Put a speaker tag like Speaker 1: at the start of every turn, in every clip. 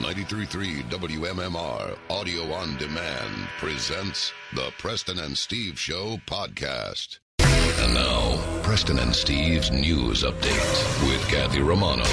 Speaker 1: 933 WMMR Audio on Demand presents the Preston and Steve Show podcast. And now, Preston and Steve's news update with Kathy Romano.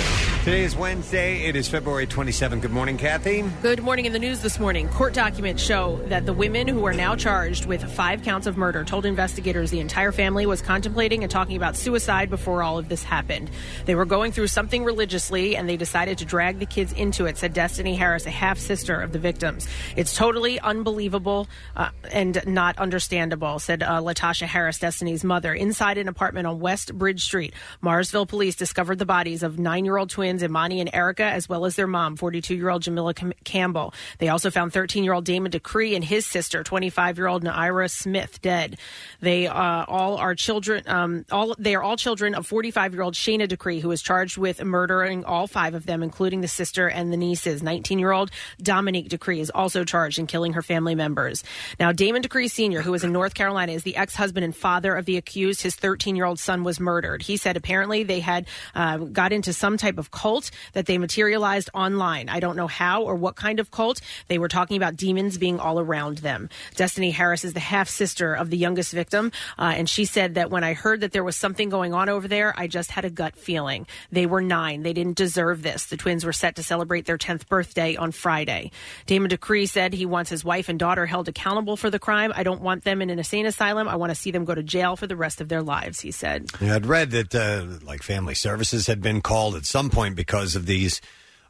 Speaker 2: Today is Wednesday. It is February 27th. Good morning, Kathy.
Speaker 3: Good morning. In the news this morning, court documents show that the women who are now charged with five counts of murder told investigators the entire family was contemplating and talking about suicide before all of this happened. They were going through something religiously and they decided to drag the kids into it, said Destiny Harris, a half sister of the victims. It's totally unbelievable uh, and not understandable, said uh, Latasha Harris, Destiny's mother, inside an apartment on West Bridge Street. Marsville police discovered the bodies of nine year old twins Imani and Erica, as well as their mom, 42 year old Jamila Cam- Campbell. They also found 13 year old Damon Decree and his sister, 25 year old Naira Smith, dead. They uh, all are children. Um, all they are all children of 45 year old Shayna Decree, who is charged with murdering all five of them, including the sister and the nieces. 19 year old Dominique Decree is also charged in killing her family members. Now, Damon Decree Sr., who is in North Carolina, is the ex husband and father of the accused. His 13 year old son was murdered. He said apparently they had uh, got into some type of cult that they materialized online. I don't know how or what kind of cult. They were talking about demons being all around them. Destiny Harris is the half sister of the youngest victim, uh, and she said that when I heard that there was something going on over there, I just had a gut feeling. They were nine. They didn't deserve this. The twins were set to celebrate their 10th birthday on Friday. Damon Decree said he wants his wife and daughter held accountable for the crime. I don't want them in an insane asylum. I want to see them go to jail for the rest of their lives, he said.
Speaker 2: Yeah, I'd read that uh, like family services had been called at some point because of these,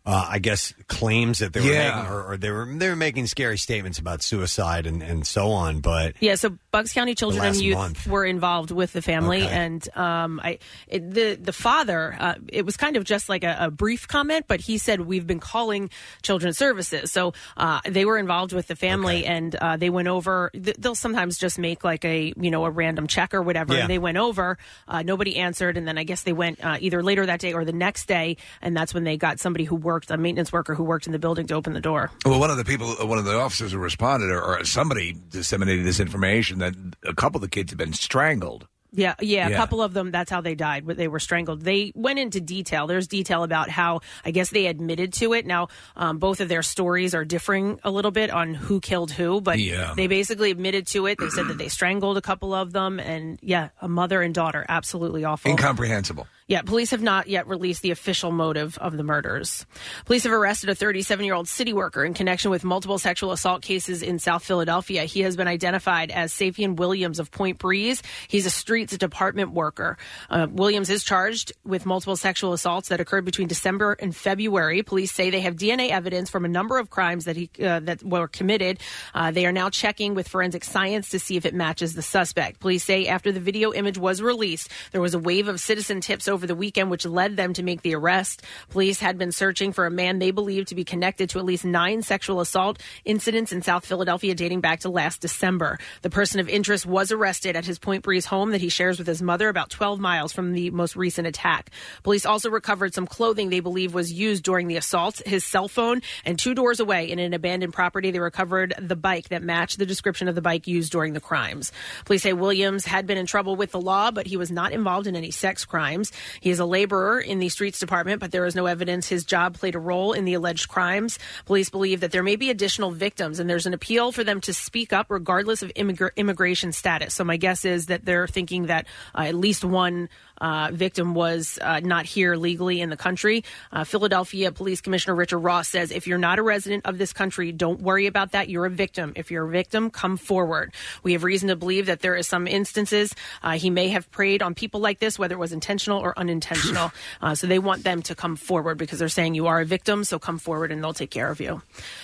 Speaker 2: uh, I guess, claims that they were
Speaker 4: Yeah.
Speaker 2: making, or, or they were they were making scary statements about suicide and, and so on. But
Speaker 3: Yeah, so Bucks County Children and
Speaker 2: last
Speaker 3: Youth
Speaker 2: month.
Speaker 3: were involved with the family,
Speaker 2: Okay.
Speaker 3: and um, I it, the the father. Uh, it was kind of just like a, a brief comment, but he said we've been calling Children's Services, so uh, they were involved with the family, and uh, they went over. th- They'll sometimes just make like a you know a random check or whatever.
Speaker 5: Yeah.
Speaker 3: And they went over. Uh, nobody answered, and then I guess they went uh, either later that day or the next day, and that's when they got somebody who worked a maintenance worker who worked in the building to open the door.
Speaker 4: Well, one of the people, one of the officers who responded, or, or somebody disseminated this information that a couple of the kids had been strangled.
Speaker 3: Yeah, yeah, a
Speaker 4: Yeah.
Speaker 3: couple of them. That's how they died. But they were strangled. They went into detail. There's detail about how I guess they admitted to it. Now, um, both of their stories are differing a little bit on who killed who, but
Speaker 4: Yeah.
Speaker 3: they basically admitted to it. They said that they strangled a couple of them, and yeah, a mother and daughter. Absolutely awful.
Speaker 4: Incomprehensible.
Speaker 3: Yeah, police have not yet released the official motive of the murders. Police have arrested a 37 year old city worker in connection with multiple sexual assault cases in South Philadelphia. He has been identified as Safian Williams of Point Breeze. He's a streets department worker. Uh, Williams is charged with multiple sexual assaults that occurred between December and February. Police say they have DNA evidence from a number of crimes that he uh, that were committed. Uh, they are now checking with forensic science to see if it matches the suspect. Police say after the video image was released, there was a wave of citizen tips over the weekend, which led them to make the arrest. Police had been searching for a man they believed to be connected to at least nine sexual assault incidents in South Philadelphia dating back to last December. The person of interest was arrested at his Point Breeze home that he shares with his mother about 12 miles from the most recent attack. Police also recovered some clothing they believe was used during the assault, his cell phone, and two doors away in an abandoned property, they recovered the bike that matched the description of the bike used during the crimes. Police say Williams had been in trouble with the law, but he was not involved in any sex crimes. He is a laborer in the streets department, but there is no evidence his job played a role in the alleged crimes. Police believe that there may be additional victims, and there's an appeal for them to speak up regardless of immigra- immigration status. So my guess is that they're thinking that uh, at least one uh, victim was uh, not here legally in the country. Uh, Philadelphia Police Commissioner Richard Ross says if you're not a resident of this country, don't worry about that. You're a victim. If you're a victim, come forward. We have reason to believe that there is some instances uh, he may have preyed on people like this, whether it was intentional or unintentional. uh, so they want them to come forward because they're saying you are a victim, so come forward and they'll take care of you.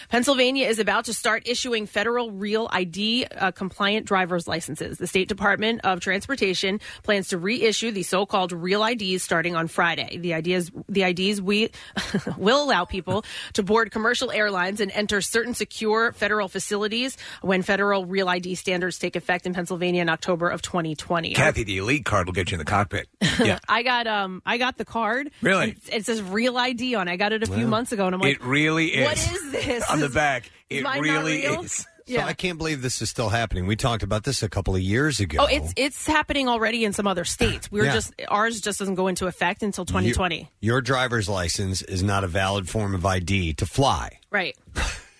Speaker 3: Pennsylvania is about to start issuing federal real ID uh, compliant driver's licenses. The State Department of Transportation plans to reissue the so-called real IDs starting on Friday. The ideas the IDs we will allow people to board commercial airlines and enter certain secure federal facilities when federal real ID standards take effect in Pennsylvania in October of 2020.
Speaker 4: Kathy, the elite card will get you in the cockpit. Yeah.
Speaker 3: I got um I got the card.
Speaker 4: Really?
Speaker 3: It- It says real ID on. it. I got it a few
Speaker 4: Wow.
Speaker 3: months ago and I'm like
Speaker 4: it really is.
Speaker 3: What is this?
Speaker 4: On the back. It
Speaker 3: mine not
Speaker 4: really
Speaker 3: real?
Speaker 4: is.
Speaker 2: So I can't believe this is still happening. We talked about this a couple of years ago.
Speaker 3: Oh, it's it's happening already in some other states. We're
Speaker 2: Yeah.
Speaker 3: just ours just doesn't go into effect until 2020.
Speaker 2: Your driver's license is not a valid form of ID to fly.
Speaker 3: right.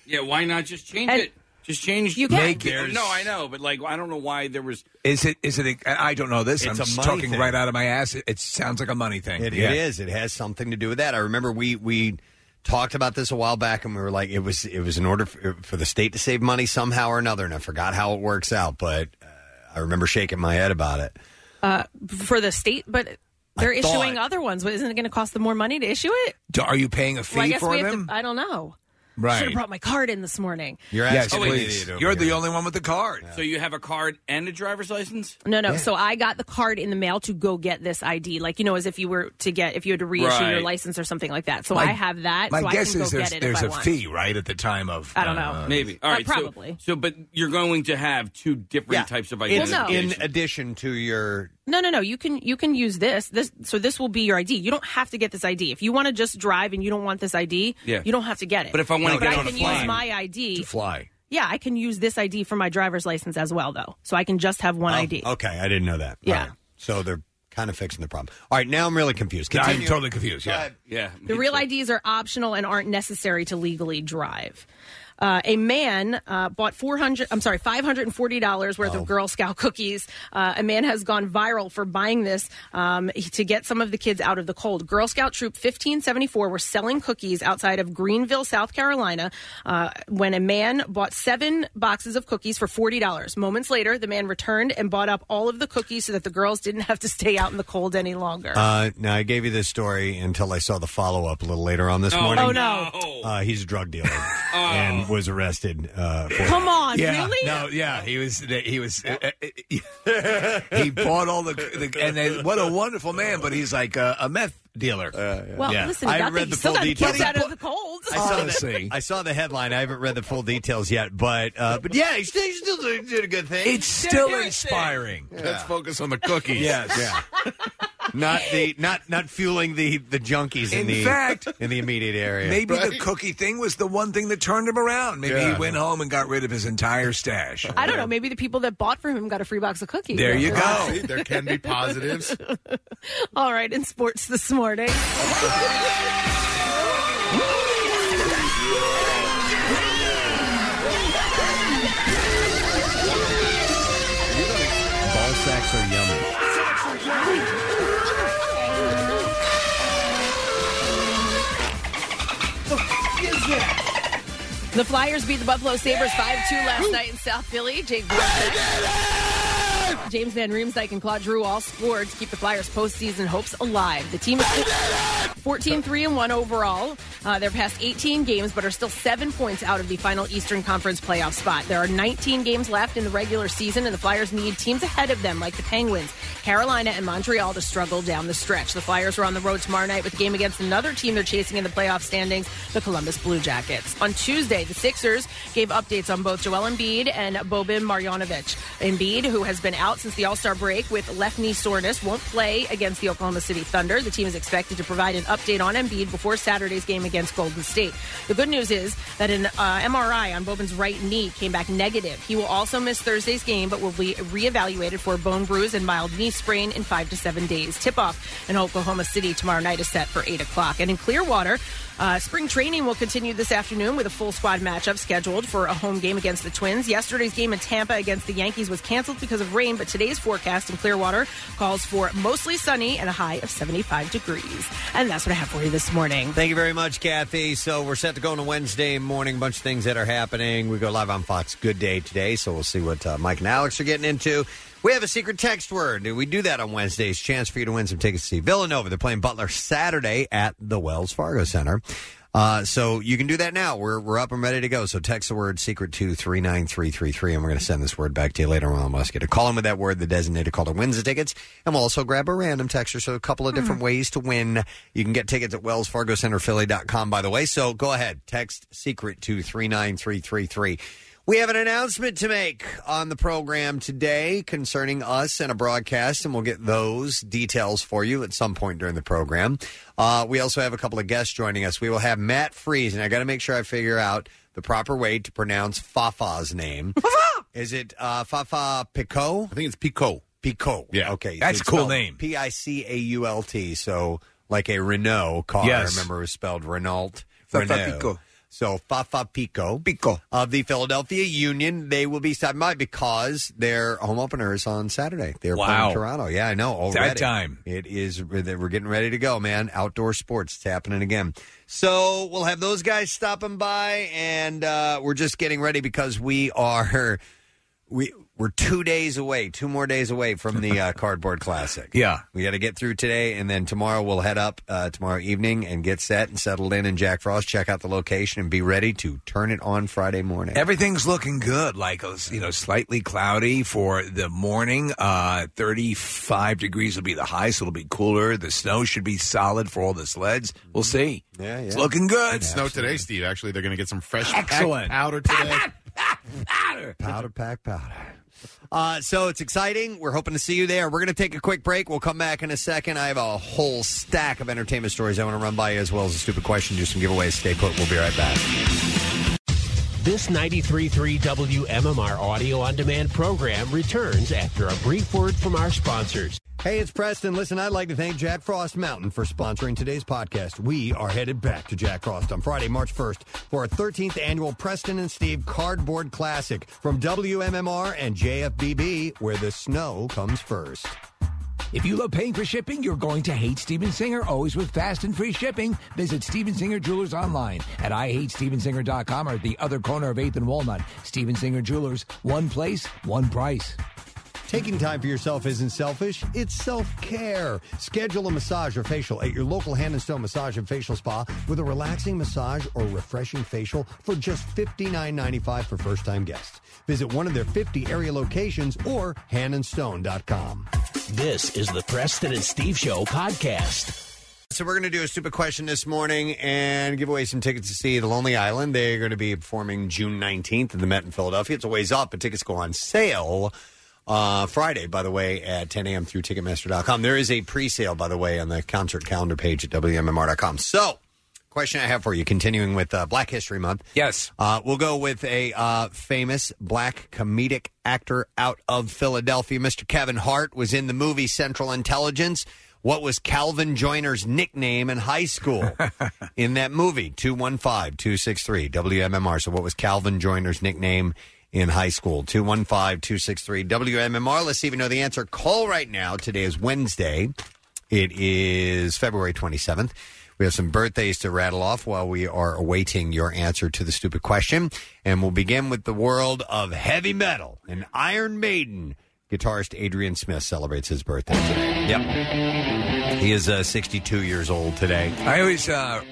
Speaker 5: Yeah, why not just change
Speaker 3: And-
Speaker 5: it? Just change.
Speaker 3: You can. Make
Speaker 5: it.
Speaker 4: it.
Speaker 5: No, I know, but like, I don't know why there was.
Speaker 4: Is it? Is it? A, I don't know this.
Speaker 5: It's
Speaker 4: I'm
Speaker 5: a
Speaker 4: just
Speaker 5: money
Speaker 4: talking
Speaker 5: thing.
Speaker 4: right out of my ass. It, it sounds like a money thing.
Speaker 2: It, it is. It has something to do with that. I remember we we talked about this a while back, and we were like, it was it was in order for, for the state to save money somehow or another, and I forgot how it works out, but uh, I remember shaking my head about it.
Speaker 3: Uh, for the state, but they're
Speaker 2: I thought-
Speaker 3: issuing other ones. But isn't it going to cost them more money to issue it?
Speaker 4: Do- Are you paying a fee
Speaker 3: Well, I guess
Speaker 4: for
Speaker 3: we have
Speaker 4: them?
Speaker 3: to. I don't know.
Speaker 4: Right.
Speaker 3: Should have brought my card in this morning.
Speaker 4: You're Yes, asking please. an idiot over You're the here. only one with the card.
Speaker 5: So you have a card and a driver's license?
Speaker 3: No, no. So I got the card in the mail to go get this ID, like you know, as if you were to get if you had to reissue your
Speaker 4: Right.
Speaker 3: license or something like that. So
Speaker 4: My-
Speaker 3: I have that.
Speaker 4: my
Speaker 3: so I
Speaker 4: guess
Speaker 3: can go
Speaker 4: is there's,
Speaker 3: get it
Speaker 4: there's
Speaker 3: if I
Speaker 4: a
Speaker 3: want.
Speaker 4: fee, right, at the time of.
Speaker 3: I don't know.
Speaker 5: Maybe. All
Speaker 3: Uh,
Speaker 5: right. so-
Speaker 3: probably.
Speaker 5: So, but you're going to have two different types of
Speaker 3: Well, no.
Speaker 5: identification.
Speaker 2: In addition to your
Speaker 3: No, no, no. You can you can use this. This so this will be your ID. You don't have to get this ID. If you want to just drive and you don't want this ID,
Speaker 5: Yeah.
Speaker 3: you don't have to get it.
Speaker 5: But if I wanna
Speaker 3: But
Speaker 5: get on a
Speaker 3: can use
Speaker 5: plane
Speaker 3: my ID.
Speaker 4: fly.
Speaker 3: Yeah, I can use this ID for my driver's license as well though. So I can just have one ID.
Speaker 2: Okay, I didn't know that.
Speaker 3: Yeah.
Speaker 2: All right. So they're kind of fixing the problem. All right, now I'm really confused.
Speaker 4: Yeah, I'm
Speaker 2: Continue.
Speaker 4: totally confused. Yeah.
Speaker 5: Yeah.
Speaker 3: The real IDs are optional and aren't necessary to legally drive. Uh, a man uh, bought 400 I'm sorry $540 worth of Girl Scout cookies. Uh, a man has gone viral for buying this um, to get some of the kids out of the cold. Girl Scout Troop 1574 were selling cookies outside of Greenville, South Carolina uh, when a man bought 7 boxes of cookies for $40. Moments later, the man returned and bought up all of the cookies so that the girls didn't have to stay out in the cold any longer.
Speaker 2: Uh, now I gave you this story until I saw the follow up a little later on this
Speaker 3: Oh,
Speaker 2: morning.
Speaker 3: Oh, no.
Speaker 2: Uh, he's a drug dealer and was arrested. Uh, for
Speaker 3: Come on,
Speaker 4: Oh. yeah,
Speaker 3: really?
Speaker 4: No, yeah, he was. He was. uh, he bought all the, the and then, what a wonderful man. But he's like a, a meth dealer.
Speaker 3: Well,
Speaker 2: Uh, Yeah.
Speaker 3: listen,
Speaker 2: I
Speaker 3: I
Speaker 2: read
Speaker 3: read
Speaker 2: the
Speaker 3: still
Speaker 2: full
Speaker 3: got the kids
Speaker 2: details.
Speaker 3: out of the cold.
Speaker 2: I saw, the, I saw the headline. I haven't read the full details yet, but uh, but yeah, he still, he still did did a good thing.
Speaker 4: It's still inspiring.
Speaker 2: Let's
Speaker 4: focus on the cookies.
Speaker 2: Yes. not the not not fueling the the junkies in,
Speaker 4: In
Speaker 2: the
Speaker 4: fact,
Speaker 2: in the immediate area.
Speaker 4: Maybe the cookie thing was the one thing that turned him around. Maybe
Speaker 2: Yeah.
Speaker 4: he went home and got rid of his entire stash.
Speaker 3: I don't know. Maybe the people that bought for him got a free box of cookies.
Speaker 4: There you go.
Speaker 6: See, there can be positives.
Speaker 3: All right, in sports this morning.
Speaker 2: Ball sacks are yummy.
Speaker 3: The Flyers beat the Buffalo Sabres 5 2 last night in South Philly. Jake Voracek, James Van Riemsdyk, and Claude Drew all scored to keep the Flyers' postseason hopes alive. The team is 14 3 and 1 overall. Uh, they're past 18 games, but are still seven points out of the final Eastern Conference playoff spot. There are 19 games left in the regular season, and the Flyers need teams ahead of them, like the Penguins, Carolina, and Montreal, to struggle down the stretch. The Flyers are on the road tomorrow night with a game against another team they're chasing in the playoff standings, the Columbus Blue Jackets. On Tuesday, the Sixers gave updates on both Joel Embiid and Bobin Marjanovic. Embiid, who has been out since the All Star break with left knee soreness, won't play against the Oklahoma City Thunder. The team is expected to provide an update on Embiid before Saturday's game against Golden State. The good news is that an uh, MRI on Bobin's right knee came back negative. He will also miss Thursday's game, but will be reevaluated for a bone bruise and mild knee sprain in five to seven days. Tip off in Oklahoma City tomorrow night is set for eight o'clock, and in Clearwater. Uh, spring training will continue this afternoon with a full squad matchup scheduled for a home game against the Twins. Yesterday's game in Tampa against the Yankees was canceled because of rain, but today's forecast in Clearwater calls for mostly sunny and a high of 75 degrees. And that's what I have for you this morning.
Speaker 2: Thank you very much, Kathy. So we're set to go on a Wednesday morning. A bunch of things that are happening. We go live on Fox Good Day today, so we'll see what uh, Mike and Alex are getting into. We have a secret text word. We do that on Wednesdays. Chance for you to win some tickets to see Villanova. They're playing Butler Saturday at the Wells Fargo Center. Uh, so you can do that now. We're we're up and ready to go. So text the word secret to three nine three three three, and we're going to send this word back to you later on. Let's get a call in with that word. The designated caller wins the tickets, and we'll also grab a random texter. So a couple of different ways to win. You can get tickets at WellsFargoCenterPhilly.com, by the way. So go ahead, text secret to three nine three three three. We have an announcement to make on the program today concerning us and a broadcast, and we'll get those details for you at some point during the program. Uh, we also have a couple of guests joining us. We will have Matt Fries, and I got to make sure I figure out the proper way to pronounce Fafa's name. Is it uh, Fafa Picot? I think it's Picot. Picot. Yeah. Okay.
Speaker 4: That's a cool name.
Speaker 2: P I C A U L T. So like a Renault car. I
Speaker 4: Yes.
Speaker 2: remember it was spelled Renault.
Speaker 4: Fafa
Speaker 2: Renault.
Speaker 4: Picot.
Speaker 2: So Fafa Pico, Pico of the Philadelphia Union, they will be stopping by because their home opener is on Saturday. They're
Speaker 4: Wow.
Speaker 2: playing Toronto. Yeah, I know.
Speaker 4: It's
Speaker 2: Already.
Speaker 4: that time.
Speaker 2: It is. We're getting ready to go, man. Outdoor sports. It's happening again. So we'll have those guys stopping by, and uh, we're just getting ready because we are we we're two days away, two more days away from the uh, cardboard classic.
Speaker 4: Yeah.
Speaker 2: we got to get through today, and then tomorrow we'll head up uh, tomorrow evening and get set and settled in. And Jack Frost, check out the location and be ready to turn it on Friday morning.
Speaker 4: Everything's looking good. Like uh, you know, slightly cloudy for the morning. Uh, Thirty-five degrees will be the high, so it'll be cooler. The snow should be solid for all the sleds. We'll see.
Speaker 2: Yeah,
Speaker 4: It's looking good.
Speaker 6: It's snow today, Steve. Actually, they're going to get some fresh packed
Speaker 4: Excellent.
Speaker 6: powder today.
Speaker 2: Powder pack powder. Uh, so it's exciting. We're hoping to see you there. We're going to take a quick break. We'll come back in a second. I have a whole stack of entertainment stories I want to run by you, as well as a stupid question, do some giveaways. Stay put. We'll be right back.
Speaker 7: This 93.3 WMMR audio on demand program returns after a brief word from our sponsors.
Speaker 2: Hey, it's Preston. Listen, I'd like to thank Jack Frost Mountain for sponsoring today's podcast. We are headed back to Jack Frost on Friday, March 1st for our 13th annual Preston and Steve Cardboard Classic from WMMR and JFBB, where the snow comes first.
Speaker 8: If you love paying for shipping, you're going to hate Steven Singer, always with fast and free shipping. Visit Steven Singer Jewelers online at IHateStevenSinger.com or at the other corner of 8th and Walnut. Steven Singer Jewelers, one place, one price.
Speaker 2: Taking time for yourself isn't selfish, it's self care. Schedule a massage or facial at your local hand and stone massage and facial spa with a relaxing massage or refreshing facial for just $59.95 for first time guests. Visit one of their 50 area locations or handandstone.com.
Speaker 7: This is the Preston and Steve Show podcast.
Speaker 2: So we're going to do a stupid question this morning and give away some tickets to see The Lonely Island. They're going to be performing June 19th at the Met in Philadelphia. It's a ways off, but tickets go on sale uh, Friday, by the way, at 10 a.m. through Ticketmaster.com. There is a pre-sale, by the way, on the concert calendar page at WMMR.com. So, question I have for you, continuing with uh, Black History Month.
Speaker 4: Yes.
Speaker 2: Uh, we'll go with a uh, famous black comedic actor out of Philadelphia. Mr. Kevin Hart was in the movie Central Intelligence. What was Calvin Joyner's nickname in high school in that movie? 215 263 WMMR. So, what was Calvin Joyner's nickname in high school? 215 263 WMMR. Let's see if you know the answer. Call right now. Today is Wednesday. It is February 27th. We have some birthdays to rattle off while we are awaiting your answer to the stupid question. And we'll begin with the world of heavy metal and Iron Maiden. Guitarist Adrian Smith celebrates his birthday today. Yep. He is uh, 62 years old today.
Speaker 4: I always uh,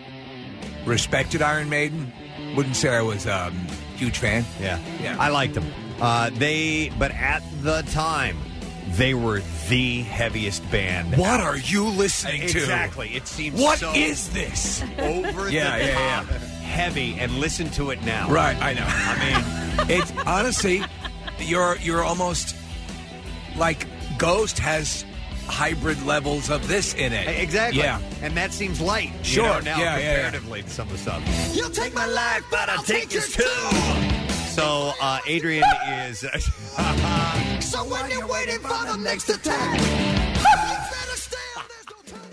Speaker 4: respected Iron Maiden. Wouldn't say I was a um, huge fan.
Speaker 2: Yeah. I liked them. Uh, they, but at the time, they were the heaviest band.
Speaker 4: What are you listening to?
Speaker 2: Exactly. It seems
Speaker 4: What is
Speaker 2: so
Speaker 4: this?
Speaker 2: over
Speaker 4: Yeah,
Speaker 2: the
Speaker 4: yeah, yeah.
Speaker 2: top, heavy, and listen to it now.
Speaker 4: Right, I know. I mean, it's honestly, you're you're almost like Ghost has hybrid levels of this in it.
Speaker 2: E- Exactly.
Speaker 4: Yeah.
Speaker 2: And that seems light. you
Speaker 4: Sure.
Speaker 2: know, now
Speaker 4: Yeah, yeah, yeah.
Speaker 2: comparatively to some of the stuff. You'll take my life, but I'll take yours too. So uh, Adrian is. so when you're waiting for the next attack,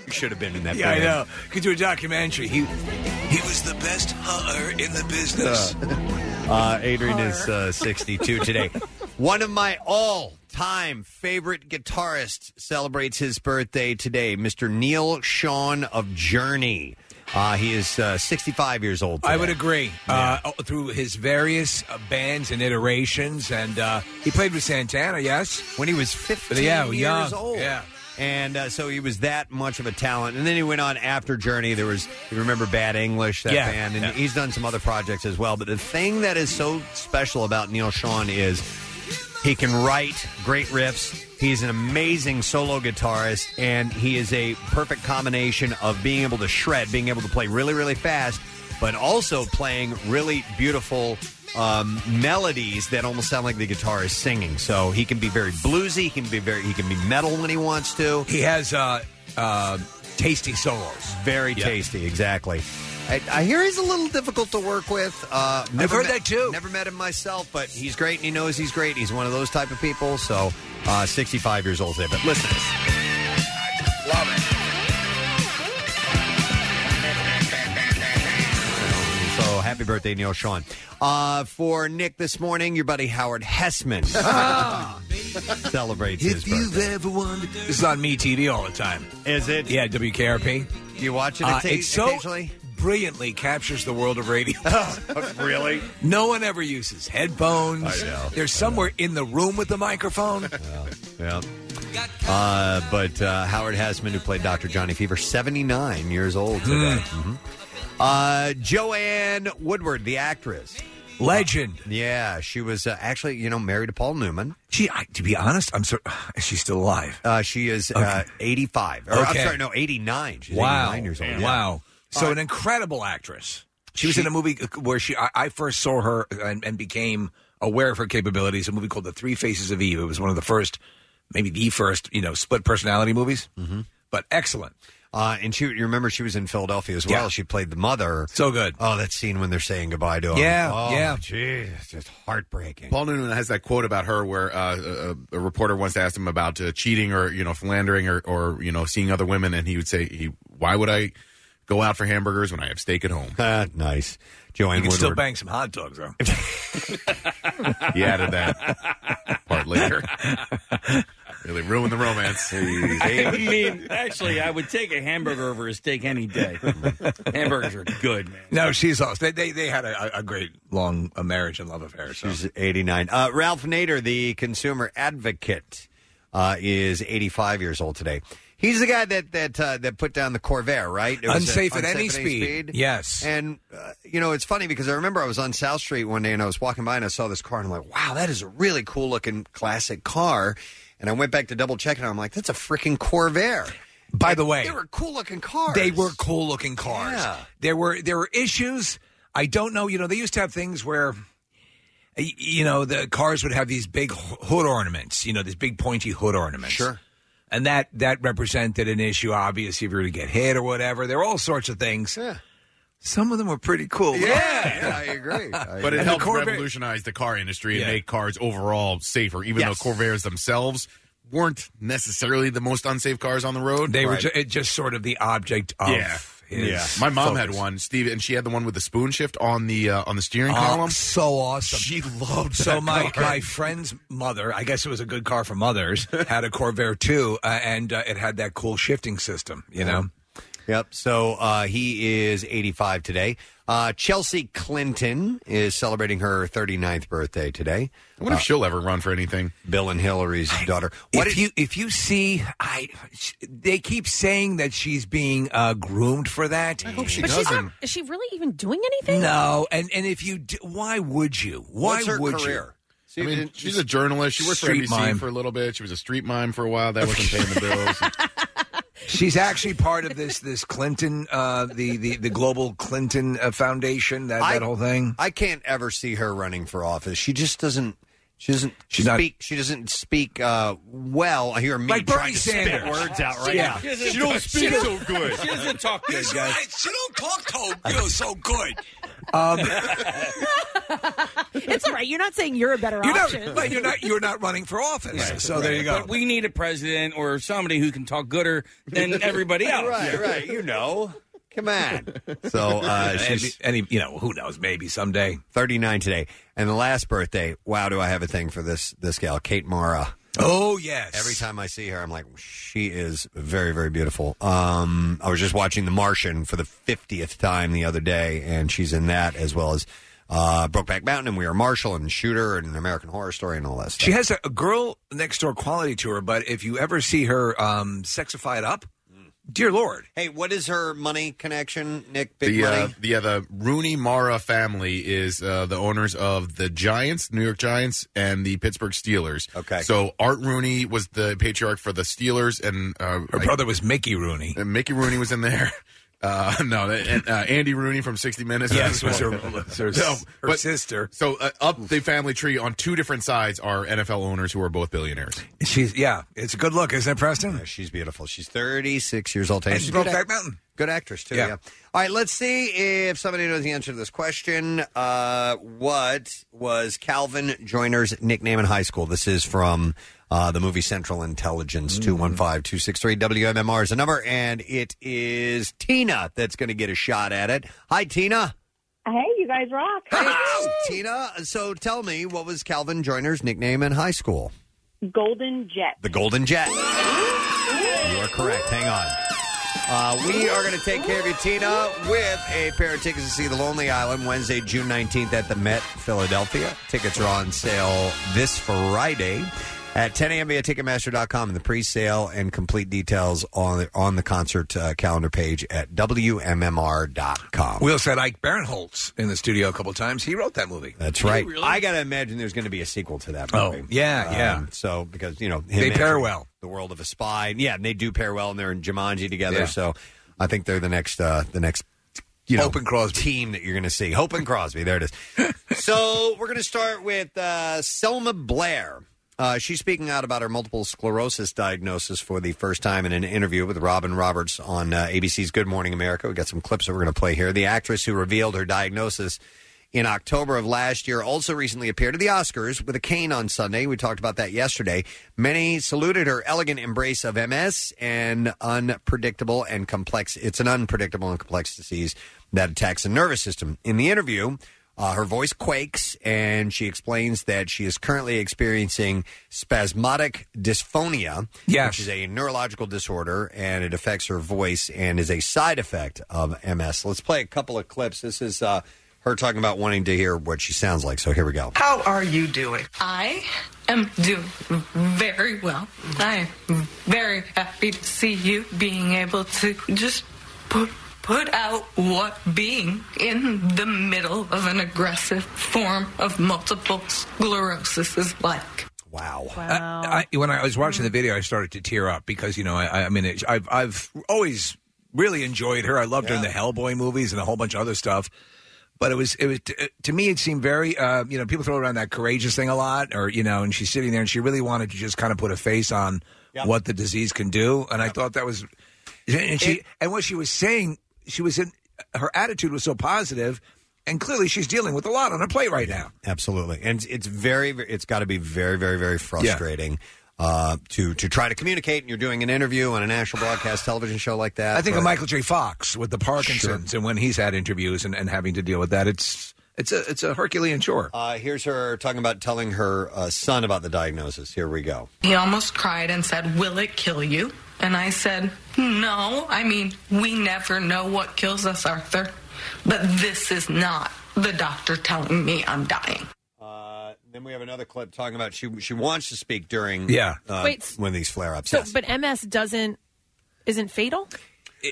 Speaker 2: you should have been in that.
Speaker 4: Yeah, I
Speaker 2: band.
Speaker 4: know. Could do a documentary. He he was the best hunter in the business.
Speaker 2: Uh, Adrian is uh, 62 today. One of my all time favorite guitarists celebrates his birthday today, Mr. Neil Sean of Journey. Uh, he is uh, 65 years old.
Speaker 4: I
Speaker 2: today.
Speaker 4: would agree. Uh, oh, through his various uh, bands and iterations, and uh, he played with Santana. Yes,
Speaker 2: When he was 15
Speaker 4: Yeah,
Speaker 2: years
Speaker 4: young.
Speaker 2: old.
Speaker 4: Yeah.
Speaker 2: And uh, so he was that much of a talent. And then he went on after Journey. There was, you remember Bad English, that
Speaker 4: Yeah.
Speaker 2: band. And
Speaker 4: Yeah.
Speaker 2: he's done some other projects as well. But the thing that is so special about Neil Sean is he can write great riffs. He's an amazing solo guitarist. And he is a perfect combination of being able to shred, being able to play really, really fast, but also playing really beautiful um, melodies that almost sound like the guitar is singing. So he can be very bluesy. He can be very he can be metal when he wants to.
Speaker 4: He has uh, uh, tasty solos.
Speaker 2: Very tasty, exactly. I, I hear he's a little difficult to work with. Uh, never
Speaker 4: heard
Speaker 2: met,
Speaker 4: that, too.
Speaker 2: Never met him myself, but he's great and he knows he's great. He's one of those type of people. So, uh, 65 years old today. But listen to this. So happy birthday, Neil Sean. Uh, for Nick this morning, your buddy Howard Hessman Ah. celebrates
Speaker 4: If
Speaker 2: his birthday.
Speaker 4: you've ever wondered, this is on Me TV all the time.
Speaker 2: Is it?
Speaker 4: Yeah, WKRP.
Speaker 2: You watch it
Speaker 4: Uh,
Speaker 2: occa-
Speaker 4: it so
Speaker 2: occasionally? Oh,
Speaker 4: brilliantly captures the world of radio.
Speaker 2: really?
Speaker 4: No one ever uses headphones.
Speaker 2: I know.
Speaker 4: They're somewhere in the room with the microphone.
Speaker 2: Yeah. Uh, but uh, Howard Hasman, who played Dr. Johnny Fever, 79 years old today.
Speaker 4: Hmm.
Speaker 2: Mhm. Uh, Joanne Woodward, the actress.
Speaker 4: Legend.
Speaker 2: Yeah, she was uh, actually, you know, married to Paul Newman.
Speaker 4: She, I, to be honest, I'm so. Is she still alive?
Speaker 2: Uh, she is uh, 85. Or,
Speaker 4: Okay.
Speaker 2: I'm sorry, no, 89. She's 89 years old. yeah.
Speaker 4: Wow. So
Speaker 2: Uh,
Speaker 4: an incredible actress. She was
Speaker 2: she-
Speaker 4: in a movie uh, where she. I, I first saw her and, and became aware of her capabilities. A movie called The Three Faces of Eve. It was one of the first, maybe the first, you know, split personality movies. Mm-hmm. But excellent.
Speaker 2: Uh, and she, you remember, she was in Philadelphia as well.
Speaker 4: Yeah.
Speaker 2: She played the mother.
Speaker 4: So good.
Speaker 2: Oh, that scene when they're saying goodbye to him.
Speaker 4: Yeah,
Speaker 2: oh,
Speaker 4: yeah.
Speaker 2: Geez, it's just heartbreaking.
Speaker 6: Paul Newman has that quote about her where uh, a, a- a reporter once asked him about uh, cheating or you know philandering or, or you know seeing other women, and he would say, he, "Why would I go out for hamburgers when I have steak at home?"
Speaker 2: Uh, nice, Joanne
Speaker 4: You can
Speaker 2: Woodward.
Speaker 4: still bang some hot dogs though.
Speaker 6: He added that part later. really ruined the romance.
Speaker 5: I mean, actually, I would take a hamburger over a steak any day. Hamburgers are good, man.
Speaker 4: No, she's lost. They they, they had a, a great long uh, marriage and love affair. So.
Speaker 2: She's 89. Uh, Ralph Nader, the consumer advocate, uh, is 85 years old today. He's the guy that that uh, that put down the Corvair, right? It was, uh,
Speaker 4: Unsafe at any speed. Yes.
Speaker 2: And uh, you know, it's funny because I remember I was on South Street one day and I was walking by and I saw this car and I'm like, "Wow, that is a really cool looking classic car." And I went back to double check and I'm like, "That's a freaking Corvair."
Speaker 4: By the way,
Speaker 2: They were cool looking cars.
Speaker 4: They were cool looking cars.
Speaker 2: Yeah.
Speaker 4: There were there were issues. I don't know. You know, they used to have things where, y- you know, the cars would have these big ho- hood ornaments. You know, these big pointy hood ornaments.
Speaker 2: Sure.
Speaker 4: And that that represented an issue. Obviously, if you were to get hit or whatever, there were all sorts of things.
Speaker 2: Yeah.
Speaker 4: Some of them were pretty cool.
Speaker 2: Yeah, I agree. I
Speaker 6: But it
Speaker 4: And the
Speaker 6: helped
Speaker 4: Corvair-
Speaker 6: revolutionize the car industry
Speaker 4: Yeah.
Speaker 6: and make cars overall safer, even
Speaker 2: Yes.
Speaker 6: though Corvairs themselves weren't necessarily the most unsafe cars on the road.
Speaker 4: They were
Speaker 2: Right.
Speaker 4: ju- it just sort of the object of.
Speaker 6: Yeah.
Speaker 4: His
Speaker 2: Yeah.
Speaker 6: My mom had
Speaker 4: focus.
Speaker 6: one, Steve, and she had the one with the spoon shift on the uh, on the steering
Speaker 4: Oh,
Speaker 6: column.
Speaker 4: so awesome.
Speaker 6: She loved
Speaker 4: So
Speaker 6: that
Speaker 4: my,
Speaker 6: car.
Speaker 4: my friend's mother, I guess it was a good car for mothers, had a Corvair too, uh, and uh, it had that cool shifting system. You know,
Speaker 2: Yep. So uh, he is 85 today. Uh, Chelsea Clinton is celebrating her 39th birthday today. Uh,
Speaker 6: I wonder if she'll ever run for anything.
Speaker 2: Bill and Hillary's daughter.
Speaker 4: if you if you see, I sh- they keep saying that she's being uh, groomed for that. I hope she
Speaker 3: But she's not, is she really even doing anything?
Speaker 4: No, and and if you, do, why would you? Why
Speaker 2: What's her
Speaker 4: would
Speaker 2: career?
Speaker 6: I mean, she's a journalist. She worked for
Speaker 4: Street
Speaker 6: NBC
Speaker 4: mime.
Speaker 6: for a little bit. She was a street mime for a while. That wasn't paying the bills.
Speaker 4: you? She's actually part of this this Clinton, uh, the the the global Clinton uh, Foundation. That
Speaker 2: I-
Speaker 4: that whole thing.
Speaker 2: I can't ever see her running for office. She just doesn't. She doesn't
Speaker 4: She's not-
Speaker 2: speak. she doesn't speak uh, well. I hear me
Speaker 4: Like
Speaker 2: trying
Speaker 4: Bernie
Speaker 2: to spit
Speaker 4: Sanders.
Speaker 2: words out right
Speaker 4: Yeah.
Speaker 2: now.
Speaker 5: She don't speak so good. She doesn't talk good,
Speaker 4: That's
Speaker 5: guys.
Speaker 4: right. She don't talk to you so good. Um,
Speaker 3: It's all right. You're not saying you're a better
Speaker 4: You're
Speaker 3: option.
Speaker 4: not, but you're not you're not running for office. So there you go.
Speaker 5: But we need a president or somebody who can talk gooder than everybody else.
Speaker 2: Right, right. You know. Come on. So uh,
Speaker 4: and,
Speaker 2: she's
Speaker 4: and you know who knows maybe someday.
Speaker 2: 39 today, and the last birthday. Wow, do I have a thing for this this gal, Kate Mara.
Speaker 4: Oh yes.
Speaker 2: Every time I see her, I'm like, she is very, very beautiful. Um, I was just watching The Martian for the 50th time the other day, and she's in that as well as uh, Brokeback Mountain, and We Are Marshall, and Shooter, and American Horror Story, and all that stuff.
Speaker 4: she has a, a girl next door quality to her, but if you ever see her um, sexified up,
Speaker 2: Mm.
Speaker 4: dear lord,
Speaker 2: hey, what is her money connection, Nick? Big
Speaker 6: the, uh,
Speaker 2: money?
Speaker 6: the, yeah, the Rooney Mara family is uh, the owners of the Giants, New York Giants, and the Pittsburgh Steelers.
Speaker 2: Okay.
Speaker 6: So Art Rooney was the patriarch for the Steelers, and uh,
Speaker 4: her
Speaker 6: I-
Speaker 4: brother was Mickey Rooney.
Speaker 6: and Mickey Rooney was in there. Uh, no, that- and, uh, Andy Rooney from 60 Minutes.
Speaker 4: Yes, was her- was her- her sister.
Speaker 6: So uh, up the family tree on two different sides are NFL owners who are both billionaires.
Speaker 4: She's yeah, it's a good look, isn't it, Preston?
Speaker 2: she's beautiful. She's 36 years old. today.
Speaker 4: And
Speaker 2: She's a
Speaker 4: broke
Speaker 2: good
Speaker 4: back
Speaker 2: act-
Speaker 4: mountain.
Speaker 2: Good actress, too. Yeah.
Speaker 4: Yeah.
Speaker 2: All right, let's see if somebody knows the answer to this question. Uh, what was Calvin Joyner's nickname in high school? This is from uh, the movie Central Intelligence, 215 263 WMMR is the number, and it is Tina that's going to get a shot at it. Hi, Tina.
Speaker 9: Hey, you guys rock.
Speaker 2: Tina, so tell me, what was Calvin Joyner's nickname in high school?
Speaker 9: Golden Jet.
Speaker 2: The Golden Jet. You are correct. Hang on. Uh, we are going to take care of you, Tina, with a pair of tickets to see The Lonely Island Wednesday, June 19th at the Met, Philadelphia. Tickets are on sale this Friday at 10 a.m. via Ticketmaster.com and the pre-sale and complete details on the, on the concert uh, calendar page at WMMR.com.
Speaker 4: We also had Ike Barinholtz in the studio a couple times. He wrote that movie.
Speaker 2: That's right. I got to imagine there's going to be a sequel to that
Speaker 4: Oh,
Speaker 2: movie. Um,
Speaker 4: yeah, yeah.
Speaker 2: So, because, you know, him
Speaker 4: They pair
Speaker 2: entering
Speaker 4: well.
Speaker 2: The world of a spy. And yeah, and they do pair well, and they're in Jumanji together.
Speaker 4: Yeah.
Speaker 2: So I think they're the next, uh, the next, you know, Hope and Crosby. team that you're going to see. Hope and Crosby. There it is. so we're going to start with uh, Selma Blair. Uh, she's speaking out about her multiple sclerosis diagnosis for the first time in an interview with Robin Roberts on uh, ABC's Good Morning America. We got some clips that we're going to play here. The actress who revealed her diagnosis in October of last year also recently appeared at the Oscars with a cane on Sunday. We talked about that yesterday. Many saluted her elegant embrace of MS and unpredictable and complex. It's an unpredictable and complex disease that attacks the nervous system. In the interview, uh, her voice quakes, and she explains that she is currently experiencing spasmodic dysphonia,
Speaker 4: Yes.
Speaker 2: which is a neurological disorder, and it affects her voice and is a side effect of MS. Let's play a couple of clips. This is uh, her talking about wanting to hear what she sounds like. So here we go.
Speaker 10: How are you doing?
Speaker 11: I am doing very well. I am very happy to see you being able to just put put out what being in the middle of an aggressive form of multiple sclerosis is like.
Speaker 2: Wow.
Speaker 4: I, I, when I was watching the video, I started to tear up because you know, I, I mean, it, I've I've always really enjoyed her. I loved her in the Hellboy movies and a whole bunch of other stuff. But it was it was to, to me it seemed very uh, you know people throw around that courageous thing a lot or you know and she's sitting there and she really wanted to just kind of put a face on what the disease can do and I thought that was and she and what she was saying she was in her attitude was so positive and clearly she's dealing with a lot on her plate right now.
Speaker 2: Absolutely, and it's- it's very, very- it's got to be very, very, very frustrating uh, to to try to communicate. And you're doing an interview on a national broadcast television show like that.
Speaker 4: I think of
Speaker 2: but-
Speaker 4: Michael J. Fox with the Parkinson's and when he's had interviews and, and having to deal with that. It's it's a it's a Herculean chore.
Speaker 2: Uh, here's her talking about telling her uh, son about the diagnosis. Here we go.
Speaker 11: He almost cried and said, Will it kill you? And I said, No. I mean, we never know what kills us, Arthur. But this is not the doctor telling me I'm dying.
Speaker 2: Uh, then we have another clip talking about she she wants to speak during
Speaker 4: Yeah.
Speaker 2: uh,
Speaker 3: Wait.
Speaker 2: when these flare ups.
Speaker 3: So, but MS doesn't isn't fatal.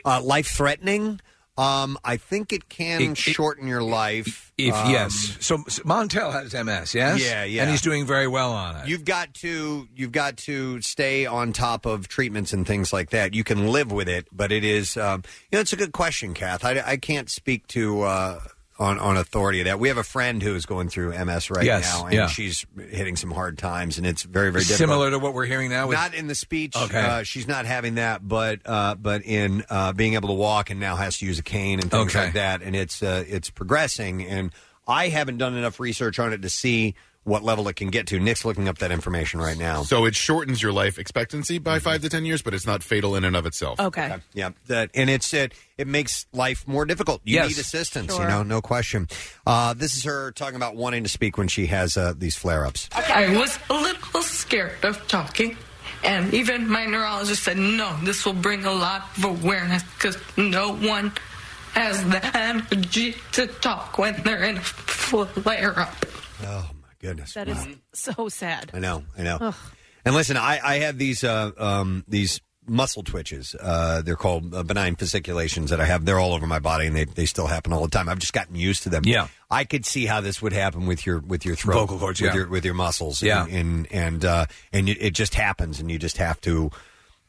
Speaker 2: uh, life threatening. Um, I think it can
Speaker 4: It- it-
Speaker 2: shorten your life.
Speaker 4: If
Speaker 2: Um,
Speaker 4: yes, so, so Montel has MS, yes,
Speaker 2: Yeah, yeah.
Speaker 4: and he's doing very well on it.
Speaker 2: You've got to you've got to stay on top of treatments and things like that. You can live with it, but it is um, you know it's a good question, Kath. I, I can't speak to uh, on on authority of that. We have a friend who is going through MS right
Speaker 4: Yes,
Speaker 2: now, and
Speaker 4: yeah.
Speaker 2: she's hitting some hard times, and it's very very difficult.
Speaker 4: Similar to what we're hearing now. With,
Speaker 2: not in the speech.
Speaker 4: Okay.
Speaker 2: Uh, she's not having that, but uh, but in uh, being able to walk and now has to use a cane and things
Speaker 4: Okay.
Speaker 2: like that, and it's uh, it's progressing. And I haven't done enough research on it to see what level it can get to. Nick's looking up that information right now. Mm-hmm.
Speaker 6: So it shortens your life expectancy by five to ten years, but it's not fatal in and of itself.
Speaker 3: Okay.
Speaker 2: Yeah, that and it's it. It makes life more difficult. You
Speaker 4: Yes.
Speaker 2: need assistance, you
Speaker 3: Sure.
Speaker 2: know, no question. Uh, this is her talking about wanting to speak when she has uh, these flare-ups.
Speaker 11: I was a little scared of talking. And even my neurologist said, no, this will bring a lot of awareness because no one has the energy to talk when they're in a flare up.
Speaker 2: Oh my goodness!
Speaker 3: That is so sad.
Speaker 2: I know, I know. And listen, I, I have these uh, um, these muscle twitches. Uh, they're called uh, benign fasciculations that I have. They're all over my body, and they, they still happen all the time. I've just gotten used to them.
Speaker 4: Yeah.
Speaker 2: I could see how this would happen with your with your throat,
Speaker 4: Vocal cords,
Speaker 2: with
Speaker 4: yeah.
Speaker 2: your with your muscles,
Speaker 4: Yeah.
Speaker 2: and and and, uh, and it, it just happens, and you just have to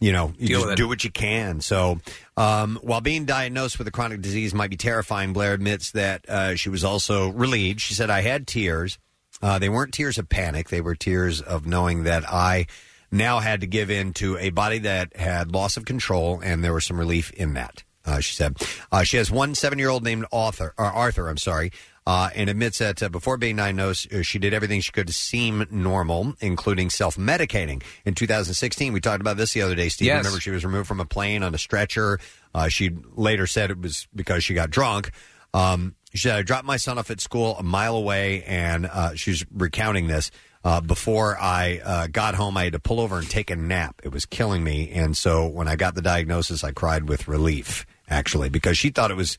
Speaker 2: you know, you
Speaker 4: Deal
Speaker 2: just
Speaker 4: with it.
Speaker 2: do what you can. So, um, while being diagnosed with a chronic disease might be terrifying, Blair admits that uh, she was also relieved. She said, I had tears. Uh, they weren't tears of panic, they were tears of knowing that I now had to give in to a body that had loss of control, and there was some relief in that. Uh, she said uh, she has one seven-year-old named Arthur. Or Arthur, I'm sorry, uh, and admits that uh, before being diagnosed, uh, she did everything she could to seem normal, including self-medicating. In 2016, we talked about this the other day, Steve.
Speaker 4: Yes.
Speaker 2: Remember, she was removed from a plane on a stretcher. Uh, she later said it was because she got drunk. Um, she said, I dropped my son off at school a mile away, and uh, she's recounting this. Uh, before I uh, got home, I had to pull over and take a nap. It was killing me. And so when I got the diagnosis, I cried with relief, actually, because she thought it was,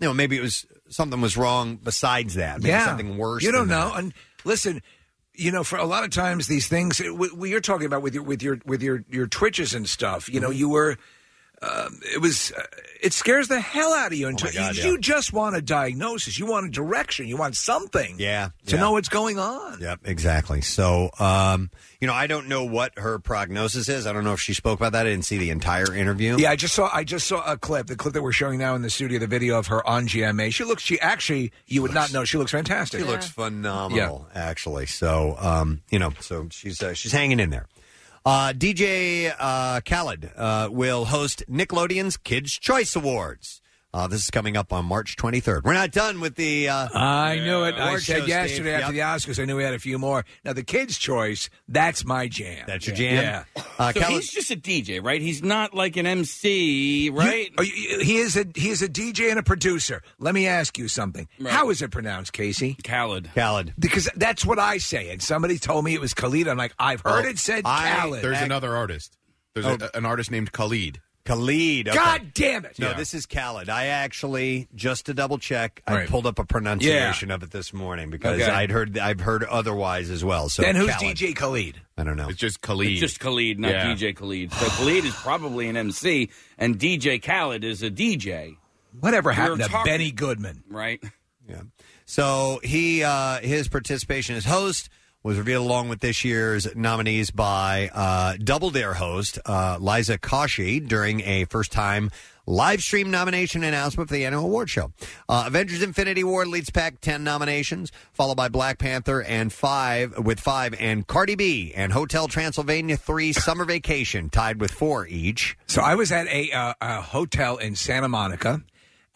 Speaker 2: you know, maybe it was something was wrong besides that. Maybe something worse.
Speaker 4: You don't
Speaker 2: than
Speaker 4: know. And listen, you know, for a lot of times these things we, we you're talking about with your with your with your your twitches and stuff. You know, you were. Um, it was. Uh, it scares the hell out of you until
Speaker 2: God,
Speaker 4: you,
Speaker 2: yeah.
Speaker 4: you just want a diagnosis. You want a direction. You want something.
Speaker 2: Yeah.
Speaker 4: To
Speaker 2: yeah.
Speaker 4: know what's going on.
Speaker 2: Yep, exactly. So, um, you know, I don't know what her prognosis is. I don't know if she spoke about that. I didn't see the entire interview.
Speaker 4: Yeah, I just saw I just saw a clip, the clip that we're showing now in the studio, the video of her on GMA. She looks she actually you would not know she looks fantastic.
Speaker 2: She looks phenomenal, actually. So, um, you know, so she's uh, she's hanging in there. Uh, DJ uh, Khaled uh, will host Nickelodeon's Kids Choice Awards. Uh, this is coming up on March 23rd. We're not done with the. Uh,
Speaker 4: I knew it. I
Speaker 2: award show,
Speaker 4: said
Speaker 2: Steve.
Speaker 4: yesterday
Speaker 2: Yep.
Speaker 4: after the Oscars, I knew we had a few more. Now the kids' choice, that's my jam. That's
Speaker 2: your jam?
Speaker 4: Yeah.
Speaker 6: Uh,
Speaker 5: so he's just a DJ, right? He's not like an MC, right?
Speaker 4: Oh, you- he is a he is a DJ and a producer. Let me ask you something. How is it pronounced, Casey?
Speaker 5: Khaled.
Speaker 2: Khaled.
Speaker 4: Because that's what I say. And somebody told me it was Khalid. I'm like, I've heard it said Khaled.
Speaker 6: There's another artist. There's a, an artist named Khalid.
Speaker 2: Oh. Khalid. okay.
Speaker 4: God damn it!
Speaker 2: No,
Speaker 6: Yeah.
Speaker 2: this is Khaled. I actually just to double check, I
Speaker 4: Right.
Speaker 2: pulled up a pronunciation of it this morning because
Speaker 4: Okay.
Speaker 2: I'd heard I've heard otherwise as well. So
Speaker 4: then who's
Speaker 2: Khaled.
Speaker 4: DJ Khalid?
Speaker 2: I don't know.
Speaker 6: It's just Khalid.
Speaker 5: It's just Khalid, not
Speaker 6: Yeah.
Speaker 5: DJ Khalid. So Khalid is probably an MC, and DJ Khaled is a DJ, We
Speaker 4: Whatever
Speaker 5: were
Speaker 4: happened to
Speaker 5: talking-
Speaker 4: Benny Goodman?
Speaker 5: right?
Speaker 2: So he uh, his participation as host was revealed along with this year's nominees by uh, Double Dare host uh, Liza Koshy during a first time live stream nomination announcement for the annual award show. Uh, Avengers Infinity War leads pack 10 nominations, followed by Black Panther and five with five and Cardi B and Hotel Transylvania 3 Summer Vacation tied with four each.
Speaker 4: So I was at a, uh, a hotel in Santa Monica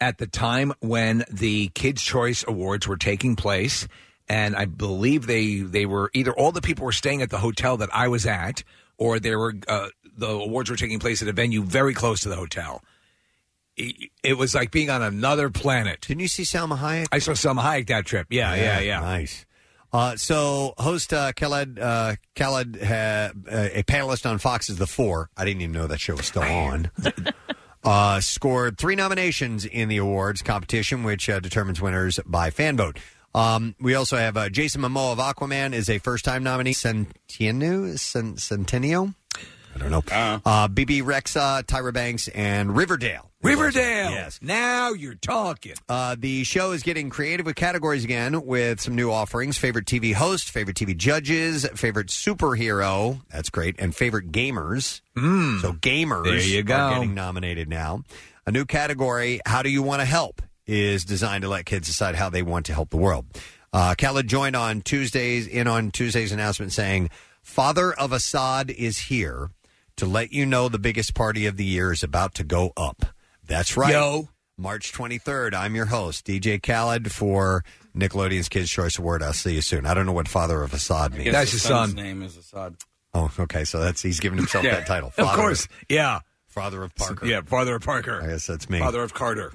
Speaker 4: at the time when the Kids Choice Awards were taking place, and I believe they they were either all the people were staying at the hotel that I was at, or they were uh, the awards were taking place at a venue very close to the hotel. It, it was like being on another planet.
Speaker 2: Didn't you see Salma Hayek?
Speaker 4: I saw Salma Hayek that trip. Yeah, yeah, yeah.
Speaker 2: Nice. Uh, so, host uh, Khaled, uh, Khaled ha- uh, a panelist on Fox's The Four. I didn't even know that show was still on. uh, scored three nominations in the awards competition, which uh, determines winners by fan vote. Um, we also have uh, Jason Momoa of Aquaman is a first-time nominee. Centeno, Cen- Centennial, I don't know.
Speaker 4: Uh-huh.
Speaker 2: Uh, BB Rexa, Tyra Banks, and Riverdale.
Speaker 4: Riverdale.
Speaker 2: Yes.
Speaker 4: Now you're talking.
Speaker 2: Uh, the show is getting creative with categories again with some new offerings favorite TV host, favorite TV judges, favorite superhero. That's great. And favorite gamers.
Speaker 10: Hmm.
Speaker 2: Mm. So gamers
Speaker 4: Hmm. There you go.
Speaker 2: are getting nominated now. A new category, How Do You Want to Help, is designed to let kids decide how they want to help the world. Uh, Khaled joined on Tuesday's in on Tuesday's announcement saying, Father of Assad is here to let you know the biggest party of the year is about to go up. That's right.
Speaker 4: Yo.
Speaker 2: March 23rd, I'm your host, DJ Khaled, for Nickelodeon's Kids' Choice Award. I'll see you soon. I don't know what Father of Assad means.
Speaker 5: Guess
Speaker 4: That's
Speaker 5: the
Speaker 4: his
Speaker 5: son's
Speaker 4: son.
Speaker 5: name is Assad.
Speaker 2: Oh, okay. So that's he's giving himself
Speaker 5: Yeah.
Speaker 2: that title.
Speaker 4: Of course. Yeah.
Speaker 2: Father of Parker.
Speaker 4: Yeah, father of Parker.
Speaker 2: I guess that's me. Mm-hmm.
Speaker 4: Father of Carter.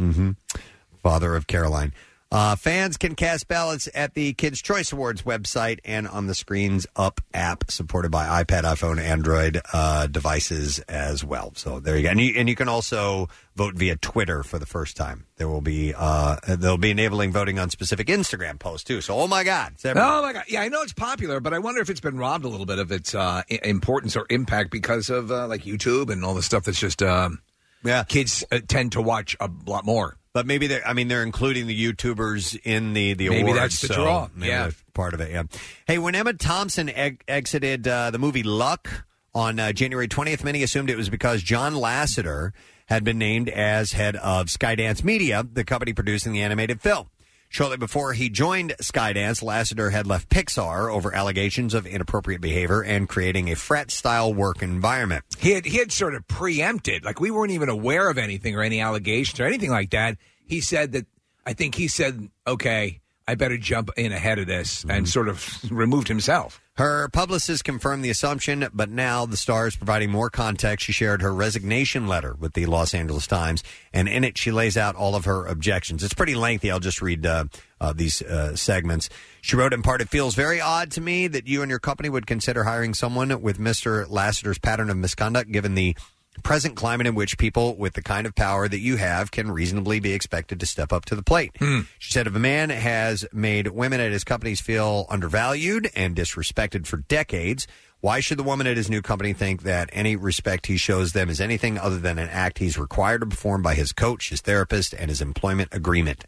Speaker 2: Father of Caroline. Uh, fans can cast ballots at the Kids' Choice Awards website and on the Screens Up app, supported by iPad, iPhone, Android uh, devices as well. So there you go, and you, and you can also vote via Twitter for the first time. There will be uh, they'll be enabling voting on specific Instagram posts too. So oh my God, it's everywhere.
Speaker 4: Oh my god! Yeah, I know it's popular, but I wonder if it's been robbed a little bit of its uh, i- importance or impact because of uh, like YouTube and all the stuff that's just um,
Speaker 2: yeah.
Speaker 4: Kids uh, tend to watch a lot more.
Speaker 2: But maybe they're, I mean, they're including the YouTubers in the, the
Speaker 4: Maybe
Speaker 2: awards.
Speaker 4: that's the
Speaker 2: so
Speaker 4: draw.
Speaker 2: maybe
Speaker 4: Yeah.
Speaker 2: that's part of it, yeah. Hey, when Emma Thompson eg- exited uh, the movie Luck on uh, January 20th. Many assumed it was because John Lasseter had been named as head of Skydance Media, the company producing the animated film. Shortly before he joined Skydance, Lasseter had left Pixar over allegations of inappropriate behavior and creating a frat style work environment.
Speaker 4: He had he had sort of preempted, like we weren't even aware of anything or any allegations or anything like that. He said that I think he said, "Okay, I better jump in ahead of this," and sort of removed himself.
Speaker 2: Her publicist confirmed the assumption, but now the star is providing more context. She shared her resignation letter with the Los Angeles Times, and in it she lays out all of her objections. It's pretty lengthy. I'll just read uh, uh, these uh, segments. She wrote in part, It feels very odd to me that you and your company would consider hiring someone with Mr. Lasseter's pattern of misconduct, given the present climate in which people with the kind of power that you have can reasonably be expected to step up to the plate.
Speaker 10: Hmm.
Speaker 2: She said, if a man has made women at his companies feel undervalued and disrespected for decades, why should the woman at his new company think that any respect he shows them is anything other than an act he's required to perform by his coach, his therapist, and his employment agreement?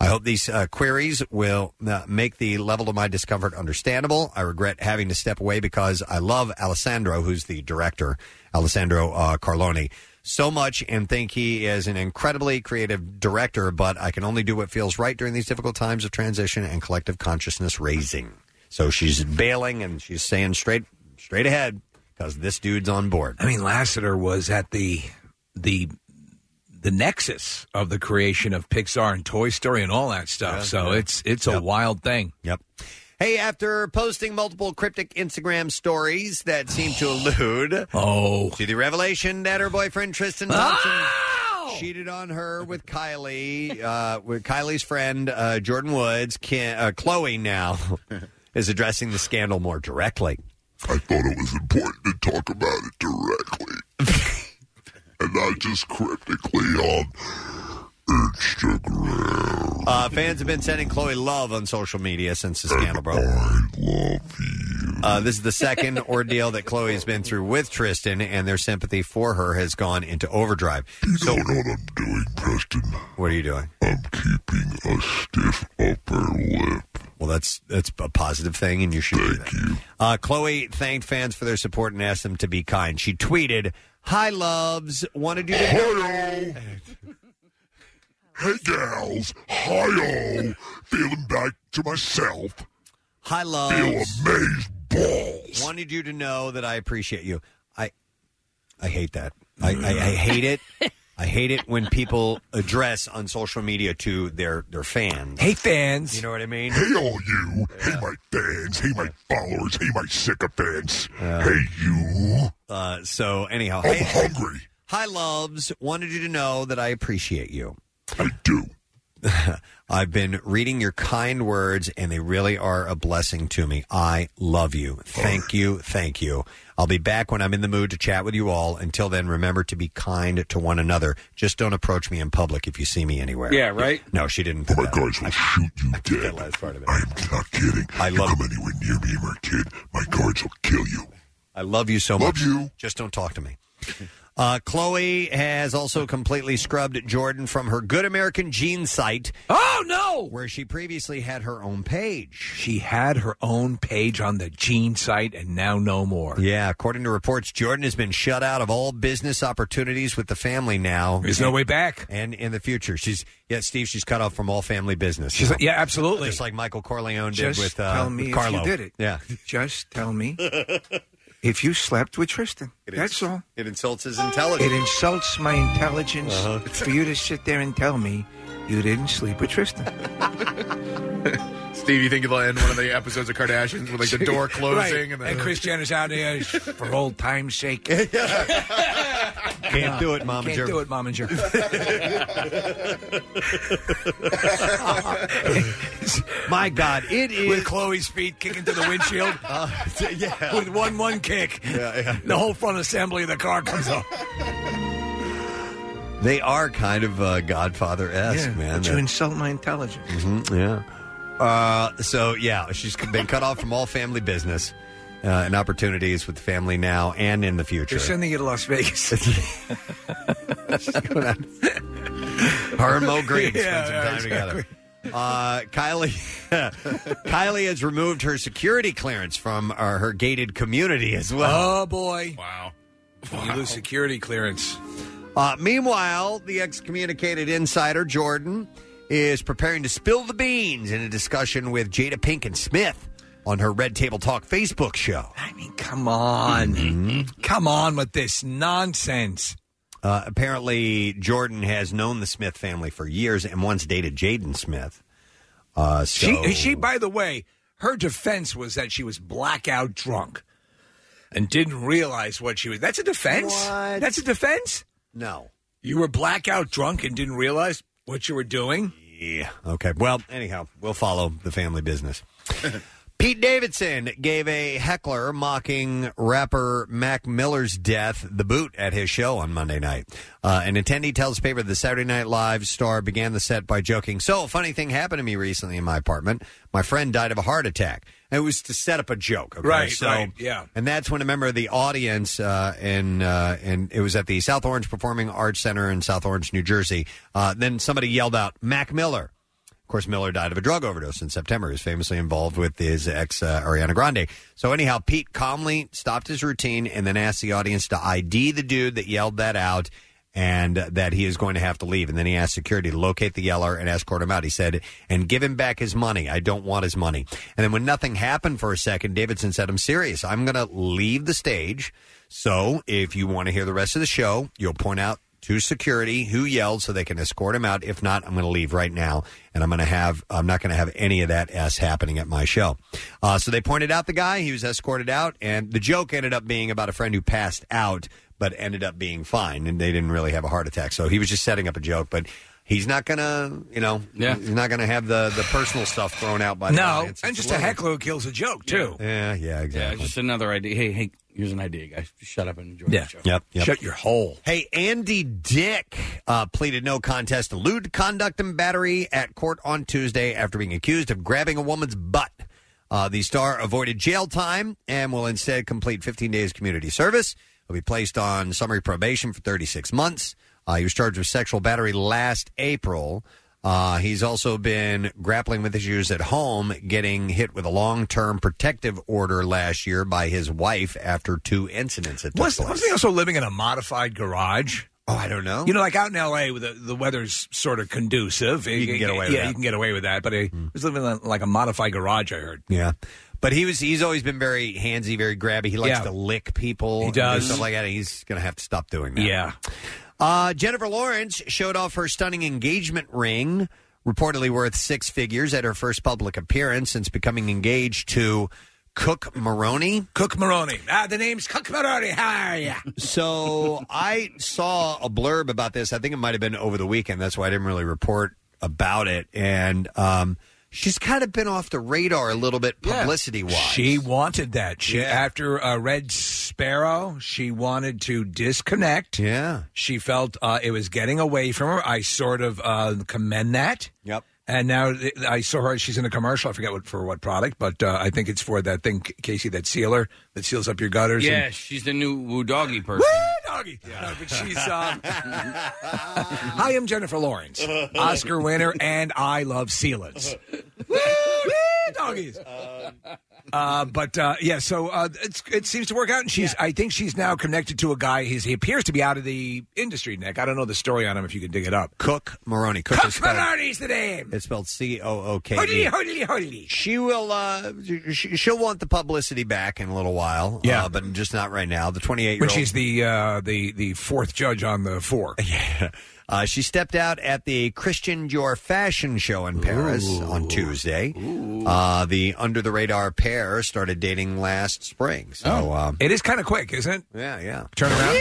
Speaker 2: I hope these uh, queries will uh, make the level of my discomfort understandable. I regret having to step away because I love Alessandro, who's the director, Alessandro uh, Carloni, so much and think he is an incredibly creative director, but I can only do what feels right during these difficult times of transition and collective consciousness raising. So she's bailing and she's saying straight straight ahead because this dude's on board.
Speaker 4: I mean, Lasseter was at the the the nexus of the creation of Pixar and Toy Story and all that stuff.
Speaker 2: Yeah,
Speaker 4: so
Speaker 2: yeah.
Speaker 4: it's it's a wild thing.
Speaker 2: Yep. Hey, after posting multiple cryptic Instagram stories that seem to allude
Speaker 4: oh.
Speaker 2: to the revelation that her boyfriend Tristan Thompson cheated on her with Kylie, uh, with Kylie's friend uh, Jordan Woods, Ken, uh, Chloe now is addressing the scandal more directly.
Speaker 10: I thought it was important to talk about it directly. and not just cryptically on
Speaker 2: um, Uh, fans have been sending Chloe love on social media since the scandal broke. I love you. Uh, this is the second ordeal that Chloe has been through with Tristan, and their sympathy for her has gone into overdrive. You so, know what I'm doing, Preston. What are you doing? I'm keeping a stiff upper lip. Well, that's that's a positive thing, and you should. Thank you. Uh, Chloe thanked fans for their support and asked them to be kind. She tweeted, "Hi, loves. Wanted you to
Speaker 10: Hello. Hey gals, hi-o, feeling back to myself.
Speaker 2: Hi, love.
Speaker 10: Feel amazed balls.
Speaker 2: Wanted you to know that I appreciate you. I I hate that. I, I, I hate it. I hate it when people address on social media to their their fans.
Speaker 4: Hey fans.
Speaker 2: You know what I mean?
Speaker 10: Hey all you, hey my fans, hey my followers, hey my sycophants, hey you.
Speaker 2: Uh, so anyhow,
Speaker 10: I'm
Speaker 2: hey-
Speaker 10: hungry.
Speaker 2: Hi loves, wanted you to know that I appreciate you.
Speaker 10: I do.
Speaker 2: I've been reading your kind words and they really are a blessing to me. I love you.
Speaker 10: Oh.
Speaker 2: Thank you. Thank you. I'll be back when I'm in the mood to chat with you all. Until then, remember to be kind to one another. Just don't approach me in public if you see me anywhere.
Speaker 5: Yeah, right?
Speaker 2: No, she didn't. Oh my
Speaker 10: gosh, I'll shoot you dead.
Speaker 2: That last part of it. I'm
Speaker 10: not kidding.
Speaker 2: I love
Speaker 10: Come anywhere near me, my kid. My guards will kill you.
Speaker 2: I love you so
Speaker 10: Love
Speaker 2: much.
Speaker 10: you.
Speaker 2: Just don't talk to me. Uh, Chloe has also completely scrubbed Jordan from her Good American Gene site.
Speaker 4: Oh no!
Speaker 2: Where she previously had her own page.
Speaker 4: She had her own page on the Gene site, and now no more.
Speaker 2: Yeah, according to reports, Jordan has been shut out of all business opportunities with the family now.
Speaker 4: There's no way back.
Speaker 2: And in the future, she's yeah, Steve. She's cut off from all family business.
Speaker 4: She's like, yeah, absolutely.
Speaker 2: Just like Michael Corleone did
Speaker 4: Just
Speaker 2: with uh,
Speaker 4: tell me
Speaker 2: with
Speaker 4: if
Speaker 2: Carlo.
Speaker 4: you did it.
Speaker 2: Yeah,
Speaker 4: Just tell me if you slept with Tristan. That's all.
Speaker 2: It insults his intelligence.
Speaker 4: It insults my intelligence
Speaker 2: Uh-huh.
Speaker 4: for you to sit there and tell me you didn't sleep with Tristan.
Speaker 6: Steve, you think it'll end one of the episodes of Kardashians with like the door closing
Speaker 4: Right.
Speaker 6: and,
Speaker 4: and,
Speaker 6: the,
Speaker 4: Chris Jenner's out there for old time's sake.
Speaker 2: Can't do it, Mama
Speaker 4: Can't
Speaker 2: Jer.
Speaker 4: do it, Mominger.
Speaker 2: My God, it is Uh,
Speaker 4: with Chloe's feet kicking to the windshield.
Speaker 2: yeah,
Speaker 4: with one one kick, the whole front assembly of the car comes off.
Speaker 2: They are kind of uh, Godfather esque,
Speaker 4: Yeah,
Speaker 2: man.
Speaker 4: but you insult my intelligence.
Speaker 2: Mhm, yeah. Uh, so yeah, she's been cut off from all family business uh, and opportunities with the family now and in the future.
Speaker 4: They're sending you to Las Vegas.
Speaker 2: Her and Mo Green spend
Speaker 4: Yeah,
Speaker 2: some
Speaker 4: yeah,
Speaker 2: time
Speaker 4: exactly.
Speaker 2: together. Uh, Kylie, Kylie has removed her security clearance from uh, her gated community as well.
Speaker 4: Oh boy! Wow. You lose security clearance.
Speaker 2: Uh, meanwhile, the excommunicated insider Jordan is preparing to spill the beans in a discussion with Jada Pinkett Smith on her Red Table Talk Facebook show. I mean,
Speaker 4: come on, come on with this nonsense.
Speaker 2: Uh, apparently, Jordan has known the Smith family for years and once dated Jaden Smith. Uh, so,
Speaker 4: She, she, by the way, her defense was that she was blackout drunk and didn't realize what she was. That's a defense.
Speaker 2: What?
Speaker 4: That's a defense.
Speaker 2: No,
Speaker 4: you were blackout drunk and didn't realize what you were doing.
Speaker 2: Yeah. Okay. Well, anyhow, we'll follow the family business. Pete Davidson gave a heckler mocking rapper Mac Miller's death the boot at his show on Monday night. Uh, an attendee tells the paper the Saturday Night Live star began the set by joking, So, a funny thing happened to me recently in my apartment. My friend died of a heart attack. And it was to set up a joke. Okay?
Speaker 4: Right,
Speaker 2: So,
Speaker 4: right, yeah.
Speaker 2: and that's when a member of the audience, uh, and uh, and it was at the South Orange Performing Arts Center in South Orange, New Jersey. Uh, then somebody yelled out, "Mac Miller." Of course, Miller died of a drug overdose in September. He was famously involved with his ex uh, Ariana Grande. So anyhow, Pete calmly stopped his routine and then asked the audience to ID the dude that yelled that out. And uh, that he is going to have to leave. And then he asked security to locate the yeller and escort him out. He said, and give him back his money. I don't want his money. And then when nothing happened for a second, Davidson said, I'm serious. I'm going to leave the stage. So if you want to hear the rest of the show, you'll point out to security who yelled so they can escort him out. If not, I'm going to leave right now and I'm going to have, I'm not going to have any of that S happening at my show. Uh, so they pointed out the guy. He was escorted out and the joke ended up being about a friend who passed out, but ended up being fine and they didn't really have a heart attack. So he was just setting up a joke, but he's not going to, you know, yeah. he's not going to have the, the personal stuff thrown out by the
Speaker 4: No,
Speaker 2: audience.
Speaker 4: and
Speaker 2: It's
Speaker 4: just a
Speaker 2: little-
Speaker 4: heckler who kills a joke too.
Speaker 2: Yeah, yeah, exactly.
Speaker 5: Yeah, just another idea. Hey, hey, here's an idea, guys. Just shut up and enjoy
Speaker 2: Yeah.
Speaker 5: the show.
Speaker 2: Yep, yep.
Speaker 4: Shut your hole.
Speaker 2: Hey, Andy Dick uh, pleaded no contest to lewd conduct and battery at court on Tuesday after being accused of grabbing a woman's butt. Uh, the star avoided jail time and will instead complete 15 days community service. He'll be placed on summary probation for 36 months. Uh, he was charged with sexual battery last April. Uh, he's also been grappling with issues at home, getting hit with a long term protective order last year by his wife after two incidents. That took
Speaker 4: Was,
Speaker 2: place.
Speaker 4: wasn't he also living in a modified garage?
Speaker 2: Oh, I don't know.
Speaker 4: You know, like out in L.A., where the, the weather's sort of conducive.
Speaker 2: You can get away
Speaker 4: yeah,
Speaker 2: with
Speaker 4: Yeah,
Speaker 2: that.
Speaker 4: you can get away with that. But he was living in like a modified garage, I heard.
Speaker 2: Yeah. But he was he's always been very handsy, very grabby. He likes
Speaker 4: Yeah.
Speaker 2: to lick people.
Speaker 4: He
Speaker 2: and
Speaker 4: does.
Speaker 2: stuff like that. He's gonna have to stop doing that.
Speaker 4: Yeah.
Speaker 2: Uh, Jennifer Lawrence showed off her stunning engagement ring, reportedly worth six figures, at her first public appearance since becoming engaged to Cook Maroney.
Speaker 4: Cook Maroney. Ah, the name's Cook Maroney. How are ya?
Speaker 2: So I saw a blurb about this. I think it might have been over the weekend. That's why I didn't really report about it. And um, she's kind of been off the radar a little bit publicity wise.
Speaker 4: She wanted that. She
Speaker 2: Yeah.
Speaker 4: after uh, Red Sparrow, she wanted to disconnect.
Speaker 2: Yeah,
Speaker 4: she felt uh, it was getting away from her. I sort of uh, commend that.
Speaker 2: Yep.
Speaker 4: And now th- I saw her. She's in a commercial. I forget what for what product, but uh, I think it's for that thing, C- Casey, that sealer that seals up your gutters.
Speaker 5: Yeah,
Speaker 4: and-
Speaker 5: she's the new woo doggy person.
Speaker 4: Woo doggy. No, but she's. Uh, Hi, I'm Jennifer Lawrence, Oscar winner, and I love sealants. Woo, woo, doggies. Uh, but uh, yeah, so uh, it's, it seems to work out, and she's. I think she's now connected to a guy. He's, he appears to be out of the industry, Nick. I don't know the story on him. If you can dig it up,
Speaker 2: Cook Maroney. Cook, is spelled-
Speaker 4: Maroney's the name.
Speaker 2: It's spelled C O O K.
Speaker 4: Hodie,
Speaker 2: E.
Speaker 4: hodie, hodie.
Speaker 2: She will. Uh, she, she'll want the publicity back in a little while. Yeah, but just not right now. The 28 year
Speaker 4: When
Speaker 2: old.
Speaker 4: she's the uh, the the fourth judge on the four.
Speaker 2: Yeah. Uh, she stepped out at the Christian Dior fashion show in Paris on Tuesday. Uh, the under the radar pair started dating last spring. So um,
Speaker 4: Oh. It is kind of quick, isn't it?
Speaker 2: Yeah, yeah.
Speaker 4: Turn around.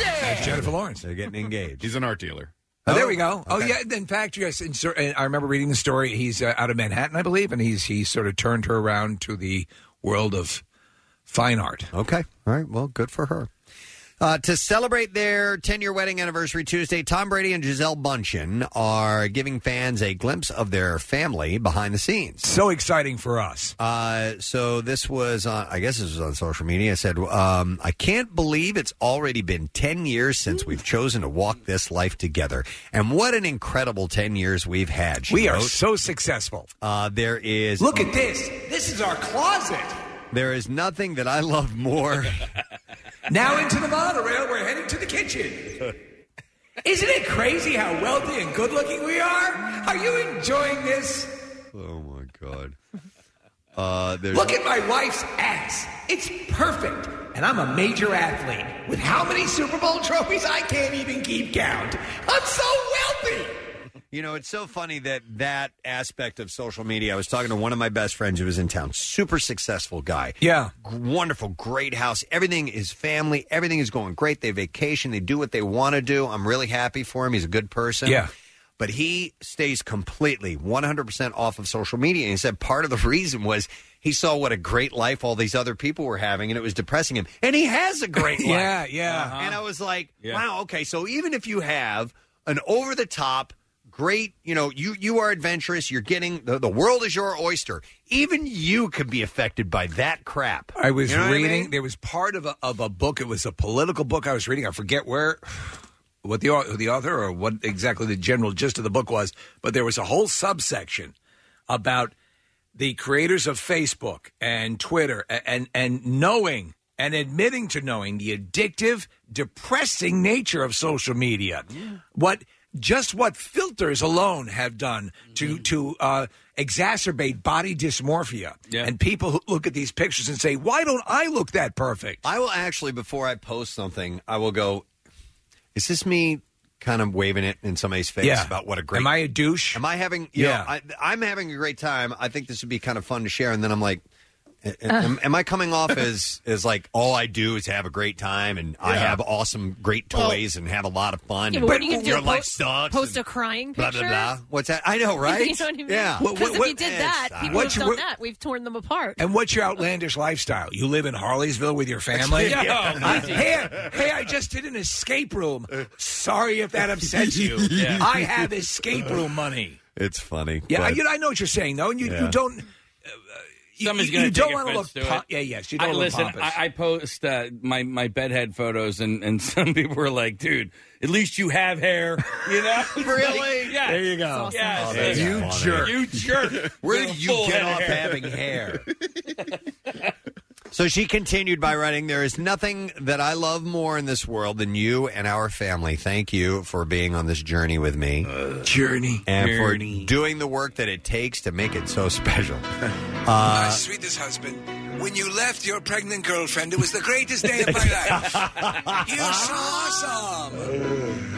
Speaker 4: That's Jennifer Lawrence.
Speaker 2: They're getting engaged.
Speaker 6: He's an art dealer.
Speaker 4: Oh, there we go. Oh yeah. In fact, yes. And, so, and I remember reading the story. He's uh, out of Manhattan, I believe, and he's he sort of turned her around to the world of fine art.
Speaker 2: Okay. All right. Well, good for her. Uh, to celebrate their 10 year wedding anniversary Tuesday, Tom Brady and Giselle Bundchen are giving fans a glimpse of their family behind the scenes.
Speaker 4: So exciting for us.
Speaker 2: Uh, so this was, on, I guess this was on social media. I said, um, I can't believe it's already been 10 years since we've chosen to walk this life together. And what an incredible 10 years we've had. she
Speaker 4: We are
Speaker 2: wrote.
Speaker 4: so successful.
Speaker 2: Uh, there is.
Speaker 4: Look at this. This is our closet.
Speaker 2: There is nothing that I love more.
Speaker 4: Now into the monorail, we're heading to the kitchen. Isn't it crazy how wealthy and good looking we are? Are you enjoying this?
Speaker 2: oh my god. Uh, there's
Speaker 4: Look at my wife's ass. It's perfect. And I'm a major athlete with how many Super Bowl trophies I can't even keep count. I'm so wealthy.
Speaker 2: You know, it's so funny that that aspect of social media. I was talking to one of my best friends who was in town, super successful guy.
Speaker 4: Yeah.
Speaker 2: G- Wonderful, great house. Everything is family. Everything is going great. They vacation. They do what they want to do. I'm really happy for him. He's a good person.
Speaker 4: Yeah.
Speaker 2: But he stays completely 100% off of social media. And he said part of the reason was he saw what a great life all these other people were having, and it was depressing him. And he has a great life.
Speaker 4: Yeah, yeah. Uh-huh.
Speaker 2: And I was like, wow, okay. So even if you have an over the top, great, you know, you you are adventurous, you're getting the, the world is your oyster. Even you could be affected by that crap.
Speaker 4: I was
Speaker 2: You know what
Speaker 4: reading.
Speaker 2: mean?
Speaker 4: There was part of a, of a book. It was a political book I was reading. I forget where, what the au- the author or what exactly the general gist of the book was. But there was a whole subsection about the creators of Facebook and Twitter a- and and knowing and admitting to knowing the addictive, depressing nature of social media. What just what filters alone have done to to uh, exacerbate body dysmorphia and people who look at these pictures and say, "Why don't I look that perfect?"
Speaker 2: I will actually, before I post something, I will go, is this me kind of waving it in somebody's face
Speaker 4: Yeah.
Speaker 2: about what a great.
Speaker 4: Am I a douche?
Speaker 2: Am I having. You
Speaker 4: Yeah.
Speaker 2: Know, I, I'm having a great time. I think this would be kind of fun to share. And then I'm like, a- a- am, am I coming off as, as like all I do is have a great time and I
Speaker 12: Yeah.
Speaker 2: have awesome, great
Speaker 12: Well-
Speaker 2: toys and have a lot of fun?
Speaker 3: Yeah,
Speaker 2: and
Speaker 3: but what are you gonna do?
Speaker 2: your
Speaker 3: Po-
Speaker 2: life sucks.
Speaker 3: Post a
Speaker 2: and
Speaker 3: crying
Speaker 2: blah,
Speaker 3: picture.
Speaker 2: blah, blah. What's that? I know, right?
Speaker 3: You know what I mean?
Speaker 2: Yeah. eh,
Speaker 3: Because if you did that,
Speaker 4: it's-
Speaker 3: people have
Speaker 4: what's
Speaker 3: done
Speaker 4: your-
Speaker 3: that. We've torn them apart.
Speaker 4: And what's your outlandish lifestyle? You live in Harleysville with your family?
Speaker 3: Yeah.
Speaker 4: I- hey, I- hey, I just did an escape room. Sorry if that upsets you.
Speaker 2: Yeah.
Speaker 4: I have escape room money.
Speaker 2: It's funny.
Speaker 4: Yeah,
Speaker 2: but-
Speaker 4: you know, I know what you're saying, though. And you,
Speaker 2: Yeah.
Speaker 4: you don't. Uh, you,
Speaker 5: Someone's
Speaker 4: you
Speaker 5: gonna take
Speaker 4: don't want to
Speaker 5: offense
Speaker 4: look.
Speaker 5: to it.
Speaker 4: po- yeah, yes, you don't
Speaker 5: I,
Speaker 4: look
Speaker 5: listen,
Speaker 4: pompous.
Speaker 5: I, I post uh, my my bedhead photos, and, and some people were like, "Dude, at least you have hair." You know, It's
Speaker 2: Really?
Speaker 5: Like, yeah.
Speaker 2: There you go. That's awesome.
Speaker 5: Yeah.
Speaker 2: Oh, that's
Speaker 5: you
Speaker 2: funny.
Speaker 5: jerk. You jerk. With
Speaker 2: Where do
Speaker 5: a
Speaker 2: you
Speaker 5: full head
Speaker 2: get
Speaker 5: of
Speaker 2: off having hair? So she continued by writing, There is nothing that I love more in this world than you and our family. Thank you for being on this journey with me.
Speaker 5: Uh,
Speaker 4: journey.
Speaker 2: And
Speaker 4: Journey.
Speaker 2: for doing the work that it takes to make it so special. Uh,
Speaker 4: sweetest husband, when you left your pregnant girlfriend, it was the greatest day of my life. You're so awesome.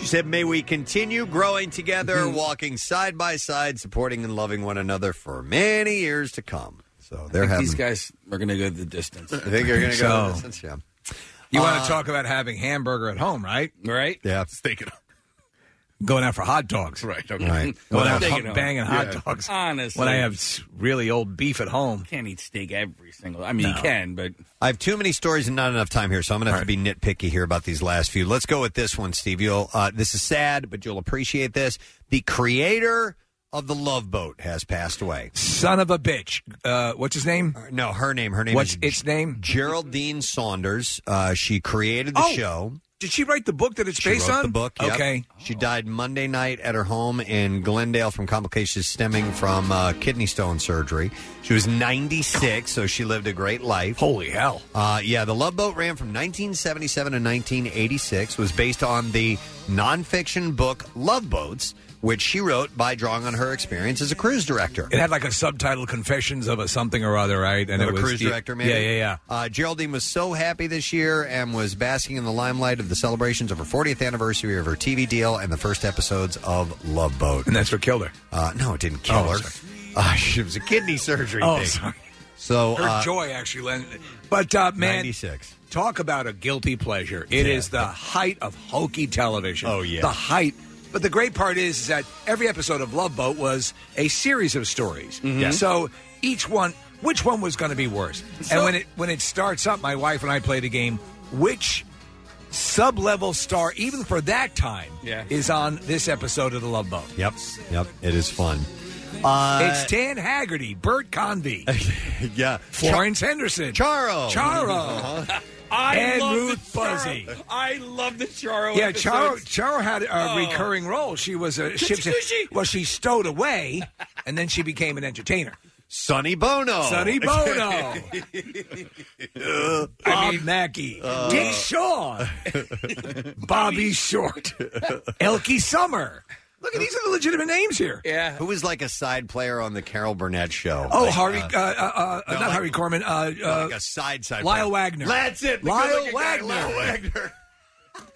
Speaker 2: she said, May we continue growing together,
Speaker 5: Mm-hmm.
Speaker 2: walking side by side, supporting and loving one another for many years to come. So they're
Speaker 5: I think
Speaker 2: having.
Speaker 5: these guys are going to go the distance. I
Speaker 2: think they're going to go the distance, yeah.
Speaker 4: You want
Speaker 2: Uh,
Speaker 4: to talk about having hamburger at home, right?
Speaker 5: Right.
Speaker 2: Yeah.
Speaker 6: Steak it up.
Speaker 4: Going out for hot dogs. Right.
Speaker 6: okay.
Speaker 2: Right.
Speaker 4: When
Speaker 5: Well,
Speaker 4: I
Speaker 5: steak it
Speaker 4: have
Speaker 5: up.
Speaker 4: banging hot
Speaker 5: Yeah.
Speaker 4: dogs.
Speaker 5: Honestly.
Speaker 4: When I have s- really old beef at home.
Speaker 5: Can't eat steak every single. I mean, you can, but
Speaker 2: I have too many stories and not enough time here, so I'm going to have to be nitpicky here about these last few. Let's go with this one, Steve. You'll, uh, this is sad, but you'll appreciate this. The creator of the Love Boat has passed away.
Speaker 4: Son of a bitch. Uh, what's his name?
Speaker 2: No, her name. Her name
Speaker 4: What's
Speaker 2: is
Speaker 4: its name?
Speaker 2: Geraldine Saunders. Uh, she created the
Speaker 4: Oh,
Speaker 2: show.
Speaker 4: Did she write the book that it's
Speaker 2: She
Speaker 4: based
Speaker 2: wrote
Speaker 4: on?
Speaker 2: the book. yep.
Speaker 4: Okay.
Speaker 2: She died Monday night at her home in Glendale from complications stemming from uh, kidney stone surgery. She was 96, so she lived a great life.
Speaker 4: Holy hell!
Speaker 2: Uh, yeah, the Love Boat ran from 1977 to 1986. Was based on the nonfiction book Love Boats, which she wrote by drawing on her experience as a cruise director.
Speaker 4: It had like a subtitle, Confessions of a Something or Other, right?
Speaker 2: And
Speaker 4: it
Speaker 2: a cruise director, maybe.
Speaker 4: Yeah, yeah, yeah.
Speaker 2: Uh, Geraldine was so happy this year and was basking in the limelight of the celebrations of her 40th anniversary of her TV deal and the first episodes of Love Boat.
Speaker 4: And that's what killed her.
Speaker 2: Uh, no, it didn't kill
Speaker 4: Oh,
Speaker 2: her. Uh, it was a kidney surgery
Speaker 4: Oh,
Speaker 2: thing.
Speaker 4: sorry.
Speaker 2: So
Speaker 4: Her
Speaker 2: uh,
Speaker 4: joy actually lent. But, uh, man.
Speaker 2: 96.
Speaker 4: Talk about a guilty pleasure. It is
Speaker 2: Yeah.
Speaker 4: the height of hokey television.
Speaker 2: Oh, yeah.
Speaker 4: The height. But the great part is, is that every episode of Love Boat was a series of stories.
Speaker 2: Mm-hmm. Yeah.
Speaker 4: So each one, which one was going to be worse?
Speaker 5: So-
Speaker 4: and when it when it starts up, my wife and I play the game. Which sub-level star, even for that time,
Speaker 2: Yeah.
Speaker 4: is on this episode of The Love Boat.
Speaker 2: Yep, yep, it is fun. Uh,
Speaker 4: it's Tan Haggerty, Bert Convy,
Speaker 2: yeah,
Speaker 4: Florence Henderson,
Speaker 2: Charo,
Speaker 4: Charo,
Speaker 5: I
Speaker 4: Uh-huh. and
Speaker 5: love
Speaker 4: Ruth
Speaker 5: the
Speaker 4: Buzzy.
Speaker 5: Charo. I love the Charo.
Speaker 4: Yeah, Charo,
Speaker 5: episodes.
Speaker 4: Charo had a
Speaker 5: Oh.
Speaker 4: recurring role. She was a ship's.
Speaker 5: Kushi.
Speaker 4: Well, she stowed away, and then she became an entertainer.
Speaker 2: Sonny Bono.
Speaker 4: Sonny Bono.
Speaker 2: Bob
Speaker 4: Uh, Mackey.
Speaker 2: uh,
Speaker 4: Dick Shaw. Bobby Short. Elkie Summer. Look at these are the legitimate names here.
Speaker 5: Yeah.
Speaker 2: Who was like a side player on the Carol Burnett show?
Speaker 4: Oh,
Speaker 2: Like,
Speaker 4: Harvey,
Speaker 2: uh,
Speaker 4: uh, uh, uh,
Speaker 2: no,
Speaker 4: not
Speaker 2: like-
Speaker 4: Harvey Corman. Uh,
Speaker 2: no,
Speaker 4: uh,
Speaker 2: like a side side.
Speaker 4: Lyle
Speaker 2: player.
Speaker 4: Wagner.
Speaker 2: That's it. the
Speaker 4: Lyle
Speaker 2: good-looking guy,
Speaker 4: Wagner.
Speaker 2: Lyle Wagner.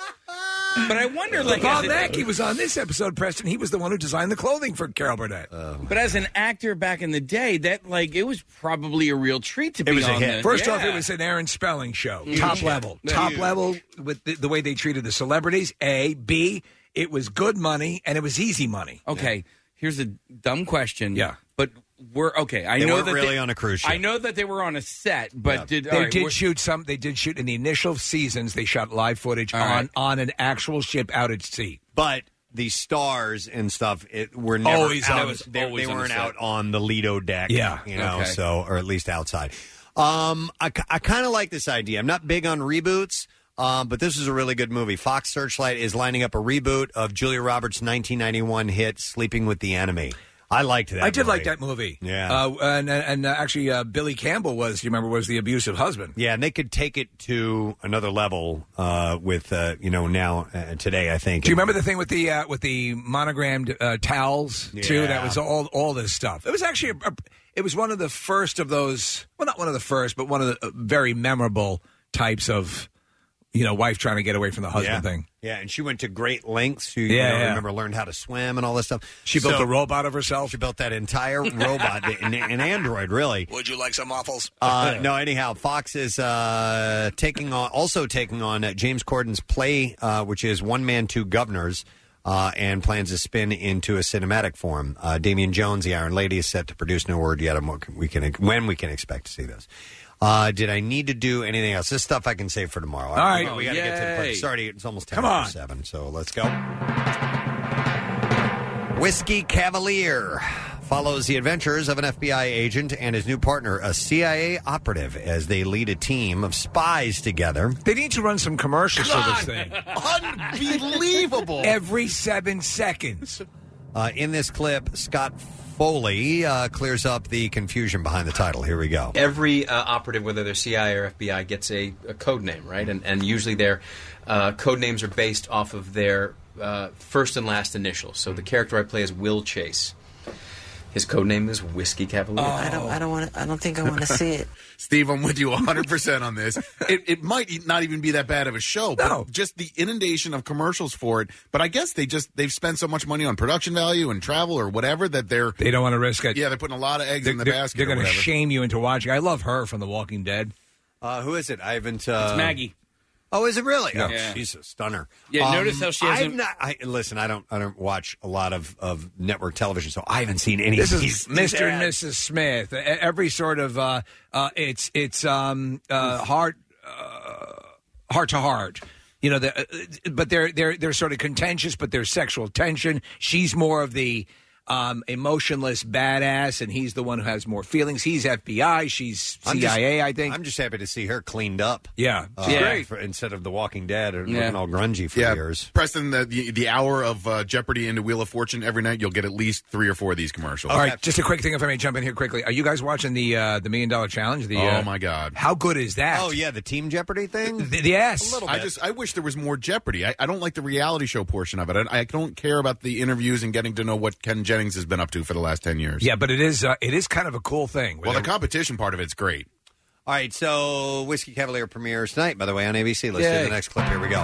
Speaker 5: But I wonder, like,
Speaker 4: Bob
Speaker 5: as a-
Speaker 4: Mackey was on this episode, Preston. He was the one who designed the clothing for Carol Burnett.
Speaker 2: Oh,
Speaker 5: But as an actor back in the day, that like it was probably a real treat to be on the-
Speaker 4: First off,
Speaker 5: Yeah.
Speaker 4: it was an Aaron Spelling show,
Speaker 2: Mm.
Speaker 5: Huge.
Speaker 4: top level,
Speaker 5: Yeah.
Speaker 4: top
Speaker 5: Huge.
Speaker 4: level with the, the way they treated the celebrities. A, B, it was good money and it was easy money.
Speaker 5: Okay, here's a dumb question. Yeah, but we're okay. I
Speaker 4: They
Speaker 5: know
Speaker 4: weren't
Speaker 5: that
Speaker 4: really on a cruise ship.
Speaker 5: I know that they were on a set, but did
Speaker 4: they
Speaker 5: all right,
Speaker 4: did
Speaker 5: we're-
Speaker 4: shoot some? They did shoot in the initial seasons. They shot live footage
Speaker 2: All
Speaker 4: on
Speaker 2: right.
Speaker 4: on an actual ship out at sea.
Speaker 2: But the stars and stuff it, were never
Speaker 4: Always
Speaker 2: out.
Speaker 4: on- That was
Speaker 2: they,
Speaker 4: always
Speaker 2: they
Speaker 4: on the
Speaker 2: weren't
Speaker 4: set.
Speaker 2: out on the Lido deck.
Speaker 4: Yeah.
Speaker 2: you know,
Speaker 4: Okay.
Speaker 2: so or at least outside. Um, I, kind of like this idea. I'm not big on reboots. Um, but this is a really good movie. Fox Searchlight is lining up a reboot of Julia Roberts' 1991 hit "Sleeping with the Enemy." I liked that.
Speaker 4: I did
Speaker 2: movie.
Speaker 4: like that movie.
Speaker 2: Yeah.
Speaker 4: uh, and and uh, actually, uh, Billy Campbell was. You remember was the abusive husband.
Speaker 2: Yeah, and they could take it to another level uh, with uh, you know now uh, today. I think.
Speaker 4: Do you remember the thing with the uh, with the monogrammed uh, towels too?
Speaker 2: Yeah.
Speaker 4: That was all all this stuff. It was actually a, a- it was one of the first of those. Well, not one of the first, but one of the uh, very memorable types of you know wife trying to get away from the husband
Speaker 2: yeah.
Speaker 4: thing.
Speaker 2: Yeah, and she went to great lengths to
Speaker 4: Yeah,
Speaker 2: you know,
Speaker 4: yeah.
Speaker 2: remember learned how to swim and all this stuff.
Speaker 4: She built a robot of herself.
Speaker 2: She built that entire robot, an, an android, really.
Speaker 4: Would you like some waffles?
Speaker 2: Uh, no, anyhow, Fox is uh, taking on, also taking on uh, James Corden's play, uh, which is One Man, Two Governors, uh, and plans to spin into a cinematic form. Uh, Damian Jones, the Iron Lady, is set to produce no word yet on what we can, when we can expect to see this. Uh, did I need to do anything else? This stuff I can save for tomorrow.
Speaker 4: All right.
Speaker 2: we got to get to the
Speaker 4: Yay.
Speaker 2: part. Sorry, it's almost ten
Speaker 4: Come
Speaker 2: after
Speaker 4: on.
Speaker 2: seven. So let's go. Whiskey Cavalier follows the adventures of an FBI agent and his new partner, a CIA operative, as they lead a team of spies together.
Speaker 4: They need to run some commercials
Speaker 2: God.
Speaker 4: for this thing.
Speaker 2: Unbelievable.
Speaker 4: Every seven seconds.
Speaker 2: Uh, in this clip, Scott Foley uh, clears up the confusion behind the title. Here we go.
Speaker 12: Every uh, operative, whether they're CIA or FBI, gets a, a code name, right? And, and usually their uh, code names are based off of their uh, first and last initials. So the character I play is Will Chase. His code name is Whiskey Cavalier.
Speaker 13: Oh, I
Speaker 4: Oh.
Speaker 13: don't. I don't want. to I don't think I want to see it.
Speaker 6: Steve, I'm with you 100% on this. It, it might e- not even be that bad of a show, but just the inundation of commercials for it. But I guess they just they've spent so much money on production value and travel or whatever that they're
Speaker 4: They don't want to risk it.
Speaker 6: Yeah, they're putting a lot of eggs
Speaker 4: They're,
Speaker 6: in the
Speaker 4: they're-
Speaker 6: basket.
Speaker 4: they're
Speaker 6: or
Speaker 4: gonna
Speaker 6: whatever.
Speaker 4: shame you into watching. I love her from The Walking Dead.
Speaker 2: Uh, who is it? I haven't. Uh,
Speaker 5: It's Maggie.
Speaker 2: Oh, is it really?
Speaker 5: Yeah.
Speaker 2: Oh,
Speaker 5: Yeah.
Speaker 2: she's a stunner.
Speaker 5: Yeah, notice how she hasn't-
Speaker 2: Um, I'm not, I, listen, I don't. I don't watch a lot of, of network television, so I haven't seen any.
Speaker 4: This is
Speaker 2: He's-
Speaker 4: Mr. and
Speaker 2: Yeah.
Speaker 4: Mrs. Smith. E- Every sort of uh, uh, it's it's um, uh, heart uh, heart to heart. You know, the, uh, but they're they're they're sort of contentious, but there's sexual tension. She's more of the um, emotionless badass, and he's the one who has more feelings. He's FBI. She's
Speaker 2: I'm just-
Speaker 4: CIA. I think. I'm
Speaker 2: just happy to see her cleaned up.
Speaker 4: Yeah,
Speaker 2: Uh, for- instead of The Walking Dead or looking all grungy for
Speaker 6: yeah,
Speaker 2: years.
Speaker 6: Preston, the, the the hour of uh, Jeopardy into Wheel of Fortune every night, you'll get at least three or four of these commercials.
Speaker 4: All right, just a quick thing if I may jump in here quickly. Are you guys watching the uh, the million dollar challenge? The
Speaker 6: Oh,
Speaker 4: uh,
Speaker 6: my God.
Speaker 4: how good is that?
Speaker 2: Oh yeah, the Team Jeopardy thing.
Speaker 4: Th- yes.
Speaker 6: I just I wish there was more Jeopardy. I, I don't like the reality show portion of it. I, I don't care about the interviews and getting to know what Ken Jennings has been up to for the last ten years.
Speaker 4: Yeah, but it is uh, it is kind of a cool thing.
Speaker 6: Well, the competition part of it's great.
Speaker 2: All right, so Whiskey Cavalier premieres tonight, by the way, on ABC. Let's do
Speaker 6: Yay.
Speaker 2: the next clip. Here we go.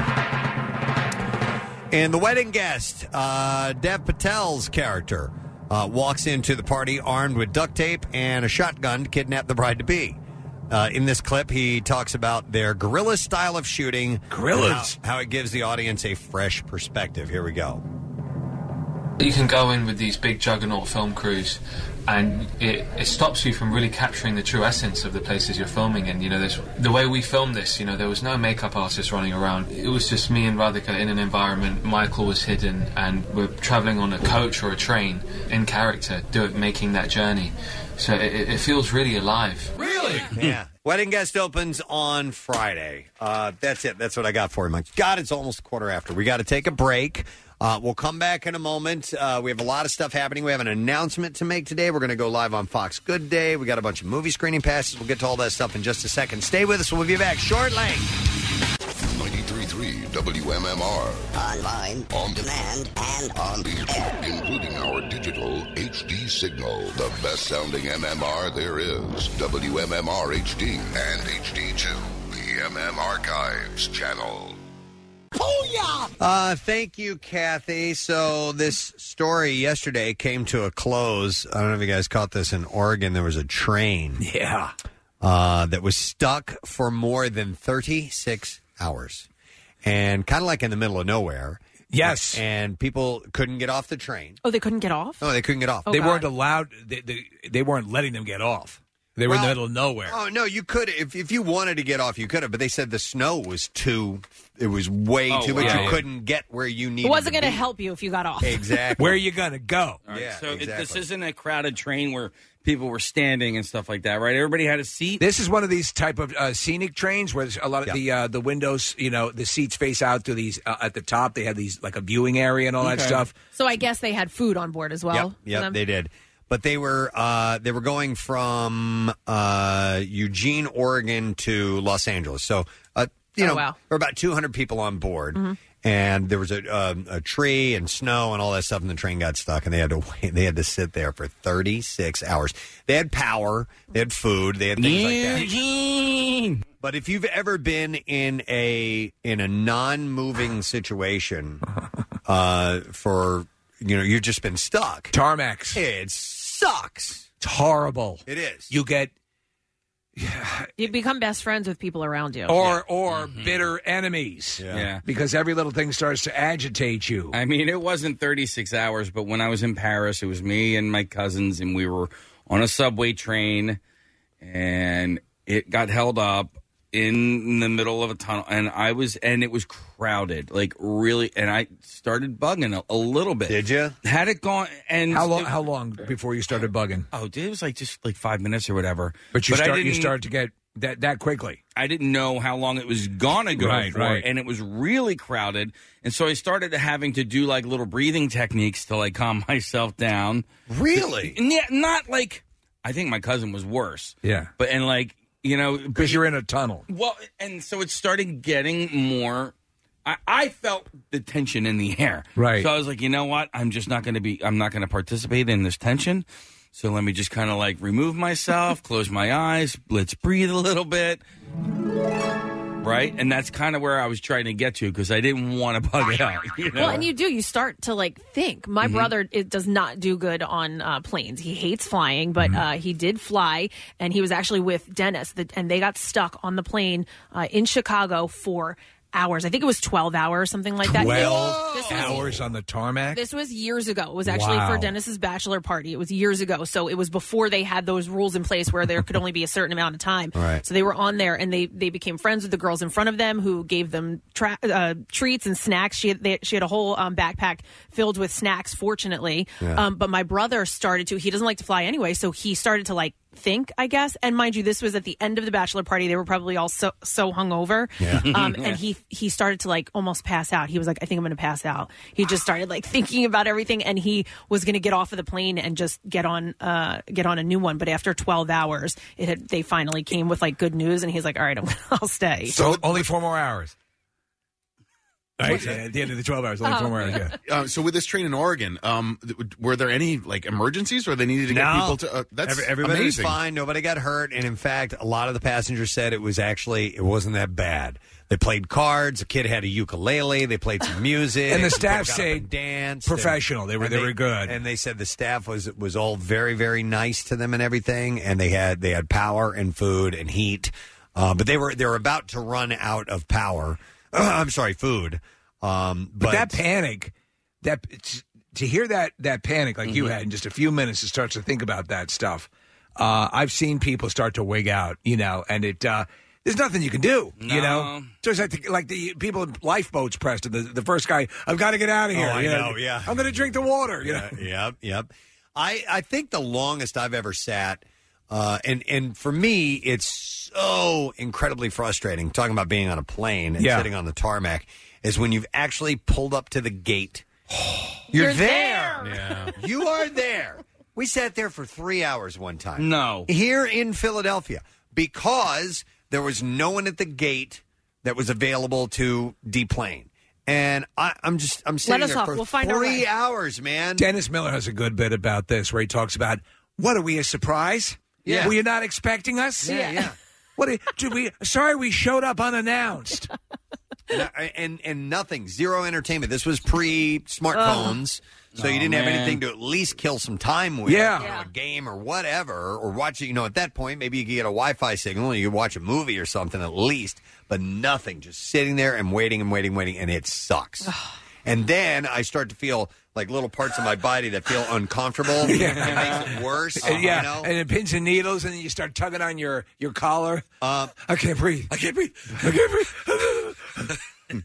Speaker 2: And the wedding guest, uh, Dev Patel's character, uh, walks into the party armed with duct tape and a shotgun to kidnap the bride to be. Uh, in this clip, he talks about their guerrilla style of shooting,
Speaker 4: Guerrillas.
Speaker 2: and how, how it gives the audience a fresh perspective. Here we go.
Speaker 14: You can go in with these big juggernaut film crews, and it, it stops you from really capturing the true essence of the places you're filming in. You know, this, the way we filmed this, you know, there was no makeup artist running around. It was just me and Radhika in an environment. Michael was hidden, and we're traveling on a coach or a train in character, do it, making that journey. So it, it- it feels really alive.
Speaker 2: Really? Yeah. Wedding guest opens on Friday. Uh, that's it. That's what I got for you, Mike. God, it's almost quarter after. We got to take a break. Uh, we'll come back in a moment. Uh, we have a lot of stuff happening. We have an announcement to make today. We're going to go live on Fox Good Day. We got a bunch of movie screening passes. We'll get to all that stuff in just a second. Stay with us. We'll be back shortly.
Speaker 1: 93.3 WMMR. Online, on demand, and on the air. Including our digital HD signal. The best sounding MMR there is. WMMR HD and HD2. The MM Archives channel.
Speaker 2: Uh, thank you, Kathy. So this story yesterday came to a close. I don't know if you guys caught this in Oregon. There was a train, yeah, uh, that was stuck for more than thirty six hours, and kind of like in the middle of nowhere. Yes, and people couldn't get off the train.
Speaker 3: Oh, they couldn't get off?
Speaker 2: No, they couldn't get off.
Speaker 3: Oh, They God. weren't
Speaker 2: allowed. They,
Speaker 4: They, they weren't letting them get off. They were in the middle of nowhere.
Speaker 2: Oh no, you could if if you wanted to get off, you could have. But they said the snow was too. It was way
Speaker 5: Oh,
Speaker 2: too much.
Speaker 5: wow.
Speaker 2: You
Speaker 5: Yeah.
Speaker 2: couldn't get where you needed.
Speaker 3: It wasn't
Speaker 2: going to
Speaker 3: to help you if you got off.
Speaker 2: Exactly.
Speaker 4: Where are you going to go?
Speaker 5: All right,
Speaker 2: Yeah,
Speaker 5: so it, this
Speaker 2: exactly.
Speaker 5: isn't a crowded train where people were standing and stuff like that, right? Everybody had a seat.
Speaker 4: This is one of these type of uh, scenic trains where there's a lot of the uh, the windows, you know, the seats face out through these uh, at the top. They have these like a viewing area and all that stuff.
Speaker 3: So I guess they had food on board as well.
Speaker 2: Yep, yep
Speaker 3: Them-
Speaker 2: they did. But they were uh, they were going from uh, Eugene, Oregon to Los Angeles. So uh, you
Speaker 3: Oh,
Speaker 2: know,
Speaker 3: wow.
Speaker 2: there were about 200 people on board.
Speaker 3: Mhm.
Speaker 2: And there was a, um, a tree and snow and all that stuff, and the train got stuck, and they had to wait, they had to sit there for thirty six hours. They had power, they had food, they had things like that. But if you've ever been in a in a non moving situation uh, for you know you've just been stuck
Speaker 4: tarmacs,
Speaker 2: it sucks.
Speaker 4: It's horrible.
Speaker 2: It is.
Speaker 4: You get
Speaker 3: You become best friends with people around you.
Speaker 4: or or bitter enemies.
Speaker 5: Mm-hmm. Yeah.
Speaker 4: because every little thing starts to agitate you.
Speaker 5: I mean, it wasn't 36 hours, but when I was in Paris, it was me and my cousins, and we were on a subway train, and it got held up in the middle of a tunnel, and I was, and it was crowded, like really, and I started bugging a, a little bit. Did
Speaker 2: you?
Speaker 5: Had it gone, and
Speaker 4: How long?
Speaker 5: it-
Speaker 4: How long before you started bugging?
Speaker 5: Oh, dude, it was like just like five minutes or whatever.
Speaker 4: But you
Speaker 5: But I
Speaker 4: start you
Speaker 5: didn't-
Speaker 4: start to get that that quickly.
Speaker 5: I didn't know how long it was gonna go
Speaker 4: Right,
Speaker 5: for,
Speaker 4: right.
Speaker 5: and it was really crowded. And so I started having to do like little breathing techniques to like calm myself down.
Speaker 2: Really?
Speaker 5: Yeah, not like I think my cousin was worse.
Speaker 4: Yeah.
Speaker 5: But and like you know because
Speaker 4: you're in a tunnel.
Speaker 5: Well, and so it started getting more. I, I felt the tension in the air.
Speaker 4: Right.
Speaker 5: So I was like, you know what? I'm just not going to be. I'm not going to participate in this tension. So let me just kind of like remove myself, close my eyes, let's breathe a little bit. Right? And that's kind of where I was trying to get to because I didn't want to bug out. You know?
Speaker 3: Well, and you do. You start to like think. My
Speaker 5: Mhm.
Speaker 3: brother it does not do good on uh, planes. He hates flying, but uh, he did fly, and he was actually with Dennis, the, and they got stuck on the plane uh, in Chicago for hours. I think it was twelve hours, something like that.
Speaker 4: Twelve
Speaker 3: This was-
Speaker 4: hours on the tarmac.
Speaker 3: This was years ago. It was actually
Speaker 4: Wow.
Speaker 3: for Dennis's bachelor party. It was years ago. So it was before they had those rules in place where there could only be a certain amount of time.
Speaker 15: Right.
Speaker 3: So they were on there and they, they became friends with the girls in front of them who gave them tra- uh, treats and snacks. She had, they, she had a whole um, backpack filled with snacks, fortunately.
Speaker 15: Yeah.
Speaker 3: Um, but my brother started to, he doesn't like to fly anyway. So he started to like think, I guess. And mind you, this was at the end of the bachelor party. They were probably all so, so hungover.
Speaker 15: Yeah.
Speaker 3: Um,
Speaker 15: Yeah.
Speaker 3: And he he started to like almost pass out. He was like, I think I'm going to pass out. He just started like thinking about everything, and he was going to get off of the plane and just get on uh, get on a new one. But after 12 hours, it had they finally came with like good news, and he's like, All right, I'm, I'll stay.
Speaker 4: So only four more hours. All right,
Speaker 6: What's that?
Speaker 4: yeah, at the end of the twelve hours, only
Speaker 3: Oh.
Speaker 4: four more hours. Yeah.
Speaker 6: Uh, so with this train in Oregon, um, th- were there any like emergencies where they needed to get
Speaker 2: No.
Speaker 6: people to? Uh, that's
Speaker 2: Every- everybody
Speaker 6: amazing.
Speaker 2: was fine. Nobody got hurt, and in fact, a lot of the passengers said it was actually it wasn't that bad. They played cards. A kid had a ukulele. They played some music,
Speaker 4: And the
Speaker 2: People
Speaker 4: staff
Speaker 2: got up
Speaker 4: say
Speaker 2: and danced.
Speaker 4: professional.
Speaker 2: and-
Speaker 4: They were-
Speaker 2: and
Speaker 4: they were good.
Speaker 2: and they said the staff was was all very very nice to them and everything. And they had they had power and food and heat, uh, but they were they were about to run out of power. I'm sorry, food. Um,
Speaker 4: But that panic, that to hear that that panic like
Speaker 2: Mm-hmm.
Speaker 4: you had in just a few minutes to start to think about that stuff. Uh, I've seen people start to wig out, you know, and it uh, there's nothing you can do, you know.
Speaker 5: No.
Speaker 4: Just like the, like the people in lifeboats, Preston. The, the first guy, I've got to get out of here.
Speaker 2: Oh, I
Speaker 4: you
Speaker 2: know, yeah.
Speaker 4: I'm going to drink the water. You know?
Speaker 2: Yeah, yep, yep. I, I think the longest I've ever sat, uh, and and for me, it's so incredibly frustrating. Talking about being on a plane and
Speaker 15: Yeah.
Speaker 2: sitting on the tarmac is when you've actually pulled up to the gate. You're,
Speaker 15: You're
Speaker 2: there.
Speaker 15: there.
Speaker 2: you are there. We sat there for three hours one time.
Speaker 5: No.
Speaker 2: Here in Philadelphia because there was no one at the gate that was available to deplane. And I, I'm just I'm sitting there for three hours, man.
Speaker 4: Dennis Miller has a good bit about this where he talks about what are we a surprise?
Speaker 2: Yeah.
Speaker 4: Were you not expecting us?
Speaker 2: Yeah, yeah.
Speaker 4: What are- did we sorry we showed up unannounced.
Speaker 2: and, and and nothing, zero entertainment. This was pre smartphones, so
Speaker 5: Oh,
Speaker 2: you
Speaker 4: Aw,
Speaker 2: didn't have
Speaker 4: man.
Speaker 2: anything to at least kill some time with.
Speaker 4: Yeah.
Speaker 2: you know, a game or whatever, or watching. You know, at that point, maybe you could get a Wi-Fi signal, and you could watch a movie or something at least, but nothing. Just sitting there and waiting and waiting, waiting, and it sucks. and then I start to feel like little parts of my body that feel uncomfortable. It makes it worse.
Speaker 4: And, yeah,
Speaker 2: you know?
Speaker 4: and it pins and needles, and then you start tugging on your your collar.
Speaker 2: Uh,
Speaker 4: I can't breathe. I can't breathe.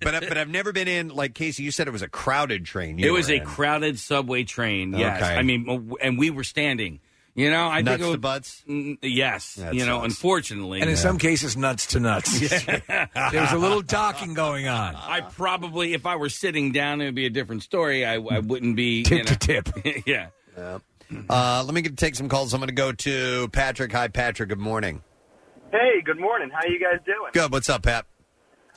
Speaker 2: but I- but I've never been in like Casey. You said it was a crowded train. you
Speaker 5: It was
Speaker 2: were
Speaker 5: a
Speaker 2: in.
Speaker 5: crowded subway train. Yes,
Speaker 2: Okay.
Speaker 5: I mean, and we were standing. You know, I
Speaker 2: Nuts
Speaker 5: think it
Speaker 2: to
Speaker 5: was,
Speaker 2: butts.
Speaker 5: Yes,
Speaker 4: That
Speaker 5: you know,
Speaker 4: sucks.
Speaker 5: unfortunately,
Speaker 4: And in some cases, nuts to nuts. There's a little docking going on.
Speaker 5: I probably, if I were sitting down, it would be a different story. I, I wouldn't be
Speaker 2: Tip
Speaker 5: you
Speaker 2: to
Speaker 5: know.
Speaker 4: tip.
Speaker 5: yeah.
Speaker 2: Uh, let me get, take some calls. I'm going to go to Patrick. Hi, Patrick. Good morning.
Speaker 16: Hey, good morning. How you guys doing?
Speaker 2: Good. What's up, Pat?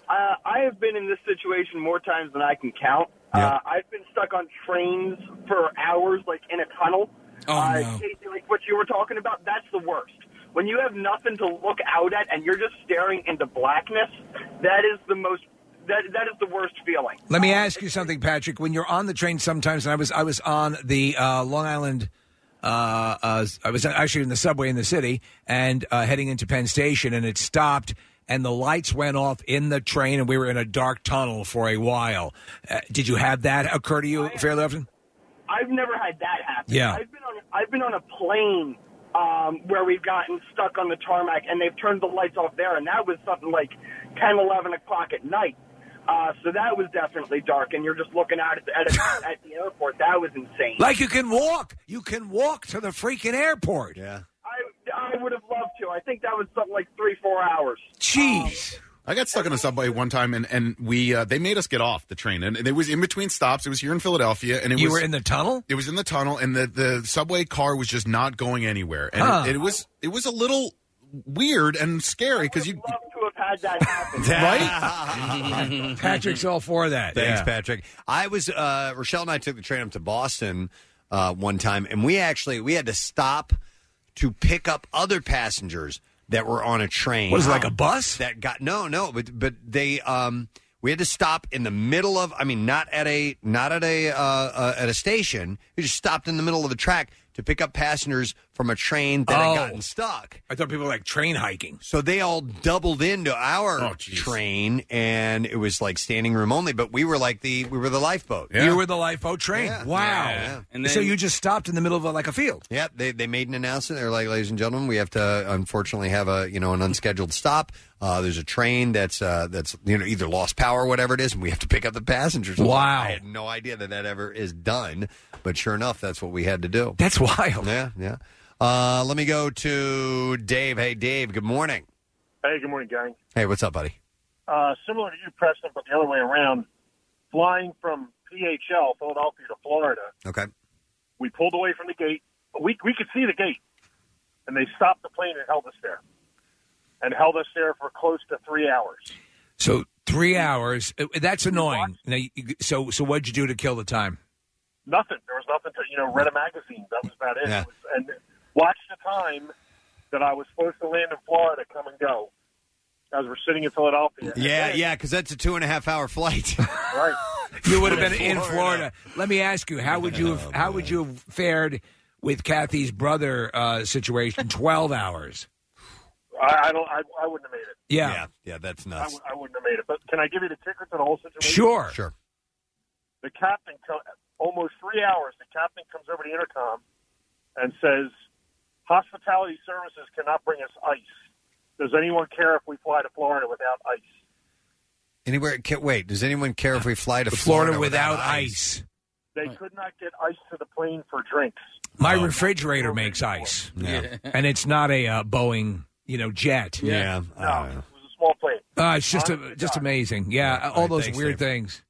Speaker 16: Uh, I have been in this situation more times than I can count. Uh, I've been stuck on trains for hours, like in a tunnel.
Speaker 4: Um,
Speaker 17: Oh,
Speaker 16: uh,
Speaker 17: no.
Speaker 16: Casey, like what you were talking about, that's the worst. When you have nothing to look out at and you're just staring into blackness, that is the most. That that is the worst feeling.
Speaker 4: Let me ask you something, Patrick. When you're on the train, sometimes and I was I was on the uh, Long Island. Uh, uh, I was actually in the subway in the city and uh, heading into Penn Station, and it stopped, and the lights went off in the train, and we were in a dark tunnel for a while. Uh, did you have that occur to you fairly often?
Speaker 16: I've never had that happen.
Speaker 4: Yeah.
Speaker 16: I've been on I've been on a plane um, where we've gotten stuck on the tarmac and they've turned the lights off there, and that was something like 10, 11 o'clock at night. Uh, so that was definitely dark, and you're just looking out at the, at, a, at the airport. That was insane.
Speaker 4: Like you can walk, you can walk to the freaking airport.
Speaker 2: Yeah.
Speaker 16: I, I would have loved to. I think that was something like three, four hours.
Speaker 4: Jeez.
Speaker 6: I got stuck in a subway one time, and and we uh, they made us get off the train, and it was in between stops. It was here in Philadelphia, and it
Speaker 4: You
Speaker 6: was
Speaker 4: were in the tunnel.
Speaker 6: It was in the tunnel, and the the subway car was just not going anywhere, and
Speaker 4: Huh.
Speaker 6: it, it was it was a little weird and scary because you
Speaker 16: to have had that happen,
Speaker 6: right?
Speaker 4: Patrick's all for that.
Speaker 2: Thanks,
Speaker 4: Uh, Yeah.
Speaker 2: Patrick. I was uh, Rochelle and I took the train up to Boston uh, one time, and we actually we had to stop to pick up other passengers that were on a train.
Speaker 4: What is it, like a bus?
Speaker 2: That got no, no, but but they um we had to stop in the middle of I mean not at a not at a uh, uh, at a station. We just stopped in the middle of a track to pick up passengers from a train that had gotten stuck.
Speaker 4: Oh. I thought people were like train hiking.
Speaker 2: So they all doubled into our train, and it was like standing room only. But we were like the we were the lifeboat.
Speaker 4: You were the lifeboat train. Wow.
Speaker 2: Yeah. And
Speaker 4: so
Speaker 2: then-
Speaker 4: you just stopped in the middle of a, like a field.
Speaker 2: Yep, they, they made an announcement. They're like, ladies and gentlemen, we have to unfortunately have a you know an unscheduled stop. Uh, there's a train that's uh, that's you know either lost power or whatever it is, and we have to pick up the passengers. I was like,
Speaker 4: Wow.
Speaker 2: I had no idea that that ever is done, but sure enough, that's what we had to do.
Speaker 4: That's wild.
Speaker 2: Yeah, yeah. Uh, let me go to Dave. Hey, Dave. Good morning.
Speaker 18: Hey, good morning, gang.
Speaker 2: Hey, what's up, buddy?
Speaker 18: Uh, similar to you, Preston, but the other way around. Flying from PHL, Philadelphia to Florida,
Speaker 2: Okay.
Speaker 18: we pulled away from the gate. We, we could see the gate, and they stopped the plane and held us there. And held us there for close to three hours.
Speaker 4: So three hours. Uh, That's annoying. Now, you- so so what'd you do to kill the time?
Speaker 18: Nothing. There was nothing to, you know, read a magazine. That was about it.
Speaker 4: Yeah.
Speaker 18: It was- and watched the time that I was supposed to land in Florida come and go as we're sitting in Philadelphia.
Speaker 2: Yeah, yeah, because that's a two and a half hour flight.
Speaker 18: Right.
Speaker 4: You would have been in Florida. Let me ask you, how would you
Speaker 2: Oh,
Speaker 4: have, how would you have fared with Kathy's brother uh, situation? Twelve hours.
Speaker 18: I, I don't. I, I wouldn't have made it.
Speaker 4: Yeah.
Speaker 2: yeah, that's
Speaker 18: I, w- I wouldn't have made it. But can I give you the ticker to the whole situation?
Speaker 4: Sure.
Speaker 2: Sure.
Speaker 18: The captain, co- almost three hours, the captain comes over the intercom and says, Hospitality services cannot bring us ice. Does anyone care if we fly to Florida without ice?
Speaker 2: Anywhere? ca- Wait, does anyone care if we fly to
Speaker 4: Florida
Speaker 2: Florida,
Speaker 4: without ice?
Speaker 18: They could not get ice to the plane for drinks.
Speaker 4: My refrigerator makes ice,
Speaker 18: Yeah.
Speaker 4: and it's not a uh, Boeing, you know, jet.
Speaker 18: Yeah.
Speaker 4: no, uh,
Speaker 18: It was a small plane.
Speaker 4: it's just a, just amazing. Yeah,
Speaker 2: Yeah.
Speaker 4: all
Speaker 2: All right,
Speaker 4: those
Speaker 2: thanks,
Speaker 4: weird
Speaker 2: Dave.
Speaker 4: things.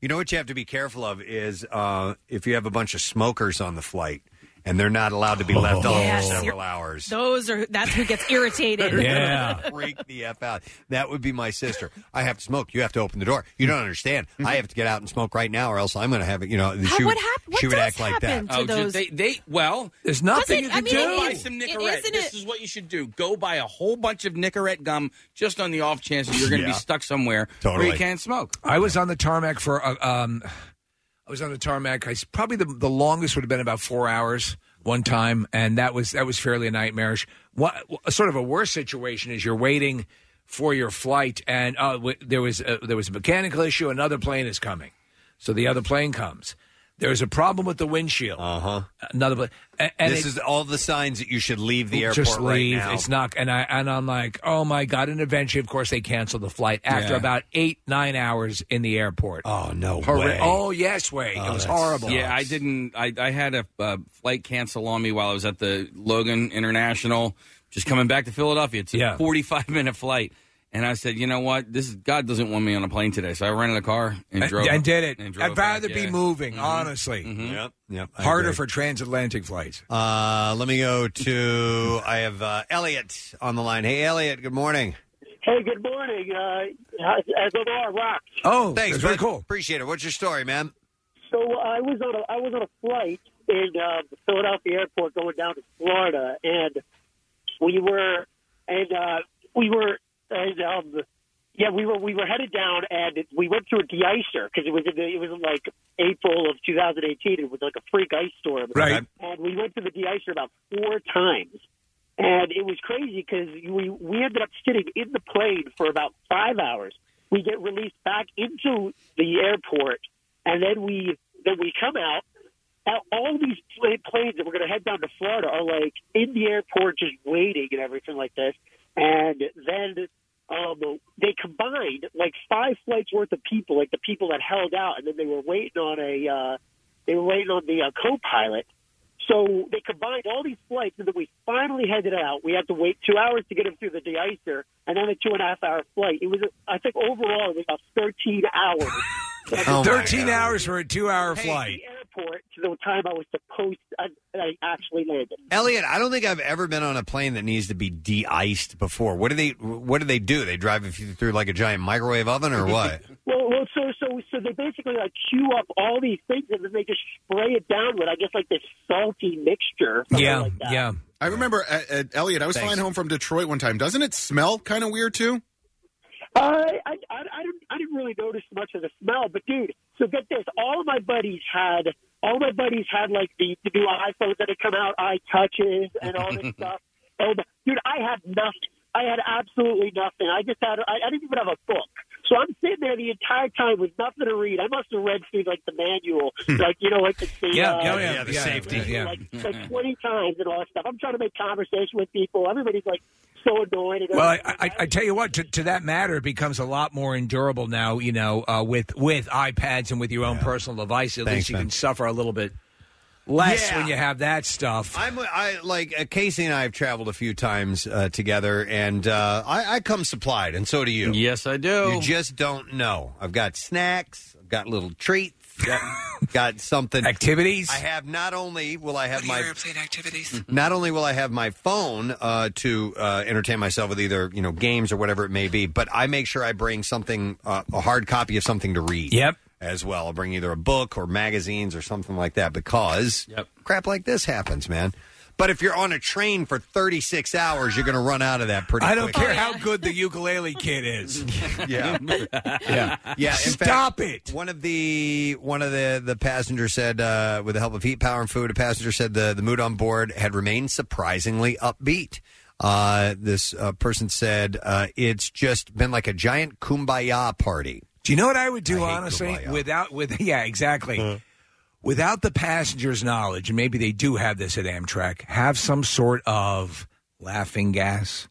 Speaker 2: You know what you have to be careful of is uh, if you have a bunch of smokers on the flight and they're not allowed to be left on
Speaker 3: Oh. Yes,
Speaker 2: for several
Speaker 3: you're-
Speaker 2: hours.
Speaker 3: Those are that's who gets irritated.
Speaker 2: Yeah. Freak the F out. That would be my sister. I have to smoke. You have to open the door. You don't understand. I have to get out and smoke right now, or else I'm going to have it. You know, she, would- she would act like that.
Speaker 5: Oh, dude, they, they well,
Speaker 4: there's
Speaker 2: nothing Doesn't- you can I mean, do.
Speaker 5: Go buy
Speaker 2: it-
Speaker 5: some
Speaker 2: it
Speaker 5: Nicorette.
Speaker 2: isn't
Speaker 5: This
Speaker 2: it-
Speaker 5: is what you should do. Go buy a whole bunch of Nicorette gum, just on the off chance that you're going to
Speaker 4: Yeah.
Speaker 5: be stuck somewhere where you can't smoke.
Speaker 4: I was on the tarmac for uh, um, I was on the tarmac. I s- probably the, the longest would have been about four hours one time, and that was that was fairly nightmarish. What sort of a worse situation is you're waiting for your flight, and uh, w- there was a, there was a mechanical issue. Another plane is coming, so the other plane comes. There's a problem with the windshield. Uh-huh. Another, pla- a- and
Speaker 2: this
Speaker 4: it-
Speaker 2: is all the signs that you should leave the airport
Speaker 4: just leave.
Speaker 2: right now.
Speaker 4: It's not, and I and I'm like, oh my god! And eventually, of course, they canceled the flight after
Speaker 2: Yeah.
Speaker 4: about eight nine hours in the airport.
Speaker 2: Oh no
Speaker 5: way.
Speaker 4: Oh yes, way. it was horrible.
Speaker 5: Yeah, I didn't. I, I had a uh, flight cancel on me while I was at the Logan International, just coming back to Philadelphia. It's a
Speaker 4: Yeah.
Speaker 5: 45 minute flight. And I said, you know what? This is, God doesn't want me on a plane today. So I rented a car and
Speaker 4: And-
Speaker 5: drove.
Speaker 4: and did it.
Speaker 5: and drove
Speaker 4: I'd rather
Speaker 5: back,
Speaker 4: be
Speaker 5: yeah. Mm-hmm.
Speaker 4: moving, honestly.
Speaker 2: Yep. Yep. I
Speaker 4: Harder
Speaker 2: agree.
Speaker 4: for transatlantic flights.
Speaker 2: Uh, let me go to. I have uh, Elliot on the line. Hey, Elliot. Good morning.
Speaker 15: Hey, good morning. Uh, as although I rock.
Speaker 4: Oh,
Speaker 2: thanks.
Speaker 15: that's very
Speaker 2: bud.
Speaker 15: cool.
Speaker 2: Appreciate it. What's your story, man?
Speaker 15: So I was on a I was on a flight in uh, the Philadelphia airport going down to Florida, and we were and uh, we were and um, yeah we were we were headed down, and it, we went through a deicer because it was in the, it was in like April of 2018. It was like a freak ice storm,
Speaker 4: Right.
Speaker 15: And we went through the deicer about four times. And it was crazy because we, we ended up sitting in the plane for about five hours. We get released back into the airport, and then we then we come out. And all these pla- planes that we're going to head down to Florida are like in the airport, just waiting and everything like this. And then um, they combined like five flights worth of people, like the people that held out, and then they were waiting on a uh, they were waiting on the uh, co-pilot. So they combined all these flights, and then we finally headed out. We had to wait two hours to get him through the deicer, and then a two and a half hour flight. It was, I think, overall it was about thirteen hours.
Speaker 4: Thirteen hours for a two hour
Speaker 15: Hey,
Speaker 4: flight.
Speaker 15: The airport to the time I was supposed, I, I actually landed.
Speaker 2: Elliot, I don't think I've ever been on a plane that needs to be de-iced before. What do they? What do they do? They drive you through like a giant microwave oven or what?
Speaker 15: Well, well, so so so they basically like queue up all these things, and then they just spray it down with, I guess, like this salty mixture. or something like that.
Speaker 4: yeah.
Speaker 6: I remember, uh, uh, Elliot, I was flying home from Detroit one time. Doesn't it smell kind of weird too?
Speaker 15: Uh, I, I, I didn't I didn't really notice much of the smell, but dude, so get this: all of my buddies had all my buddies had like the, the new iPhones that had come out, iTouches, and all this stuff. And dude, I had nothing. I had absolutely nothing. I just had I, I didn't even have a book. So I'm sitting there the entire time with nothing to read. I must have read through like the manual, like you know, like the the,
Speaker 4: Hmm. Yeah,
Speaker 15: uh,
Speaker 4: yeah, yeah, Yeah, the yeah, safety. yeah.
Speaker 15: like, like 20 times and all that stuff. I'm trying to make conversation with people. Everybody's like so annoyed. And
Speaker 4: Well, I, I, I tell you what, to, to that matter, it becomes a lot more endurable now. You know, uh, with with iPads and with your own personal device, at
Speaker 2: Thanks,
Speaker 4: least you
Speaker 2: man.
Speaker 4: can suffer a little bit less
Speaker 2: Yeah.
Speaker 4: when you have that stuff.
Speaker 2: I'm I like uh, Casey and I have traveled a few times uh, together, and uh, I, I come supplied, and so do you.
Speaker 5: Yes, I do.
Speaker 2: You just don't know. I've got snacks. I've got little treats. Got, got something
Speaker 4: activities.
Speaker 2: I have not only will I have my Hmm.
Speaker 7: airplane activities.
Speaker 2: not only will I have my phone uh, to uh, entertain myself with either you know games or whatever it may be, but I make sure I bring something uh, a hard copy of something to read.
Speaker 4: Yep.
Speaker 2: As well, I'll bring either a book or magazines or something like that because crap like this happens, man. But if you're on a train for 36 hours, you're going to run out of that pretty.
Speaker 4: I don't
Speaker 2: quickly.
Speaker 4: care how good the ukulele kid is.
Speaker 2: Yeah. yeah, yeah. In
Speaker 4: Stop
Speaker 2: fact, it. One of the one of the the passengers said, uh, with the help of heat, power, and food, a passenger said the the mood on board had remained surprisingly upbeat. Uh, this uh, person said, uh, "It's just been like a giant kumbaya party."
Speaker 4: Do you know what I would do honestly without with yeah exactly without the passengers' knowledge and maybe they do have this at Amtrak have some sort of laughing gas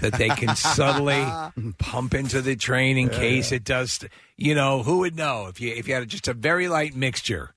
Speaker 4: that they can subtly pump into the train in case it does st- you know who would know if you if you had just a very light mixture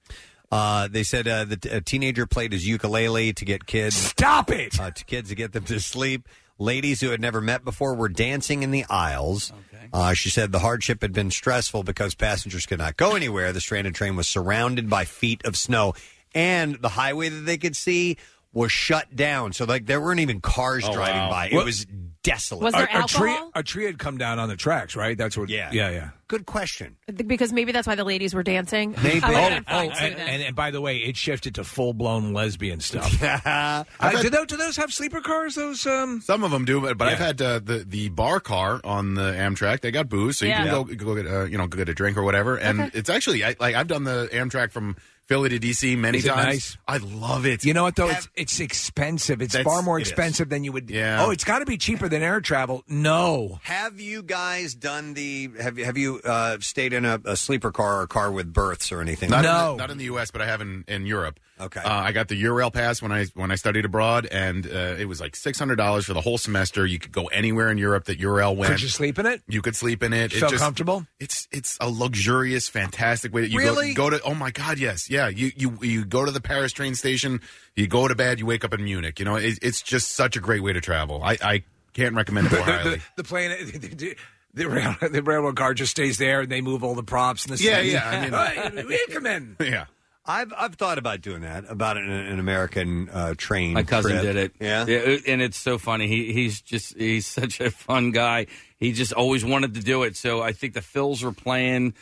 Speaker 2: Uh, they said uh, the t- a teenager played his ukulele to get kids.
Speaker 4: Stop it!
Speaker 2: Uh, to kids to get them to sleep. Ladies who had never met before were dancing in the aisles. Uh, she said the hardship had been stressful because passengers could not go anywhere. The stranded train was surrounded by feet of snow, and the highway that they could see was shut down. So like there weren't even cars
Speaker 4: Oh,
Speaker 2: driving
Speaker 4: wow.
Speaker 2: by. It
Speaker 4: What-
Speaker 2: was desolate.
Speaker 3: Was there
Speaker 4: a, a tree
Speaker 3: alcohol?
Speaker 4: a tree had come down on the tracks right that's what yeah yeah yeah
Speaker 2: good question
Speaker 3: Because maybe that's why the ladies were dancing.
Speaker 4: Maybe.
Speaker 3: I would've
Speaker 4: Oh,
Speaker 3: been
Speaker 4: oh,
Speaker 3: fine, too,
Speaker 4: and,
Speaker 3: then.
Speaker 4: and, and by the way, it shifted to full blown lesbian stuff.
Speaker 2: uh,
Speaker 4: do, those, do those have sleeper cars? Those um,
Speaker 6: Some of them do, but, but I've
Speaker 4: Yeah.
Speaker 6: had uh, the the bar car on the Amtrak. They got booze, so you
Speaker 4: Yeah.
Speaker 6: can go go get uh, you know go get a drink or whatever. And it's actually I, like I've done the Amtrak from Philly to DC many
Speaker 4: Is it
Speaker 6: times.
Speaker 4: nice?
Speaker 6: I love it.
Speaker 4: You know what though? It's it's expensive. It's
Speaker 6: That's-
Speaker 4: far more
Speaker 6: it is.
Speaker 4: expensive than you would.
Speaker 6: Yeah.
Speaker 4: Oh, it's got to be cheaper than air travel. No.
Speaker 2: Have you guys done the? Have you have you uh, stayed in a, a sleeper car or a car with berths or anything?
Speaker 6: Not
Speaker 2: like
Speaker 6: in the,
Speaker 2: that?
Speaker 6: not in the U.S., but I have in, in Europe.
Speaker 2: Okay,
Speaker 6: uh, I got the Eurail pass when I when I studied abroad, and uh, it was like six hundred dollars for the whole semester. You could go anywhere in Europe that Eurail went.
Speaker 4: Could you sleep in it?
Speaker 6: You could sleep in it. It
Speaker 4: Felt
Speaker 6: just-
Speaker 4: comfortable?
Speaker 6: It's it's a luxurious, fantastic way that you
Speaker 4: Really?
Speaker 6: go, go to. Oh my God, yes, yeah. You you you go to the Paris train station. You go to bed. You wake up in Munich. You know, it, it's just such a great way to travel. I, I can't recommend it more highly.
Speaker 4: The, the plane. The, the, rail, the railroad car just stays there, and they move all the props and the
Speaker 6: Yeah,
Speaker 4: seats.
Speaker 6: yeah, I mean-
Speaker 4: Right, we come in.
Speaker 6: Yeah.
Speaker 2: I've I've thought about doing that about an, an American uh, train.
Speaker 5: My cousin
Speaker 2: trip.
Speaker 5: did it.
Speaker 2: Yeah.
Speaker 5: it- and it's so funny. He he's just he's such a fun guy. He just always wanted to do it. So I think the Phils were playing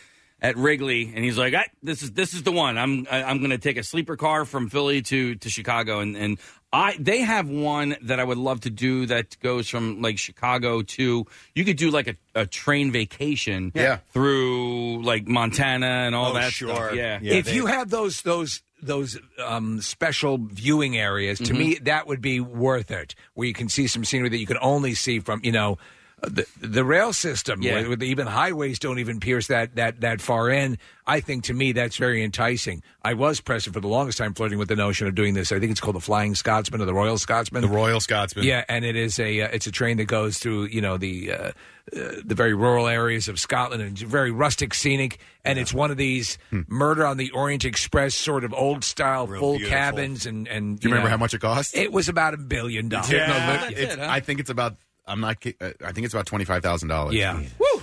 Speaker 5: at Wrigley, and he's like, I, "This is this is the one. I'm I, I'm going to take a sleeper car from Philly to to Chicago." And and I they have one that I would love to do that goes from like Chicago to you could do like a, a train vacation
Speaker 4: Yeah. Oh,
Speaker 5: through like Montana and
Speaker 6: Oh,
Speaker 5: all that stuff. Yeah,
Speaker 4: if you have those those those um, special viewing areas, to
Speaker 5: Mhm.
Speaker 4: me that would be worth it, where you can see some scenery that you can only see from you know. uh, The, the rail system,
Speaker 5: Yeah.
Speaker 4: where, where even highways don't even pierce that, that that far in. I think to me that's very enticing. I was pressing for the longest time, flirting with the notion of doing this. I think it's called the Flying Scotsman or the Royal Scotsman. The
Speaker 6: Royal Scotsman,
Speaker 4: yeah, and it is a uh, it's a train that goes through you know the uh, uh, the very rural areas of Scotland and very rustic, scenic, and it's one of these
Speaker 6: Hmm.
Speaker 4: Murder on the Orient Express sort of old style, full
Speaker 6: beautiful.
Speaker 4: cabins, and and
Speaker 6: Do you remember how much it cost?
Speaker 4: It was about a billion dollars.
Speaker 6: Yeah, no, but it's- I think it's about. I'm not. ki- uh, I think it's about twenty five thousand dollars.
Speaker 4: Yeah.
Speaker 2: Woo!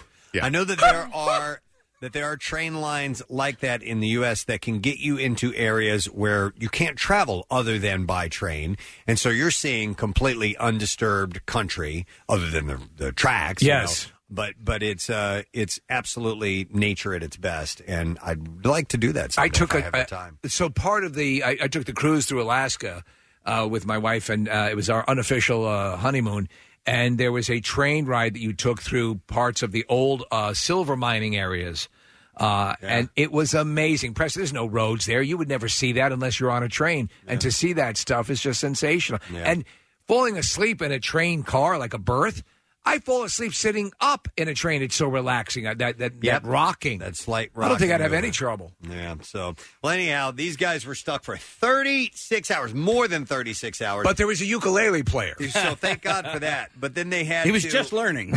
Speaker 2: I know that there are that there are train lines like that in the U.S. that can get you into areas where you can't travel other than by train, and so you're seeing completely undisturbed country other than the, the tracks. you
Speaker 4: Yes.
Speaker 2: know. But but it's uh it's absolutely nature at its best, and I'd like to do that.
Speaker 4: I
Speaker 2: someday
Speaker 4: took
Speaker 2: if
Speaker 4: a
Speaker 2: I have the time.
Speaker 4: so part of the I, I took the cruise through Alaska uh, with my wife, and uh, it was our unofficial uh, honeymoon. And there was a train ride that you took through parts of the old uh, silver mining areas. Uh, And it was amazing. Press, there's no roads there. You would never see that unless you're on a train. And to see that stuff is just sensational. And falling asleep in a train car, like a berth, I fall asleep sitting up in a train. It's so relaxing. Uh, That, that, that rocking. That
Speaker 2: slight
Speaker 4: I don't think I'd
Speaker 2: rocking
Speaker 4: have any
Speaker 2: movement.
Speaker 4: trouble.
Speaker 2: Yeah. So, well, anyhow, these guys were stuck for 36 hours, more than 36 hours.
Speaker 4: But there was a ukulele player.
Speaker 2: so thank God for that. But then they had
Speaker 5: He was
Speaker 2: to-
Speaker 5: just learning.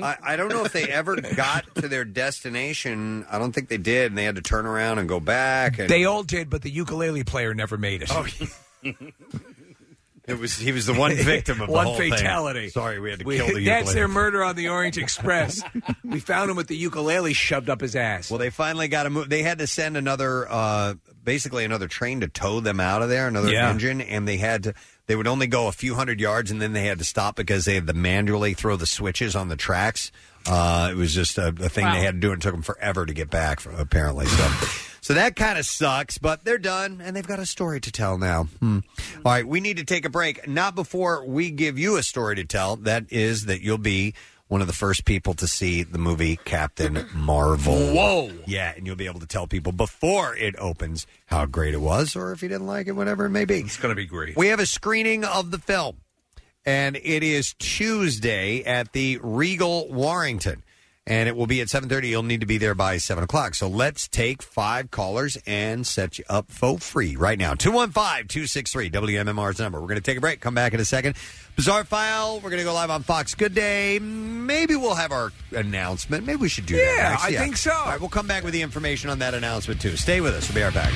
Speaker 2: I, I don't know if they ever got to their destination. I don't think they did, and they had to turn around and go back. And
Speaker 4: They all did, but the ukulele player never made it. Oh,
Speaker 2: it was he was the one victim of the
Speaker 4: one
Speaker 2: whole thing.
Speaker 4: fatality.
Speaker 2: Sorry, we had to
Speaker 4: We-
Speaker 2: kill the
Speaker 4: That's
Speaker 2: ukulele.
Speaker 4: their murder on the Orient Express. we found him with the ukulele shoved up his ass.
Speaker 2: Well, they finally got to move. They had to send another, uh, basically another train to tow them out of there, another
Speaker 4: Yeah.
Speaker 2: engine, and they had to. They would only go a few hundred yards, and then they had to stop because they had to manually throw the switches on the tracks. Uh, it was just a, a thing they had to do, and it took them forever to get back, apparently. So, so that kind of sucks. But they're done, and they've got a story to tell now. Hmm. All right, we need to take a break. Not before we give you a story to tell. That is that you'll be one of the first people to see the movie Captain Marvel.
Speaker 4: Whoa.
Speaker 2: Yeah, and you'll be able to tell people before it opens how great it was or if you didn't like it, whatever it may be. It's
Speaker 4: going to be great.
Speaker 2: We have a screening of the film, and it is Tuesday at the Regal Warrington. and it will be at 7.30 you'll need to be there by 7 o'clock so let's take five callers and set you up for free right now 215-263-wmmr's number we're going to take a break come back in a second bizarre file we're going to go live on fox good day maybe we'll have our announcement maybe we should do that
Speaker 4: Yeah,
Speaker 2: next.
Speaker 4: I think so.
Speaker 2: all right we'll come back with the information on that announcement too stay with us we'll be right back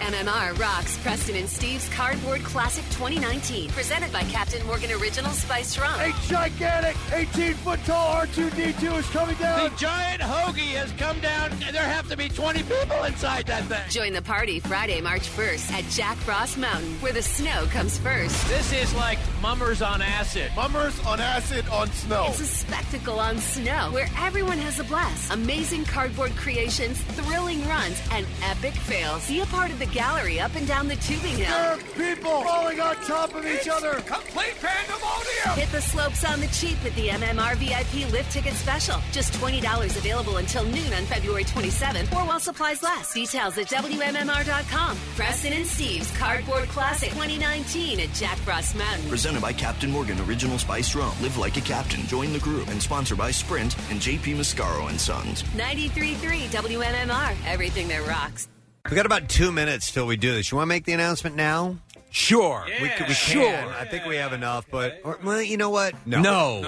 Speaker 17: MMR rocks Preston and Steve's Cardboard Classic 2019, presented by Captain Morgan Original Spiced Rum.
Speaker 19: A gigantic 18 foot tall R2D2 is coming down.
Speaker 17: The
Speaker 19: giant hoagie has come down. There have to be 20 people inside that thing.
Speaker 17: Join the party Friday, March 1st at Jack Frost Mountain, where the snow comes first.
Speaker 19: This is like mummers on acid. Mummers on acid on snow.
Speaker 17: It's a spectacle on snow where everyone has a blast. Amazing cardboard creations, thrilling runs, and epic fails. Be a part of the gallery up and down the tubing hill.
Speaker 19: people falling on top of each other.
Speaker 17: Complete pandemonium! Hit the slopes on the cheap with the MMR VIP lift ticket special. Just $20 available until noon on February 27th or while supplies last. Details at WMMR.com. Preston and Steve's Cardboard Classic 2019 at Jack Frost Mountain.
Speaker 20: Presented by Captain Morgan Original Spice Rum. Live like a captain. Join the group and sponsored by Sprint and JP Mascaro and Sons.
Speaker 17: 93.3 WMMR. Everything that rocks.
Speaker 2: we got about two minutes till we do this you want to make the announcement now
Speaker 4: Sure.
Speaker 2: we, c- we
Speaker 4: Sure.
Speaker 2: can. I think we have enough, but or, well, you know what?
Speaker 4: No. No.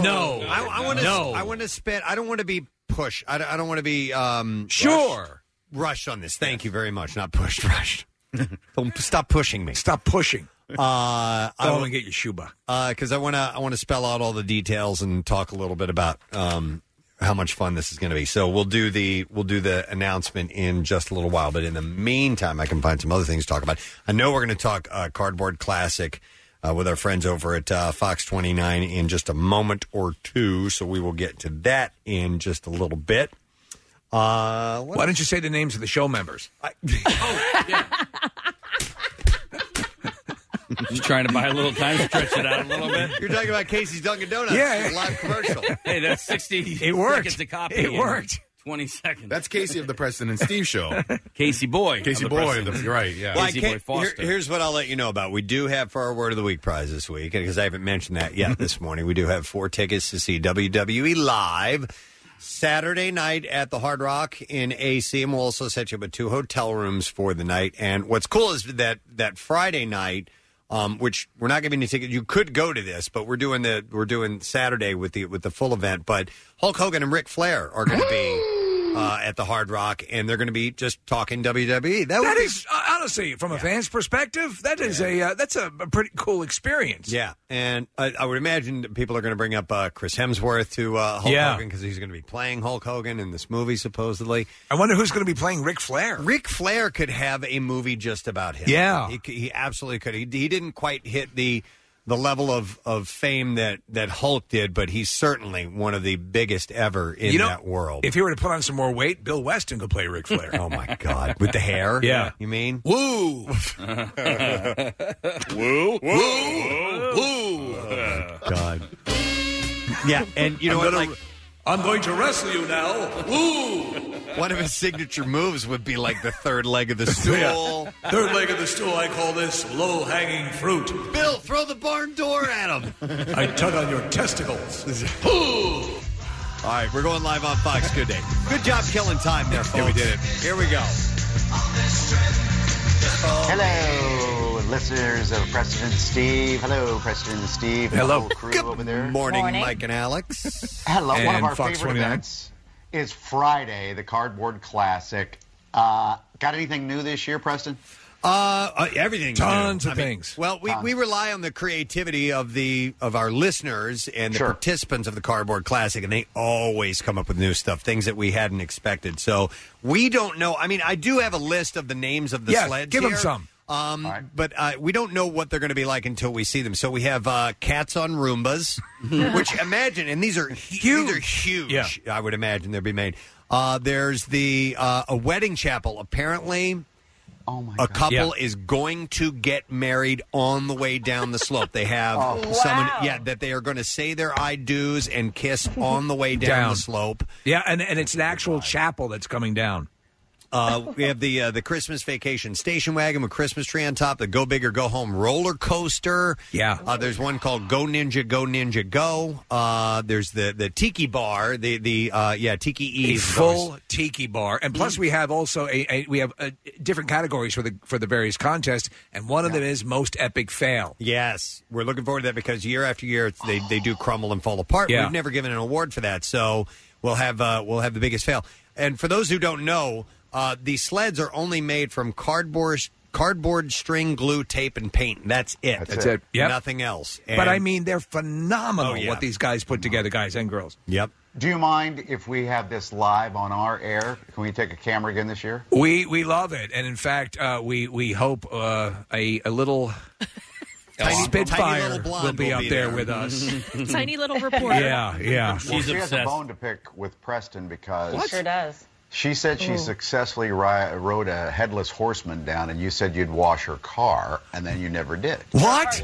Speaker 4: No.
Speaker 2: I, I want to.
Speaker 4: No.
Speaker 2: I want to spend. I don't want to be pushed. I, don't- I don't want to be um
Speaker 4: Sure.
Speaker 2: rushed, rushed on this. Thank you very much. Not pushed. Rushed. don't stop pushing me. Stop
Speaker 4: pushing.
Speaker 2: Uh,
Speaker 4: Go and get your Shuba.
Speaker 2: because Uh, I want to I want to spell out all the details and talk a little bit about um, how much fun this is going to be. So we'll do the we'll do the announcement in just a little while. But in the meantime, I can find some other things to talk about. I know we're going to talk uh, cardboard classic. Uh, with our friends over at uh, Fox 29 in just a moment or two. So we will get to that in just a little bit. Uh,
Speaker 4: Why don't you say the names of the show members?
Speaker 5: Just trying to buy a little time, stretch it out a little bit.
Speaker 2: You're talking about Casey's Dunkin' Donuts.
Speaker 5: Yeah.
Speaker 2: Live commercial.
Speaker 5: Hey, that's 60
Speaker 6: It worked.
Speaker 5: seconds a copy.
Speaker 6: It
Speaker 5: and
Speaker 6: worked.
Speaker 5: 20 seconds.
Speaker 6: That's Casey of the Preston and Steve show.
Speaker 5: Casey Boy.
Speaker 6: Casey
Speaker 5: of the
Speaker 6: Boy.
Speaker 5: Preston.
Speaker 6: the- you're right. Yeah.
Speaker 2: Well, I can't- here- here's what I'll let you know about. We do have for our Word of the Week prize this week, because I haven't mentioned that yet this morning. We do have four tickets to see WWE live Saturday night at the Hard Rock in AC, and we'll also set you up with two hotel rooms for the night. And what's cool is that that Friday night. Um, which we're not giving you tickets. You could go to this, but we're doing the we're doing Saturday with the with the full event. But Hulk Hogan and Ric Flair are going to be uh, at the Hard Rock, and they're going to be just talking WWE. That, would
Speaker 4: That
Speaker 2: be
Speaker 4: is uh, honestly, from a fan's perspective, that is a uh, that's a, a pretty cool experience.
Speaker 2: Yeah, and I, I would imagine that people are going to bring up uh, Chris Hemsworth to uh, Hulk
Speaker 4: Yeah.
Speaker 2: Hogan because he's going to be playing Hulk Hogan in this movie supposedly.
Speaker 4: I wonder who's going to be playing Ric Flair.
Speaker 2: Ric Flair could have a movie just about him.
Speaker 4: Yeah.
Speaker 2: he, c- he absolutely could. He, he didn't quite hit the the level of, of fame that, that Hulk did, but he's certainly one of the biggest ever in
Speaker 4: You know,
Speaker 2: that world.
Speaker 4: If he were to put on some more weight, Bill Weston could play Ric Flair.
Speaker 2: oh my God, with the hair.
Speaker 4: Yeah.
Speaker 2: you mean
Speaker 4: woo,
Speaker 2: woo,
Speaker 4: woo.
Speaker 2: God. Yeah, and you know what? Like,
Speaker 4: I'm going to wrestle you now. Woo!
Speaker 2: one of his signature moves would be like the third leg of the stool.
Speaker 4: Yeah. Third leg of the stool, I call this low hanging fruit.
Speaker 2: Bill, throw the barn door at him.
Speaker 4: I tug on your testicles.
Speaker 2: All right, we're going live on Fox. Good day. Good job killing time there, folks.
Speaker 4: Yeah, we did it.
Speaker 2: Here we go.
Speaker 21: Hello, listeners of Preston and Steve. Hello, Preston and Steve.
Speaker 2: Hello.
Speaker 21: The whole crew over there.
Speaker 2: Morning, Mike and Alex.
Speaker 21: Hello. One of
Speaker 2: And
Speaker 21: our
Speaker 2: Fox
Speaker 21: favorite
Speaker 2: 29.
Speaker 21: events is Friday, the Cardboard Classic. Uh, got anything new this year, Preston?
Speaker 2: Uh, uh, everything.
Speaker 21: Tons
Speaker 2: new.
Speaker 21: of
Speaker 2: I mean,
Speaker 21: things.
Speaker 2: well, we,
Speaker 21: Tons.
Speaker 2: we rely on the creativity of the of our listeners and the participants of the Cardboard Classic, and they always come up with new stuff, things that we hadn't expected. So we don't know. I mean, I do have a list of the names of the
Speaker 4: Yeah,
Speaker 2: sleds.
Speaker 4: give 'em
Speaker 2: here.
Speaker 4: some.
Speaker 2: Um, But uh, we don't know what they're going to be like until we see them. So we have uh, cats on Roombas, which imagine, and these are huge. These are huge. I would imagine they'd be made. Uh, there's the uh, a wedding chapel. Apparently,
Speaker 21: oh my
Speaker 2: a couple
Speaker 21: Yeah.
Speaker 2: is going to get married on the way down the slope. They have
Speaker 21: Oh.
Speaker 2: someone,
Speaker 21: Wow.
Speaker 2: yeah, that they are going to say their I do's and kiss on the way down,
Speaker 4: Down.
Speaker 2: the slope. Oh
Speaker 4: Yeah, and, and it's an actual chapel that's coming down.
Speaker 2: Uh, we have the uh, the Christmas vacation station wagon with Christmas tree on top, the Go Big or Go Home roller coaster.
Speaker 4: Yeah.
Speaker 2: Uh, there's one called Go Ninja Go Ninja Go. Uh, there's the the Tiki Bar. The the uh, yeah Tiki
Speaker 4: a
Speaker 2: Eve.
Speaker 4: full tiki bar, and
Speaker 2: Mm.
Speaker 4: plus we have also a, a we have uh different categories for the for the various contests, and one of them is most epic fail.
Speaker 2: Yes, we're looking forward to that because year after year it's- they they do crumble and fall apart.
Speaker 4: Yeah.
Speaker 2: We've never given an award for that, so we'll have uh, we'll have the biggest fail. And for those who don't know, uh, the sleds are only made from cardboard cardboard string glue tape and paint. That's it.
Speaker 4: That's it. Yep.
Speaker 2: Nothing else.
Speaker 4: but
Speaker 2: And-
Speaker 4: I mean, they're phenomenal
Speaker 2: Oh, yeah.
Speaker 4: what these guys put together, guys and girls.
Speaker 2: Yep.
Speaker 21: Do you mind if we have this live on our air? Can we take a camera again this year?
Speaker 4: We we love it, and in fact, uh, we we hope uh, a a little
Speaker 2: Tiny- tiny
Speaker 4: Oh, Spitfire
Speaker 2: little blonde
Speaker 4: will be
Speaker 2: will
Speaker 4: up
Speaker 2: be
Speaker 4: there
Speaker 2: there.
Speaker 4: with us.
Speaker 2: oh,
Speaker 3: Tiny little reporter.
Speaker 4: yeah, yeah.
Speaker 21: well, she has a bone to pick with Preston because
Speaker 3: does.
Speaker 21: she said she
Speaker 3: Ooh.
Speaker 21: successfully ri- rode a headless horseman down, and you said you'd wash her car, and then you never did.
Speaker 4: What?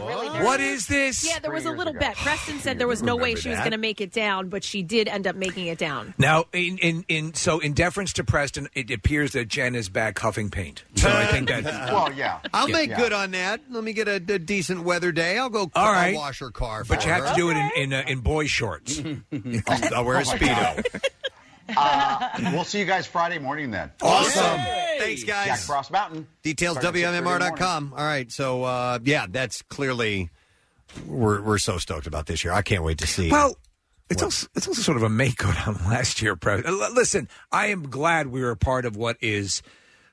Speaker 21: What
Speaker 4: is this?
Speaker 3: Yeah, there was a
Speaker 21: Three years
Speaker 3: little
Speaker 21: ago.
Speaker 3: bet. Preston said there was no way
Speaker 4: Remember
Speaker 3: she was
Speaker 4: that?
Speaker 3: going to make it down, but she did end up making it down.
Speaker 4: Now, in, in in so in deference to Preston, it appears that Jen is back huffing paint. So I think that.
Speaker 2: uh, I'll make
Speaker 4: Yeah.
Speaker 2: good on that. Let me get a, a decent weather day. I'll go.
Speaker 4: All
Speaker 2: I'll
Speaker 4: right.
Speaker 2: wash her car.
Speaker 4: But
Speaker 2: for
Speaker 4: you have
Speaker 2: her.
Speaker 4: to do it in in, uh, in boy shorts. Oh
Speaker 2: I'll, I'll wear a speedo.
Speaker 21: Uh, we'll see you guys Friday morning then.
Speaker 2: Awesome. Thanks, guys.
Speaker 21: Jack Frost Mountain.
Speaker 2: Details
Speaker 21: Starting at 6:30 in the morning.
Speaker 2: WMMR.com. All right, so uh, yeah, that's clearly we're we're so stoked about this year. I can't wait to see.
Speaker 4: Well, it's also it's also sort of a make good on last year. Pre- L- Listen, I am glad we were a part of what is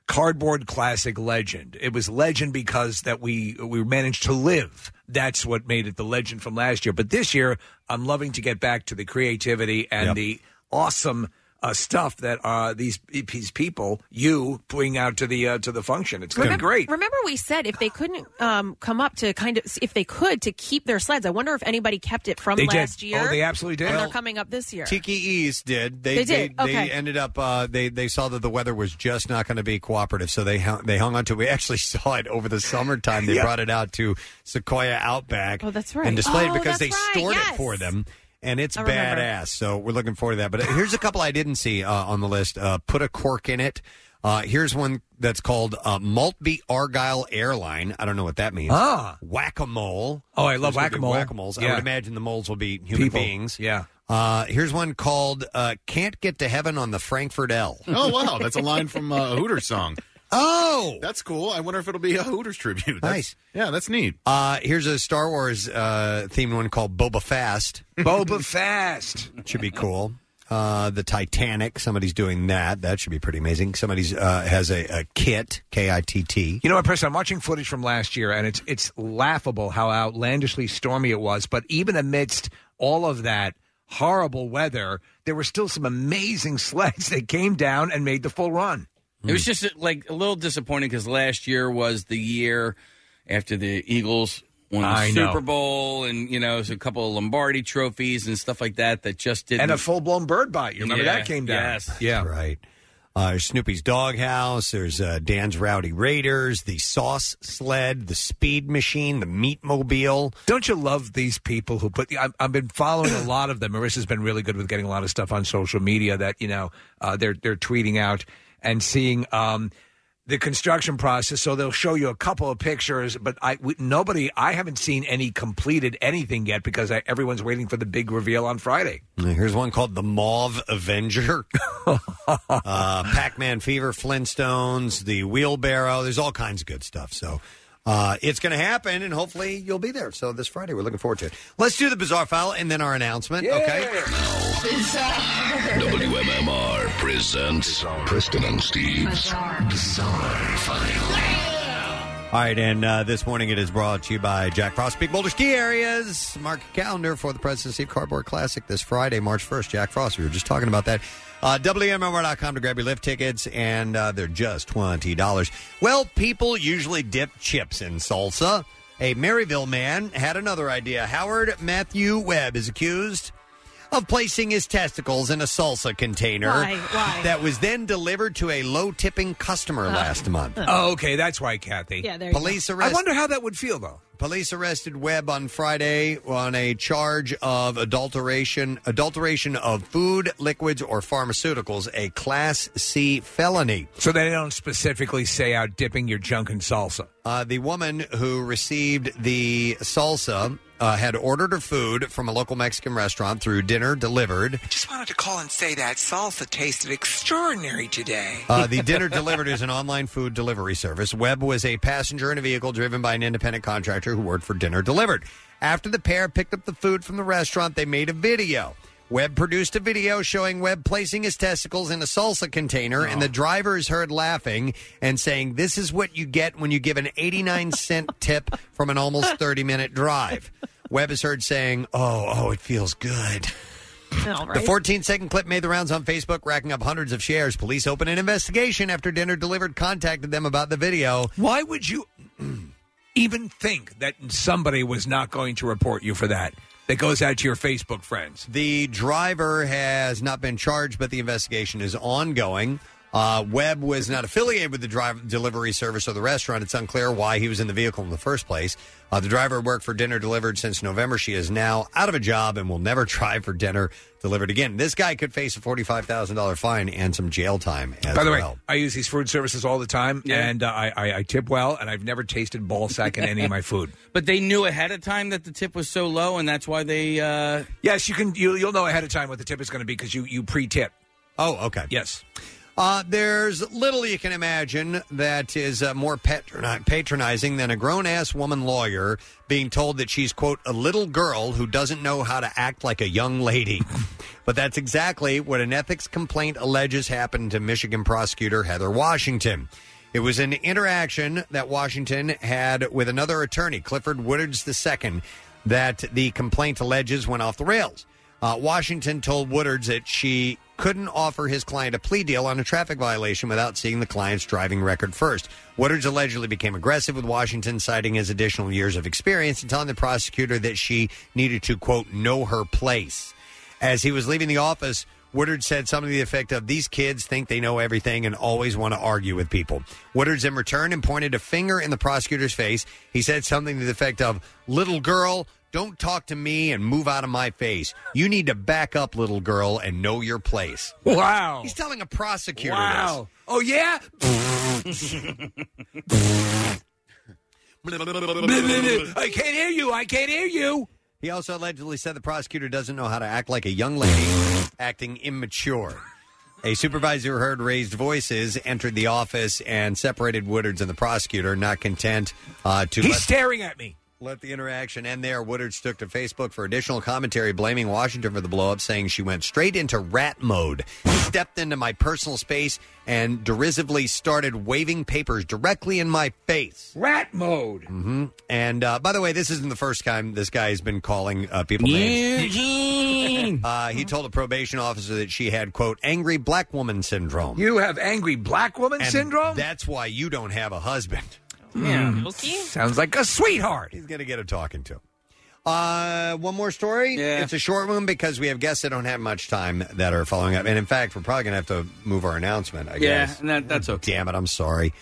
Speaker 4: cardboard classic legend. It was legend because that we we managed to live. That's what made it the legend from last year. But this year, I'm loving to get back to the creativity and the awesome. Uh, stuff that uh, these these people you bring out to the uh, to the function. It's going to be
Speaker 3: Remember,
Speaker 4: great.
Speaker 3: Remember, we said if they couldn't um, come up to kind of, if they could to keep their sleds. I wonder if anybody kept it from
Speaker 2: They did.
Speaker 3: last year.
Speaker 2: Oh, they absolutely did.
Speaker 3: And they're
Speaker 2: Well,
Speaker 3: coming up this year.
Speaker 2: Tiki E's did. They
Speaker 3: They did,
Speaker 2: They,
Speaker 3: okay.
Speaker 2: ended up. Uh, they they saw that the weather was just not going to be cooperative, so they hung, they hung on to. it. We actually saw it over the summertime. They
Speaker 8: Yeah.
Speaker 2: brought it out to Sequoia Outback.
Speaker 8: Oh, that's right.
Speaker 2: And displayed
Speaker 8: Oh,
Speaker 2: it because
Speaker 8: that's right,
Speaker 2: they stored
Speaker 8: yes.
Speaker 2: it for them. And it's
Speaker 8: I remember.
Speaker 2: badass. So we're looking forward to that. But here's a couple I didn't see uh, on the list. Uh, put a cork in it. Uh, here's one that's called uh, Maltby Argyle Airline. I don't know what that means.
Speaker 4: Ah.
Speaker 2: Whack a mole.
Speaker 4: Oh, I love whack-a-mole.
Speaker 2: Whack a moles. I
Speaker 4: Yeah.
Speaker 2: would imagine the moles will be human
Speaker 4: People.
Speaker 2: beings.
Speaker 4: Yeah.
Speaker 2: Uh, here's one called uh, "Can't Get to Heaven on the Frankfurt L."
Speaker 6: Oh, wow. That's a line from uh, a Hooters song.
Speaker 2: Oh,
Speaker 6: that's cool. I wonder if it'll be a Hooters tribute. That's-
Speaker 2: nice.
Speaker 6: Yeah, that's neat.
Speaker 2: Uh, here's a Star Wars uh, themed one called Boba Fast.
Speaker 4: Boba Fast
Speaker 2: should be cool. Uh, the Titanic. Somebody's doing that. That should be pretty amazing. Somebody's uh, has a, a kit. K I T T.
Speaker 4: You know what, Preston? I'm watching footage from last year, and it's it's laughable how outlandishly stormy it was. But even amidst all of that horrible weather, there were still some amazing sleds that came down and made the full run. Hmm.
Speaker 5: It was just like a little disappointing because last year was the year after the Eagles won the
Speaker 4: I know.
Speaker 5: Super Bowl, and you know, there's a couple of Lombardi trophies and stuff like that that just didn't.
Speaker 4: And a full blown bird bite. You remember
Speaker 5: Yeah,
Speaker 4: that came down?
Speaker 5: yes.
Speaker 4: Yeah.
Speaker 2: Right. Uh, there's Snoopy's Doghouse. There's uh, Dan's Rowdy Raiders. The Sauce Sled. The Speed Machine. The Meat Mobile.
Speaker 4: Don't you love these people who put? I've, I've been following a lot of them. Marissa's been really good with getting a lot of stuff on social media that you know uh, they're they're tweeting out and seeing um, the construction process. So they'll show you a couple of pictures, but I we, nobody I haven't seen any completed anything yet because I, everyone's waiting for the big reveal on Friday.
Speaker 2: Here's one called the Mauve Avenger, uh, Pac-Man Fever, Flintstones, the Wheelbarrow. There's all kinds of good stuff. So uh, it's going to happen, and hopefully you'll be there. So this Friday, we're looking forward to it. Let's do the bizarre file and then our announcement. Okay.
Speaker 1: WMMR presents Preston and Steve's Bizarre, File.
Speaker 2: All right, and uh, this morning it is brought to you by Jack Frost Big Boulder Ski Areas. Mark your calendar for the President's Steve Cardboard Classic this Friday, March 1st. Jack Frost, we were just talking about that. Uh, WMMR.com to grab your lift tickets, and uh, they're just $20. Well, people usually dip chips in salsa. A Maryville man had another idea. Howard Matthew Webb is accused of placing his testicles in a salsa container
Speaker 4: Why? Why? Uh,
Speaker 2: that was then delivered to a low tipping customer last month.
Speaker 4: Oh, okay, that's why, Kathy.
Speaker 2: Yeah, there you Police go.
Speaker 4: I
Speaker 2: arrest-
Speaker 4: wonder how that would feel though.
Speaker 2: Police arrested Webb on Friday on a charge of adulteration, adulteration of food, liquids, or pharmaceuticals, a Class C felony.
Speaker 4: So they don't specifically say out dipping your junk in salsa.
Speaker 2: Uh, the woman who received the salsa uh, had ordered her food from a local Mexican restaurant through dinner delivered.
Speaker 8: Just wanted to call and say that salsa tasted extraordinary today.
Speaker 2: Uh, the dinner delivered is an online food delivery service. Webb was a passenger in a vehicle driven by an independent contractor who worked for Dinner Delivered. After the pair picked up the food from the restaurant, they made a video. Webb produced a video showing Webb placing his testicles in a salsa container, and the driver is heard laughing and saying, This is what you get when you give an 89 cent tip from an almost 30 minute drive. Webb is heard saying, Oh, oh, it feels good.
Speaker 3: All
Speaker 2: The 14 second clip made the rounds on Facebook, racking up hundreds of shares. Police opened an investigation after Dinner Delivered contacted them about the video.
Speaker 4: Why would you Even think that somebody was not going to report you for that. That goes out to your Facebook friends.
Speaker 2: The driver has not been charged, but the investigation is ongoing. Uh, Webb was not affiliated with the drive delivery service or the restaurant. It's unclear why he was in the vehicle in the first place. Uh, the driver worked for dinner delivered since November. She is now out of a job and will never drive for dinner delivered again. This guy could face a forty-five thousand dollar fine and some jail time. As
Speaker 4: By the
Speaker 2: well.
Speaker 4: way, I use these food services all the time, and uh, I, I, I tip well, and I've never tasted ball sack in any of my food.
Speaker 5: But they knew ahead of time that the tip was so low, and that's why they. Uh...
Speaker 4: Yes, you can. You, you'll know ahead of time what the tip is going to be because you, you pre-tip.
Speaker 2: Oh, okay.
Speaker 4: Yes.
Speaker 2: Uh, there's little you can imagine that is uh, more patroni- patronizing than a grown ass woman lawyer being told that she's, quote, a little girl who doesn't know how to act like a young lady. but that's exactly what an ethics complaint alleges happened to Michigan prosecutor Heather Washington. It was an interaction that Washington had with another attorney, Clifford Woodards II, that the complaint alleges went off the rails. Uh, Washington told Woodards that she couldn't offer his client a plea deal on a traffic violation without seeing the client's driving record first. Woodards allegedly became aggressive with Washington, citing his additional years of experience and telling the prosecutor that she needed to, quote, know her place. As he was leaving the office, Woodard said something to the effect of, These kids think they know everything and always want to argue with people. Woodard's in return and pointed a finger in the prosecutor's face. He said something to the effect of, Little girl, don't talk to me and move out of my face. You need to back up, little girl, and know your place.
Speaker 4: Wow.
Speaker 2: He's telling a prosecutor
Speaker 4: Wow. Oh, yeah? I can't hear you. I can't hear you.
Speaker 2: He also allegedly said the prosecutor doesn't know how to act like a young lady, acting immature. A supervisor who heard raised voices, entered the office, and separated Woodards and the prosecutor, not content uh, to.
Speaker 4: He's
Speaker 2: let-
Speaker 4: staring at me.
Speaker 2: Let the interaction end there. Woodards took to Facebook for additional commentary, blaming Washington for the blowup, saying she went straight into rat mode, stepped into my personal space, and derisively started waving papers directly in my face.
Speaker 4: Rat mode.
Speaker 2: hmm And uh, by the way, this isn't the first time this guy has been calling uh, people names. Uh, he told a probation officer that she had, quote, angry black woman syndrome.
Speaker 4: You have angry black woman
Speaker 2: And
Speaker 4: syndrome?
Speaker 2: That's why you don't have a husband.
Speaker 4: Yeah.
Speaker 7: Hmm.
Speaker 4: Sounds like a sweetheart.
Speaker 2: He's going to get a talking to. Uh, one more story. It's a short one because we have guests that don't have much time that are following up. And in fact, we're probably going to have to move our announcement, I
Speaker 5: Yeah,
Speaker 2: guess.
Speaker 5: and that, that's okay.
Speaker 2: Damn it, I'm sorry.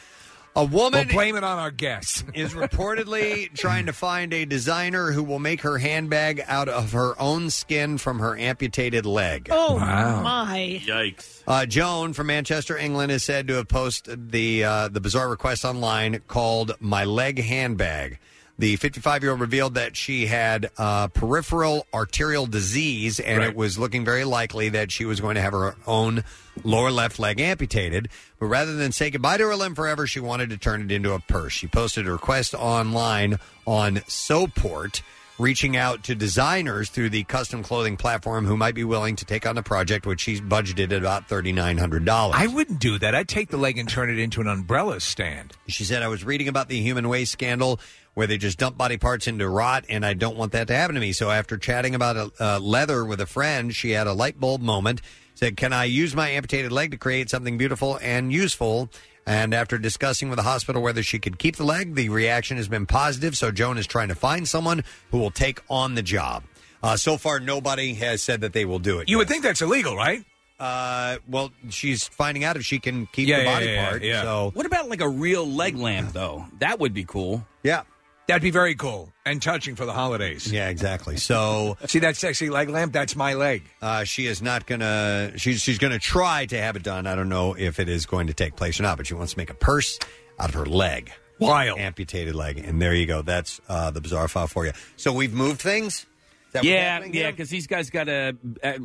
Speaker 2: A woman
Speaker 4: We'll blame it on our guests.
Speaker 2: is reportedly trying to find a designer who will make her handbag out of her own skin from her amputated leg.
Speaker 3: Oh my!
Speaker 5: Yikes!
Speaker 2: Uh, Joan from Manchester, England, is said to have posted the uh, the bizarre request online called "My Leg Handbag." The 55 year old revealed that she had uh, peripheral arterial disease, and it was looking very likely that she was going to have her own lower left leg amputated. But rather than say goodbye to her limb forever, she wanted to turn it into a purse. She posted a request online on Soport reaching out to designers through the custom clothing platform who might be willing to take on the project, which she's budgeted at about $3,900.
Speaker 4: I wouldn't do that. I'd take the leg and turn it into an umbrella stand.
Speaker 2: She said, I was reading about the human waste scandal where they just dump body parts into rot, and I don't want that to happen to me. So after chatting about a, uh, leather with a friend, she had a light bulb moment, said, Can I use my amputated leg to create something beautiful and useful? And after discussing with the hospital whether she could keep the leg, the reaction has been positive. So Joan is trying to find someone who will take on the job. Uh, so far, nobody has said that they will do it.
Speaker 4: You would think that's illegal, right?
Speaker 2: Uh, well, she's finding out if she can keep
Speaker 4: Yeah,
Speaker 2: the
Speaker 4: yeah,
Speaker 2: body
Speaker 4: yeah,
Speaker 2: part.
Speaker 4: yeah.
Speaker 2: So
Speaker 5: What about like a real leg lamp though? That would be cool.
Speaker 2: Yeah.
Speaker 4: That'd be very cool and touching for the holidays.
Speaker 2: Yeah, exactly. So
Speaker 4: see that sexy leg lamp? That's my leg.
Speaker 2: Uh, she is not gonna. She's she's gonna try to have it done. I don't know if it is going to take place or not, but she wants to make a purse out of her leg,
Speaker 4: wild
Speaker 2: amputated leg. And there you go. That's uh, the bizarre file for you. So we've moved things. Is that what's
Speaker 5: yeah,
Speaker 2: happening
Speaker 5: yeah,
Speaker 2: here?
Speaker 5: because these guys got to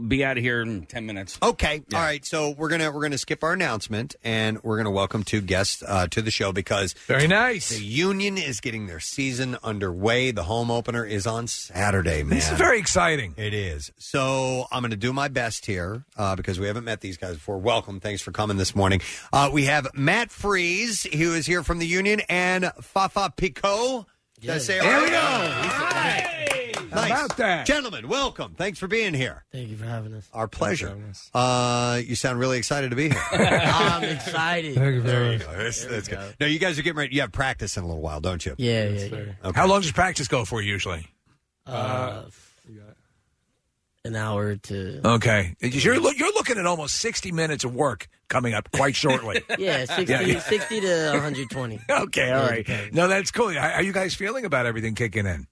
Speaker 5: be out of here in ten minutes.
Speaker 2: Okay. All right. So we're gonna we're gonna skip our announcement and we're gonna welcome two guests uh, to the show because
Speaker 4: very nice.
Speaker 2: The union is getting their season underway. The home opener is on Saturday, man.
Speaker 4: This is very exciting.
Speaker 2: It is. So I'm going to do my best here uh, because we haven't met these guys before. Welcome. Thanks for coming this morning. Uh, we have Matt Freeze, who is here from the union, and Fafa Pico. Did I say it
Speaker 19: There
Speaker 2: right?
Speaker 19: we go.
Speaker 2: All right. Nice. Gentlemen, welcome. Thanks for being here.
Speaker 9: Thank you for having us.
Speaker 2: Our pleasure. Uh, you sound really excited to be here.
Speaker 9: I'm excited.
Speaker 2: Thank you very much. That's, that's good. Now, you guys are getting ready. You have practice in a little while, don't you?
Speaker 9: Yeah, yeah, yeah.
Speaker 2: Okay.
Speaker 4: How long does practice go for usually?
Speaker 9: Uh, an hour to.
Speaker 4: Okay, you're loo- you're looking at almost sixty minutes of work coming up quite shortly.
Speaker 9: Yeah, 60,
Speaker 4: yeah.
Speaker 9: 60 to 120.
Speaker 4: Okay, all
Speaker 9: Yeah,
Speaker 4: right. No, that's cool. How how are you guys feeling about everything kicking in?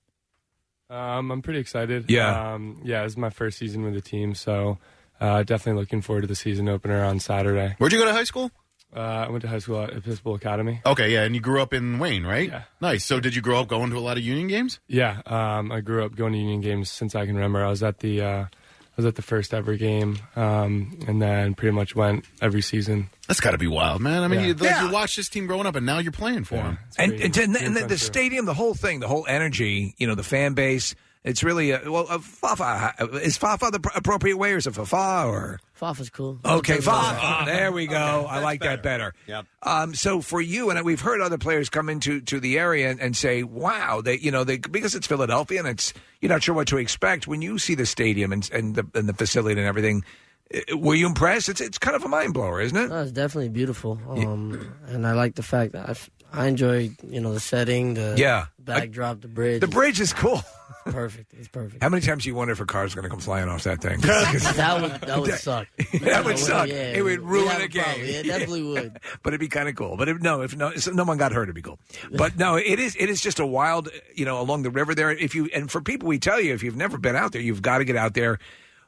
Speaker 22: Um, I'm pretty excited.
Speaker 4: Yeah.
Speaker 22: um, yeah. This is my first season with the team, so uh, definitely looking forward to the season opener on Saturday.
Speaker 6: Where'd you go to high school?
Speaker 22: Uh, I went to high school at Episcopal Academy.
Speaker 6: Okay, yeah, and you grew up in Wayne, right? Yeah. Nice. So did you grow up going to a lot of union games?
Speaker 22: Yeah, um, I grew up going to Union games since I can remember. I was at the uh, I was at the first ever game, um, and then pretty much went every season.
Speaker 6: That's got to be wild, man. I mean, you, like,
Speaker 4: Yeah.
Speaker 6: you watch this team growing up, and now you're playing for them.
Speaker 4: And and, and, and the,
Speaker 6: Come
Speaker 4: the
Speaker 6: true.
Speaker 4: stadium, the whole thing, the whole energy, you know, the fan base. It's really a, well, a Fafa is Fafa the pr- appropriate way, or is it Fafa or
Speaker 9: Fafa's cool.
Speaker 4: okay
Speaker 9: Fafa's
Speaker 4: Fafa?
Speaker 9: cool.
Speaker 4: There we go. I like that better.
Speaker 9: Yep.
Speaker 4: Um, so for you, and we've heard other players come into to the area and, and say, "Wow, they you know they because it's Philadelphia and it's you're not sure what to expect when you see the stadium and and the, and the facility and everything." eh, Were you impressed? It's it's kind of a mind blower, isn't it?
Speaker 9: No, it's definitely beautiful. Um, and I like the fact that I've, I enjoy, you know, the setting, the
Speaker 4: Yeah.
Speaker 9: backdrop, the bridge.
Speaker 4: The bridge is cool.
Speaker 9: perfect. It's perfect.
Speaker 4: How many times do you wonder if a car's going to come flying off that thing?
Speaker 9: that would that would
Speaker 4: That-
Speaker 9: suck.
Speaker 4: that would suck.
Speaker 9: Yeah,
Speaker 4: it would
Speaker 9: we'd
Speaker 4: ruin
Speaker 9: have
Speaker 4: a
Speaker 9: a
Speaker 4: game.
Speaker 9: problem. Yeah, it definitely would.
Speaker 4: But it'd be kind of cool. But if, no, if no, so no one got hurt, it'd be cool. But no, it is. It is just a wild, you know, along the river there. If you and for people, we tell you if you've never been out there, you've got to get out there.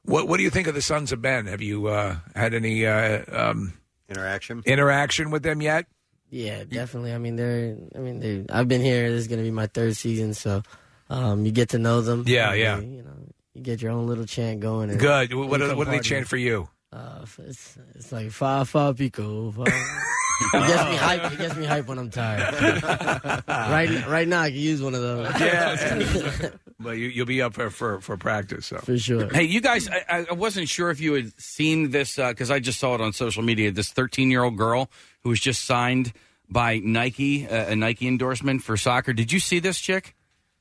Speaker 4: What What do you think of the Sons of Ben? Have you uh, had any uh, um,
Speaker 2: interaction
Speaker 4: interaction with them yet?
Speaker 9: Yeah, definitely. I mean, they're. I mean, they. I've been here. This is gonna be my third season, so um, you get to know them.
Speaker 4: Yeah,
Speaker 9: And
Speaker 4: yeah.
Speaker 9: they- you know, you get your own little chant going. and
Speaker 4: Good.
Speaker 9: you
Speaker 4: What What,
Speaker 9: become
Speaker 4: what do they
Speaker 9: part of
Speaker 4: chant
Speaker 9: it.
Speaker 4: for you?
Speaker 9: Uh, it's, it's like five five pico. Five. it gets me hype. It gets me hype when I'm tired. right, right now I could use one of those.
Speaker 4: Yeah. well, you, you'll be up for for, for practice. So.
Speaker 9: for sure.
Speaker 5: Hey, you guys, I- I, I wasn't sure if you had seen this because I just saw it on social media. This 13 year old girl who was just signed by Nike, uh, a Nike endorsement for soccer. Did you see this chick?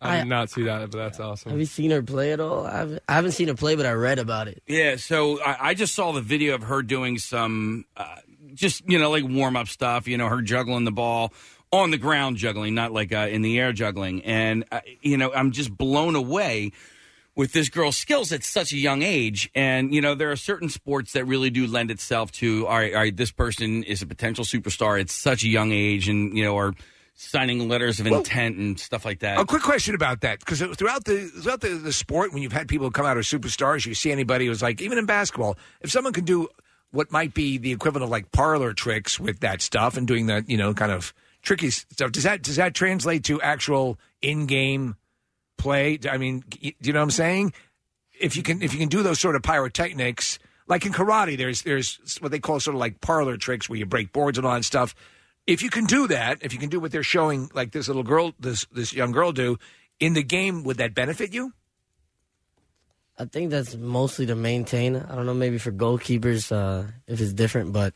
Speaker 22: I did
Speaker 9: I-
Speaker 22: not see that, but that's awesome.
Speaker 9: Have you seen her play at all? I've, I haven't seen her play, but I read about it.
Speaker 5: Yeah, so I, I just saw the video of her doing some, uh, just you know, like warm up stuff. You know, her juggling the ball on the ground, juggling, not like uh, in the air juggling. And uh, you know, I'm just blown away with this girl's skills at such a young age. And you know, there are certain sports that really do lend itself to all right, all right, this person is a potential superstar at such a young age, and you know, are signing letters of intent and stuff like that.
Speaker 4: A quick question about that, because throughout the throughout the, the sport, when you've had people come out as superstars, you see anybody who's like, even in basketball, if someone can do what might be the equivalent of like parlor tricks with that stuff and doing that, you know, kind of tricky stuff, does that does that translate to actual in game play? I mean, y- do you know what I'm saying? If you can if you can do those sort of pyrotechnics, like in karate, there's there's what they call sort of like parlor tricks where you break boards and all that stuff. If you can do that, if you can do what they're showing, like this little girl, this this young girl do in the game, would that benefit you?
Speaker 9: I think that's mostly to maintain. I don't know, maybe for goalkeepers, uh, if it's different, but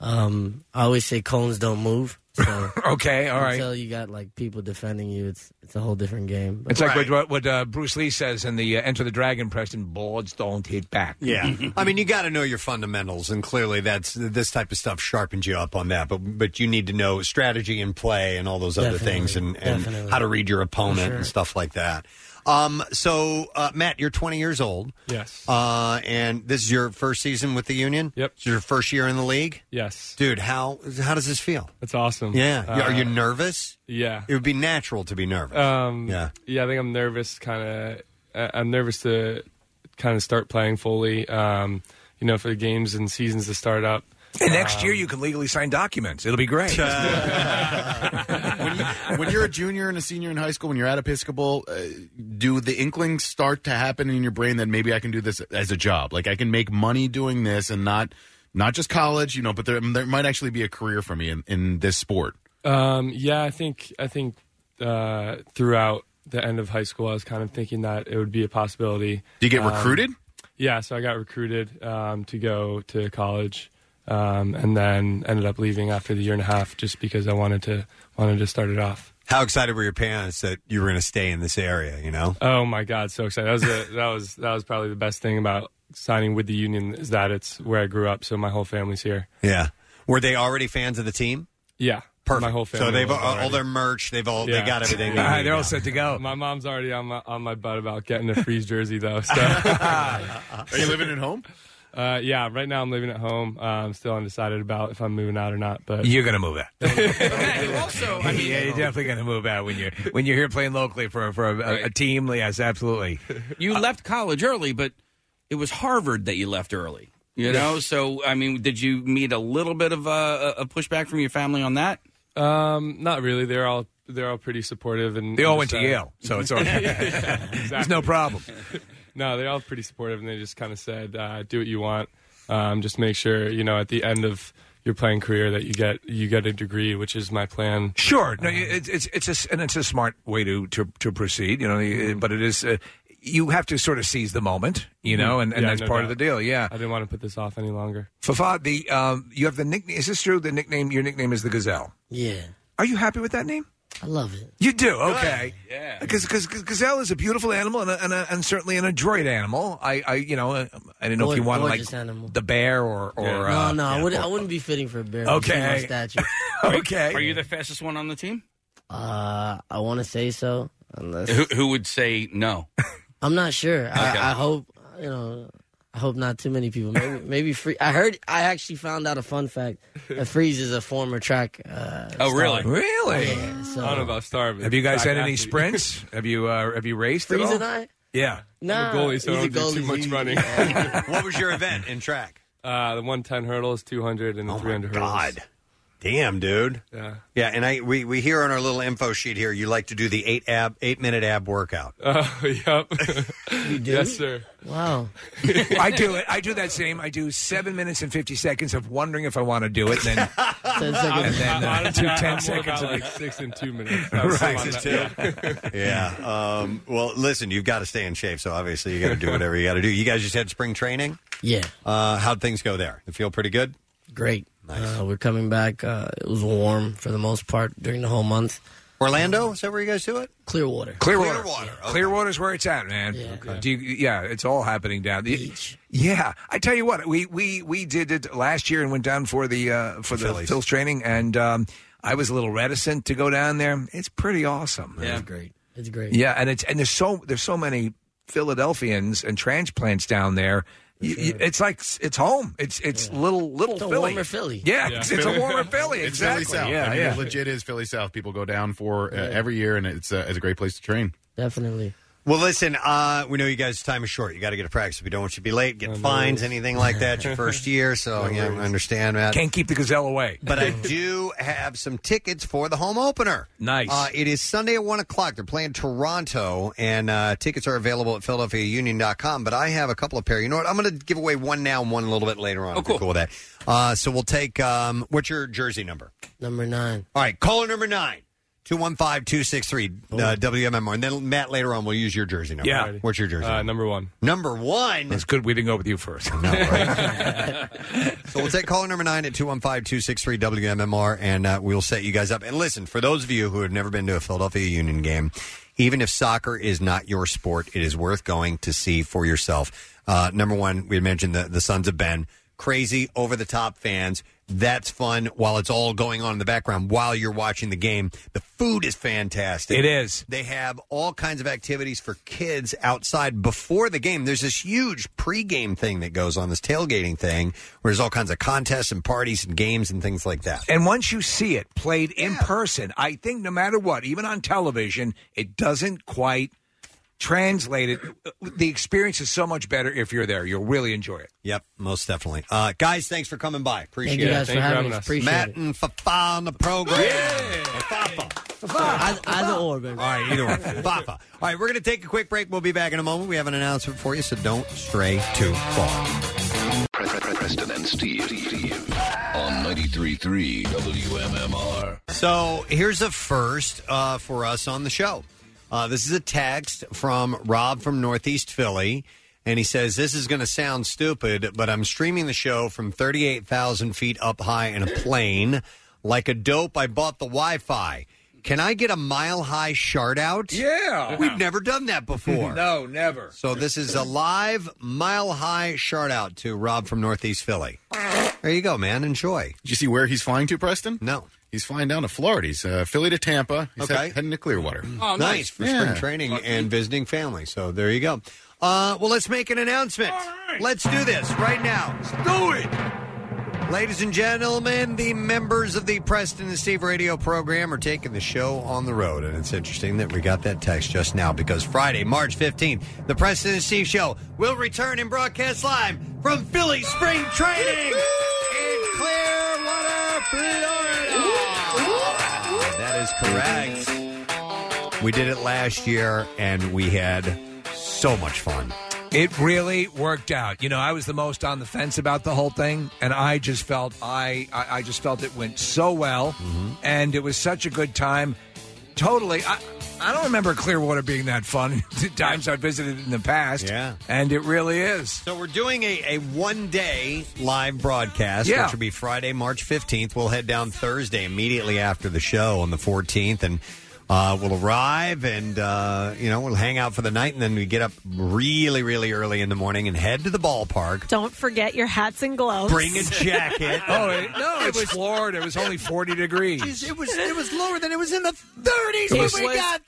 Speaker 9: um, I always say cones don't move. So
Speaker 4: Okay, all right.
Speaker 9: Until you got like people defending you, it's it's a whole different game. But-
Speaker 4: It's like what, what uh, Bruce Lee says in the uh, Enter the Dragon, Preston: boards don't hit back.
Speaker 2: Yeah, I mean, you got to know your fundamentals, and clearly, that's this type of stuff sharpens you up on that. But but you need to know strategy and play and all those other
Speaker 9: Definitely.
Speaker 2: things, and, and
Speaker 9: Definitely.
Speaker 2: how to read your opponent
Speaker 9: Sure.
Speaker 2: and stuff like that. Um, so, uh, Matt, you're 20 years old.
Speaker 22: Yes.
Speaker 2: Uh, and this is your first season with the union. Yep. It's your first year in the league.
Speaker 22: Yes.
Speaker 2: Dude, how how does this feel?
Speaker 22: That's awesome.
Speaker 2: Yeah.
Speaker 22: Uh,
Speaker 2: Are you nervous?
Speaker 22: Yeah.
Speaker 2: It would be natural to be nervous.
Speaker 22: Um,
Speaker 2: Yeah.
Speaker 22: yeah. I think I'm nervous. Kind of, I'm nervous to kind of start playing fully. Um, you know, for the games and seasons to start up. Um,
Speaker 4: And next year you can legally sign documents. It'll be great.
Speaker 6: when you're a junior and a senior in high school, when you're at Episcopal, uh, do the inklings start to happen in your brain that maybe I can do this as a job? Like I can make money doing this and not not just college, you know, but there, there might actually be a career for me in, in this sport.
Speaker 22: Um, yeah, I think I think uh, throughout the end of high school, I was kind of thinking that it would be a possibility.
Speaker 6: Did you get
Speaker 22: Um,
Speaker 6: recruited?
Speaker 22: Yeah, so I got recruited um, to go to college, um, and then ended up leaving after the year and a half just because I wanted to wanted to start it off.
Speaker 2: How excited were your parents that you were going to stay in this area, you know?
Speaker 22: Oh my God, so excited! That was a, that was that was probably the best thing about signing with the union is that it's where I grew up, so my whole family's here.
Speaker 2: Yeah. Were they already fans of the team?
Speaker 22: Yeah,
Speaker 2: Perfect.
Speaker 22: My whole family.
Speaker 2: So they've
Speaker 22: was
Speaker 2: all, all
Speaker 22: already.
Speaker 2: their merch, they've all
Speaker 22: Yeah.
Speaker 2: they got everything. they
Speaker 22: Yeah,
Speaker 2: need
Speaker 22: they're all
Speaker 2: now.
Speaker 22: set
Speaker 4: to go.
Speaker 22: My mom's already on my on my butt about getting a freeze jersey though. So.
Speaker 6: Are you living at home?
Speaker 22: Uh, yeah, right now I'm living at home. Uh, I'm still undecided about if I'm moving out or not. But
Speaker 4: You're gonna move out.
Speaker 5: also,
Speaker 4: I mean, yeah, you're definitely going to move out when you're when you're here playing locally for for a, a, a team. Yes, absolutely.
Speaker 5: You left college early, but it was Harvard that you left early. You know, so I mean, did you meet a little bit of uh, a pushback from your family on that?
Speaker 22: Um, not really. They're all they're all pretty supportive, and
Speaker 4: They all went
Speaker 22: and just,
Speaker 4: to
Speaker 22: uh,
Speaker 4: Yale, so it's okay. There's no problem.
Speaker 22: No, they're all pretty supportive, and they just kind of said, uh, "Do what you want. Um, just make sure you know at the end of your playing career that you get you get a degree, which is my plan."
Speaker 4: Sure. No, it's it's it's a, s- and it's a smart way to to, to proceed. You know, you- but it is. Uh, you have to sort of seize the moment, you know, and, and
Speaker 22: Mm-hmm. Yeah,
Speaker 4: that's
Speaker 22: no
Speaker 4: part
Speaker 22: doubt.
Speaker 4: of the deal. Yeah,
Speaker 22: I didn't want to put this off any longer.
Speaker 4: Fafad, the um, you have the nickname. Is this true? The nickname, your nickname is the Gazelle.
Speaker 9: Yeah.
Speaker 4: Are you happy with that name?
Speaker 9: I love it.
Speaker 4: You do okay, yeah. Because gazelle is a beautiful animal and a, and, a, and certainly an adroit animal. I, I you know, uh, I didn't know if you
Speaker 9: Gorgeous
Speaker 4: wanted like
Speaker 9: animal.
Speaker 4: the bear or or
Speaker 9: no,
Speaker 4: uh,
Speaker 9: no, I
Speaker 4: yeah,
Speaker 9: wouldn't.
Speaker 4: or-
Speaker 9: I wouldn't be fitting for a bear.
Speaker 4: Okay.
Speaker 9: My statue.
Speaker 4: okay.
Speaker 5: Are you the fastest one on the team?
Speaker 9: Uh, I want to say so. Unless
Speaker 5: Who, who would say no?
Speaker 9: I'm not sure.
Speaker 5: Okay.
Speaker 9: I, I hope you know. I hope not too many people. Maybe, maybe free. I heard. I actually found out a fun fact. that Freeze is a former track. Uh,
Speaker 5: Oh, really?
Speaker 9: star.
Speaker 4: Really?
Speaker 9: Yeah, so-
Speaker 22: I don't know about starving.
Speaker 4: Have you guys
Speaker 22: Back
Speaker 4: had any
Speaker 22: athlete.
Speaker 4: sprints? have you uh, have you raced
Speaker 9: Freeze
Speaker 4: at all?
Speaker 9: and I.
Speaker 4: Yeah.
Speaker 9: Nah,
Speaker 22: I'm a goalie, so I
Speaker 9: he's a
Speaker 22: don't do
Speaker 9: goalie.
Speaker 22: too much
Speaker 9: He-
Speaker 22: running.
Speaker 2: what was your event in track?
Speaker 22: Uh, the 110 hurdles, 200, and the 300 hurdles.
Speaker 2: Oh God. Damn, dude.
Speaker 22: Yeah.
Speaker 2: Yeah, and I we, we hear on our little info sheet here you like to do the eight ab eight minute ab workout.
Speaker 22: Oh, yep. you
Speaker 9: do?
Speaker 22: Yes, sir.
Speaker 9: Wow.
Speaker 4: I do it. I do that same. I do seven minutes and fifty seconds of wondering if I want to do it, and then
Speaker 9: Ten seconds.
Speaker 4: and then uh,
Speaker 22: Honestly,
Speaker 4: two
Speaker 22: I- I'm
Speaker 4: ten
Speaker 22: more
Speaker 4: seconds.
Speaker 22: about
Speaker 4: of
Speaker 22: like
Speaker 4: it.
Speaker 22: six and two minutes. I was
Speaker 4: Right.
Speaker 22: on
Speaker 4: Six
Speaker 22: that-
Speaker 2: yeah. Um, well, listen, you've got to stay in shape, so obviously you got to do whatever you got to do. You guys just had spring training.
Speaker 9: Yeah.
Speaker 2: Uh, how'd things go there? You feel pretty good.
Speaker 9: Great. Uh, we're coming back. Uh, it was warm for the most part during the whole month.
Speaker 2: Orlando, is that where you guys do it?
Speaker 9: Clearwater.
Speaker 4: Clearwater. Clearwater. Clearwater's where it's at, man. Do you, yeah, it's all happening down the Yeah, I tell you what, we we we did it last year and went down for the uh, for the
Speaker 2: Phillies.
Speaker 4: Phil's training, and um, I was a little reticent to go down there. It's pretty awesome.
Speaker 9: Yeah. It's great. It's great.
Speaker 4: Yeah, and it's and there's so there's so many Philadelphians and transplants down there. You- you- it's like s- it's home. It's it's little little
Speaker 9: It's a
Speaker 4: Philly.
Speaker 9: warmer Philly.
Speaker 4: Yeah, it's, it's a warmer Philly.
Speaker 6: It's
Speaker 4: Exactly.
Speaker 6: Philly South.
Speaker 4: Yeah,
Speaker 6: I mean,
Speaker 4: yeah.
Speaker 6: It legit is Philly South. People go down for uh, every year, and it's, uh, it's a great place to train.
Speaker 9: Definitely.
Speaker 2: Well, listen, uh, we know you guys' time is short. You got to get to practice. We don't want you to be late, get
Speaker 4: no
Speaker 2: fines,
Speaker 4: worries.
Speaker 2: anything like that. It's your first year, so
Speaker 4: No
Speaker 2: yeah, I
Speaker 4: worries.
Speaker 2: understand that.
Speaker 4: Can't keep the gazelle away.
Speaker 2: but I do have some tickets for the home opener.
Speaker 4: Nice.
Speaker 2: Uh, it is Sunday at 1 o'clock. They're playing Toronto, and uh, tickets are available at PhiladelphiaUnion.com. But I have a couple of pair. You know what? I'm going to give away one now and one a little bit later on. Oh, cool. cool with that. Uh, so we'll take um, what's your jersey number?
Speaker 9: Number nine.
Speaker 2: All right, caller number nine. 215-263 uh, WMMR. And then, Matt, later on, we'll use your jersey number.
Speaker 4: Yeah.
Speaker 2: What's your jersey
Speaker 4: Uh,
Speaker 2: number?
Speaker 22: Number one.
Speaker 2: Number one.
Speaker 4: It's good we didn't go with you first.
Speaker 2: So we'll take caller number nine at 215 263 WMMR and uh, we'll set you guys up. And listen, for those of you who have never been to a Philadelphia Union game, even if soccer is not your sport, it is worth going to see for yourself. Uh, number one, we had mentioned the, the Sons of Ben. crazy, over the top fans. That's fun while it's all going on in the background while you're watching the game. The food is fantastic.
Speaker 4: It is.
Speaker 2: They have all kinds of activities for kids outside before the game. There's this huge pregame thing that goes on, this tailgating thing, where there's all kinds of contests and parties and games and things like that.
Speaker 4: And once you see it played in person, I think no matter what, even on television, it doesn't quite translate it. The experience is so much better if you're there. You'll really enjoy it.
Speaker 2: Yep, most definitely. Uh, guys, thanks for coming by. Appreciate
Speaker 4: you
Speaker 2: it.
Speaker 4: guys for Thank you having for having us. us. Appreciate
Speaker 2: Matt
Speaker 4: it.
Speaker 2: and Fafa on the program.
Speaker 9: Either, either or, baby.
Speaker 2: All right, either one. Fafa. All right, we're going to take a quick break. We'll be back in a moment. We have an announcement for you, so don't stray too far.
Speaker 1: Pre- Pre- Preston and Steve on 93.3 WMMR.
Speaker 2: So here's a first uh, for us on the show. Uh, this is a text from Rob from Northeast Philly, and he says, This is going to sound stupid, but I'm streaming the show from 38,000 feet up high in a plane. Like a dope, I bought the Wi Fi. Can I get a mile high shard out?
Speaker 4: Yeah.
Speaker 2: We've never done that before.
Speaker 4: no, never.
Speaker 2: So this is a live mile high shout out to Rob from Northeast Philly. There you go, man. Enjoy.
Speaker 6: Did you see where he's flying to, Preston?
Speaker 2: No.
Speaker 6: He's flying down to Florida. He's uh, Philly to Tampa. He's
Speaker 2: Okay. Mm.
Speaker 6: he- heading to Clearwater.
Speaker 5: Oh,
Speaker 2: Oh, nice. for spring training and visiting family. So there you go. Uh, well, let's make an announcement. Let's do this right now. Let's do it. Ladies and gentlemen, the members of the Preston and Steve radio program are taking the show on the road. And it's interesting that we got that text just now because Friday, March 15th, the Preston and Steve show will return and broadcast live from Philly Spring Training in Clearwater, Florida. That is correct. We did it last year, and we had so much fun.
Speaker 4: It really worked out. You know, I was the most on the fence about the whole thing, and I just felt I I, I just felt it went so well, and it was such a good time. Totally, I I don't remember Clearwater being that fun. the times I visited in the past, yeah, and it really is.
Speaker 2: So we're doing a, a one day live broadcast,
Speaker 4: Yeah.
Speaker 2: which will be Friday, March 15th. We'll head down Thursday immediately after the show on the 14th, and uh, we'll arrive and, uh, you know, we'll hang out for the night, and then we get up really, really early in the morning and head to the ballpark.
Speaker 3: Don't forget your hats and gloves.
Speaker 2: Bring a jacket.
Speaker 4: oh it, no, it's Florida. It was only forty degrees.
Speaker 2: it was it was lower than it was in the 30s
Speaker 4: It was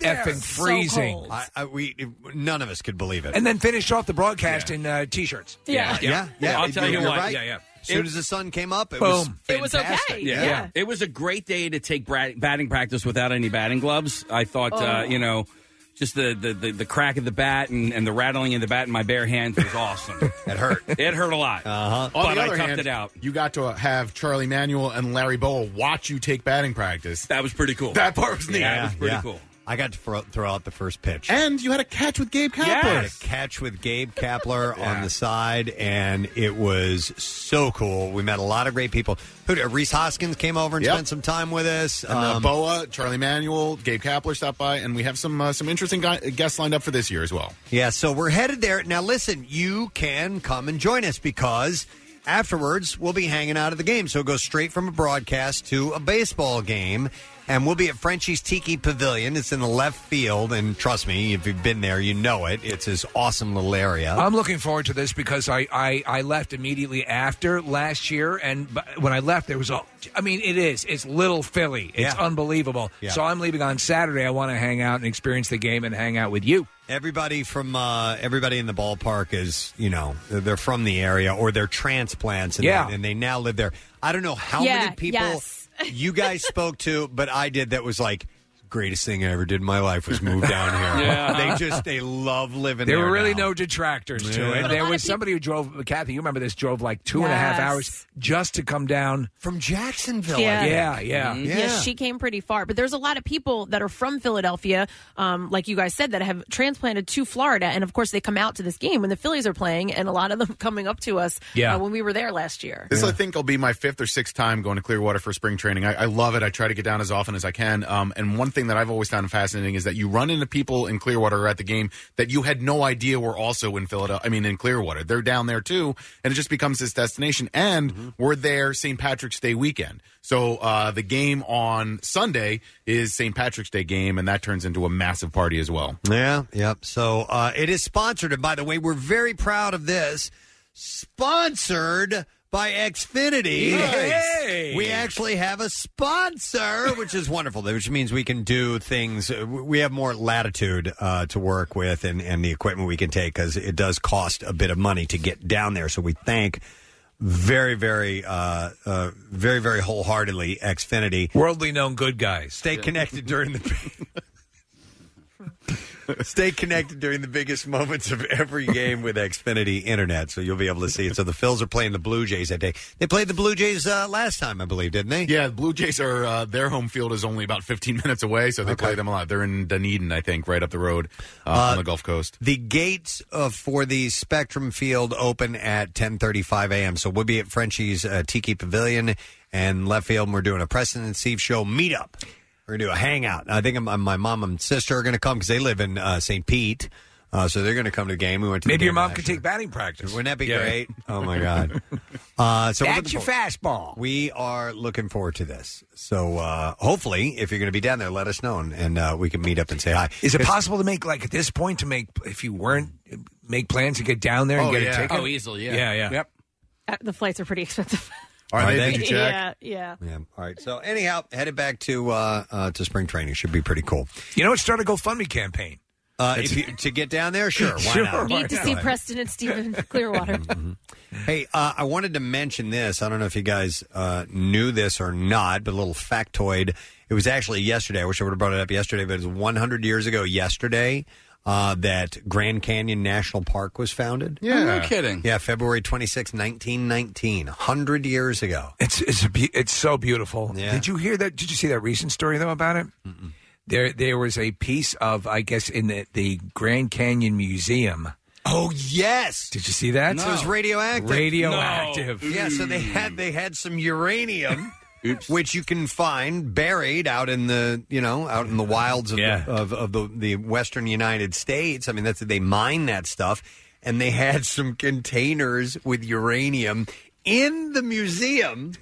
Speaker 4: effing freezing.
Speaker 2: I, I, we, none of us could believe it.
Speaker 4: and then finished off the broadcast in uh, t-shirts.
Speaker 2: yeah, yeah.
Speaker 5: I'll tell you
Speaker 2: You're
Speaker 5: what.
Speaker 2: right.
Speaker 5: Yeah, yeah.
Speaker 2: As soon
Speaker 5: It-
Speaker 2: as the sun came up, it
Speaker 5: Boom.
Speaker 2: was
Speaker 5: It was
Speaker 2: fantastic.
Speaker 5: Yeah. it was a great day to take bra- batting practice without any batting gloves. I thought, uh,
Speaker 2: Oh.
Speaker 5: you know, just the, the, the, the crack of the bat and, and the rattling of the bat in my bare hands was awesome.
Speaker 2: it hurt.
Speaker 5: It hurt a lot. Uh-huh.
Speaker 6: On
Speaker 5: But
Speaker 6: the
Speaker 5: I
Speaker 6: other
Speaker 5: toughed
Speaker 6: hand,
Speaker 5: it out.
Speaker 6: You got to have Charlie Manuel and Larry Boa watch you take batting practice.
Speaker 5: That was pretty cool.
Speaker 6: That part was neat.
Speaker 2: Yeah, yeah. I got to throw, throw out the first pitch.
Speaker 6: And you had a catch with Gabe Kapler.
Speaker 2: Had a catch with Gabe Kapler on the side, and it was so cool. We met a lot of great people. Who did- Reese Hoskins came over and
Speaker 6: Yep.
Speaker 2: spent some time with us. Um,
Speaker 6: And uh, Boa, Charlie Manuel, Gabe Kapler stopped by, and we have some uh, some interesting guy- guests lined up for this year as well.
Speaker 2: Yeah, so we're headed there. Now, listen, you can come and join us because afterwards we'll be hanging out at the game. So it goes straight from a broadcast to a baseball game. And we'll be at Frenchie's Tiki Pavilion. It's in the left field. And trust me, if you've been there, you know it. It's this awesome little area.
Speaker 4: I'm looking forward to this because I, I, I left immediately after last year, and b- when I left, there was all. I mean, it is. It's little Philly. It's
Speaker 2: Yeah.
Speaker 4: unbelievable.
Speaker 2: Yeah.
Speaker 4: So I'm leaving on Saturday. I want to hang out and experience the game and hang out with you.
Speaker 2: Everybody from uh, everybody in the ballpark is, you know, they're- they're from the area or they're transplants, and,
Speaker 4: Yeah.
Speaker 2: they, and they now live there. I don't know how
Speaker 3: Yeah,
Speaker 2: many people
Speaker 3: yes.
Speaker 2: you guys spoke to, but I did. That was like greatest thing I ever did in my life was move down here.
Speaker 4: Yeah.
Speaker 2: They just they love living
Speaker 4: there
Speaker 2: there.
Speaker 4: were really
Speaker 2: now.
Speaker 4: no detractors
Speaker 2: Yeah.
Speaker 4: to
Speaker 2: But
Speaker 4: it.
Speaker 2: a
Speaker 4: There
Speaker 2: lot
Speaker 4: was
Speaker 2: of peop-
Speaker 4: somebody who drove, Kathy, you remember this, drove like two and a half
Speaker 3: Yes.
Speaker 4: hours just to come down
Speaker 2: from Jacksonville. Mm-hmm.
Speaker 3: Yeah.
Speaker 4: yeah, yeah.
Speaker 3: she came pretty far. But there's a lot of people that are from Philadelphia, um, like you guys said, that have transplanted to Florida. And of course, they come out to this game when the Phillies are playing, and a lot of them coming up to us
Speaker 6: Yeah.
Speaker 3: uh, when we were there last year.
Speaker 6: This, I think, will be my fifth or sixth time going to Clearwater for spring training. I, I love it. I try to get down as often as I can. Um, and one thing that I've always found fascinating is that you run into people in Clearwater or at the game that you had no idea were also in Philadelphia. I mean, in Clearwater, they're down there too, and it just becomes this destination. And we're there St. Patrick's Day weekend, so uh, the game on Sunday is St. Patrick's Day game, and that turns into a massive party as well.
Speaker 2: Yeah, yep. So uh, it is sponsored, and by the way, we're very proud of this. Sponsored by Xfinity.
Speaker 19: Nice.
Speaker 2: We actually have a sponsor, which is wonderful, which means we can do things. uh, We have more latitude uh, to work with and, and the equipment we can take because it does cost a bit of money to get down there. So we thank very, very, uh, uh, very, very wholeheartedly Xfinity.
Speaker 4: Worldly known good guys.
Speaker 2: Stay connected during the. Stay connected during the biggest moments of every game with Xfinity Internet, so you'll be able to see it. So the Phils are playing the Blue Jays that day. They played the Blue Jays uh, last time, I believe, didn't they?
Speaker 6: Yeah, the Blue Jays are uh, their home field is only about 15 minutes away, so they play them a lot. They're in Dunedin, I think, right up the road uh,
Speaker 2: Uh,
Speaker 6: on the Gulf Coast.
Speaker 2: The gates uh, for the Spectrum Field open at 10:35 a.m. So we'll be at Frenchie's uh, Tiki Pavilion and left field. And we're doing a Preston and Steve show meetup. We're gonna do a hangout. I think I'm, my mom and sister are gonna come because they live in uh, St. Pete, uh, so they're gonna come to the game. We went to the
Speaker 4: Maybe your
Speaker 2: game
Speaker 4: mom
Speaker 2: last
Speaker 4: could
Speaker 2: year.
Speaker 4: take batting practice.
Speaker 2: Wouldn't that be great? Oh my god! Uh, so we're
Speaker 4: That's your
Speaker 2: looking forward-
Speaker 4: fastball.
Speaker 2: We are looking forward to this. So uh, hopefully, if you're going to be down there, let us know and, and uh, we can meet up and say hi.
Speaker 4: Is it
Speaker 2: 'Cause-
Speaker 4: possible to make like at this point to make if you weren't make plans to get down there and
Speaker 2: Oh,
Speaker 4: get
Speaker 2: yeah.
Speaker 4: a ticket?
Speaker 5: Oh, easily, yeah.
Speaker 4: yeah, yeah.
Speaker 5: Yep.
Speaker 3: Uh, The flights are pretty expensive.
Speaker 2: Are Are they? they? Did you check?
Speaker 3: Yeah, yeah.
Speaker 2: Yeah. All right. So anyhow, headed back to uh, uh, to spring training should be pretty cool.
Speaker 4: You know, start a GoFundMe campaign.
Speaker 2: Uh, if you, to get down there, sure. Why
Speaker 4: Sure,
Speaker 2: not?
Speaker 3: Need to see Preston and Stephen Clearwater.
Speaker 2: Hey, uh, I wanted to mention this. I don't know if you guys uh, knew this or not, but a little factoid. It was actually yesterday. I wish I would have brought it up yesterday, but it was 100 years ago yesterday uh, that Grand Canyon National Park was founded.
Speaker 5: Yeah. Oh, no kidding.
Speaker 2: Yeah, February 26, 1919. 100 years ago.
Speaker 4: It's it's a be- it's so beautiful.
Speaker 2: Yeah.
Speaker 4: Did you hear that? Did you see that recent story though about it? There there was a piece of I guess in the, the Grand Canyon Museum.
Speaker 2: Oh yes!
Speaker 4: Did you see that?
Speaker 2: So it was radioactive.
Speaker 4: Radioactive. Mm.
Speaker 2: Yeah, so they had they had some uranium. Which you can find buried out in the you know out in the wilds of the, of, of the, the western United States. I mean that's they mine that stuff, and they had some containers with uranium in the museum.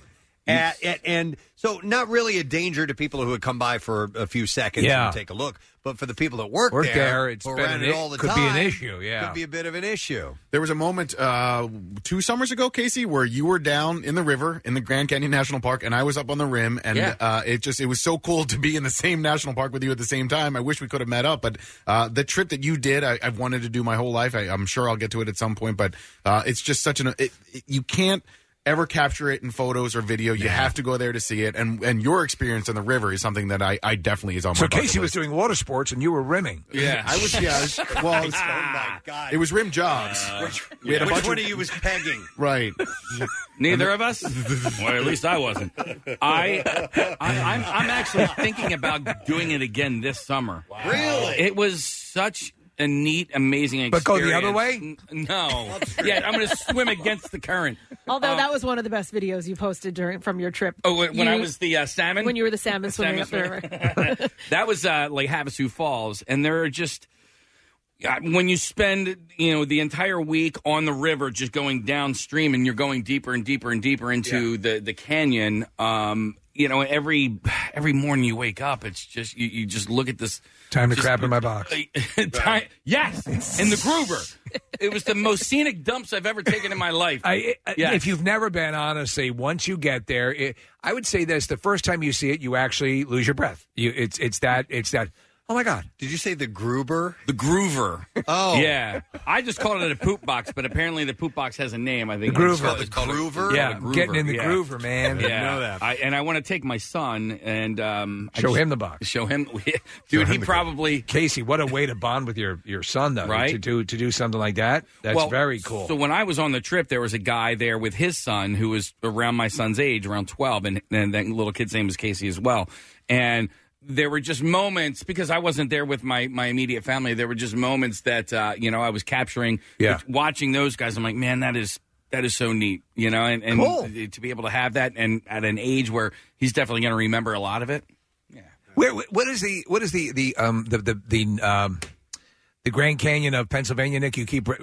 Speaker 2: At, at, and so, not really a danger to people who would come by for a few seconds
Speaker 4: Yeah.
Speaker 2: and take a look, but for the people that work,
Speaker 4: Work
Speaker 2: there,
Speaker 4: there, it's
Speaker 2: who are
Speaker 4: been
Speaker 2: around
Speaker 4: an
Speaker 2: it
Speaker 4: i-
Speaker 2: all the
Speaker 4: could be
Speaker 2: time,
Speaker 4: an issue, yeah.
Speaker 2: could be a bit of an issue.
Speaker 6: There was a moment uh, two summers ago, Casey, where you were down in the river in the Grand Canyon National Park, and I was up on the rim, and
Speaker 5: Yeah.
Speaker 6: uh, it just it was so cool to be in the same national park with you at the same time. I wish we could have met up, but uh, the trip that you did, I, I've wanted to do my whole life. I, I'm sure I'll get to it at some point, but uh, it's just such an it, it- you can't ever capture it in photos or video. You have to go there to see it, and and your experience on the river is something that I, I definitely is on Oh
Speaker 4: So
Speaker 6: my. bucket
Speaker 4: Casey
Speaker 6: list.
Speaker 4: was doing water sports and you were rimming.
Speaker 6: Yeah, I was. Yeah, I was, well, I was- It was rim jobs. which, Ah. we had a bunch of,
Speaker 2: was pegging?
Speaker 6: Right.
Speaker 5: Neither of us. Well, at least I wasn't. I, I I'm, I'm actually thinking about doing it again this summer.
Speaker 2: Really?
Speaker 5: It was such a neat, amazing
Speaker 4: But
Speaker 5: experience.
Speaker 4: go the other
Speaker 5: way? No. yeah, I'm going to swim against the current.
Speaker 3: Although
Speaker 5: Um,
Speaker 3: that was one of the best videos you posted during from your trip.
Speaker 5: Oh, when when I
Speaker 3: You-
Speaker 5: was the uh, salmon.
Speaker 3: when you were the salmon swimming up there.
Speaker 5: that was uh, like Havasu Falls, and there are just uh, when you spend you know the entire week on the river, just going downstream, and you're going deeper and deeper and deeper into the the canyon. Um, you know, every every morning you wake up, it's just you, you just look at this
Speaker 4: Time to crap in my box.
Speaker 5: Ti- yes, in the Gruber. It was the most scenic dumps I've ever taken in my life.
Speaker 4: I, I-
Speaker 5: Yes.
Speaker 4: If you've never been, honestly, once you get there, it, I would say this: the first time you see it, you actually lose your breath. You, it's it's that it's that. Oh my God!
Speaker 2: Did you say the Gruber?
Speaker 5: The Groover.
Speaker 2: Oh.
Speaker 5: Yeah. I just called it a poop box, but apparently the poop box has a name, I think.
Speaker 4: The Groover.
Speaker 5: It's called- it's called a-
Speaker 4: Groover?
Speaker 5: Yeah,
Speaker 4: Yeah, getting in the
Speaker 5: yeah.
Speaker 4: Groover, man.
Speaker 5: Yeah.
Speaker 4: Didn't know that.
Speaker 5: I, and I want to take my son and um, I
Speaker 4: Show
Speaker 5: just-
Speaker 4: him the box.
Speaker 5: Show him. Dude, he probably.
Speaker 4: Casey, what a way to bond with your your son, though.
Speaker 5: Right?
Speaker 4: To do to do something like that. That's
Speaker 5: Well,
Speaker 4: very cool.
Speaker 5: So when I was on the trip, there was a guy there with his son who was around my son's age, around twelve, and and that little kid's name was Casey as well. And there were just moments because I wasn't there with my my immediate family. There were just moments that uh, you know I was capturing,
Speaker 4: Yeah.
Speaker 5: watching those guys. I'm like, man, that is. That is so neat, you know, and, and to be able to have that, and at an age where he's definitely going to remember a lot of it.
Speaker 4: Where what is the what is the the um the the the um the Grand Canyon of Pennsylvania, Nick? You keep re-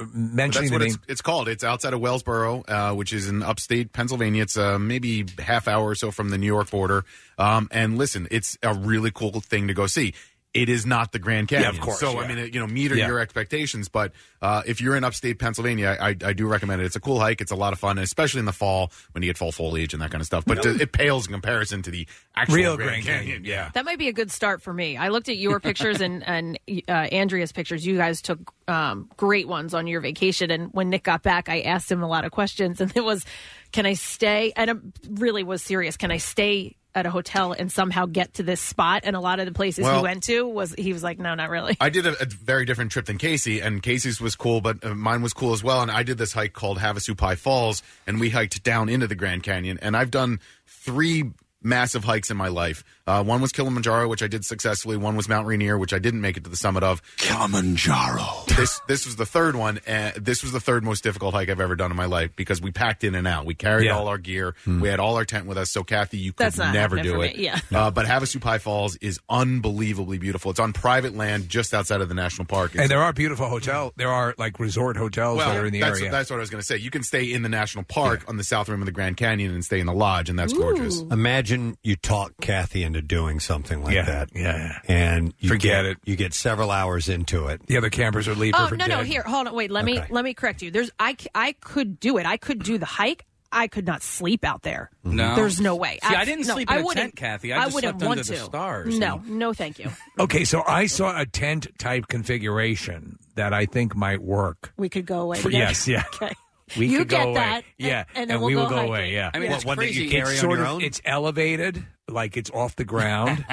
Speaker 6: That's
Speaker 4: mentioning the
Speaker 6: what
Speaker 4: name.
Speaker 6: it's, it's called. It's outside of Wellsboro, uh, which is in upstate Pennsylvania. It's uh, maybe half hour or so from the New York border. Um, and listen, it's a really cool thing to go see. it is not the Grand
Speaker 4: Yeah, of
Speaker 6: Canyon.
Speaker 4: course,
Speaker 6: So I
Speaker 4: yeah.
Speaker 6: mean, it, you know, meter
Speaker 4: Yeah.
Speaker 6: your expectations. But uh, if you're in upstate Pennsylvania, I, I do recommend it. It's a cool hike. It's a lot of fun, especially in the fall when you get fall foliage and that kind of stuff. But
Speaker 4: Really?
Speaker 6: it pales in comparison to the actual
Speaker 4: Real
Speaker 6: Grand,
Speaker 4: Grand
Speaker 6: Canyon. Yeah.
Speaker 3: That might be a good start for me. I looked at your pictures and and uh, Andrea's pictures. You guys took um, great ones on your vacation. And when Nick got back, I asked him a lot of questions, and it was, "Can I stay?" And I really was serious. Can I stay? At a hotel and somehow get to this spot, and a lot of the places he
Speaker 6: Well-
Speaker 3: went to was he was like, no, not really.
Speaker 6: I did a, a very different trip than Casey, and Casey's was cool, but uh, mine was cool as well. And I did this hike called Havasupai Falls, and we hiked down into the Grand Canyon. And I've done three massive hikes in my life. Uh, one was Kilimanjaro, which I did successfully. One was Mount Rainier, which I didn't make it to the summit of. Kilimanjaro. This this was the third one, and this was the third most difficult hike I've ever done in my life because we packed in and out. We carried
Speaker 4: Yeah.
Speaker 6: all our gear. We had all our tent with us. So Kathy, you could
Speaker 4: That's not
Speaker 6: never
Speaker 4: happening
Speaker 6: do
Speaker 4: for
Speaker 6: it.
Speaker 4: me, yeah.
Speaker 6: Uh, but Havasupai Falls is unbelievably beautiful. It's on private land just outside of the national park. It's-
Speaker 4: And there are beautiful hotel. There are like resort hotels
Speaker 6: well,
Speaker 4: that are in the
Speaker 6: that's,
Speaker 4: area.
Speaker 6: that's what I was going to say. You can stay in the national park on the south rim of the Grand Canyon and stay in the lodge, and that's gorgeous.
Speaker 2: Imagine you talk Kathy into doing something like
Speaker 6: Yeah,
Speaker 2: that.
Speaker 4: Yeah.
Speaker 2: And you
Speaker 4: Forget
Speaker 2: get, it. You get several hours into it.
Speaker 4: The other campers are leaving
Speaker 3: Oh no, no, here, hold on, wait, let me let me correct you. There's I c- I could do it. I could do the hike. I could not sleep out there.
Speaker 4: Mm-hmm.
Speaker 5: No.
Speaker 3: there's no way.
Speaker 5: See, I
Speaker 3: Abs-
Speaker 5: didn't
Speaker 3: no,
Speaker 5: sleep in
Speaker 3: I
Speaker 5: a tent,
Speaker 3: wouldn't-
Speaker 5: Kathy. I just
Speaker 3: wouldn't
Speaker 5: slept under
Speaker 3: want
Speaker 5: the
Speaker 3: to.
Speaker 5: stars
Speaker 3: No, no, thank you.
Speaker 4: Okay, so I saw a tent type configuration that I think might work.
Speaker 3: We could go away.
Speaker 4: For-
Speaker 3: together.
Speaker 4: yes, yeah.
Speaker 3: Okay.
Speaker 4: We
Speaker 3: you
Speaker 4: could
Speaker 3: get
Speaker 4: go
Speaker 3: that.
Speaker 4: away. Yeah,
Speaker 3: and, then
Speaker 4: we
Speaker 3: we'll
Speaker 4: will go
Speaker 3: hiking.
Speaker 4: away. Yeah,
Speaker 5: I mean, Yeah. it's
Speaker 4: one
Speaker 5: crazy.
Speaker 4: that you carry
Speaker 5: It's
Speaker 4: on
Speaker 5: sort
Speaker 4: your
Speaker 5: of-
Speaker 4: own. It's elevated, like it's off the ground,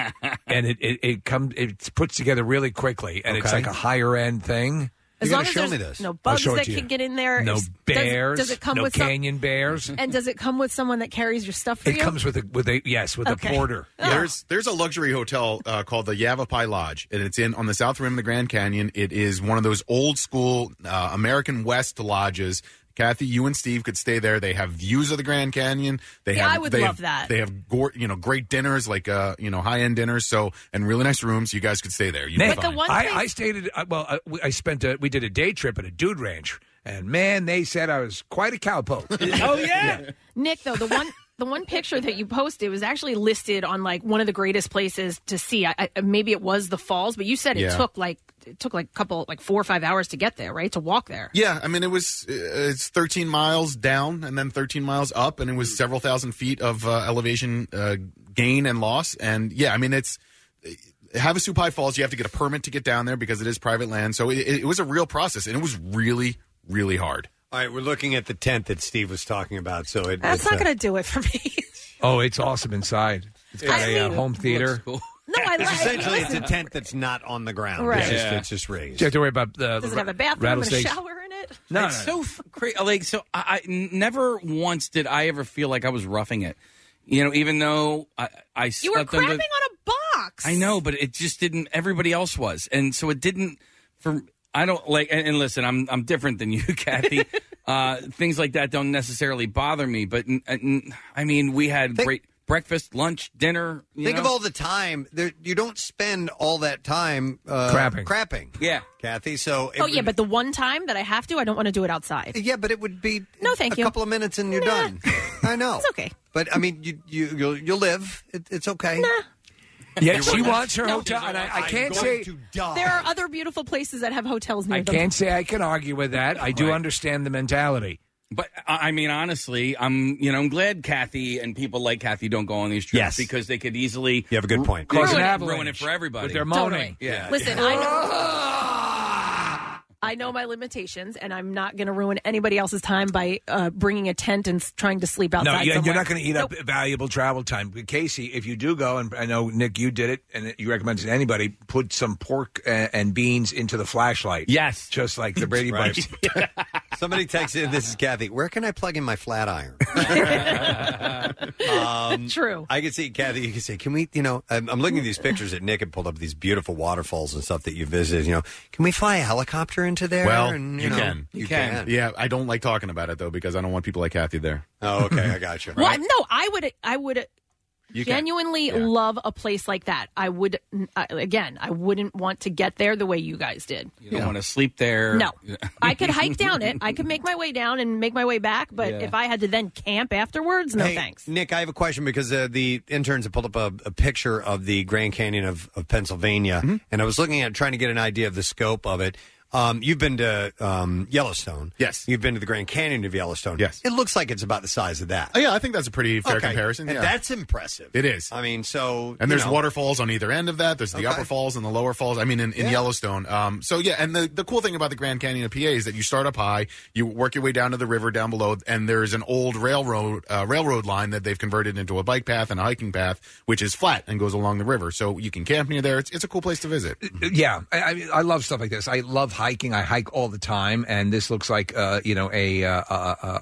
Speaker 4: and it it, it comes it puts together really quickly, and it's
Speaker 2: Okay.
Speaker 4: like a higher end thing.
Speaker 3: As long as there's no
Speaker 4: I'll
Speaker 3: bugs
Speaker 4: show it
Speaker 3: that
Speaker 4: to you.
Speaker 3: can get in there.
Speaker 4: No
Speaker 3: Does-
Speaker 4: bears.
Speaker 3: Does, it come
Speaker 4: no
Speaker 3: with some-
Speaker 4: canyon bears?
Speaker 3: And does it come with someone that carries your stuff for
Speaker 4: it
Speaker 3: you?
Speaker 4: comes with a with a yes with
Speaker 3: Okay.
Speaker 4: a porter.
Speaker 6: There's there's a luxury hotel uh, called the Yavapai Lodge, and it's in on the south rim of the Grand Canyon. It is one of those old school uh, American West lodges. Kathy, you and Steve could stay there. They have views of the Grand Canyon. They
Speaker 3: Yeah,
Speaker 6: have,
Speaker 3: I would
Speaker 6: they
Speaker 3: love
Speaker 6: have-
Speaker 3: that.
Speaker 6: They have gore, you know great dinners, like uh, you know high end dinners. So and really nice rooms. You guys could stay there. You'd be
Speaker 4: Nick,
Speaker 6: fine.
Speaker 4: I, I stayed at I- well. I, we- I spent a, we did a day trip at a dude ranch, and man, they said I was quite a cowpoke. oh yeah,
Speaker 3: Nick, though the one the one picture that you posted was actually listed on like one of the greatest places to see. I, I, maybe it was the falls, but you said it
Speaker 6: Yeah.
Speaker 3: took like it took like a couple like four or five hours to get there, right? To walk there.
Speaker 6: Yeah, I mean it was uh, it's 13 miles down and then 13 miles up, and it
Speaker 2: Hmm.
Speaker 6: was several thousand feet of uh, elevation uh, gain and loss. And yeah, I mean it's Havasupai Falls. You have to get a permit to get down there because it is private land. So it, it was a real process, and it was really really hard.
Speaker 2: All right, we're looking at the tent that Steve was talking about. So it,
Speaker 3: That's
Speaker 2: it's,
Speaker 3: not
Speaker 2: uh,
Speaker 3: going to do it for me.
Speaker 4: Oh, it's awesome inside. It's got
Speaker 3: I
Speaker 4: a uh,
Speaker 3: mean-
Speaker 4: home theater.
Speaker 3: no, I like
Speaker 2: essentially it's a
Speaker 3: listen,
Speaker 2: tent that's not on the ground.
Speaker 3: Right.
Speaker 2: It's, just,
Speaker 5: Yeah.
Speaker 2: it's just raised.
Speaker 4: You have to worry about the
Speaker 3: Does it have a bathroom and a
Speaker 5: rattlesnakes.
Speaker 3: shower in it?
Speaker 5: No, it's so f- cra- like so. I, I never once did I ever feel like I was roughing it. You know, even though I, I
Speaker 3: You were
Speaker 5: slept
Speaker 3: crapping
Speaker 5: under-
Speaker 3: on a box.
Speaker 5: I know, but it just didn't. Everybody else was, and so it didn't. For I don't like. And, and listen, I'm I'm different than you, Kathy. uh, things like that don't necessarily bother me, but n- uh, n- I mean, we had great breakfast, lunch, dinner. you
Speaker 2: Think of
Speaker 5: know?
Speaker 2: all the time there, you don't spend all that time uh,
Speaker 5: Crapping.
Speaker 2: Yeah, Kathy. So it
Speaker 3: Oh
Speaker 2: would-
Speaker 3: yeah, but the one time that I have to, I don't want to do it outside.
Speaker 2: Yeah, but it would be
Speaker 3: no, thank
Speaker 2: a
Speaker 3: you.
Speaker 2: couple of minutes and you're done. I know it's
Speaker 3: okay.
Speaker 2: But I mean, you you you'll, you'll live. It, it's okay.
Speaker 4: Yeah,
Speaker 2: You're
Speaker 4: she
Speaker 2: right.
Speaker 4: wants her hotel, and I, I
Speaker 2: I'm
Speaker 4: can't say
Speaker 2: going to die.
Speaker 3: There are other beautiful places that have hotels near
Speaker 4: I
Speaker 3: them.
Speaker 4: can't say I can argue with that. I do
Speaker 5: Right.
Speaker 4: understand the mentality.
Speaker 5: But I I mean, honestly, I'm you know I'm glad Kathy and people like Kathy don't go on these trips
Speaker 4: Yes.
Speaker 5: because they could easily
Speaker 2: you have a good point.
Speaker 4: Cause an
Speaker 5: ruin,
Speaker 4: avalanche
Speaker 5: ruin it for everybody
Speaker 4: with their
Speaker 5: Totally.
Speaker 4: moaning.
Speaker 5: Yeah,
Speaker 3: Listen, I know, I know my limitations, and I'm not going to ruin anybody else's time by uh, bringing a tent and s- trying to sleep outside.
Speaker 4: No, yeah,
Speaker 3: somewhere.
Speaker 4: you're not going to eat up valuable travel time. But Casey, if you do go, and I know Nick, you did it, and you recommend it to anybody, put some pork uh, and beans into the flashlight.
Speaker 5: Yes,
Speaker 4: just like the Brady
Speaker 2: Right.
Speaker 4: Bunch.
Speaker 2: Somebody texted in. This is Kathy. Where can I plug in my flat iron? um,
Speaker 3: True.
Speaker 2: I could see Kathy. You could say, "Can we?" You know, I'm, I'm looking at these pictures that Nick had pulled up. These beautiful waterfalls and stuff that you visited. You know, can we fly a helicopter into there?
Speaker 6: Well,
Speaker 2: And,
Speaker 6: you
Speaker 2: know,
Speaker 6: can.
Speaker 2: You can.
Speaker 6: Yeah, I don't like talking about it though because I don't want people like Kathy there.
Speaker 2: Oh, okay, I got you.
Speaker 3: Well, no, I would, I would
Speaker 5: You can-
Speaker 3: genuinely love a place like that. I would, I, again, I wouldn't want to get there the way you guys did.
Speaker 5: You don't want to sleep there.
Speaker 3: No. I could hike down it. I could make my way down and make my way back, but
Speaker 2: Yeah.
Speaker 3: if I had to then camp afterwards, no
Speaker 2: Hey,
Speaker 3: thanks.
Speaker 2: Nick, I have a question because uh, the interns have pulled up a, a picture of the Grand Canyon of, of Pennsylvania,
Speaker 6: Mm-hmm.
Speaker 2: and I was looking at it, trying to get an idea of the scope of it. Um, you've been to um, Yellowstone. Yes. You've been to the Grand Canyon of Yellowstone. Yes. It looks like it's about the size of that.
Speaker 6: Oh, yeah, I think that's a pretty fair
Speaker 2: Okay.
Speaker 6: comparison.
Speaker 2: And
Speaker 6: yeah.
Speaker 2: that's impressive.
Speaker 6: It is.
Speaker 2: I mean, so
Speaker 6: and
Speaker 2: you
Speaker 6: there's
Speaker 2: know.
Speaker 6: waterfalls on either end of that. There's the
Speaker 2: Okay.
Speaker 6: upper falls and the lower falls. I mean, in, in
Speaker 2: Yeah.
Speaker 6: Yellowstone. Um, so yeah, and the, the cool thing about the Grand Canyon of PA is that you start up high, you work your way down to the river down below, and there's an old railroad uh, railroad line that they've converted into a bike path and a hiking path, which is flat and goes along the river. So you can camp near there. It's, it's a cool place to visit.
Speaker 4: yeah, I, I, I love stuff like this. I love hiking. I hike all the time, and this looks like uh, you know a uh, a,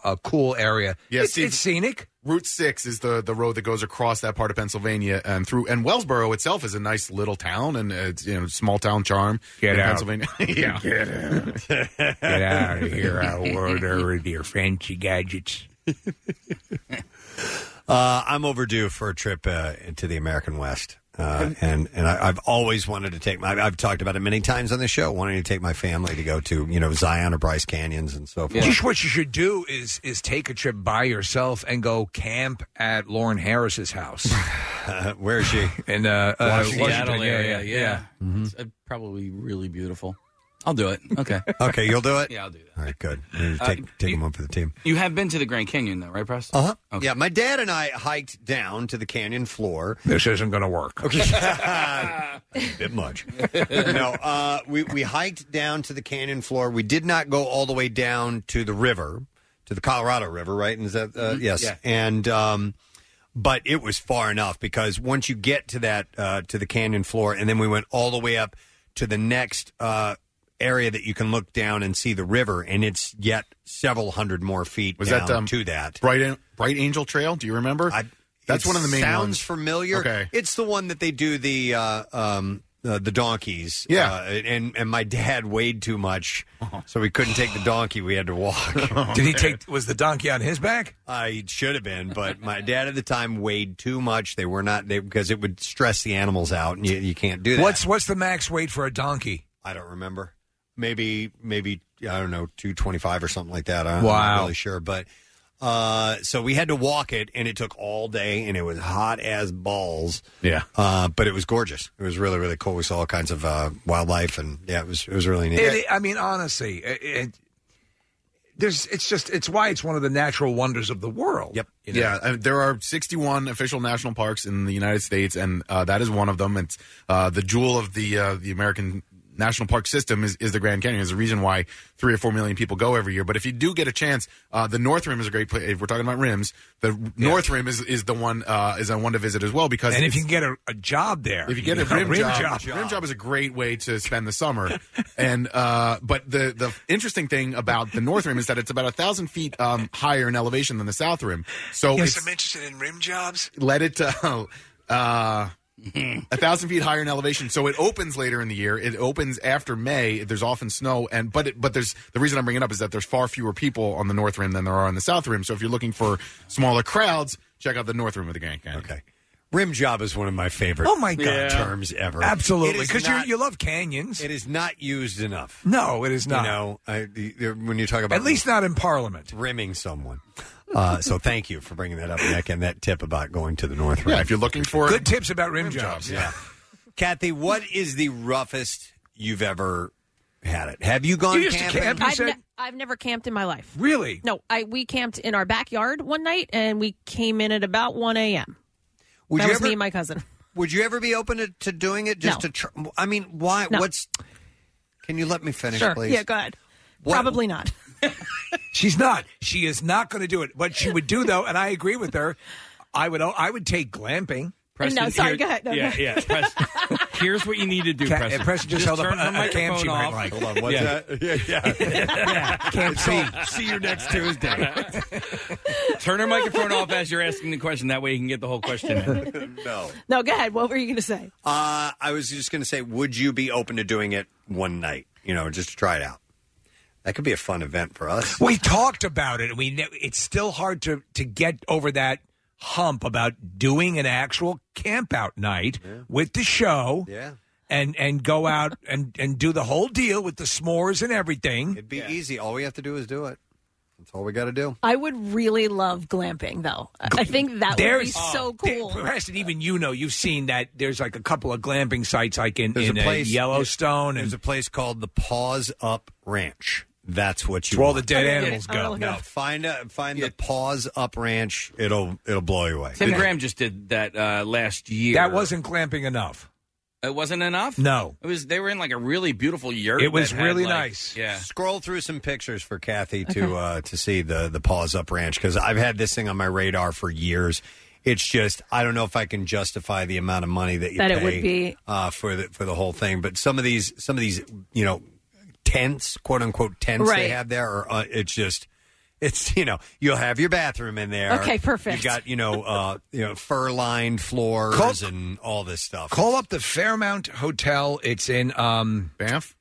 Speaker 4: a, a cool area.
Speaker 6: Yeah,
Speaker 4: it's,
Speaker 6: Steve-
Speaker 4: it's scenic.
Speaker 6: Route six is the the road that goes across that part of Pennsylvania and through. And Wellsboro itself is a nice little town and uh, it's you know small town charm
Speaker 4: Get
Speaker 6: in
Speaker 4: out.
Speaker 6: Pennsylvania. yeah.
Speaker 4: Get out. Get out of here, I order with your fancy gadgets.
Speaker 2: Uh, I'm overdue for a trip uh, to the American West, uh, and and I, I've always wanted to take. My, I've talked about it many times on the show, wanting to take my family to go to you know Zion or Bryce Canyons and so forth.
Speaker 4: Just what you should do is is take a trip by yourself and go camp at Lauren Harris's house.
Speaker 2: where is she?
Speaker 4: In uh, uh,
Speaker 5: Washington,
Speaker 4: Washington.
Speaker 5: area, yeah. It's
Speaker 2: Mm-hmm.
Speaker 5: uh, probably really beautiful. I'll do it. Okay.
Speaker 2: okay, you'll do it.
Speaker 5: Yeah, I'll do that.
Speaker 2: All right, good. You
Speaker 5: Uh,
Speaker 2: Take take them up for the team.
Speaker 5: You have been to the Grand Canyon, though, right, Preston?
Speaker 2: Uh huh. Yeah, my dad and I hiked down to the canyon floor.
Speaker 4: This isn't going to work.
Speaker 2: bit much. no, uh, we we hiked down to the canyon floor. We did not go all the way down to the river, to the Colorado River, right? And is that uh,
Speaker 10: Mhm.
Speaker 2: yes?
Speaker 10: Yeah.
Speaker 2: And um, but it was far enough because once you get to that uh, to the canyon floor, and then we went all the way up to the next uh, area that you can look down and see the river, and it's yet several hundred more feet.
Speaker 6: Was
Speaker 2: down
Speaker 6: that um,
Speaker 2: to that
Speaker 6: Bright Bright Angel Trail? Do you remember? That's
Speaker 2: it
Speaker 6: one of the main
Speaker 2: sounds
Speaker 6: ones.
Speaker 2: familiar.
Speaker 6: Okay.
Speaker 2: It's the one that they do the uh, um, uh, the donkeys.
Speaker 6: Yeah.
Speaker 2: Uh, and and my dad weighed too much, so we couldn't take the donkey. We had to walk.
Speaker 4: Did he take? Was the donkey on his back?
Speaker 2: I should have been, but my dad at the time weighed too much. They were not they, because it would stress the animals out, and you, you can't do that.
Speaker 4: What's what's the max weight for a donkey?
Speaker 2: I don't remember. Maybe maybe I don't know two twenty five or something like that. I- I'm
Speaker 4: Wow.
Speaker 2: not really sure, but uh, so we had to walk it, and it took all day, and it was hot as balls.
Speaker 6: Yeah,
Speaker 2: uh, but it was gorgeous. It was really really cool. We saw all kinds of uh, wildlife, and yeah, it was it was really neat.
Speaker 4: It- I mean, honestly, it, it- there's it's just it's why it's one of the natural wonders of the world. Yep.
Speaker 6: Yeah, and there are 61 official national parks in the United States, and uh, that is one of them. It's uh, the jewel of the uh, the American national park system is, is the Grand Canyon. Is the reason why three or four million people go every year. But if you do get a chance, uh, the North Rim is a great place. If we're talking about rims, the North Rim is is the one uh, is the one to visit as well because
Speaker 4: and if
Speaker 6: it's-
Speaker 4: you can get a, a job there,
Speaker 6: if you get a rim, job, rim job is a great way to spend the summer. and uh, but the the interesting thing about the north rim is that it's about a thousand feet um, higher in elevation than the south rim. So
Speaker 4: yes,
Speaker 6: it's
Speaker 4: I'm interested in rim jobs.
Speaker 6: let it uh, uh, a thousand feet higher in elevation. So it opens later in the year. It opens after May. There's often snow, and but it, but there's the reason I'm bringing it up is that there's far fewer people on the north rim than there are on the south rim. So if you're looking for smaller crowds, check out the north rim of the Grand Canyon.
Speaker 2: Okay. Rim job is one of my favorite.
Speaker 4: Oh my god,
Speaker 2: Terms ever
Speaker 4: Absolutely,
Speaker 2: It is
Speaker 4: because you
Speaker 2: not-
Speaker 4: you love canyons.
Speaker 2: It is not used enough.
Speaker 4: No, it is not.
Speaker 2: You know, I, the- the- when you talk about
Speaker 4: At least not in Parliament.
Speaker 2: rimming someone. Uh, so thank you for bringing that up, Nick, and that tip about going to the North Rim.
Speaker 6: Yeah, if you're looking for
Speaker 4: Good tips about rim, jobs.
Speaker 2: Yeah. Kathy, what is the roughest you've ever had it? Have you gone camping?
Speaker 3: I've, ne- I've never camped in my life.
Speaker 4: Really?
Speaker 3: No, I we camped in our backyard one night, and we came in at about one a.m.
Speaker 2: Would
Speaker 3: that
Speaker 2: you
Speaker 3: was
Speaker 2: ever-
Speaker 3: me and my cousin.
Speaker 2: Would you ever be open to, to doing it just to tr- I mean, why
Speaker 3: No.
Speaker 2: what's Can you let me finish,
Speaker 3: Sure.
Speaker 2: please?
Speaker 3: Yeah, go ahead. Probably not.
Speaker 4: She's not. She is not going to do it. What she would do, though, and I agree with her. I would. I would take glamping.
Speaker 3: Preston, No, sorry, here- go ahead. No,
Speaker 5: yeah,
Speaker 3: go
Speaker 5: yeah.
Speaker 3: ahead.
Speaker 5: Preston, here's what you need to do,
Speaker 4: Ca-
Speaker 5: Preston.
Speaker 4: uh, Preston just held up
Speaker 5: turn
Speaker 4: a-
Speaker 5: the
Speaker 4: a cam she
Speaker 5: microphone
Speaker 4: might
Speaker 5: off.
Speaker 4: like. Hold on, what's
Speaker 2: that? Yeah,
Speaker 4: Can't
Speaker 5: see.
Speaker 2: See you next Tuesday.
Speaker 5: turn her microphone off as you're asking the question. That way you can get the whole question. in.
Speaker 2: no.
Speaker 3: No, go ahead. What were you going to say?
Speaker 2: Uh, I was just going to say, would you be open to doing it one night? You know, just to try it out. That could be a fun event for us.
Speaker 4: We talked about it, and we. ne- It's still hard to to get over that hump about doing an actual camp out night with the show.
Speaker 2: Yeah.
Speaker 4: And and go out and and do the whole deal with the s'mores and everything.
Speaker 2: It'd be easy. All we have to do is do it. That's all we got to do.
Speaker 3: I would really love glamping, though. I- I think that would be
Speaker 4: There's- Oh,
Speaker 3: so cool.
Speaker 4: Preston, even you know, you've seen that there's like a couple of glamping sites like in,
Speaker 2: There's
Speaker 4: in
Speaker 2: a
Speaker 4: uh,
Speaker 2: place
Speaker 4: Yellowstone.
Speaker 2: There's
Speaker 4: and
Speaker 2: a place called the Paws Up Ranch. That's what you.
Speaker 4: It's where all
Speaker 2: want.
Speaker 4: the dead Okay, animals I'm gonna go. look it
Speaker 2: No,
Speaker 4: up.
Speaker 2: find a, find the Paws Up Ranch. It'll it'll blow you away.
Speaker 5: Tim Graham just did that uh, last year.
Speaker 4: That wasn't glamping enough.
Speaker 5: It wasn't enough.
Speaker 4: No.
Speaker 5: it was. They were in like a really beautiful yurt.
Speaker 2: It was
Speaker 5: that had,
Speaker 2: really
Speaker 5: like-
Speaker 2: nice.
Speaker 5: Yeah,
Speaker 2: Scroll through some pictures for Kathy to uh, to see the the Paws Up Ranch because I've had this thing on my radar for years. It's just I don't know if I can justify the amount of money that you
Speaker 3: That
Speaker 2: pay
Speaker 3: it would be.
Speaker 2: Uh, for the for the whole thing. But some of these some of these you know tents, quote unquote tents they
Speaker 3: Right.
Speaker 2: have there, are uh, it's just. It's you know you'll have your bathroom in there.
Speaker 3: Okay, perfect.
Speaker 2: You got you know uh, you know fur lined floors and all this stuff.
Speaker 4: Call up the Fairmount Hotel. It's in um,
Speaker 6: Banff,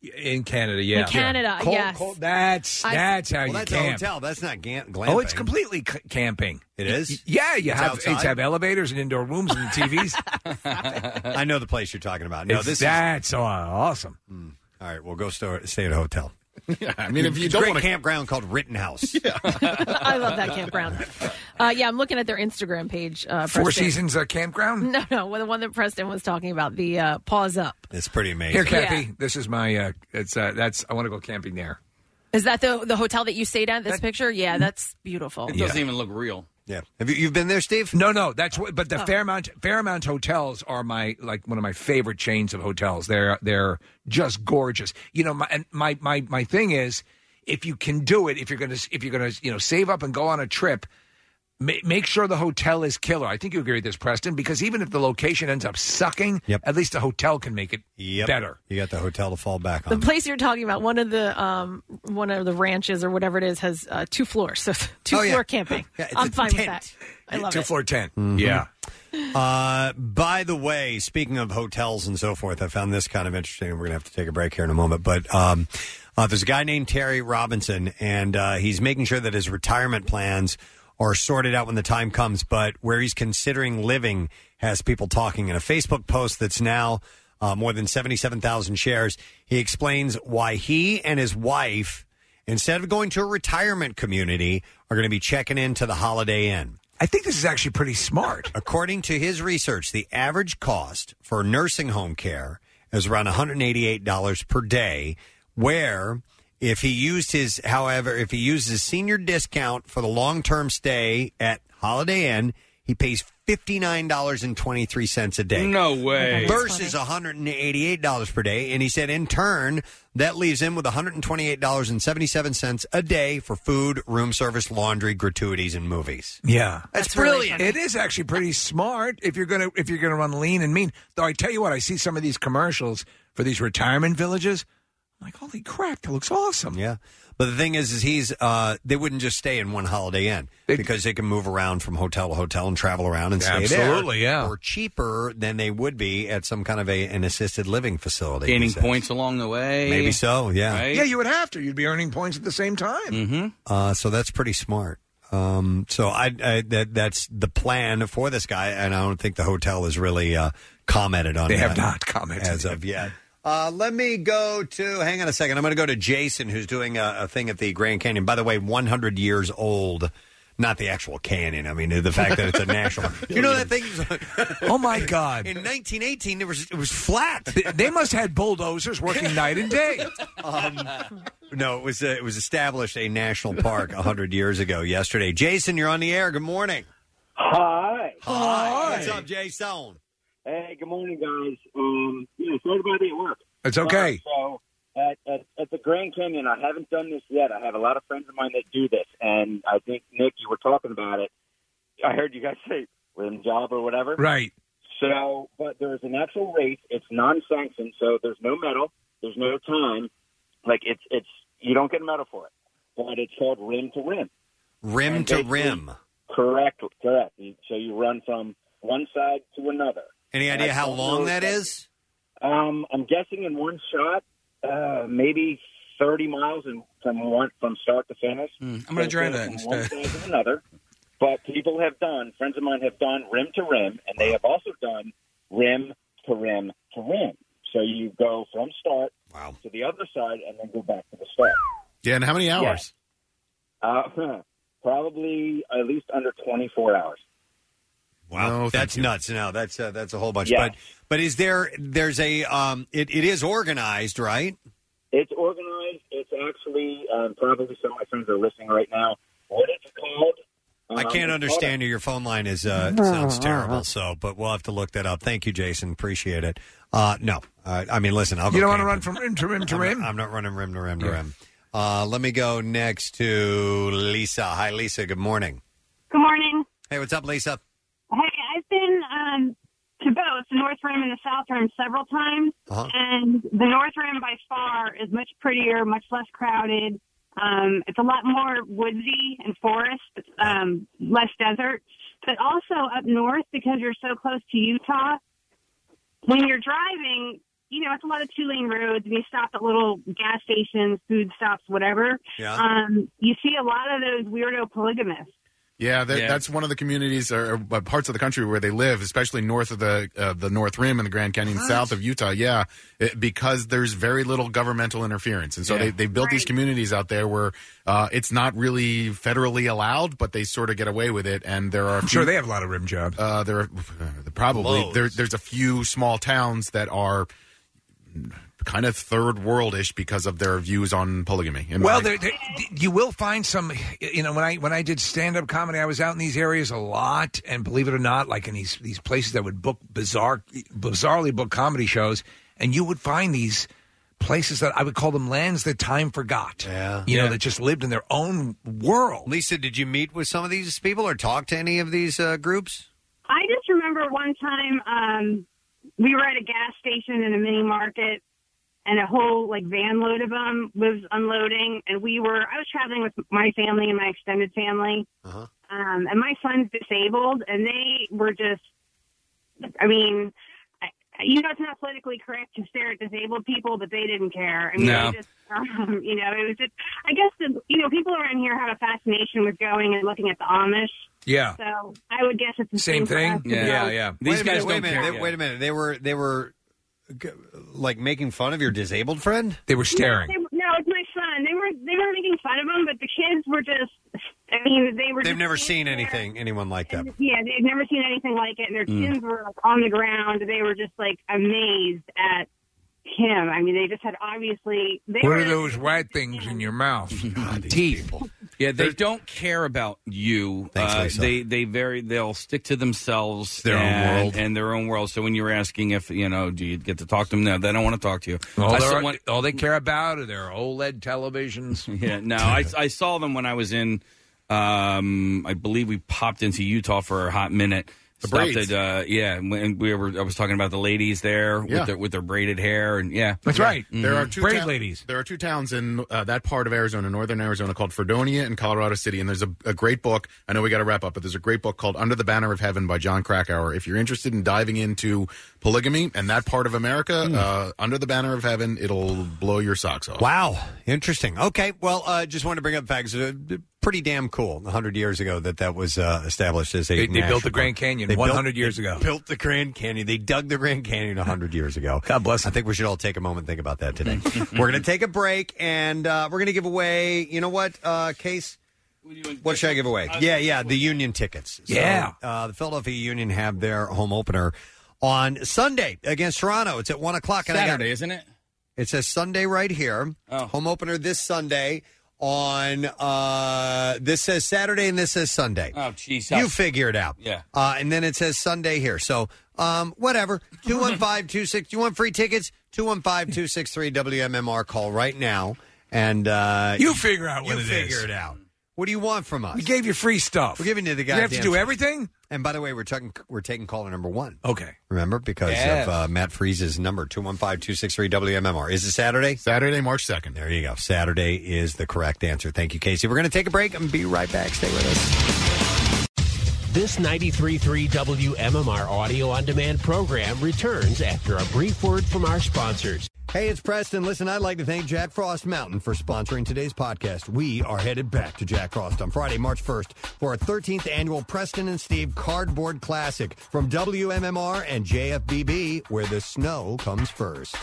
Speaker 4: in Canada. Yeah,
Speaker 3: In Canada,
Speaker 4: Call-
Speaker 3: yes.
Speaker 4: call- that's
Speaker 3: I-
Speaker 4: that's how
Speaker 2: Well,
Speaker 4: you
Speaker 2: that's a
Speaker 4: camp.
Speaker 2: hotel. That's not gam- glamping.
Speaker 4: Oh, it's completely c- camping.
Speaker 2: It is?
Speaker 4: Yeah, you
Speaker 2: It's
Speaker 4: have
Speaker 2: outside?
Speaker 4: it's have elevators and indoor rooms and TVs.
Speaker 2: I know the place you're talking about. No,
Speaker 4: It's-
Speaker 2: this is- Hmm.
Speaker 4: that's uh, awesome.
Speaker 2: All right, we'll go sto- stay at a hotel.
Speaker 6: I mean, if you
Speaker 2: It's a
Speaker 6: don't
Speaker 2: great
Speaker 6: wanna-
Speaker 2: campground called Rittenhouse.
Speaker 3: I love that campground. Uh, yeah, I'm looking at their Instagram page. Uh,
Speaker 4: Four
Speaker 3: Preston.
Speaker 4: Seasons uh, campground.
Speaker 3: No, no, well, the one that Preston was talking about. The uh, pause up.
Speaker 2: It's pretty amazing.
Speaker 4: Here,
Speaker 3: Yeah.
Speaker 4: Kathy, this is my. Uh, it's uh, that's I want to go camping there.
Speaker 3: Is that the the hotel that you stayed at? This picture, yeah, that's beautiful.
Speaker 5: it doesn't even look real.
Speaker 2: Yeah. Have you you've been there, Steve?
Speaker 4: No, no. That's what. But the
Speaker 3: Oh.
Speaker 4: Fairmount Fairmount hotels are my like one of my favorite chains of hotels. They're they're just gorgeous. You know, my and my my my thing is if you can do it, if you're gonna if you're gonna you know save up and go on a trip. ma- Make sure the hotel is killer. I think you agree with this, Preston, because even if the location ends up sucking, at least the hotel can make it better.
Speaker 2: You got the hotel to fall back
Speaker 5: Um,
Speaker 3: The
Speaker 2: on.
Speaker 3: place you're talking about, one of the um, one of the ranches or whatever it is, has uh, two floors, so two
Speaker 2: Oh, yeah.
Speaker 3: floor camping.
Speaker 2: Yeah, it's
Speaker 3: I'm
Speaker 2: a
Speaker 3: fine with
Speaker 2: tent.
Speaker 3: that. I love it.
Speaker 4: tent.
Speaker 2: Yeah. Uh, by the way, speaking of hotels and so forth, I found this kind of interesting. We're going to have to take a break here in a moment, but um, uh, there's a guy named Terry Robinson, and uh, he's making sure that his retirement plans are sorted out when the time comes. But where he's considering living has people talking in a Facebook post that's now uh, more than seventy-seven thousand shares. He explains why he and his wife, instead of going to a retirement community, are going to be checking into the Holiday Inn.
Speaker 4: I think this is actually pretty smart.
Speaker 2: According to his research, the average cost for nursing home care is around $188 per day, where if he used his, however, if he used his senior discount for the long term stay at Holiday Inn, he pays $59.23 a day.
Speaker 5: No way. Okay, that's
Speaker 2: Versus $188 per day. And he said, in turn, that leaves him with $128.77 a day for food, room service, laundry, gratuities, and movies.
Speaker 4: Yeah,
Speaker 2: That's That's really brilliant. funny.
Speaker 4: it is actually pretty smart if you're gonna if you're gonna run lean and mean. Though I tell you what, I see some of these commercials for these retirement villages. I'm like, holy crap, that looks awesome.
Speaker 2: Yeah, but the thing is, is he's uh, they wouldn't just stay in one Holiday Inn because they can move around from hotel to hotel and travel around and stay there.
Speaker 4: Absolutely, yeah.
Speaker 2: or cheaper than they would be at some kind of a an assisted living facility. he
Speaker 5: Gaining
Speaker 2: said.
Speaker 5: points along the way.
Speaker 2: Maybe so, yeah.
Speaker 5: Right?
Speaker 4: Yeah, you would have to. You'd be earning points at the same time.
Speaker 5: Mm-hmm.
Speaker 2: Uh, so that's pretty smart. Um, so I, I that that's the plan for this guy, and I don't think the hotel has really uh, commented on.
Speaker 4: They have
Speaker 2: that
Speaker 4: not commented.
Speaker 2: as of yet. Uh, let me go to. Hang on a second. I'm going to go to Jason, who's doing a, a thing at the Grand Canyon. By the way, 100 years old. Not the actual canyon. I mean, the fact that it's a national. you know that thing.
Speaker 4: oh my God!
Speaker 2: In 1918, it was it was flat.
Speaker 4: They, they must have had bulldozers working night and day.
Speaker 2: Um, No, it was uh, it was established a national park 100 years ago. Yesterday, Jason, you're on the air. Good morning.
Speaker 15: Hi.
Speaker 2: Hi. What's up, Jason?
Speaker 15: Hey, good morning, guys. Um, yeah, sorry to bother you at work.
Speaker 4: It's okay.
Speaker 15: Uh, so at, at, at the Grand Canyon, I haven't done this yet. I have a lot of friends of mine that do this, and I think Nick, you were talking about it. I heard you guys say rim job or whatever.
Speaker 4: Right.
Speaker 15: So, but there is an actual race. It's non-sanctioned, so there's no medal, there's no time. Like it's it's you don't get a medal for it, but it's called rim to rim.
Speaker 2: Rim
Speaker 15: And
Speaker 2: to
Speaker 15: basically-
Speaker 2: rim.
Speaker 15: Correct, correct. You- So you run from one side to another.
Speaker 2: Any
Speaker 15: And
Speaker 2: idea
Speaker 15: I
Speaker 2: how
Speaker 15: don't
Speaker 2: long
Speaker 15: know
Speaker 2: that
Speaker 15: exactly.
Speaker 2: is?
Speaker 15: Um, I'm guessing in one shot, uh, maybe 30 miles in, from one from start to finish.
Speaker 2: Hmm,
Speaker 5: I'm gonna try that
Speaker 15: From one
Speaker 5: instead.
Speaker 15: side to another.
Speaker 10: But people have done, friends of mine have done rim to rim, and they have also done rim to rim to rim. So you go from start to the other side and then go back to the start.
Speaker 6: Yeah, and how many hours?
Speaker 10: Uh, probably at least under 24 hours.
Speaker 2: Wow, that's nuts. No, that's uh, that's a whole bunch.
Speaker 10: Yeah.
Speaker 2: But but is there there's a um it, it is organized right?
Speaker 10: It's organized. It's actually um, probably some of my friends are listening right now. What it's called?
Speaker 2: I
Speaker 10: um,
Speaker 2: can't
Speaker 10: it's Uh-huh.
Speaker 2: understand you. Your phone line is uh sounds terrible. So, but we'll have to look that up. Thank you, Jason. Appreciate it. Uh No, uh, I mean listen, I'll go.
Speaker 4: you don't want to
Speaker 2: camping.
Speaker 4: run from rim to rim to
Speaker 2: I'm
Speaker 4: rim.
Speaker 2: Not, I'm not running rim to rim to rim. Uh, let me go next to Lisa. Hi, Lisa. Good morning.
Speaker 11: Good morning.
Speaker 2: Hey, what's up, Lisa?
Speaker 11: Hey, I've been um, to both the North Rim and the South Rim several times,
Speaker 2: Uh-huh.
Speaker 11: and the North Rim by far is much prettier, much less crowded. Um, it's a lot more woodsy and forest, um, less desert. But also up north, because you're so close to Utah, when you're driving, you know, it's a lot of two lane roads and you stop at little gas stations, food stops, whatever.
Speaker 6: Yeah.
Speaker 11: Um, you see a lot of those weirdo polygamists.
Speaker 6: Yeah, that, that's one of the communities or, or uh, parts of the country where they live, especially north of the uh, the North Rim and the Grand Canyon,
Speaker 11: What?
Speaker 6: south of Utah. Yeah, it- because there's very little governmental interference, and so
Speaker 10: Yeah.
Speaker 6: they they built these communities out there where uh, it's not really federally allowed, but they sort of get away with it. And there are
Speaker 4: I'm sure they have a lot of rim jobs.
Speaker 6: Uh, there are probably there, there's a few small towns that are kind of third worldish because of their views on polygamy. And
Speaker 4: Well,
Speaker 6: I-
Speaker 4: there, there, you will find some. You know, when I when I did stand up comedy, I was out in these areas a lot, and believe it or not, like in these these places that would book bizarre, bizarrely book comedy shows, and you would find these places that I would call them lands that time forgot. Yeah, you know, that just lived in their own world.
Speaker 2: Lisa, did you meet with some of these people or talk to any of these uh, groups?
Speaker 11: I just remember one time um, we were at a gas station in a mini market, and a whole like van load of them was unloading, and we were I was traveling with my family and my extended family,
Speaker 2: Uh-huh.
Speaker 11: um, and my son's disabled, and they were just, I mean. I- You know, it's not politically correct to stare at disabled people, but they didn't care. I mean,
Speaker 23: No.
Speaker 11: they just, um, you know, it was just, I guess, the, you know, people around here have a fascination with going and looking at the Amish.
Speaker 4: Yeah.
Speaker 11: So I would guess it's the same, for us.
Speaker 2: Wait a minute, wait a minute. They- Wait a minute. They were they were g- like making fun of your disabled friend.
Speaker 4: They were
Speaker 11: No, they- no, it's my son. They were they were making fun of him, but the kids were just. I mean, they were.
Speaker 2: They've
Speaker 11: just-
Speaker 2: never seen anything anyone like that.
Speaker 11: Yeah, they've never seen anything like it, and their
Speaker 2: Mm.
Speaker 11: chins were like, on the ground. They were just like amazed at him. I mean, they just had obviously. They
Speaker 4: what
Speaker 11: were
Speaker 4: are those white things in your mouth? Teeth.
Speaker 5: Yeah, they don't care about you. Uh,
Speaker 4: Thanks, Lisa.
Speaker 5: they they very they'll stick to themselves,
Speaker 4: Their own
Speaker 5: and,
Speaker 4: world.
Speaker 5: and their own world. So when you're asking if you know, do you get to talk to them? No, they don't want to talk to you.
Speaker 4: All,
Speaker 5: I
Speaker 4: they're-
Speaker 5: saw one-
Speaker 4: all they care about are their OLED televisions.
Speaker 5: yeah, no, I, I saw them when I was in. Um, I believe we popped into Utah for a hot minute.
Speaker 4: The
Speaker 5: Stopped
Speaker 4: braids.
Speaker 5: at, uh, yeah, and we- and we were. I was talking about the ladies there
Speaker 6: Yeah.
Speaker 5: with their with their braided hair, and yeah,
Speaker 6: Yeah.
Speaker 2: Mm-hmm.
Speaker 5: Mhm.
Speaker 6: There are two town- There are two towns in uh, that part of Arizona, northern Arizona, called Fredonia and Colorado City. And there's a, a great book. I know we got to wrap up, but there's a great book called Under the Banner of Heaven by John Krakauer. If you're interested in diving into polygamy and that part of America,
Speaker 2: Hmm.
Speaker 6: uh, Under the Banner of Heaven, it'll blow your socks off.
Speaker 2: Wow, interesting. Okay, well, uh, just wanted to bring up facts. Uh, pretty damn cool. Hundred years ago, that that was uh, established as a.
Speaker 4: They, they
Speaker 2: national
Speaker 4: built the Grand
Speaker 2: park.
Speaker 4: Canyon
Speaker 2: They built-
Speaker 4: 100 years
Speaker 2: they
Speaker 4: ago.
Speaker 2: Built the Grand Canyon. They dug the Grand Canyon hundred years ago. God bless. I think we should all take a moment and think about that today. we're going to take a break, and uh, we're going to give away. You know what, uh, case. What should I give away? Yeah, yeah, the Union tickets. So,
Speaker 4: Yeah.
Speaker 2: uh, the Philadelphia Union have their home opener on Sunday against Toronto. It's at one o'clock. And I
Speaker 5: Saturday,
Speaker 2: got,
Speaker 5: isn't it? Oh.
Speaker 2: it says Sunday right here. Home opener this Sunday on uh this says Saturday and this says Sunday.
Speaker 5: Oh, jeez,
Speaker 2: You figure it out.
Speaker 5: Yeah.
Speaker 2: Uh, and then it says Sunday here. So, um, whatever. 215-26. You want free tickets? 215-263-WMMR. Call right now. And uh,
Speaker 4: You figure out what
Speaker 2: you
Speaker 4: it
Speaker 2: figure
Speaker 4: is.
Speaker 2: it out. What do you want from us? We
Speaker 4: gave you free stuff.
Speaker 2: We're giving you the
Speaker 4: You
Speaker 2: guy.
Speaker 4: have to do everything.
Speaker 2: And by the way, we're talking. We're taking caller number one.
Speaker 4: Okay.
Speaker 2: Remember, because
Speaker 4: Yes.
Speaker 2: of uh, Matt Freeze's number, 215-263-WMMR. Is it Saturday?
Speaker 6: Saturday, March 2nd.
Speaker 2: There you go. Saturday is the correct answer. Thank you, Casey. We're going to take a break and be right back. Stay with us.
Speaker 7: This 93.3 WMMR audio on demand program returns after a brief word from our sponsors.
Speaker 2: Hey, it's Preston. Listen, I'd like to thank Jack Frost Mountain for sponsoring today's podcast. We are headed back to Jack Frost on Friday, March 1st for our 13th annual Preston and Steve Cardboard Classic from WMMR and JFBB, where the snow comes first.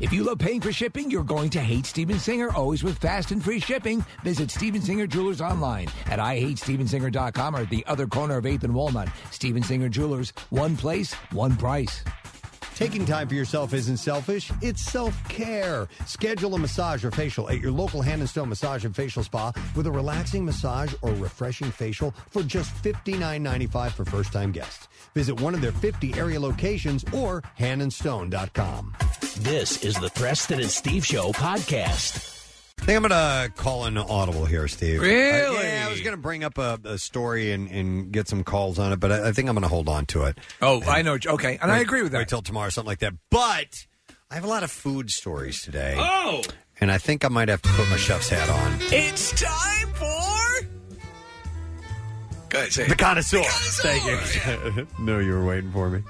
Speaker 12: If you love paying for shipping, you're going to hate Steven Singer, always with fast and free shipping. Visit Steven Singer Jewelers online at IHateStevenSinger.com or at the other corner of 8th and Walnut. Steven Singer Jewelers, one place, one price.
Speaker 2: Taking time for yourself isn't selfish, it's self care. Schedule a massage or facial at your local hand and stone massage and facial spa with a relaxing massage or refreshing facial for just $59.95 for first time guests. Visit one of their 50 area locations or handandstone.com.
Speaker 7: This is the Preston and Steve Show podcast.
Speaker 2: I think I'm going to call an audible here, Steve.
Speaker 7: Really?
Speaker 2: Uh, yeah, I was going to bring up a, a story and, and get some calls on it, but I, I think I'm going to hold on to it.
Speaker 4: Oh, I know. Okay, and I
Speaker 2: Wait-
Speaker 4: agree with that.
Speaker 2: Wait till tomorrow, something like that. But I have a lot of food stories today.
Speaker 19: Oh!
Speaker 2: And I think I might have to put my chef's hat on.
Speaker 19: It's time for.
Speaker 4: Go ahead, say
Speaker 2: The connoisseur. Thank you. no, you were waiting for me.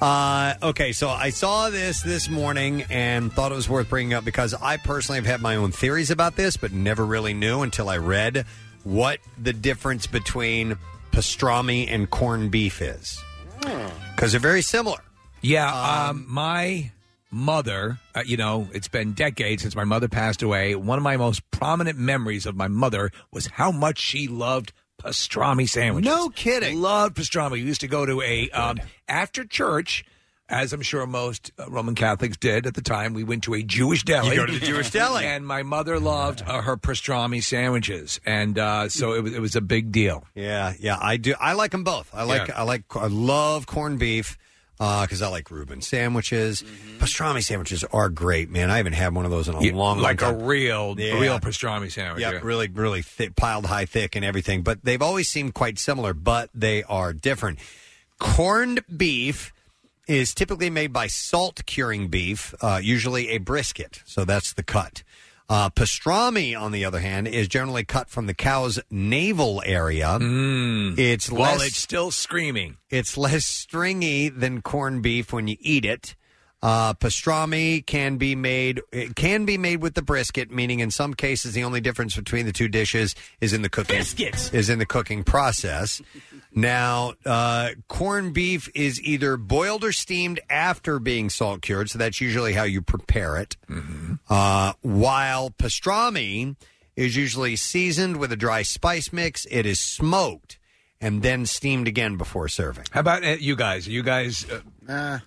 Speaker 2: Uh, okay, so I saw this this morning and thought it was worth bringing up because I personally have had my own theories about this, but never really knew until I read what the difference between pastrami and corned beef is. Because they're very similar. Uh,
Speaker 4: Yeah, um, my mother, uh, you know, it's been decades since my mother passed away. One of my most prominent memories of my mother was how much she loved pastrami sandwiches. No
Speaker 2: kidding.
Speaker 4: Loved pastrami. We used to go to a um, after church as I'm sure most uh, Roman Catholics did at the time, we went to a Jewish deli.
Speaker 2: You go to the Jewish deli.
Speaker 4: and my mother loved uh, her pastrami sandwiches, and uh, so it was, it was a big deal.
Speaker 2: Yeah, yeah, I do. I like them both. I like, I like, I love corned beef because I like Reuben sandwiches. Pastrami sandwiches are great, man. I haven't had one of those in a
Speaker 4: Mm-hmm. Yeah,
Speaker 2: long, long
Speaker 4: like
Speaker 2: time.
Speaker 4: a real,
Speaker 2: Yeah.
Speaker 4: real pastrami sandwich.
Speaker 2: Yep,
Speaker 4: yeah.
Speaker 2: really, really thick, piled high, thick, and everything. But they've always seemed quite similar, but they are different. Corned beef is typically made by salt curing beef, uh, usually a brisket. So that's the cut. Uh, pastrami, on the other hand, is generally cut from the cow's navel area. It's
Speaker 4: While
Speaker 2: less
Speaker 4: it's still screaming.
Speaker 2: it's less stringy than corned beef when you eat it. Uh, pastrami can be made it can be made with the brisket, meaning in some cases the only difference between the two dishes is in the cooking
Speaker 19: Biscuits!
Speaker 2: is in the cooking process. now, uh, corned beef is either boiled or steamed after being salt cured, so that's usually how you prepare it. Uh, while pastrami is usually seasoned with a dry spice mix, it is smoked and then steamed again before serving.
Speaker 4: How about uh, you guys? Are you guys? Uh,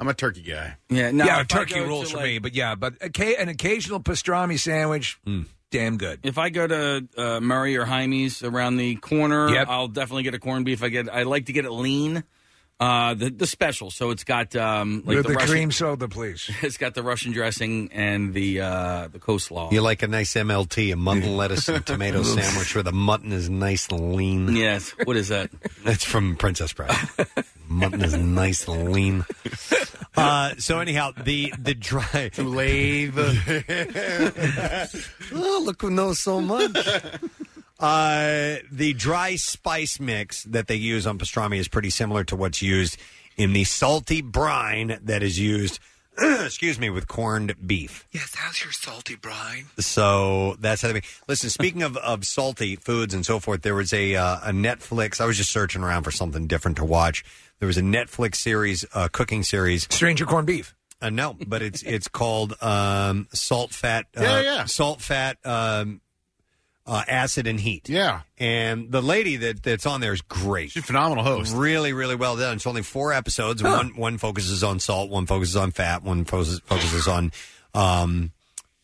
Speaker 6: I'm a turkey guy.
Speaker 5: Yeah,
Speaker 6: no,
Speaker 4: yeah,
Speaker 6: if I
Speaker 4: turkey
Speaker 6: go to,
Speaker 4: rules for
Speaker 6: like-
Speaker 4: me. But yeah, but okay, an occasional pastrami sandwich, damn good.
Speaker 5: If I go to uh, Murray or Jaime's around the corner,
Speaker 4: Yep.
Speaker 5: I'll definitely get a corned beef. I get. I like to get it lean. Uh, the the special, so it's got um like
Speaker 4: With
Speaker 5: the,
Speaker 4: the,
Speaker 5: Russian,
Speaker 4: cream soda, please.
Speaker 5: It's got the Russian dressing and the uh the coleslaw.
Speaker 2: You like a nice MLT, a mutton lettuce and tomato
Speaker 5: Oof.
Speaker 2: sandwich where the mutton is nice and lean.
Speaker 5: Yes. What is that?
Speaker 2: That's from Princess Bride. mutton is nice and lean. Uh, so anyhow, the the dry oh, look who knows so much. Uh, the dry spice mix that they use on pastrami is pretty similar to what's used in the salty brine that is used, excuse me, with corned beef.
Speaker 8: Yes, how's your salty brine?
Speaker 2: So that's how they make. Listen, speaking of, of salty foods and so forth, there was a uh, a Netflix. I was just searching around for something different to watch. There was a Netflix series, uh, cooking series,
Speaker 4: Stranger Corned Beef.
Speaker 2: Uh, no, but it's it's called um, Salt Fat. Uh,
Speaker 6: Yeah, yeah.
Speaker 2: Salt Fat. Um, uh, acid and heat.
Speaker 6: Yeah,
Speaker 2: and the lady that that's on there is great. She's
Speaker 6: a phenomenal host.
Speaker 2: Really, really well done. It's only four episodes. One one focuses on salt. One focuses on fat. One focuses focuses on um,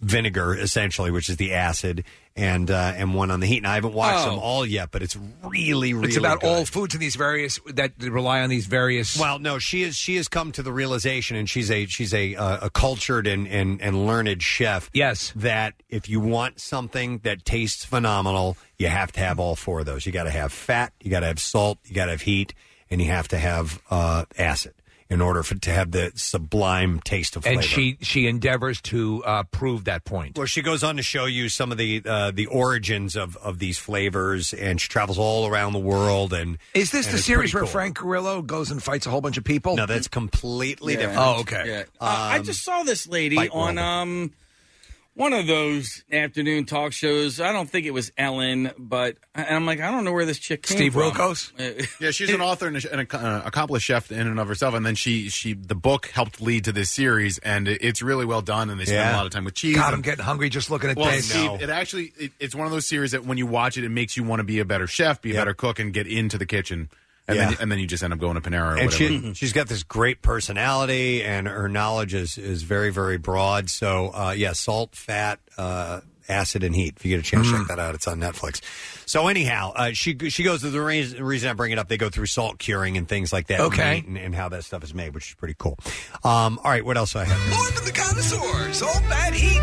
Speaker 2: vinegar, essentially, which is the acid, and uh, and one on the heat. And I haven't watched
Speaker 4: Oh.
Speaker 2: them all yet, but it's really, really.
Speaker 4: it's about
Speaker 2: good.
Speaker 4: all foods in these various that rely on these various.
Speaker 2: Well, no, she is. She has come to the realization, and she's a she's a uh, a cultured and, and and learned chef.
Speaker 4: Yes,
Speaker 2: that if you want something that tastes phenomenal, you have to have all four of those. You got to have fat, you got to have salt, you got to have heat, and you have to have uh, acid. in order for to have the sublime taste of flavor.
Speaker 4: and she she endeavors to uh, prove that point.
Speaker 2: Where she goes on to show you some of the uh, the origins of, of these flavors, and she travels all around the world. And
Speaker 4: Is this
Speaker 2: and
Speaker 4: the
Speaker 2: it's
Speaker 4: series
Speaker 2: pretty
Speaker 4: where
Speaker 2: cool.
Speaker 4: Frank Grillo goes and fights a whole bunch of people?
Speaker 2: No, that's completely
Speaker 4: Yeah.
Speaker 2: different.
Speaker 4: Oh, okay. Yeah.
Speaker 5: Uh, I
Speaker 2: Um,
Speaker 5: just saw this lady
Speaker 2: Bite
Speaker 5: on um one of those afternoon talk shows. I don't think it was Ellen, but and I'm like, I don't know where this chick came
Speaker 6: Steve
Speaker 5: from. Uh,
Speaker 6: Roko's? yeah, she's an author and a- an ac- uh, accomplished chef in and of herself. And then she, she, the book helped lead to this series, and it- it's really well done. And they spend
Speaker 4: Yeah.
Speaker 6: a lot of time with cheese.
Speaker 4: God,
Speaker 6: and-
Speaker 4: I'm getting hungry just looking at
Speaker 6: well,
Speaker 4: this.
Speaker 6: Steve, it actually, it, it's one of those series that when you watch it, it makes you want to be a better chef, be a better cook, and get into the kitchen. And,
Speaker 2: Yeah.
Speaker 6: then, and then you just end up going to Panera or
Speaker 2: and
Speaker 6: whatever.
Speaker 2: she, she's got this great personality, and her knowledge is, is very, very broad. So, uh, yeah, salt, fat, uh, acid, and heat. If you get a chance,
Speaker 6: Mm.
Speaker 2: check that out. It's on Netflix. So, anyhow, uh, she she goes to the reason, the reason I bring it up. They go through salt curing and things like that.
Speaker 4: Okay.
Speaker 2: meat And, and how that stuff is made, which is pretty cool. Um, all right, what else do I have?
Speaker 8: More than the connoisseurs, all that heat.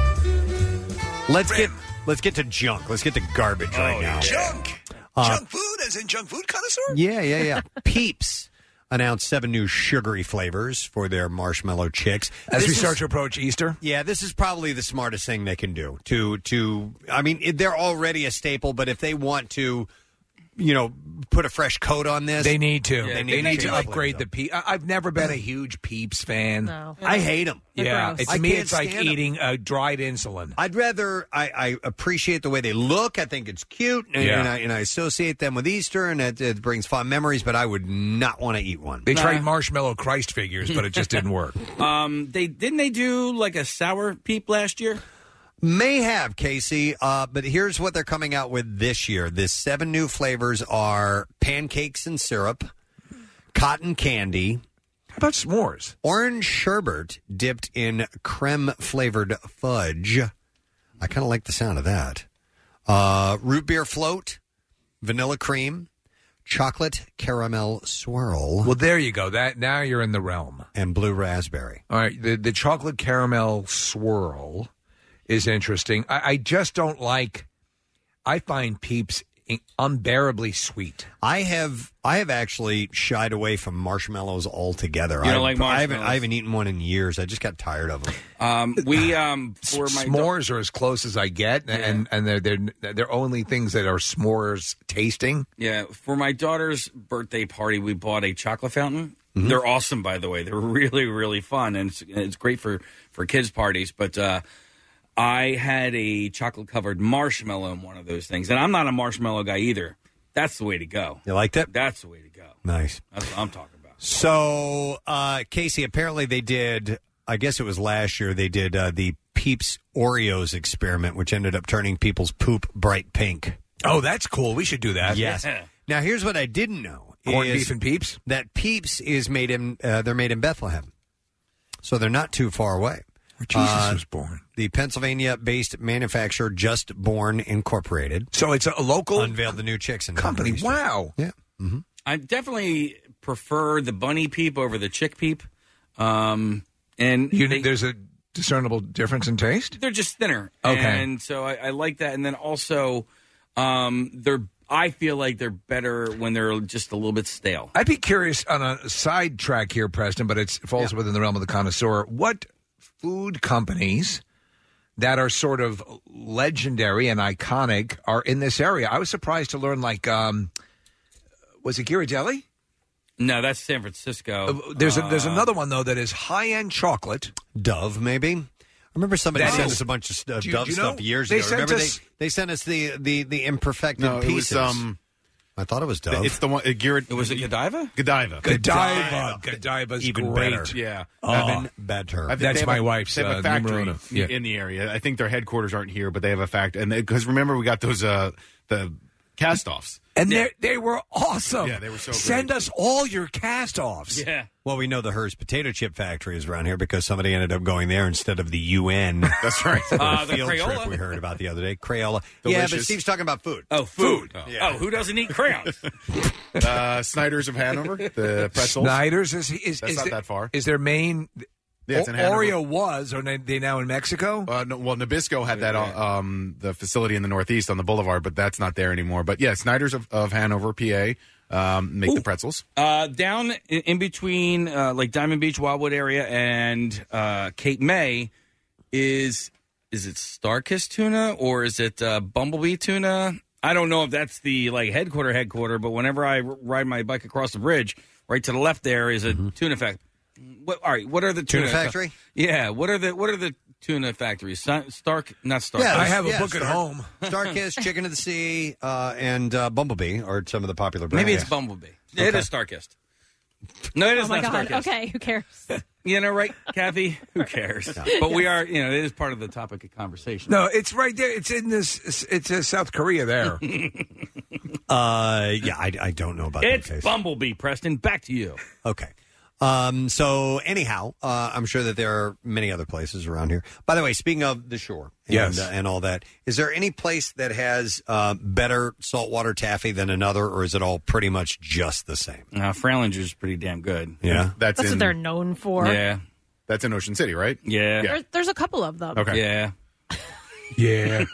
Speaker 2: Let's get let's get to junk. Let's get to garbage right now.
Speaker 4: Oh, Junk.
Speaker 2: Uh,
Speaker 4: junk food, as in junk food connoisseur?
Speaker 2: Yeah, yeah, yeah. Peeps announced seven new sugary flavors for their marshmallow chicks.
Speaker 4: As
Speaker 2: This
Speaker 4: we
Speaker 2: is-
Speaker 4: start to approach Easter,
Speaker 2: Yeah, this is probably the smartest thing they can do. To to I mean, it- they're already a staple, but if they want to, you know, put a fresh coat on this,
Speaker 4: they need to.
Speaker 2: They need,
Speaker 4: to upgrade the peeps. I've never been a huge Peeps fan.
Speaker 2: No. I hate 'em. They're
Speaker 4: Yeah,
Speaker 2: gross.
Speaker 4: it's,
Speaker 2: I
Speaker 4: to me,
Speaker 2: can't
Speaker 4: it's like
Speaker 2: stand 'em.
Speaker 4: eating uh, dried insulin.
Speaker 2: I'd rather I, I appreciate the way they look. I think it's cute, and,
Speaker 4: Yeah.
Speaker 2: and, I, and I associate them with Easter, and it, it brings fond memories. But I would not want to eat one.
Speaker 4: They tried marshmallow Christ figures, but it just didn't work.
Speaker 5: Um, they didn't they do like a sour peep last year?
Speaker 2: May have, Casey, uh, but here's what they're coming out with this year. The seven new flavors are pancakes and syrup, cotton candy.
Speaker 4: How about s'mores?
Speaker 2: Orange sherbet dipped in creme flavored fudge. I kind of like the sound of that. Uh, root beer float, vanilla cream, chocolate caramel swirl.
Speaker 4: Well, there you go. That now you're in the realm.
Speaker 2: And blue raspberry.
Speaker 4: All right, the the chocolate caramel swirl is interesting. I, I just don't like. I find Peeps in- unbearably sweet.
Speaker 2: I have I have actually shied away from marshmallows altogether.
Speaker 5: You don't
Speaker 2: I,
Speaker 5: like
Speaker 2: I haven't
Speaker 5: marshmallows?
Speaker 2: I haven't eaten one in years. I just got tired of them.
Speaker 5: Um, we um for my
Speaker 4: s'mores are as close as I get, and and they're they're they're only things that are s'mores tasting.
Speaker 5: Yeah, for my daughter's birthday party, we bought a chocolate fountain.
Speaker 4: Mm-hmm.
Speaker 5: They're awesome, by the way. They're really, really fun, and it's, and it's great for for kids' parties. But uh, I had a chocolate covered marshmallow in one of those things, and I'm not a marshmallow guy either. That's the way to go.
Speaker 2: You liked it?
Speaker 5: That's the way to go.
Speaker 2: Nice.
Speaker 5: That's what I'm talking about.
Speaker 2: So, uh, Casey, apparently they did, I guess it was last year, they did uh, the Peeps Oreos experiment, which ended up turning people's poop bright pink.
Speaker 4: Oh, that's cool. We should do that.
Speaker 2: Yes. Now, here's what I didn't know.
Speaker 4: Corned
Speaker 2: is
Speaker 4: beef and Peeps?
Speaker 2: That Peeps is made in, uh, they're made in Bethlehem. So they're not too far away. Where
Speaker 4: Jesus was born.
Speaker 2: The Pennsylvania based manufacturer Just Born Incorporated.
Speaker 4: So it's a, local?
Speaker 2: Unveiled the new chicks and
Speaker 4: company. Wow.
Speaker 2: Yeah. Mm-hmm.
Speaker 5: I definitely prefer the bunny peep over the chick peep. Um, and
Speaker 4: You, there's a discernible difference in taste.
Speaker 5: They're just thinner.
Speaker 4: Okay.
Speaker 5: And so I, I like that. And then also, um, they're I feel like they're better when they're just a little bit stale.
Speaker 4: I'd be curious on a sidetrack here, Preston, but it's, it falls within the realm of the connoisseur. What food companies that are sort of legendary and iconic are in this area? I was surprised to learn, like, um, was it Ghirardelli?
Speaker 5: No, that's San Francisco.
Speaker 4: There's a, there's
Speaker 5: Uh,
Speaker 4: another one though that is high end chocolate.
Speaker 2: Dove, maybe. I remember somebody
Speaker 4: Dove.
Speaker 2: sent us a bunch of uh,
Speaker 4: Do you-
Speaker 2: Dove
Speaker 4: do you know?
Speaker 2: stuff years
Speaker 4: They
Speaker 2: ago.
Speaker 4: sent
Speaker 2: remember
Speaker 4: us-
Speaker 2: they, they sent us the the the imperfected
Speaker 6: No, it was,
Speaker 2: pieces.
Speaker 6: um,
Speaker 2: I thought it was Dove.
Speaker 6: It's the one. Uh, Garrett,
Speaker 5: was it Godiva?
Speaker 6: Godiva.
Speaker 4: Godiva. Godiva's
Speaker 6: Even
Speaker 4: great.
Speaker 6: better. Yeah.
Speaker 4: Oh.
Speaker 6: Even
Speaker 2: better.
Speaker 6: I think
Speaker 4: That's
Speaker 6: they have
Speaker 4: my
Speaker 6: a-
Speaker 4: wife's
Speaker 6: They have
Speaker 4: uh,
Speaker 6: a factory
Speaker 4: Numerona.
Speaker 6: in- in the area. I think their headquarters aren't here, but they have a fact. And because remember, we got those uh the cast-offs.
Speaker 4: And they they were awesome.
Speaker 6: Yeah, they were so great.
Speaker 4: Send us all your cast offs.
Speaker 5: Yeah.
Speaker 2: Well, we know the Hearst potato chip factory is around here because somebody ended up going there instead of the UN.
Speaker 6: That's right.
Speaker 5: Uh, the
Speaker 2: field
Speaker 5: Crayola.
Speaker 2: trip we heard about the other day. Crayola. Yeah, but
Speaker 6: Delicious.
Speaker 2: Steve's talking about food.
Speaker 5: Oh, food. Oh,
Speaker 2: Yeah.
Speaker 5: who doesn't eat crayons?
Speaker 6: uh, Snyder's of Hanover, the pretzels.
Speaker 4: Snyder's is is,
Speaker 6: That's
Speaker 4: is
Speaker 6: not
Speaker 4: the-
Speaker 6: that far.
Speaker 4: Is their main?
Speaker 6: Yeah, it's in Hanover.
Speaker 4: Oreo was, or they they now in Mexico?
Speaker 6: Uh, no, well, Nabisco had that uh, um, the facility in the Northeast on the Boulevard, but that's not there anymore. But yeah, Snyder's of, of Hanover, PA. um, make the pretzels.
Speaker 5: Uh, down in, in between, uh, like Diamond Beach, Wildwood area, and uh, Cape May, is is it Starkiss tuna or is it uh, Bumblebee tuna? I don't know if that's the like headquarter headquarter, but whenever I r- ride my bike across the bridge, right to the left there is a
Speaker 2: Mm-hmm.
Speaker 5: tuna factory. What, all right, what are the
Speaker 2: Tuna
Speaker 5: tuna,
Speaker 2: factory?
Speaker 5: Yeah, what are the what are the tuna factories? Sa- Stark, not Stark.
Speaker 2: Yeah, there's- yeah, Star- Starkist, Chicken of the Sea, uh, and uh, Bumblebee are some of the popular brands.
Speaker 5: Maybe it's Bumblebee. It
Speaker 2: Okay.
Speaker 5: is Starkist. No, it is
Speaker 3: oh my
Speaker 5: not
Speaker 3: god.
Speaker 5: Starkist.
Speaker 3: Okay, who cares?
Speaker 5: You know, right, Kathy? Who cares? But we are, you know, it is part of the topic of conversation.
Speaker 4: No, it's right there. It's in this. It's uh, South Korea there.
Speaker 2: Uh, yeah, I, I don't know about
Speaker 5: it's
Speaker 2: that case.
Speaker 5: Bumblebee, Preston. Back to you.
Speaker 2: Okay. Um, so anyhow, uh, I'm sure that there are many other places around here. By the way, speaking of the shore and,
Speaker 13: Yes.
Speaker 2: uh, and all that, is there any place that has uh, better saltwater taffy than another, or is it all pretty much just the same?
Speaker 5: Uh, Frolinger's pretty damn good.
Speaker 2: Yeah.
Speaker 3: That's, what they're known for.
Speaker 5: Yeah.
Speaker 6: That's in Ocean City, right?
Speaker 5: Yeah.
Speaker 3: There- there's a couple of them.
Speaker 5: Yeah.
Speaker 4: Yeah.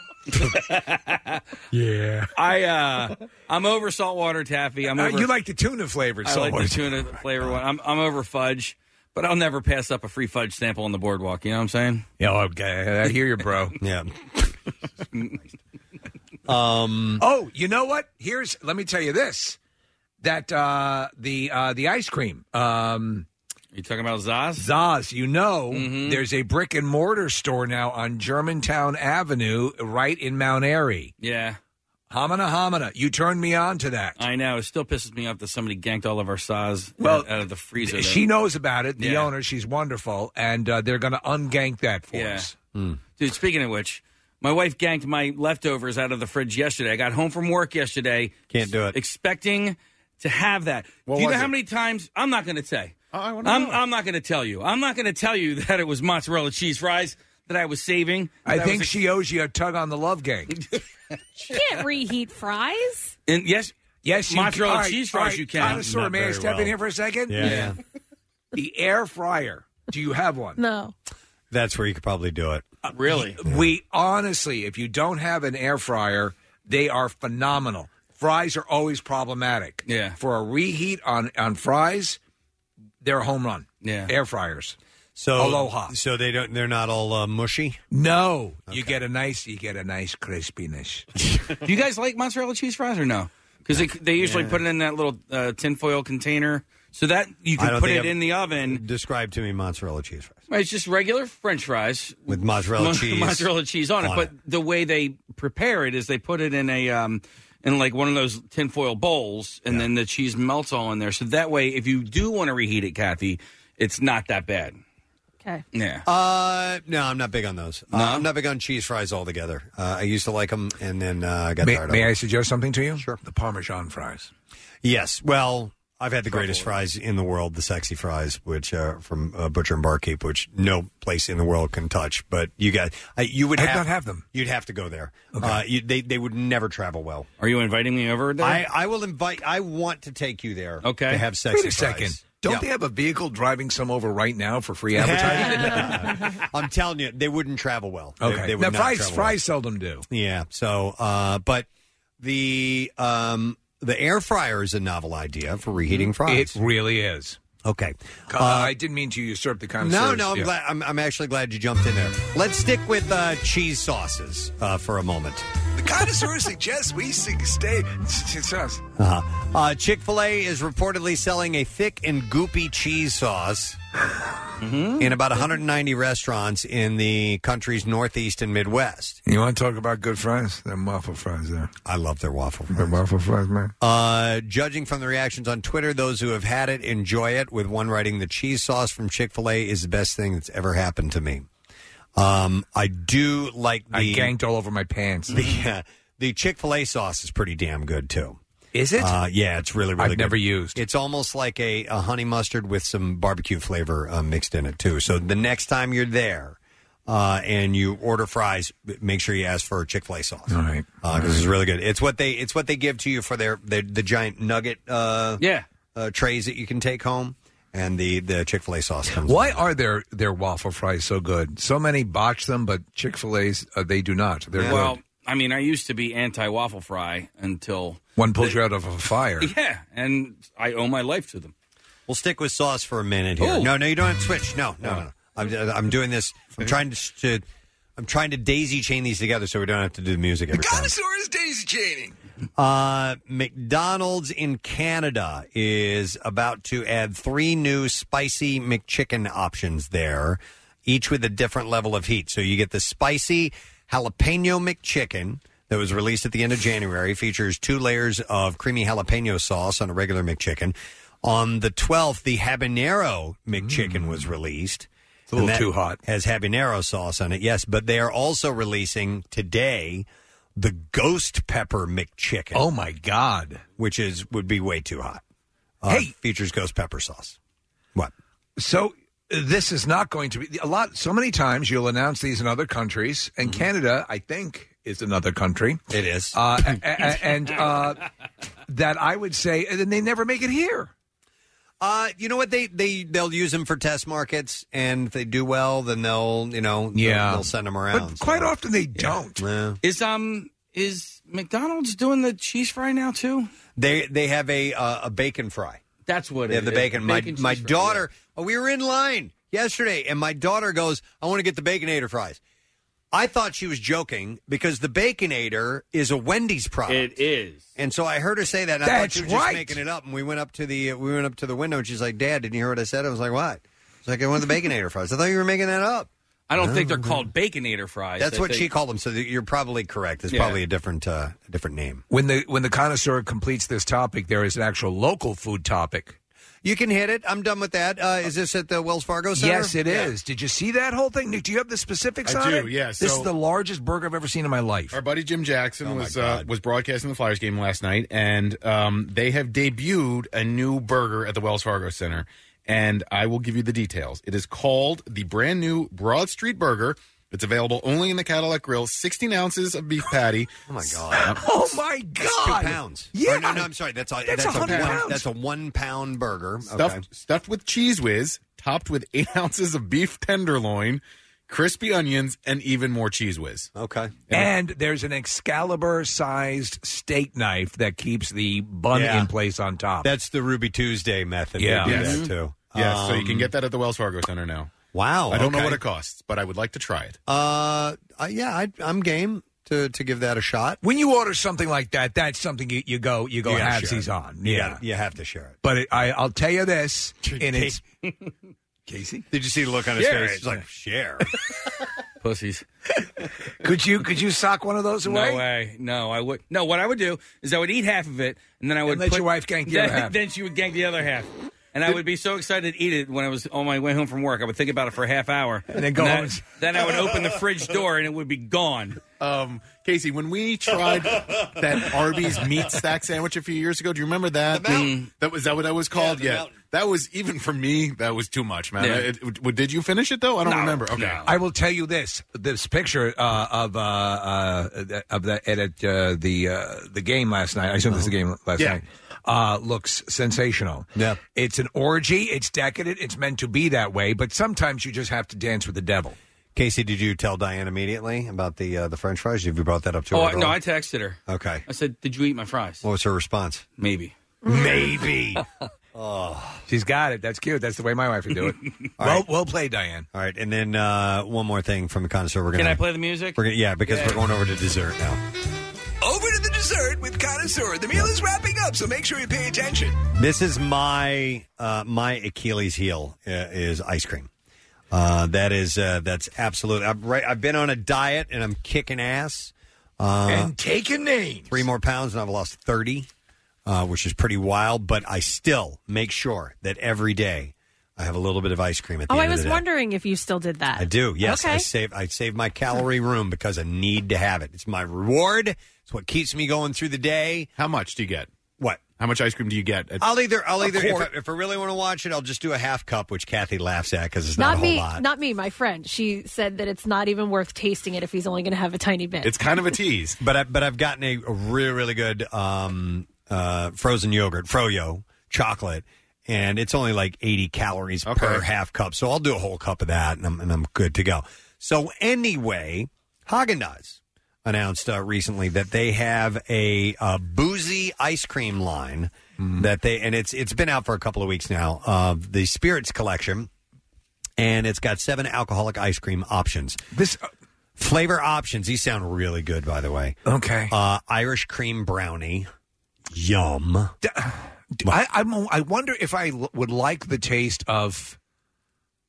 Speaker 4: yeah.
Speaker 5: I uh I'm over saltwater taffy. I'm
Speaker 4: Uh,
Speaker 5: over
Speaker 4: you like the tuna flavored
Speaker 5: I like
Speaker 4: saltwater
Speaker 5: the tuna flavor one. I'm I'm over fudge, but I'll never pass up a free fudge sample on the boardwalk, you know what I'm saying?
Speaker 4: Yeah, okay. I hear you, bro.
Speaker 2: yeah.
Speaker 4: Um. Oh, you know what? Here's. Let me tell you this. That uh, the uh, the ice cream. Um,
Speaker 5: you talking about Zaz? Mm-hmm.
Speaker 4: Zaz. You know, there's a brick and mortar store now on Germantown Avenue, right in Mount Airy.
Speaker 5: Yeah.
Speaker 4: Hamina Hamina. You turned me on to that.
Speaker 5: I know. It still pisses me off that somebody ganked all of our saws
Speaker 4: Well,
Speaker 5: out of the freezer.
Speaker 4: She
Speaker 5: there.
Speaker 4: knows about it. The
Speaker 5: Yeah.
Speaker 4: owner. She's wonderful, and uh, they're going to ungank that for
Speaker 5: Yeah.
Speaker 4: us.
Speaker 5: Dude, speaking of which, my wife ganked my leftovers out of the fridge yesterday. I got home from work yesterday.
Speaker 2: Can't do it.
Speaker 5: Expecting to have that.
Speaker 2: What
Speaker 5: do you know
Speaker 2: was
Speaker 5: how
Speaker 2: it?
Speaker 5: many times? I'm not going to say.
Speaker 6: I
Speaker 5: I'm, I'm not going to tell you. I'm not going to tell you that it was mozzarella cheese fries that I was saving.
Speaker 4: I
Speaker 5: that
Speaker 4: think
Speaker 5: was-
Speaker 4: she owes you a tug on the love gang.
Speaker 3: You can't reheat fries.
Speaker 5: And yes,
Speaker 4: yes, you
Speaker 5: Mozzarella
Speaker 4: all right,
Speaker 5: cheese
Speaker 4: all
Speaker 5: fries
Speaker 4: right,
Speaker 5: you can.
Speaker 4: Connoisseur,
Speaker 5: Not
Speaker 4: may I
Speaker 5: very
Speaker 4: step
Speaker 5: well.
Speaker 4: in here for a second?
Speaker 2: Yeah, yeah.
Speaker 4: the air fryer. Do you have one?
Speaker 3: No.
Speaker 2: That's where you could probably do it.
Speaker 5: Really?
Speaker 4: We honestly, if you don't have an air fryer, they are phenomenal. Fries are always problematic.
Speaker 5: Yeah.
Speaker 4: For a reheat on on fries, they're a home run.
Speaker 5: Yeah.
Speaker 4: Air fryers.
Speaker 2: So
Speaker 4: Aloha.
Speaker 2: So they don't. They're not all uh, mushy.
Speaker 4: No, you get a nice you get a nice crispiness.
Speaker 5: Do you guys like mozzarella cheese fries or no? Because they, they usually
Speaker 4: Yeah.
Speaker 5: put it in that little uh, tinfoil container so that you
Speaker 2: I
Speaker 5: can
Speaker 2: don't
Speaker 5: put it
Speaker 2: think I've-
Speaker 5: in the oven.
Speaker 2: Describe to me mozzarella cheese fries
Speaker 5: It's just regular French fries
Speaker 2: with mozzarella
Speaker 5: Mo-
Speaker 2: cheese.
Speaker 5: mozzarella cheese on, it.
Speaker 2: on
Speaker 5: But the way they prepare it is they put it in a um, in like one of those tinfoil bowls, and then the cheese melts all in there. So that way, if you do want to reheat it, Kathy, it's not that bad.
Speaker 3: Okay.
Speaker 5: Yeah.
Speaker 2: Uh, no, I'm not big on those. Uh, I'm not big on cheese fries altogether. Uh, I used to like them, and then uh, I got
Speaker 4: May,
Speaker 2: tired
Speaker 4: may
Speaker 2: of
Speaker 4: I
Speaker 2: them.
Speaker 4: suggest something to you? Sure. The Parmesan fries.
Speaker 2: Yes. Well, I've had the greatest fries in the world, the sexy fries, which uh, from uh, Butcher and Barkeep, which no place in the world can touch. But you guys, I, you would
Speaker 4: I did
Speaker 2: have,
Speaker 4: not have them.
Speaker 2: You'd have to go there. Uh, you, they they would never travel well.
Speaker 5: Are you inviting me over? There?
Speaker 2: I, I will invite. I want to take you there.
Speaker 5: Okay.
Speaker 2: To have sexy
Speaker 4: Wait a
Speaker 2: fries.
Speaker 4: second. Don't
Speaker 2: Yeah.
Speaker 4: they have a vehicle driving some over right now for free advertising?
Speaker 2: I'm telling you, they wouldn't travel well. They-
Speaker 4: okay.
Speaker 2: They, would
Speaker 4: now,
Speaker 2: not
Speaker 4: fries,
Speaker 2: travel
Speaker 4: fries seldom do.
Speaker 2: well. Yeah. So, uh, but the um, the air fryer is a novel idea for reheating fries.
Speaker 4: It really is.
Speaker 2: okay.
Speaker 4: Uh, I didn't mean to usurp the conversation.
Speaker 2: No, no, I'm glad. I'm, I'm actually glad you jumped in there. Let's stick with uh, cheese sauces uh, for a moment.
Speaker 4: The connoisseur suggests we sig- stay. It's us.
Speaker 2: Uh-huh. Uh, Chick Fil A is reportedly selling a thick and goopy cheese sauce
Speaker 4: Mm-hmm.
Speaker 2: in about 190 restaurants in the country's northeast and Midwest.
Speaker 4: You want to talk about good fries? They're waffle fries there.
Speaker 2: I love their waffle fries.
Speaker 4: They're waffle fries, man.
Speaker 2: Uh, judging from the reactions on Twitter, those who have had it enjoy it, with one writing, The cheese sauce from Chick fil A is the best thing that's ever happened to me. Um, I do like the.
Speaker 4: I ganked all over my pants.
Speaker 2: The, uh, the Chick fil A sauce is pretty damn good, too.
Speaker 4: Is it?
Speaker 2: Uh, yeah, it's really, really
Speaker 4: I've
Speaker 2: good.
Speaker 4: never used.
Speaker 2: It's almost like a, a honey mustard with some barbecue flavor uh, mixed in it, too. So the next time you're there uh, and you order fries, make sure you ask for a Chick fil A sauce.
Speaker 4: All right.
Speaker 2: Uh, 'cause it's really good. It's what they it's what they give to you for their, their the giant nugget uh,
Speaker 5: yeah
Speaker 2: uh, trays that you can take home, and the the Chick fil A sauce comes.
Speaker 4: Why are their their waffle fries so good? So many botch them, but Chick fil A's uh, they do not. They're
Speaker 5: well,
Speaker 4: good.
Speaker 5: I mean, I used to be anti waffle fry until
Speaker 4: One pulls you out of a fire.
Speaker 5: yeah, and I owe my life to them. Oh.
Speaker 2: We'll stick with sauce for a minute here.
Speaker 5: Ooh.
Speaker 2: No, no, you don't have to switch. No, no, no. I'm, I'm doing this. I'm trying to, to. I'm trying to daisy chain these together so we don't have to do the music every time.
Speaker 4: Dinosaur is daisy chaining.
Speaker 2: Uh, McDonald's in Canada is about to add three new spicy McChicken options there, each with a different level of heat. So you get the spicy jalapeno McChicken that was released at the end of January, features two layers of creamy jalapeno sauce on a regular McChicken. On the 12th, the habanero McChicken was released. It's
Speaker 4: Mm. a little too hot.
Speaker 2: Has habanero sauce on it, yes. But they are also releasing today the ghost pepper McChicken. Oh
Speaker 4: my god!
Speaker 2: Which is would be way too hot. Uh,
Speaker 4: Hey!
Speaker 2: features ghost pepper sauce. What?
Speaker 4: So uh, this is not going to be a lot. So many times you'll announce these in other countries, and Canada, I think, is another country.
Speaker 2: Mm-hmm. It is,
Speaker 4: uh, a- a- and uh, that I would say, and then they never make it here.
Speaker 2: Uh, you know what they they they'll use them for test markets, and if they do well, then they'll you know they'll-
Speaker 4: Yeah.
Speaker 2: they'll, send them around.
Speaker 4: But quite often they don't.
Speaker 5: Is um is McDonald's doing the cheese fry now too?
Speaker 2: They they have a uh, a bacon fry.
Speaker 5: That's what
Speaker 2: They
Speaker 5: it
Speaker 2: have the
Speaker 5: is.
Speaker 2: bacon. My
Speaker 5: Bacon
Speaker 2: my
Speaker 5: cheese fries,
Speaker 2: daughter. oh, we were in line yesterday, and my daughter goes, "I want to get the baconator fries." I thought she was joking because the baconator is a Wendy's product.
Speaker 5: It is,
Speaker 2: and so I heard her say that. And I thought
Speaker 4: That's
Speaker 2: she was just
Speaker 4: right.
Speaker 2: making it up, and we went up to the uh, we went up to the window, and she's like, "Dad, didn't you hear what I said?" I was like, "What?" She's like, "I want the baconator fries." I thought you were making that up.
Speaker 5: I don't
Speaker 4: Oh.
Speaker 2: Oh.
Speaker 5: think they're called baconator fries.
Speaker 2: That's
Speaker 5: I
Speaker 2: what
Speaker 5: think-
Speaker 2: she called them. So that you're probably correct. There's
Speaker 5: Yeah.
Speaker 2: probably a different uh, a different name.
Speaker 4: When the when the connoisseur completes this topic, there is an actual local food topic.
Speaker 2: You can hit it. I'm done with that. Uh, is this at the Wells Fargo Center?
Speaker 4: Yes, it is. Did you see that whole thing? Nick, do you have the specifics
Speaker 6: I
Speaker 4: on
Speaker 6: do,
Speaker 4: it?
Speaker 6: yeah,
Speaker 4: this
Speaker 6: so-
Speaker 4: is the largest burger I've ever seen in my life.
Speaker 6: Our buddy Jim Jackson
Speaker 2: Oh
Speaker 4: my
Speaker 6: was uh, was broadcasting the Flyers game last night, and um, they have debuted a new burger at the Wells Fargo Center. And I will give you the details. It is called the brand new Broad Street Burger. It's available only in the Cadillac Grill. Sixteen ounces of beef patty.
Speaker 2: oh my god!
Speaker 4: Oh my god!
Speaker 2: Two pounds.
Speaker 4: Yeah.
Speaker 2: Or no, no, I'm sorry. That's, a,
Speaker 4: That's
Speaker 2: that's, a,
Speaker 4: 100
Speaker 2: one,
Speaker 4: pounds.
Speaker 2: That's a one pound burger.
Speaker 6: stuffed,
Speaker 2: Okay.
Speaker 6: stuffed with cheese whiz, topped with eight ounces of beef tenderloin, crispy onions, and even more cheese whiz.
Speaker 2: Okay.
Speaker 4: And there's an Excalibur-sized steak knife that keeps the bun
Speaker 6: Yeah.
Speaker 4: in place on top.
Speaker 2: That's the Ruby Tuesday method.
Speaker 4: Yeah.
Speaker 2: They do
Speaker 4: Yes.
Speaker 2: that too.
Speaker 6: Yes, so you can
Speaker 2: Um,
Speaker 6: get that at the Wells Fargo Center now.
Speaker 2: Wow.
Speaker 6: I don't know
Speaker 2: okay.
Speaker 6: what it costs, but I would like to try it.
Speaker 2: Uh, uh, yeah, I, I'm game to to give that a shot.
Speaker 4: when you order something like that, that's something you, you go oh, you go
Speaker 2: You gotta
Speaker 4: halfsies
Speaker 2: share it.
Speaker 4: on.
Speaker 2: You
Speaker 4: Yeah,
Speaker 2: gotta- you have to share it.
Speaker 4: But it, I, I'll tell you this, and it's Casey.
Speaker 2: Did you see the look on his face? He's like, share.
Speaker 5: Pussies.
Speaker 4: could you could you sock one of those away?
Speaker 5: No way. No, I would. No, what I would do is I would eat half of it, and then I would
Speaker 4: let
Speaker 5: put-
Speaker 4: your wife gank the
Speaker 5: Yeah,
Speaker 4: other half.
Speaker 5: Then she would gank the other half, and I would be so excited to eat it when I was on my way home from work. I would think about it for a half hour, and
Speaker 4: then go
Speaker 5: that-
Speaker 4: home and-
Speaker 5: Then I would open the fridge door, and it would be gone.
Speaker 6: Um, Casey, when we tried that Arby's meat stack sandwich a few years ago, do you remember that? Mm. That was that what that was called? Yeah, that was even for me. That was too much, man.
Speaker 4: Yeah.
Speaker 6: It- it- did you finish it though? I don't
Speaker 4: No,
Speaker 6: remember. Okay,
Speaker 4: I will tell you this: this picture uh, of uh, uh, of the edit uh, the uh, the game last night. I assume this
Speaker 2: Uh-huh.
Speaker 4: is the game last
Speaker 6: Yeah.
Speaker 4: night. Uh, looks sensational. Yeah, it's an orgy. It's decadent. It's meant to be that way. But sometimes you just have to dance with the devil.
Speaker 2: Casey, did you tell Diane immediately about the uh, the French fries? Have you brought that up to
Speaker 5: Oh
Speaker 2: her?
Speaker 5: I-
Speaker 2: at
Speaker 5: no,
Speaker 2: all?
Speaker 5: I texted her.
Speaker 2: okay.
Speaker 5: I said, "Did you eat my fries?"
Speaker 2: What was her response?
Speaker 5: Maybe.
Speaker 4: Maybe. oh, she's got it. That's cute. That's the way my wife would do it.
Speaker 2: All
Speaker 4: well,
Speaker 2: right.
Speaker 4: well played, Diane.
Speaker 2: All right, and then uh, one more thing from the connoisseur. We're gonna
Speaker 4: Can I play
Speaker 5: the music?
Speaker 2: We're gonna, yeah, because
Speaker 4: Yeah.
Speaker 2: we're going over to dessert now.
Speaker 4: Over to the dessert with connoisseur. The meal is wrapping up, so make sure you pay attention.
Speaker 2: This is my uh, my Achilles heel uh, is ice cream. Uh, that is uh, that's absolute. I've, right, I've been on a diet and I'm kicking ass. Uh,
Speaker 4: and take a name.
Speaker 2: Three more pounds and I've lost thirty, uh, which is pretty wild. But I still make sure that every day I have a little bit of ice cream at the
Speaker 3: Oh,
Speaker 2: end
Speaker 3: I
Speaker 2: of
Speaker 3: was
Speaker 2: the day.
Speaker 3: wondering if you still did that.
Speaker 2: I do. Yes, I
Speaker 3: Okay.
Speaker 2: save I save my calorie room because I need to have it. It's my reward. It's what keeps me going through the day.
Speaker 6: How much do you get?
Speaker 2: What?
Speaker 6: How much ice cream do you get? at-
Speaker 2: I'll either I'll
Speaker 6: A
Speaker 2: either if I,
Speaker 6: quart.
Speaker 2: if I really want to watch it, I'll just do a half cup, which Kathy laughs at because it's not,
Speaker 3: Not,
Speaker 2: a whole
Speaker 3: me,
Speaker 2: lot.
Speaker 3: not me, my friend. She said that it's not even worth tasting it if he's only going to have a tiny bit.
Speaker 6: kind of a tease,
Speaker 2: but I, but I've gotten a, a really really good um, uh, frozen yogurt, froyo chocolate, and it's only like eighty calories per half cup, so I'll do a whole cup of that, and I'm and I'm good to go. So anyway, Haagen Dazs. announced uh, recently that they have a, uh boozy ice cream line that they and it's it's been out for a couple of weeks now of the spirits collection, and it's got seven alcoholic ice cream options.
Speaker 4: This.
Speaker 2: Flavor options. These sound really good, by the way.
Speaker 4: Okay.
Speaker 2: Uh, Irish cream brownie. Yum.
Speaker 4: I, I'm, I wonder if I l- would like the taste of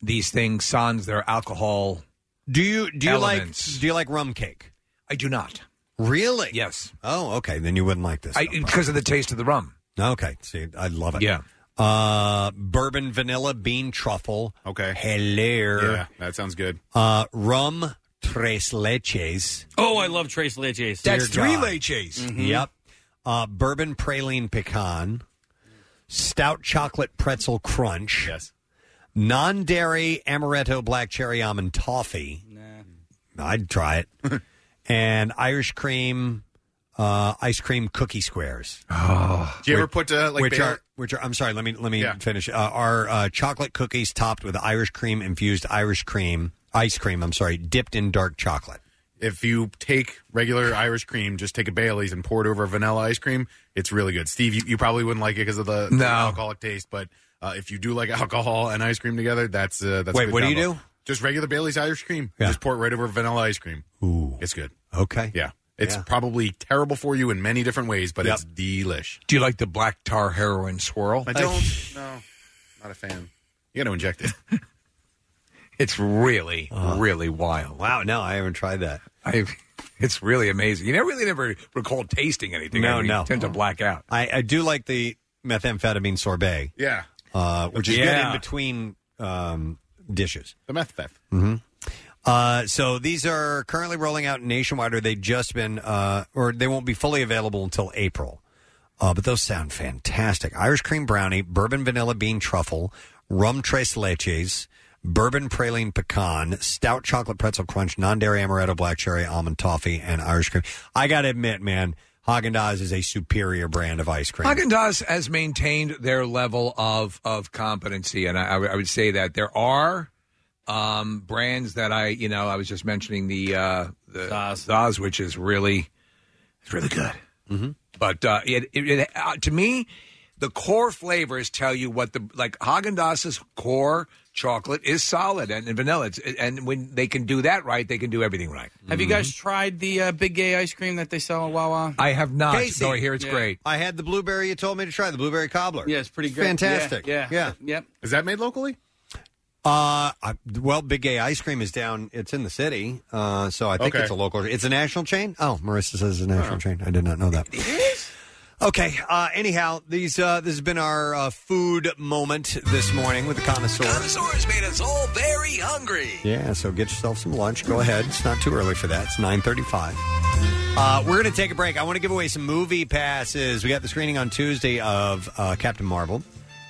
Speaker 4: these things sans their alcohol.
Speaker 2: Do you Do you
Speaker 4: elements.
Speaker 2: like Do you like rum cake?
Speaker 4: I do not.
Speaker 2: Really?
Speaker 4: Yes.
Speaker 2: Oh, okay. Then you wouldn't like this
Speaker 4: I- because of the taste of the rum.
Speaker 2: Okay. See, I love it.
Speaker 4: Yeah.
Speaker 2: Uh, bourbon vanilla bean truffle. Okay. Hello.
Speaker 6: Yeah, that sounds good.
Speaker 2: Uh, rum tres leches.
Speaker 5: Oh, I love Trace Leches. Mm-hmm.
Speaker 2: That's Dear three God.
Speaker 4: leches.
Speaker 6: Mm-hmm.
Speaker 2: Yep. Uh, bourbon praline pecan. Stout chocolate pretzel crunch. Yes. Non dairy amaretto black cherry almond toffee. I'd try it. and Irish cream, uh, ice cream cookie squares. Oh.
Speaker 6: Do you ever put, uh, like,
Speaker 2: which
Speaker 6: bear-
Speaker 2: are which are I'm sorry, let me let me
Speaker 6: Yeah.
Speaker 2: finish. Uh, are uh, chocolate cookies topped with Irish cream infused Irish cream ice cream? I'm sorry, dipped in dark chocolate.
Speaker 6: If you take regular Irish cream, just take a Bailey's and pour it over vanilla ice cream. It's really good. Steve, you, you probably wouldn't like it because of the, the
Speaker 4: No.
Speaker 6: alcoholic taste, but uh, if you do like alcohol and ice cream together, that's uh, that's. a
Speaker 2: Wait,
Speaker 6: good
Speaker 2: what do you
Speaker 6: combo.
Speaker 2: do?
Speaker 6: Just regular Bailey's Irish cream. Just pour it right over vanilla ice cream.
Speaker 2: Ooh,
Speaker 6: it's good.
Speaker 2: Okay,
Speaker 6: yeah, it's
Speaker 4: Yeah.
Speaker 6: probably terrible for you in many different ways, but
Speaker 4: Yep.
Speaker 6: it's delish.
Speaker 4: Do you like the black tar heroin swirl?
Speaker 6: I don't. no, not a fan. You got to inject it.
Speaker 4: It's really, really wild.
Speaker 2: Uh. Wow, no, I haven't tried that.
Speaker 4: I, it's really amazing. You never really never recall tasting anything.
Speaker 2: No,
Speaker 4: I mean,
Speaker 2: no.
Speaker 4: You tend to black out.
Speaker 2: I, I do like the methamphetamine sorbet.
Speaker 6: Yeah.
Speaker 2: Uh, which is
Speaker 4: Yeah.
Speaker 2: good in between um, dishes.
Speaker 6: The meth theft.
Speaker 2: hmm Uh, so these are currently rolling out nationwide, or they just been, uh, or they won't be fully available until April. Uh, but those sound fantastic: Irish cream brownie, bourbon vanilla bean truffle, rum tres leches, bourbon praline pecan, stout chocolate pretzel crunch, non-dairy amaretto black cherry almond toffee, and Irish cream. I gotta admit, man, Haagen Dazs is a superior brand of ice cream.
Speaker 4: Haagen Dazs has maintained their level of of competency, and I, I would- I would say that there are um, brands that I, you know, I was just mentioning the uh, the Daz. which is really it's really good. Mm-hmm. But uh, it, it, it uh, to me, the core flavors tell you what the like Haagen Dazs's core chocolate is solid and, and vanilla, it's, and when they can do that right, they can do everything right. Mm-hmm.
Speaker 5: Have you guys tried the uh, big gay ice cream that they sell at Wawa?
Speaker 4: I have not, though I hear it's
Speaker 5: Yeah.
Speaker 4: great.
Speaker 2: I had the blueberry you told me to try, the blueberry cobbler.
Speaker 5: Yeah, it's pretty good.
Speaker 2: Fantastic.
Speaker 5: Yeah, yeah.
Speaker 2: yeah.
Speaker 5: Yep.
Speaker 6: Is that made locally?
Speaker 2: Uh, I, well, Big Gay Ice Cream is down. It's in the city, uh, so I think
Speaker 6: Okay.
Speaker 2: it's a local. It's a national chain. Oh, Marissa says it's a national chain. I did not know that. Okay. Uh, anyhow, these uh, this has been our uh, food moment this morning with the connoisseur.
Speaker 20: Dinosaurs made us all very hungry.
Speaker 2: Yeah, so get yourself some lunch. Go ahead. It's not too early for that. It's 935. Uh, we're going to take a break. I want to give away some movie passes. We got the screening on Tuesday of uh, Captain Marvel.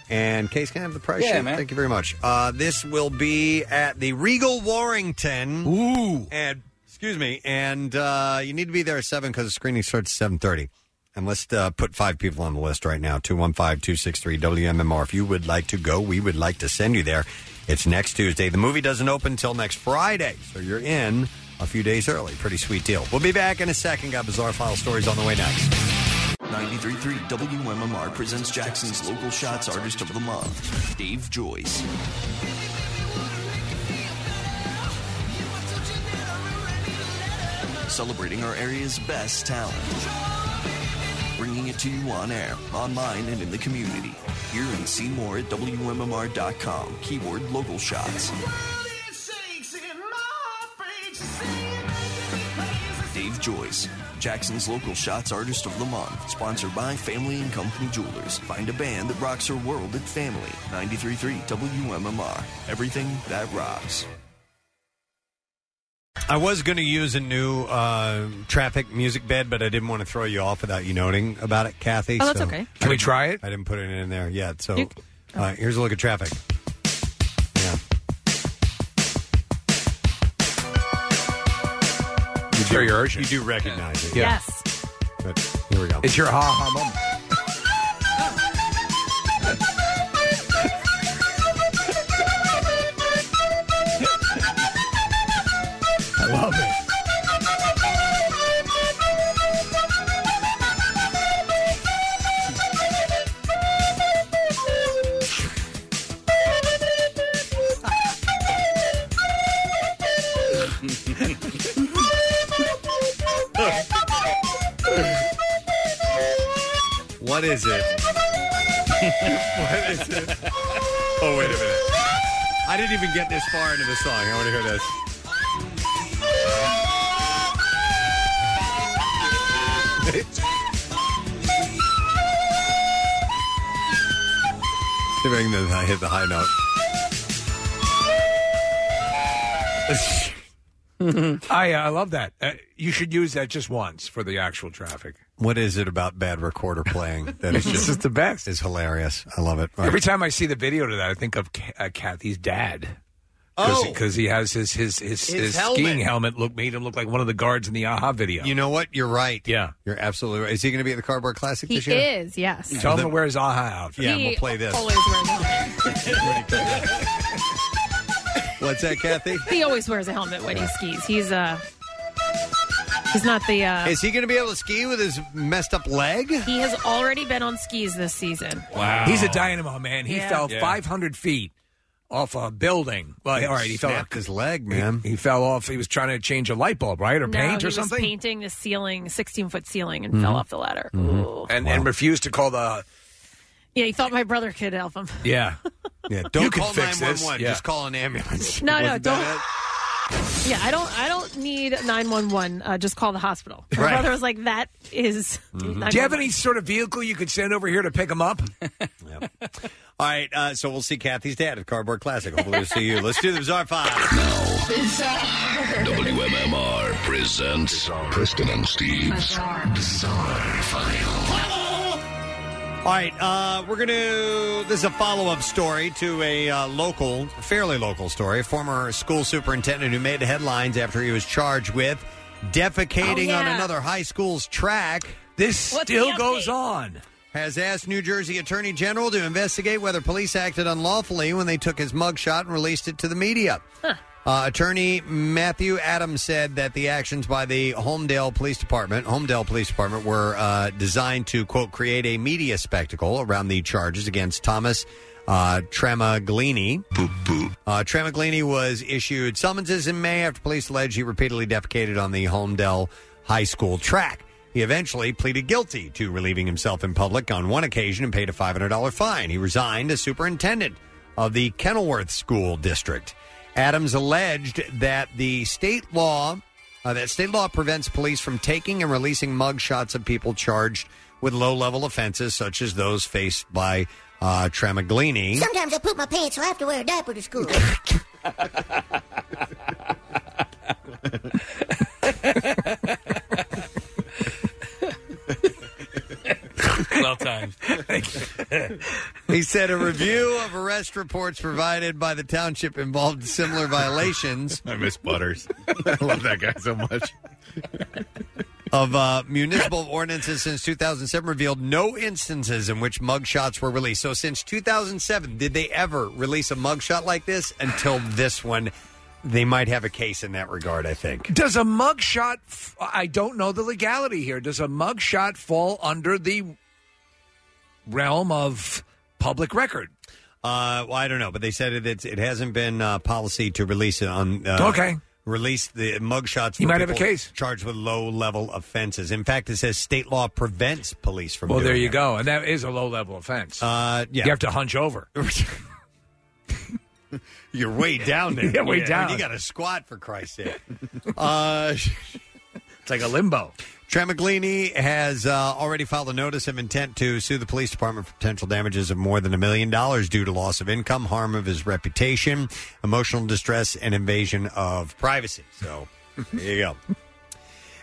Speaker 2: And Case can I have the price
Speaker 5: Yeah,
Speaker 2: sheet?
Speaker 5: man.
Speaker 2: Thank you very much. Uh, this will be at the Regal Warrington.
Speaker 4: Ooh.
Speaker 2: And, excuse me. And uh, you need to be there at 7 because the screening starts at 7.30. And let's uh, put five people on the list right now 215 263 WMMR. If you would like to go, we would like to send you there. It's next Tuesday. The movie doesn't open until next Friday, so you're in a few days early. Pretty sweet deal. We'll be back in a second. Got bizarre file stories on the way next.
Speaker 20: 93.3 WMMR presents Jackson's Local Shots Artist of the Month, Dave Joyce. Celebrating our area's best talent. Bringing it to you on air, online, and in the community. Hear and see more at WMMR.com. Keyword Local Shots. Dave Joyce, Jackson's local shots artist of the month, sponsored by Family and Company Jewelers. Find a band that rocks her world at Family. 93.3 WMMR. Everything that rocks.
Speaker 2: I was going to use a new uh, traffic music bed, but I didn't want to throw you off without you noting about it, Kathy.
Speaker 4: Oh, that's
Speaker 2: so-
Speaker 4: okay. Can we try it?
Speaker 2: I didn't put it in there yet. So
Speaker 4: You-
Speaker 2: uh, here's a look at traffic. Yeah. You do,
Speaker 4: very urgent.
Speaker 2: You do recognize it.
Speaker 4: Yeah.
Speaker 3: Yes.
Speaker 2: But here we go.
Speaker 4: It's your ha ha moment.
Speaker 2: I love it. What is it? what is it? Oh, wait a minute. I didn't even get this far into the song. I want to hear this. See if I can uh, hit the high note.
Speaker 4: I I love that. Uh, you should use that just once for the actual traffic.
Speaker 2: What is it about bad recorder playing that is
Speaker 4: It's
Speaker 2: just,
Speaker 4: just the best?
Speaker 2: Is hilarious. I love it. All right.
Speaker 4: Every time I see the video to that, I think of Ca- uh, Kathy's dad.
Speaker 2: Oh.
Speaker 4: because he has his his his,
Speaker 2: His
Speaker 4: his,
Speaker 2: helmet.
Speaker 4: skiing helmet look made him look like one of the guards in the AHA video.
Speaker 2: You know what? You're right.
Speaker 4: Yeah,
Speaker 2: you're absolutely right. Is he going to be at the Cardboard Classic
Speaker 13: He
Speaker 2: this year?
Speaker 13: is, yes.
Speaker 4: Tell him to wear his AHA outfit.
Speaker 2: Yeah,
Speaker 13: He
Speaker 2: we'll play this.
Speaker 13: Always wears a helmet.
Speaker 2: What's that, Kathy?
Speaker 13: he always wears a helmet when he skis. He's uh he's not the uh
Speaker 2: Is he going to be able to ski with his messed up leg?
Speaker 13: he has already been on skis this season.
Speaker 2: Wow.
Speaker 4: He's a dynamo man. He
Speaker 13: Yeah.
Speaker 4: fell
Speaker 13: Yeah.
Speaker 4: 500 feet off a building. Well, all right, he fell off
Speaker 2: Snapped his leg, man.
Speaker 4: He, he fell off. He was trying to change a light bulb, right, or
Speaker 13: No,
Speaker 4: paint
Speaker 13: he
Speaker 4: or
Speaker 13: was
Speaker 4: something, Mm-hmm.
Speaker 13: painting the ceiling, sixteen foot ceiling, and fell off the ladder.
Speaker 4: and and refused to call the
Speaker 13: Yeah, he thought my brother could help him.
Speaker 4: yeah yeah. Don't
Speaker 2: you call
Speaker 4: fix this.
Speaker 2: 911.
Speaker 4: Yeah.
Speaker 2: Just call an ambulance.
Speaker 13: No, no,
Speaker 2: Wasn't that
Speaker 13: don't-
Speaker 2: it?
Speaker 13: Yeah, I don't. I don't need nine one one. uh, Just call the hospital. My
Speaker 4: Right.
Speaker 13: brother was like, "That is-
Speaker 4: Do you have any sort of vehicle you could send over here to pick him up?
Speaker 2: All right, uh, so we'll see Kathy's dad at Cardboard Classic. Hopefully, we'll see you. Let's do the Bizarre Five.
Speaker 1: WMMR presents Preston and Steve's Bizarre File.
Speaker 2: All right, uh, we're going to. This is a follow up story to a uh, local, fairly local story. A former school superintendent who made headlines after he was charged with defecating
Speaker 4: Oh, yeah.
Speaker 2: on another high school's track.
Speaker 4: This What's still the update? goes on.
Speaker 2: Has asked New Jersey Attorney General to investigate whether police acted unlawfully when they took his mugshot and released it to the media. Uh, attorney Matthew Adams said that the actions by the Homedale Police Department, Homedale Police Department, were uh, designed to quote create a media spectacle around the charges against Thomas uh, Tramaglini. Uh, Tramaglini was issued summonses in May after police alleged he repeatedly defecated on the Homedale High School track. He eventually pleaded guilty to relieving himself in public on one occasion and paid a $500 fine. He resigned as superintendent of the Kenilworth School District. Adams alleged that the state law uh, that state law prevents police from taking and releasing mugshots of people charged with low-level offenses such as those faced by uh, Tramaglini.
Speaker 14: Sometimes I poop my pants, so I have to wear a diaper to school.
Speaker 5: well timed.
Speaker 2: he said a review of arrest reports provided by the township involved similar violations. I miss Butters. I love that guy so much. Of uh, municipal ordinances since 2007 revealed no instances in which mugshots were released. So, since 2007, did they ever release a mugshot like this? Until this one, they might have a case in that regard, I think.
Speaker 4: Does a mugshot? F- I don't know the legality here. Does a mugshot fall under the realm of public record?
Speaker 2: Uh, well, I don't know, but they said it. It's, it hasn't been uh, policy to release it on. Uh,
Speaker 4: Okay.
Speaker 2: Release the mugshots.
Speaker 4: You
Speaker 2: for
Speaker 4: might have a
Speaker 2: people
Speaker 4: case.
Speaker 2: charged with low-level offenses. In fact, it says state law prevents police from.
Speaker 4: Well,
Speaker 2: doing
Speaker 4: there you
Speaker 2: it.
Speaker 4: go, and that is a low level offense.
Speaker 2: Uh, yeah.
Speaker 4: You have to hunch over.
Speaker 2: You're way down there.
Speaker 4: Yeah, way
Speaker 2: I
Speaker 4: down.
Speaker 2: mean, you got to squat for Christ's sake. uh, it's
Speaker 4: like a limbo.
Speaker 2: Tremaglini has uh, already filed a notice of intent to sue the police department for potential damages of more than a million dollars due to loss of income, harm of his reputation, emotional distress, and invasion of privacy. So there you go.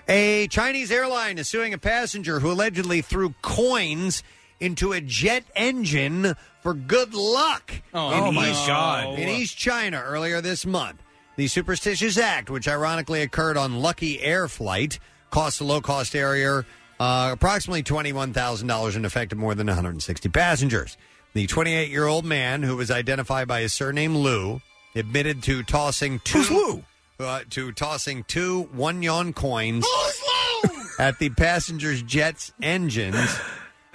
Speaker 2: A Chinese airline is suing a passenger who allegedly threw coins into a jet engine for good luck
Speaker 19: Oh,
Speaker 2: in
Speaker 19: my
Speaker 2: East-
Speaker 19: God.
Speaker 2: in East China earlier this month. The superstitious act, which ironically occurred on Lucky Air flight, cost the low-cost carrier uh, approximately twenty-one thousand dollars and affected more than one hundred and sixty passengers. The twenty-eight-year-old man, who was identified by his surname Liu, admitted to tossing two Uh, to tossing two one yuan coins at the passenger's jet's engines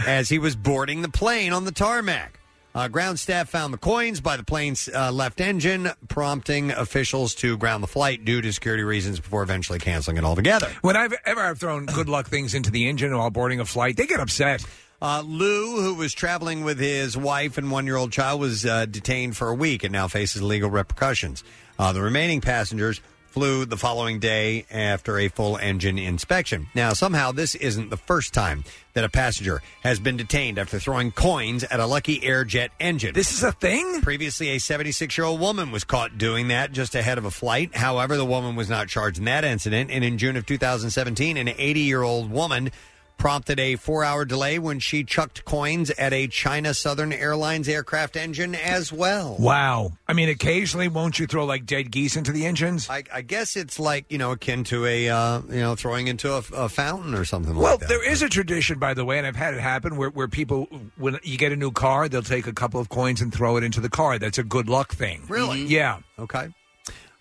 Speaker 2: as he was boarding the plane on the tarmac. Uh, ground staff found the coins by the plane's uh, left engine, prompting officials to ground the flight due to security reasons before eventually canceling it altogether.
Speaker 4: When I've ever I've thrown good luck things into the engine while boarding a flight, they get upset.
Speaker 2: Uh, Lou, who was traveling with his wife and one year old child, was uh, detained for a week and now faces legal repercussions. Uh, the remaining passengers flew the following day after a full engine inspection. Now, somehow, this isn't the first time that a passenger has been detained after throwing coins at a Lucky Airjet engine. This
Speaker 4: is a thing?
Speaker 2: Previously, a 76 year old woman was caught doing that just ahead of a flight. However, the woman was not charged in that incident. And in June of 2017, an 80 year old woman prompted a four hour delay when she chucked coins at a China Southern Airlines aircraft engine as well.
Speaker 4: Wow. I mean, occasionally, won't you throw like dead geese into the engines?
Speaker 2: I, I guess it's like you know akin to a uh, you know throwing into a, a fountain or something
Speaker 4: well,
Speaker 2: like that.
Speaker 4: there is a tradition, by the way, and I've had it happen where, where people, when you get a new car, they'll take a couple of coins and throw it into the car. That's a good luck thing. Mm-hmm.
Speaker 2: Really?
Speaker 4: Yeah.
Speaker 2: Okay.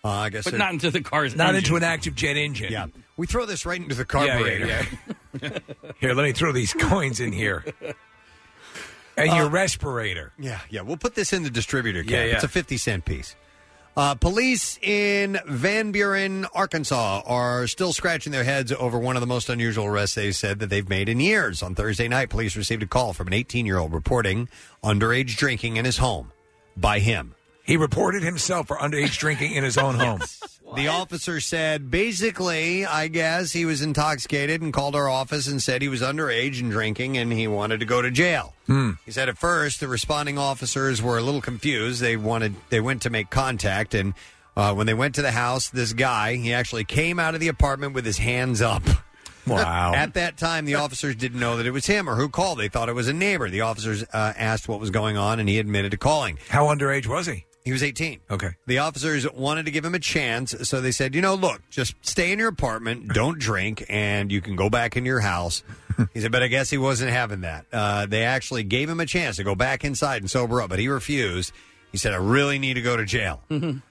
Speaker 2: Uh, I guess,
Speaker 5: But
Speaker 2: it-
Speaker 5: not into the car's
Speaker 4: Not
Speaker 5: engine.
Speaker 4: into an active jet engine.
Speaker 2: Yeah. We throw this right into the
Speaker 4: Yeah, yeah,
Speaker 2: carburetor.
Speaker 4: yeah. Here, let me throw these coins in here. And your
Speaker 2: Uh,
Speaker 4: respirator.
Speaker 2: Yeah, yeah. We'll put this in the distributor cap.
Speaker 4: Yeah, yeah.
Speaker 2: It's a 50 cent piece. Uh, police in Van Buren, Arkansas, are still scratching their heads over one of the most unusual arrests they said that they've made in years. On Thursday night, police received a call from an 18 year old reporting underage drinking in his home by him.
Speaker 4: He reported himself for underage drinking in his own home.
Speaker 2: The officer said, basically, I guess he was intoxicated and called our office and said he was underage and drinking and he wanted to go to jail.
Speaker 4: Hmm.
Speaker 2: He said at first the responding officers were a little confused. They wanted they went to make contact, and uh, when they went to the house, this guy he actually came out of the apartment with his hands up.
Speaker 4: Wow.
Speaker 2: At that time, the officers didn't know that it was him or who called. They thought it was a neighbor. The officers uh, asked what was going on, and he admitted to calling.
Speaker 4: How underage was he?
Speaker 2: He was 18.
Speaker 4: Okay.
Speaker 2: The officers wanted to give him a chance, so they said, you know, look, just stay in your apartment, don't drink, and you can go back in your house. He said, but I guess he wasn't having that. Uh, they actually gave him a chance to go back inside and sober up, but he refused. He said, I really need to go to jail.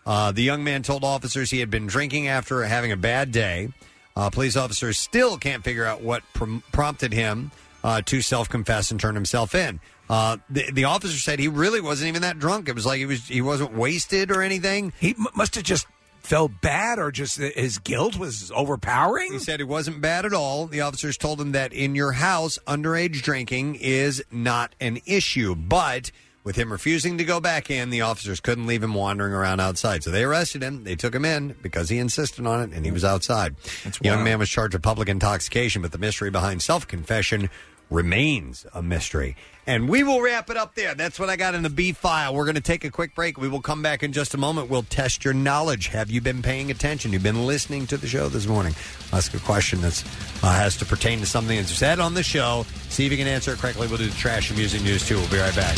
Speaker 2: Uh, the young man told officers he had been drinking after having a bad day. Uh, police officers still can't figure out what prom- prompted him uh, to self confess and turn himself in. Uh, the, the officer said he really wasn't even that drunk. It was like he was he wasn't wasted or anything.
Speaker 4: He m- must have just felt bad, or just his guilt was overpowering.
Speaker 2: He said it wasn't bad at all. The officers told him that in your house, underage drinking is not an issue, but. With him refusing to go back in, the officers couldn't leave him wandering around outside. So they arrested him. They took him in because he insisted on it and he was outside. The young
Speaker 4: wild.
Speaker 2: man was charged with public intoxication, but the mystery behind self confession remains a mystery. And we will wrap it up there. That's what I got in the B file. We're going to take a quick break. We will come back in just a moment. We'll test your knowledge. Have you been paying attention? You've been listening to the show this morning. Ask a question that uh, has to pertain to something that's said on the show. See if you can answer it correctly. We'll do the trash and music news too. We'll be right back.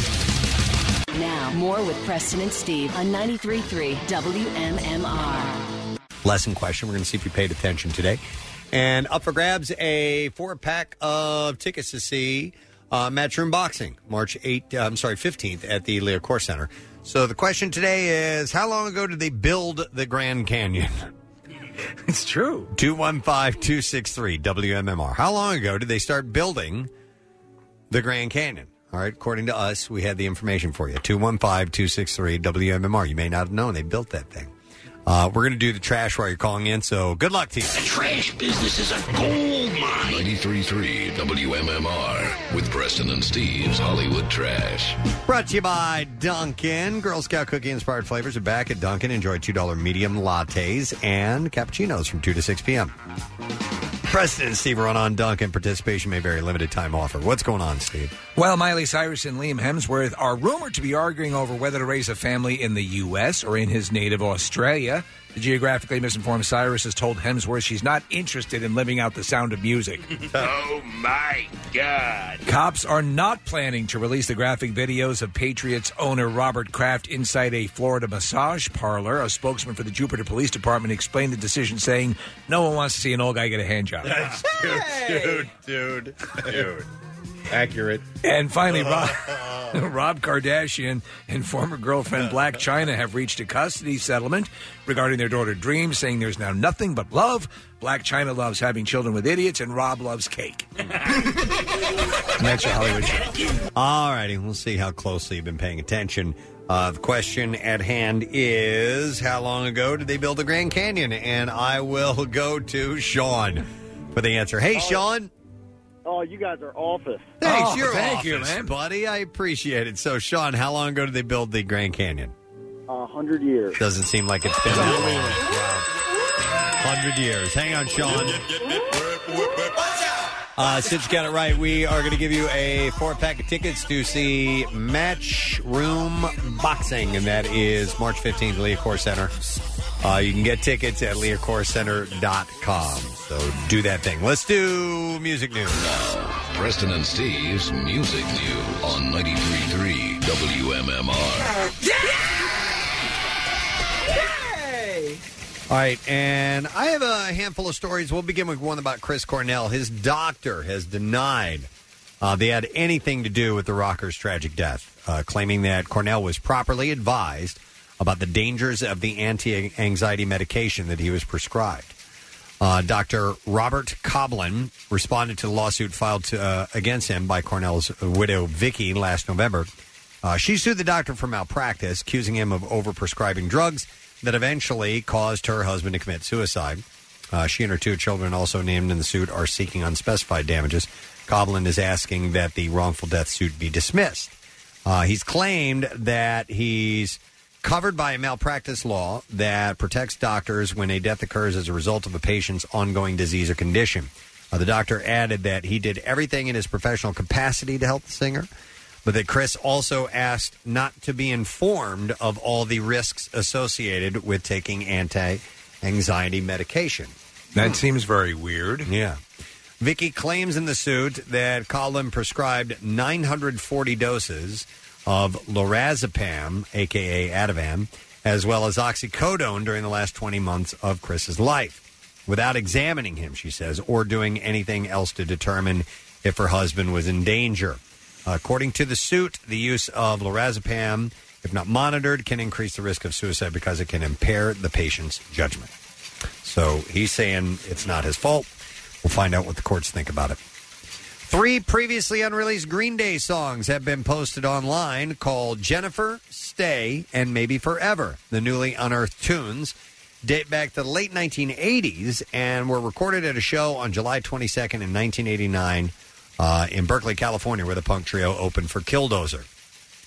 Speaker 17: Now, more with Preston and Steve on 93.3 WMMR.
Speaker 2: lesson question. We're going to see if you paid attention today. And up for grabs a four pack of tickets to see uh, Matchroom Boxing March 8, uh, I'm sorry, 15th at the Leo Core Center. So the question today is How long ago did they build the Grand Canyon?
Speaker 4: It's true.
Speaker 2: 215 263 WMMR. How long ago did they start building the Grand Canyon? All right, according to us, we had the information for you 215 263 WMMR. You may not have known they built that thing. Uh, we're going to do the trash while you're calling in, so good luck to you.
Speaker 1: Trash business is a gold mine. 93.3 WMMR with Preston and Steve's Hollywood Trash.
Speaker 2: Brought to you by Dunkin'. Girl Scout cookie inspired flavors are back at Dunkin'. Enjoy $2 medium lattes and cappuccinos from 2 to 6 p.m. President Steve Ron on Dunkin'. Participation may vary. Limited time offer. What's going on, Steve?
Speaker 4: Well, Miley Cyrus and Liam Hemsworth are rumored to be arguing over whether to raise a family in the U.S. or in his native Australia. The geographically misinformed Cyrus has told Hemsworth she's not interested in living out the sound of music.
Speaker 19: oh my god.
Speaker 4: Cops are not planning to release the graphic videos of Patriots owner Robert Kraft inside a Florida massage parlor. A spokesman for the Jupiter Police Department explained the decision, saying, No one wants to see an old guy get a hand job.
Speaker 19: Dude, dude, dude.
Speaker 4: Accurate. And finally, Rob, Rob Kardashian and former girlfriend Black China have reached a custody settlement regarding their daughter Dream, saying there's now nothing but love. Black China loves having children with idiots, and Rob loves cake. And that's your Hollywood show.
Speaker 2: All righty, we'll see how closely you've been paying attention. Uh, the question at hand is How long ago did they build the Grand
Speaker 10: oh,
Speaker 2: Canyon? And I will go to Sean for the answer. Hey, Sean.
Speaker 16: Oh, you guys are office.
Speaker 2: Thanks, you're Oh, thank you, man, buddy. I appreciate it. So, Sean, how long ago did they build the Grand Canyon?
Speaker 16: A hundred years.
Speaker 2: Doesn't seem like it's been that long. Hundred years. Hang on, Sean. Uh, since you got it right, we are going to give you a four pack of tickets to see Match Room Boxing, and that is March 15th, Leah Core Center. Uh, you can get tickets at leahcorecenter.com. So do that thing. Let's do music news.
Speaker 1: Preston and Steve's Music News on 93.3 WMMR.
Speaker 2: All right, and I have a handful of stories. We'll begin with one about Chris Cornell. His doctor has denied uh, they had anything to do with the rocker's tragic death, uh, claiming that Cornell was properly advised about the dangers of the anti anxiety medication that he was prescribed. Uh, Dr. Robert Coblin responded to the lawsuit filed to, uh, against him by Cornell's widow, Vicky, last November. Uh, she sued the doctor for malpractice, accusing him of overprescribing drugs that eventually caused her husband to commit suicide. Uh, she and her two children, also named in the suit, are seeking unspecified damages. Coblin is asking that the wrongful death suit be dismissed. Uh, he's claimed that he's covered by a malpractice law that protects doctors when a death occurs as a result of a patient's ongoing disease or condition. Uh, the doctor added that he did everything in his professional capacity to help the singer, but that Chris also asked not to be informed of all the risks associated with taking anti anxiety medication.
Speaker 4: That seems very weird.
Speaker 2: Yeah. Vicky claims in the suit that Colin prescribed 940 doses of lorazepam, aka Ativan, as well as oxycodone during the last 20 months of Chris's life, without examining him, she says, or doing anything else to determine if her husband was in danger. According to the suit, the use of lorazepam, if not monitored, can increase the risk of suicide because it can impair the patient's judgment. So he's saying it's not his fault. We'll find out what the courts think about it. Three previously unreleased Green Day songs have been posted online called Jennifer, Stay, and Maybe Forever. The newly unearthed tunes date back to the late 1980s and were recorded at a show on July 22nd in 1989 uh, in Berkeley, California, where the punk trio opened for Killdozer.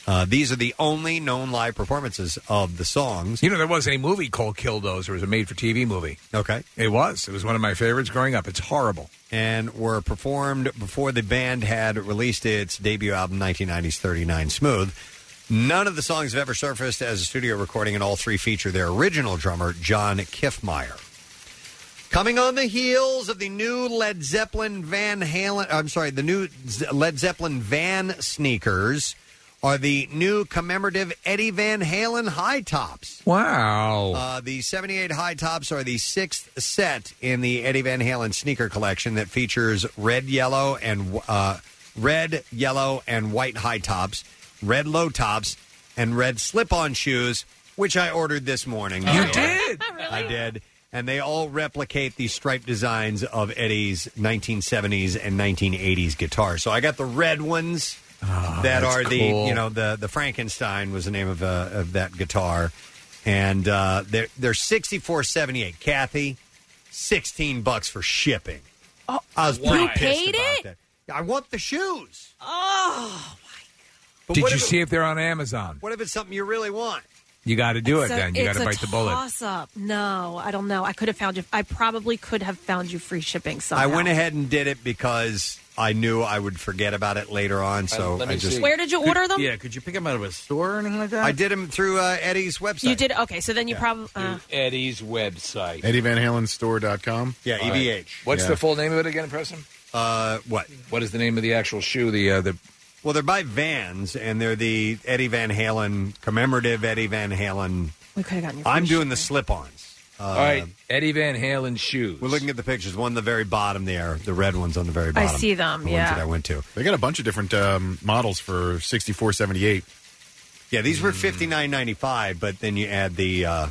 Speaker 2: Uh, these are the only known live performances of the songs.
Speaker 4: You know, there was a movie called Killdozer. It was a made for TV movie.
Speaker 2: Okay.
Speaker 4: It was. It was one of my favorites growing up. It's horrible.
Speaker 2: and were performed before the band had released its debut album, 1990's 39 Smooth. None of the songs have ever surfaced as a studio recording, and all three feature their original drummer, John Kiffmeyer. Coming on the heels of the new Led Zeppelin Van Halen, I'm sorry, the new Z- Led Zeppelin Van sneakers are the new commemorative Eddie Van Halen high tops.
Speaker 4: Wow.
Speaker 2: Uh, the 78 high tops are the sixth set in the Eddie Van Halen sneaker collection that features red, yellow, and uh, red, yellow, and white high tops, red low tops, and red slip-on shoes, which I ordered this morning. Oh. You
Speaker 4: did?
Speaker 2: I did. And they all replicate the stripe designs of Eddie's 1970s and 1980s guitars. So I got the red ones that
Speaker 4: Ah, that's
Speaker 2: are the
Speaker 4: cool.
Speaker 2: you know the the Frankenstein was the name of uh, of that guitar, and uh, they're they're sixty four seventy eight. Kathy, sixteen bucks for shipping. Oh, I was pretty
Speaker 4: You
Speaker 2: pissed
Speaker 4: paid
Speaker 2: about
Speaker 4: it?
Speaker 2: that. I want the shoes.
Speaker 4: Oh, my God.
Speaker 2: But
Speaker 4: Did
Speaker 2: what
Speaker 4: you
Speaker 2: if it-
Speaker 4: see if they're on Amazon?
Speaker 2: What if it's something you really want?
Speaker 4: You got to do it
Speaker 13: So
Speaker 4: then. You got
Speaker 13: it's
Speaker 4: to
Speaker 13: a
Speaker 4: bite the bullet.
Speaker 13: Toss up. No, I don't know. I could have found you. I probably could have found you free shipping somehow.
Speaker 2: I went ahead and did it because I knew I would forget about it later on. So I just
Speaker 13: Where did you order them?
Speaker 2: could you pick them out of a store or anything like that? I did them through uh, Eddie's website.
Speaker 13: You did okay. So then you probably. Uh,
Speaker 6: Eddie's website. EddieVanHalenStore.com.
Speaker 2: Yeah, E
Speaker 4: E What's the full name of it again, Preston?
Speaker 2: Uh, what?
Speaker 4: What is the name of the actual shoe? The uh, the
Speaker 2: Well, they're by Vans, and they're the Eddie Van Halen commemorative Eddie Van Halen.
Speaker 13: we could have gotten you.
Speaker 2: I'm doing the slip-ons. Uh,
Speaker 4: All right, Eddie Van Halen shoes.
Speaker 2: We're looking at the pictures. One on the very bottom there, the red ones on the very
Speaker 13: I
Speaker 2: bottom.
Speaker 13: see them.
Speaker 2: The ones that I
Speaker 13: Yeah.
Speaker 2: went to.
Speaker 6: They got a bunch of different um, models for sixty four seventy eight.
Speaker 2: Yeah, these were fifty nine ninety five, but then you add the uh,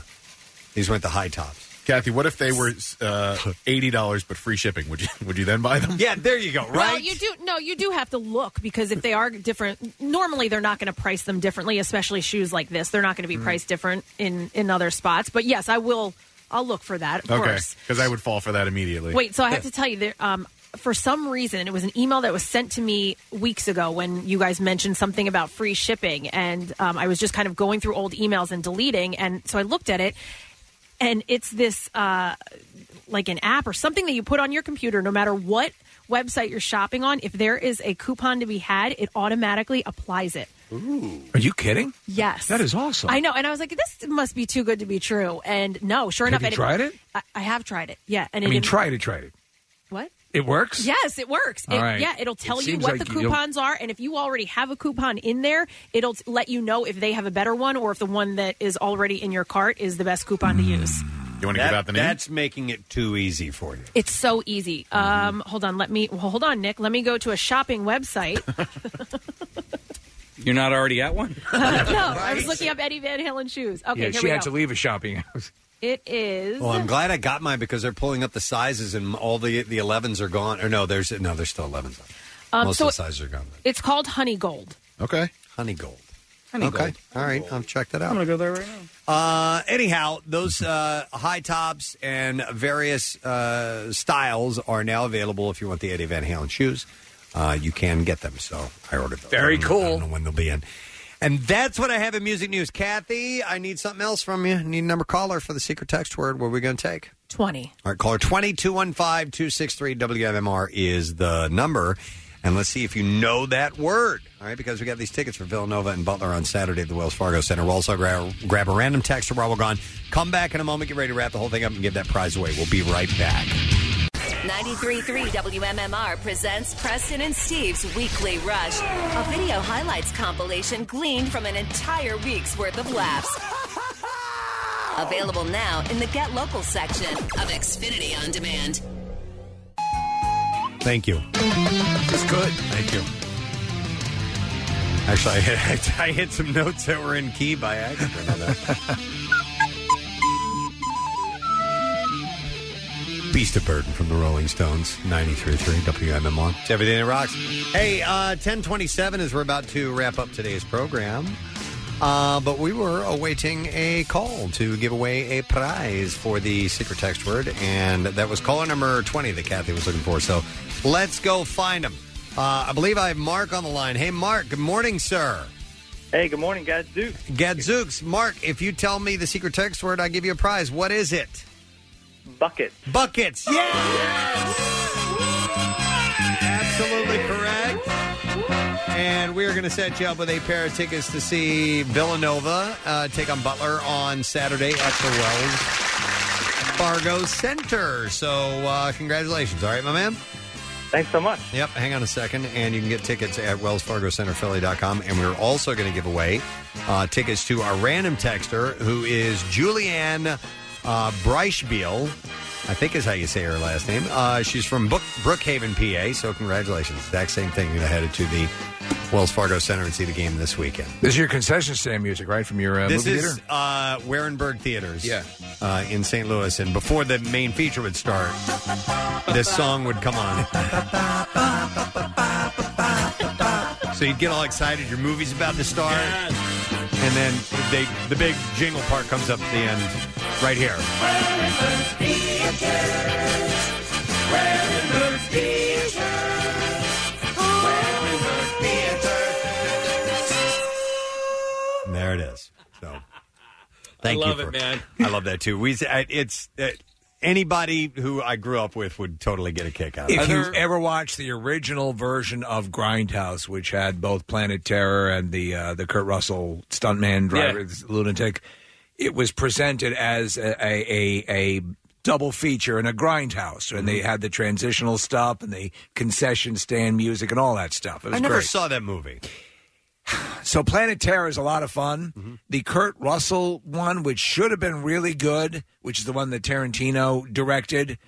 Speaker 2: these went the high tops.
Speaker 6: Kathy, what if they were uh, eighty dollars but free shipping? Would you would you then buy them?
Speaker 2: Yeah, there you go.
Speaker 13: Well, you do no, you do have to look because if they are different, normally they're not going to price them differently, especially shoes like this. They're not going to be
Speaker 6: Mm.
Speaker 13: priced different in in other spots. But yes, I will. I'll look for that. Of
Speaker 6: okay,
Speaker 13: course.
Speaker 6: because I would fall for that immediately.
Speaker 13: Wait, so I have to tell you, there, um,
Speaker 3: for some reason, it was an email that was sent to me weeks ago when you guys mentioned something about free shipping. And um, I was just kind of going through old emails and deleting. And so I looked at it, and it's this uh, like an app or something that you put on your computer, no matter what website you're shopping on. If there is a coupon to be had, it automatically applies it.
Speaker 4: Ooh. Are you kidding?
Speaker 3: Yes.
Speaker 4: That is awesome.
Speaker 3: I know. And I was like, this must be too good to be true. And no, sure
Speaker 4: Have
Speaker 3: enough,
Speaker 4: you
Speaker 3: I didn't-
Speaker 4: tried it?
Speaker 3: I, I have tried it. Yeah. And
Speaker 4: I
Speaker 3: it
Speaker 4: mean,
Speaker 3: didn't-
Speaker 4: try it, try it.
Speaker 3: What?
Speaker 4: It works?
Speaker 3: Yes, it works.
Speaker 4: All
Speaker 3: It-
Speaker 4: right.
Speaker 3: Yeah, it'll tell
Speaker 4: It
Speaker 3: you
Speaker 4: seems
Speaker 3: what
Speaker 4: like
Speaker 3: the
Speaker 4: you'll-
Speaker 3: coupons are, and if you already have a coupon in there, it'll t- let you know if they have a better one or if the one that is already in your cart is the best coupon
Speaker 2: Hmm.
Speaker 3: to use.
Speaker 24: You want
Speaker 2: to give out the name? That's making it too easy for you.
Speaker 3: It's so easy. Um, hold on, let me well, hold on, Nick. Let me go to a shopping website.
Speaker 5: You're not already at one?
Speaker 3: no, I was looking up Eddie Van Halen shoes. Okay,
Speaker 5: Yeah,
Speaker 3: here
Speaker 5: she
Speaker 3: we
Speaker 5: had
Speaker 3: go.
Speaker 5: to
Speaker 4: leave a shopping house.
Speaker 3: It is.
Speaker 2: Well, Oh, I'm glad I got mine because they're pulling up the sizes and all the the 11s are gone. Or no, there's no, there's still 11s. Left.
Speaker 3: Um,
Speaker 2: Most
Speaker 3: so
Speaker 2: of the sizes are gone.
Speaker 3: It's called Honey Gold.
Speaker 2: Okay. Honey gold.
Speaker 3: Honey
Speaker 2: okay.
Speaker 3: gold.
Speaker 2: All right. I'll check that out.
Speaker 3: go there right now.
Speaker 2: Uh, anyhow, those uh, high tops and various uh, styles are now available. If you want the Eddie Van Halen shoes, uh, you can get them. So I ordered those. Very cool. I don't know when they'll be in. And that's what I have in music news. Kathy, I need something else from you. I need a number caller for the secret text word. What are we going to take?
Speaker 3: Twenty.
Speaker 2: All right, caller 2215-263-WMMR is the number. And let's see if you know that word. All right, because we got these tickets for Villanova and Butler on Saturday at the Wells Fargo Center. We'll also grab, grab a random text while we're gone. Come back in a moment. Get ready to wrap the whole thing up and give that prize away. We'll be right back.
Speaker 17: 93.3 WMMR presents Preston and Steve's Weekly Rush, a video highlights compilation gleaned from an entire week's worth of laughs. Available now in the Get Local section of Xfinity On Demand.
Speaker 2: Thank you. It's good. Thank you. Actually, I hit, I hit some notes that were in key by accident. on that. Beast of Burden from the Rolling Stones, 93.3 WMMR. It's everything that rocks. Hey, uh, 1027 is we're about to wrap up today's program. Uh, but we were awaiting a call to give away a prize for the secret text word, and that was caller number 20 that Kathy was looking for. So let's go find him. Uh, I believe I have Mark on the line. Hey, Mark, good morning, sir.
Speaker 25: Hey, good morning, Gadzooks.
Speaker 2: Gadzooks. Mark, if you tell me the secret text word, I give you a prize. What is it?
Speaker 25: Buckets.
Speaker 2: Buckets. Yes! Absolutely correct. And we are going to set you up with a pair of tickets to see Villanova uh, take on Butler on Saturday at the Wells Fargo Center. So, uh, congratulations. All right, my man?
Speaker 25: Thanks so much.
Speaker 2: Yep, hang on a second. And you can get tickets at wellsfargocenterphilly.com. And we're also going to give away uh, tickets to our random texter, who is Julianne uh, Breichbiel, I think is how you say her last name. Uh, she's from Brook- Brookhaven, PA. So, congratulations. Exact same thing. You're headed to the Wells Fargo Center and see the game this weekend.
Speaker 4: This is your concession stand music, right? From your uh,
Speaker 2: this
Speaker 4: movie
Speaker 2: is
Speaker 4: theater?
Speaker 2: uh, Warenberg Theaters
Speaker 4: Yeah.
Speaker 2: uh, in St. Louis. And before the main feature would start, this song would come on. so you'd get all excited. Your movie's about to start. And then they, the big jingle part comes up at the end right here. And there it is. So thank
Speaker 26: love
Speaker 2: you.
Speaker 26: it, man.
Speaker 2: I love that too. We I- it's uh, anybody who I grew up with would totally get a kick out of
Speaker 4: If
Speaker 2: it.
Speaker 4: you ever watched the original version of Grindhouse, which had both Planet Terror and the uh, the Kurt Russell stuntman driver this lunatic, it was presented as a a, a, a double feature in a grindhouse, and
Speaker 2: Mm-hmm.
Speaker 4: they had the transitional stuff and the concession stand music and all that stuff. It was
Speaker 2: I never
Speaker 4: great.
Speaker 2: saw that movie.
Speaker 4: So Planet Terror is a lot of fun. The Kurt Russell one, which should have been really good, which is the one that Tarantino directed,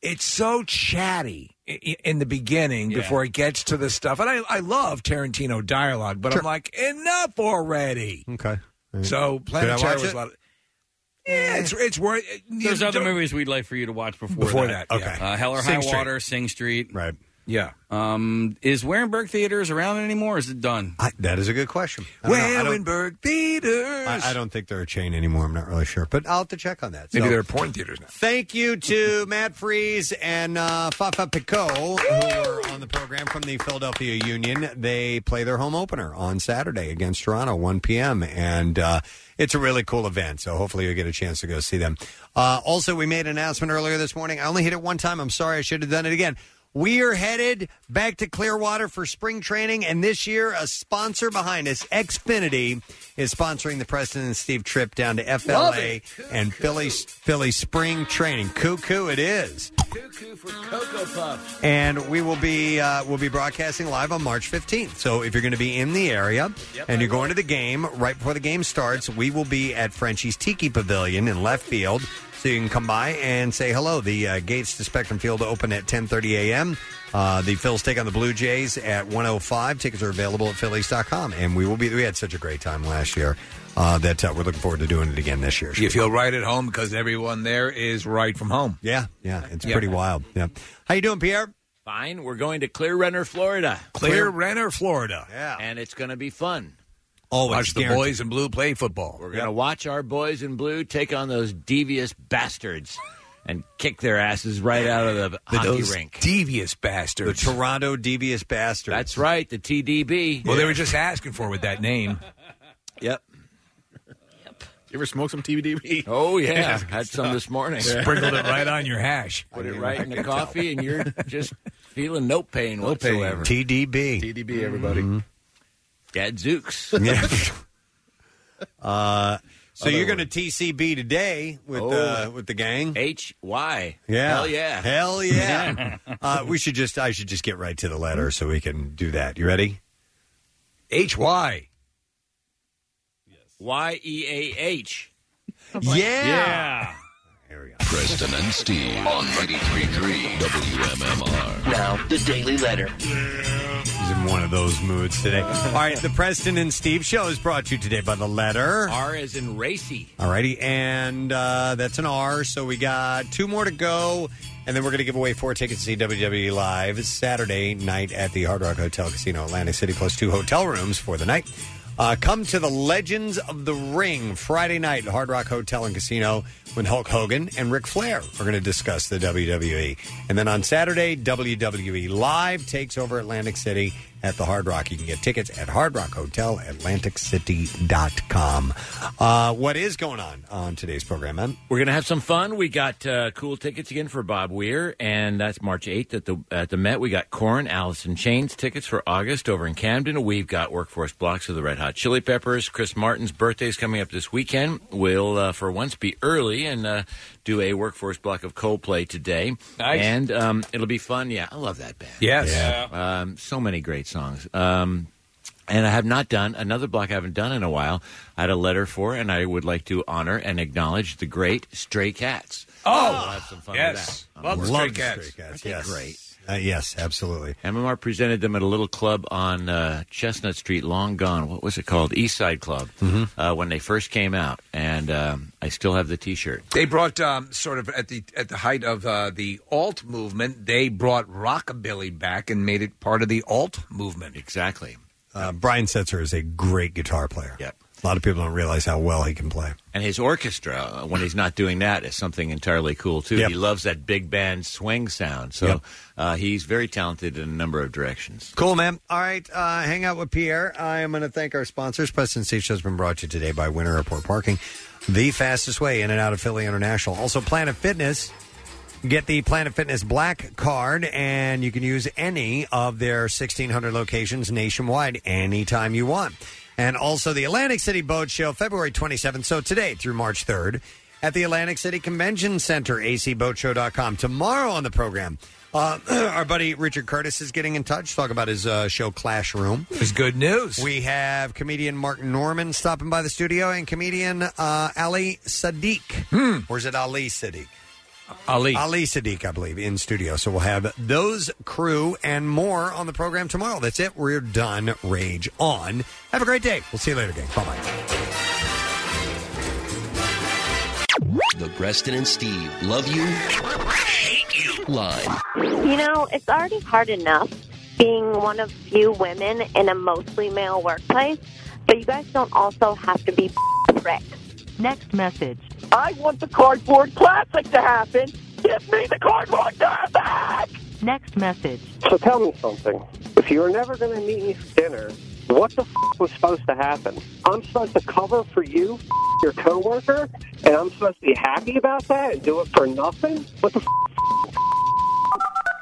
Speaker 4: it's so chatty i- i- in the beginning before it gets to the stuff. And I, I love Tarantino dialogue, but I'm like, enough already.
Speaker 2: Okay.
Speaker 4: So
Speaker 5: Did I
Speaker 4: Planet Terror
Speaker 5: watch
Speaker 4: was
Speaker 5: it?
Speaker 4: a lot. Of, yeah, it's it's worth.
Speaker 5: There's other
Speaker 4: don't-
Speaker 5: movies we'd like for you to watch before,
Speaker 4: Before that,
Speaker 5: Uh, Hell or High
Speaker 4: Sing Street.
Speaker 5: Water, Sing Street.
Speaker 2: Right.
Speaker 4: Yeah.
Speaker 5: Um, is Warenberg Theaters around anymore? or Is it done?
Speaker 2: I, that is a good question. I don't know. I don't-
Speaker 4: Warenberg Theaters.
Speaker 2: I, I don't think they're a chain anymore. I'm not really sure, but I'll have to check on that.
Speaker 4: Maybe
Speaker 2: So-
Speaker 4: they're porn theaters now.
Speaker 2: Thank you to Matt Fries and uh, Fafa Pico, who were on the program from the Philadelphia Union. They play their home opener on Saturday against Toronto, 1 p.m., and uh, it's a really cool event. So hopefully you'll get a chance to go see them. Uh, also, we made an announcement earlier this morning. I only hit it one time. I'm sorry. I should have done it again. We are headed back to Clearwater for spring training, and this year, a sponsor behind us, Xfinity, is sponsoring the Preston and Steve trip down to
Speaker 4: Love
Speaker 2: FLA
Speaker 4: it.
Speaker 2: and Philly Philly spring training. Cuckoo, it is,
Speaker 4: Cuckoo for Cocoa Puff.
Speaker 2: and we will be uh, we'll be broadcasting live on March fifteenth. So if you're going to be in the area and you're going to the game right before the game starts, we will be at Frenchie's Tiki Pavilion in left field. So you can come by and say hello. The uh, gates to Spectrum Field open at 10:30 a.m. Uh, the Phils take on the Blue Jays at 105. Tickets are available at Phillies.com, and we will be. We had such a great time last year uh, that uh, we're looking forward to doing it again this year.
Speaker 4: You feel right at home because everyone there is right from home.
Speaker 2: Yeah, yeah, it's pretty wild. Yeah. How you doing, Pierre?
Speaker 21: Fine. We're going to Clear Renner, Florida.
Speaker 4: Clear Renner, Florida.
Speaker 21: Yeah. And it's going to be fun.
Speaker 2: Always
Speaker 4: watch the
Speaker 21: guaranteed.
Speaker 4: boys in blue play football.
Speaker 21: We're going to watch our boys in blue take on those devious bastards and kick their asses right out of the hockey
Speaker 4: those
Speaker 21: rink.
Speaker 4: devious bastards.
Speaker 2: The Toronto devious bastards.
Speaker 21: That's right, the TDB.
Speaker 4: Well, they were just asking for it with that name.
Speaker 21: Yep.
Speaker 6: You ever smoke some TBDB?
Speaker 21: Oh yeah,
Speaker 6: Yeah, good
Speaker 21: had some
Speaker 6: stuff.
Speaker 21: this morning.
Speaker 6: Sprinkled it right on
Speaker 4: your hash.
Speaker 21: Put
Speaker 6: I
Speaker 21: it
Speaker 6: mean,
Speaker 21: right
Speaker 6: I
Speaker 21: in the
Speaker 6: can tell.
Speaker 21: coffee, and you're just feeling no pain
Speaker 2: No pain.
Speaker 21: whatsoever.
Speaker 2: TDB.
Speaker 21: TDB,
Speaker 2: everybody.
Speaker 21: Dad Zooks.
Speaker 2: Mm-hmm. Yeah. Uh, so
Speaker 21: Other
Speaker 2: you're going to TCB today with
Speaker 4: Oh.
Speaker 2: uh, with the gang?
Speaker 21: H Y.
Speaker 2: Yeah.
Speaker 21: Hell yeah.
Speaker 2: Hell yeah. uh, we should just I should just get right to the letter so we can do that. You ready? H Y.
Speaker 21: Y E A H.
Speaker 2: Yeah.
Speaker 1: Preston and Steve on 93.3 WMMR.
Speaker 2: Now, the Daily Letter. He's in one of those moods today. All right, the Preston and Steve show is brought to you today by the letter
Speaker 21: R as in racy.
Speaker 2: All righty, and uh, that's an R. So we got two more to go, and then we're going to give away four tickets to see WWE Live Saturday night at the Hard Rock Hotel Casino, Atlantic City, plus two hotel rooms for the night. Uh, come to the Legends of the Ring Friday night at Hard Rock Hotel and Casino when Hulk Hogan and Ric Flair are going to discuss the WWE. And then on Saturday, WWE Live takes over Atlantic City at the Hard Rock. You can get tickets at Hard Rock Hotel, AtlanticCity.com. Uh, what is going on on today's program, man?
Speaker 21: We're going to have some fun. We got uh, cool tickets again for Bob Weir, and that's March 8th at the at the Met. We got Corn, Allison Chains tickets for August over in Camden. We've got Workforce Blocks of the Red Hot Chili Peppers. Chris Martin's birthday is coming up this weekend. We'll, uh, for once, be early and uh, do a Workforce Block of Coldplay today.
Speaker 4: Nice.
Speaker 21: And um, it'll be fun. Yeah, I love that band.
Speaker 4: Yes. Yeah.
Speaker 21: Um, so many great songs. Um, and I have not done another block I haven't done in a while. I had a letter for, and I would like to honor and acknowledge the great Stray Cats.
Speaker 4: Oh,
Speaker 21: We'll have some fun with
Speaker 4: yes.
Speaker 21: that.
Speaker 4: Love the Stray
Speaker 21: Love the
Speaker 4: Cats.
Speaker 21: Stray Cats,
Speaker 4: Aren't they
Speaker 21: yes.
Speaker 4: Great.
Speaker 2: Uh, yes, absolutely.
Speaker 21: MMR presented them at a little club on uh, Chestnut Street, long gone. What was it called? East Side Club.
Speaker 2: Mm-hmm.
Speaker 21: Uh, when they first came out, and um, I still have the T-shirt.
Speaker 4: They brought um, sort of at the at the height of uh, the alt movement. They brought rockabilly back and made it part of the alt movement.
Speaker 21: Exactly.
Speaker 2: Uh, Brian Setzer is a great guitar player. Yep. A lot of people don't realize how well he can play.
Speaker 21: And his orchestra, uh, when he's not doing that, is something entirely cool too.
Speaker 2: Yep.
Speaker 21: He loves that big band swing sound. So uh, he's very talented in a number of directions.
Speaker 2: Cool, man. All right, uh, hang out with Pierre. I am going to thank our sponsors. Preston Steve Show has been brought to you today by Winter Airport Parking, the fastest way in and out of Philly International. Also, Planet Fitness. Get the Planet Fitness Black Card, and you can use any of their 1,600 locations nationwide anytime you want. And also the Atlantic City Boat Show, February 27th, so today through March 3rd, at the Atlantic City Convention Center, acboatshow.com. Tomorrow on the program, uh, our buddy Richard Curtis is getting in touch, talk about his uh, show Clash Room.
Speaker 4: It was good news.
Speaker 2: We have comedian Mark Norman stopping by the studio and comedian uh, Ali Sadiq.
Speaker 4: Hmm.
Speaker 2: Or is it Ali Sadiq?
Speaker 21: Ali.
Speaker 2: Ali Sadiq, I believe, in studio. So we'll have those crew and more on the program tomorrow. That's it. We're done. Rage on. Have a great day. We'll see you later, gang. Bye bye.
Speaker 22: The Preston and Steve love you, hate you line.
Speaker 17: You know, it's already hard enough being one of few women in a mostly male workplace, but you guys don't also have to be pricks.
Speaker 13: Next message.
Speaker 17: I want the cardboard classic to happen. Give me the cardboard classic!
Speaker 13: Next message.
Speaker 7: So tell me something. If you were never going to meet me for dinner, what the f- was supposed to happen? I'm supposed to cover for you, f- your coworker, and I'm supposed to be happy about that and do it for nothing? What the f-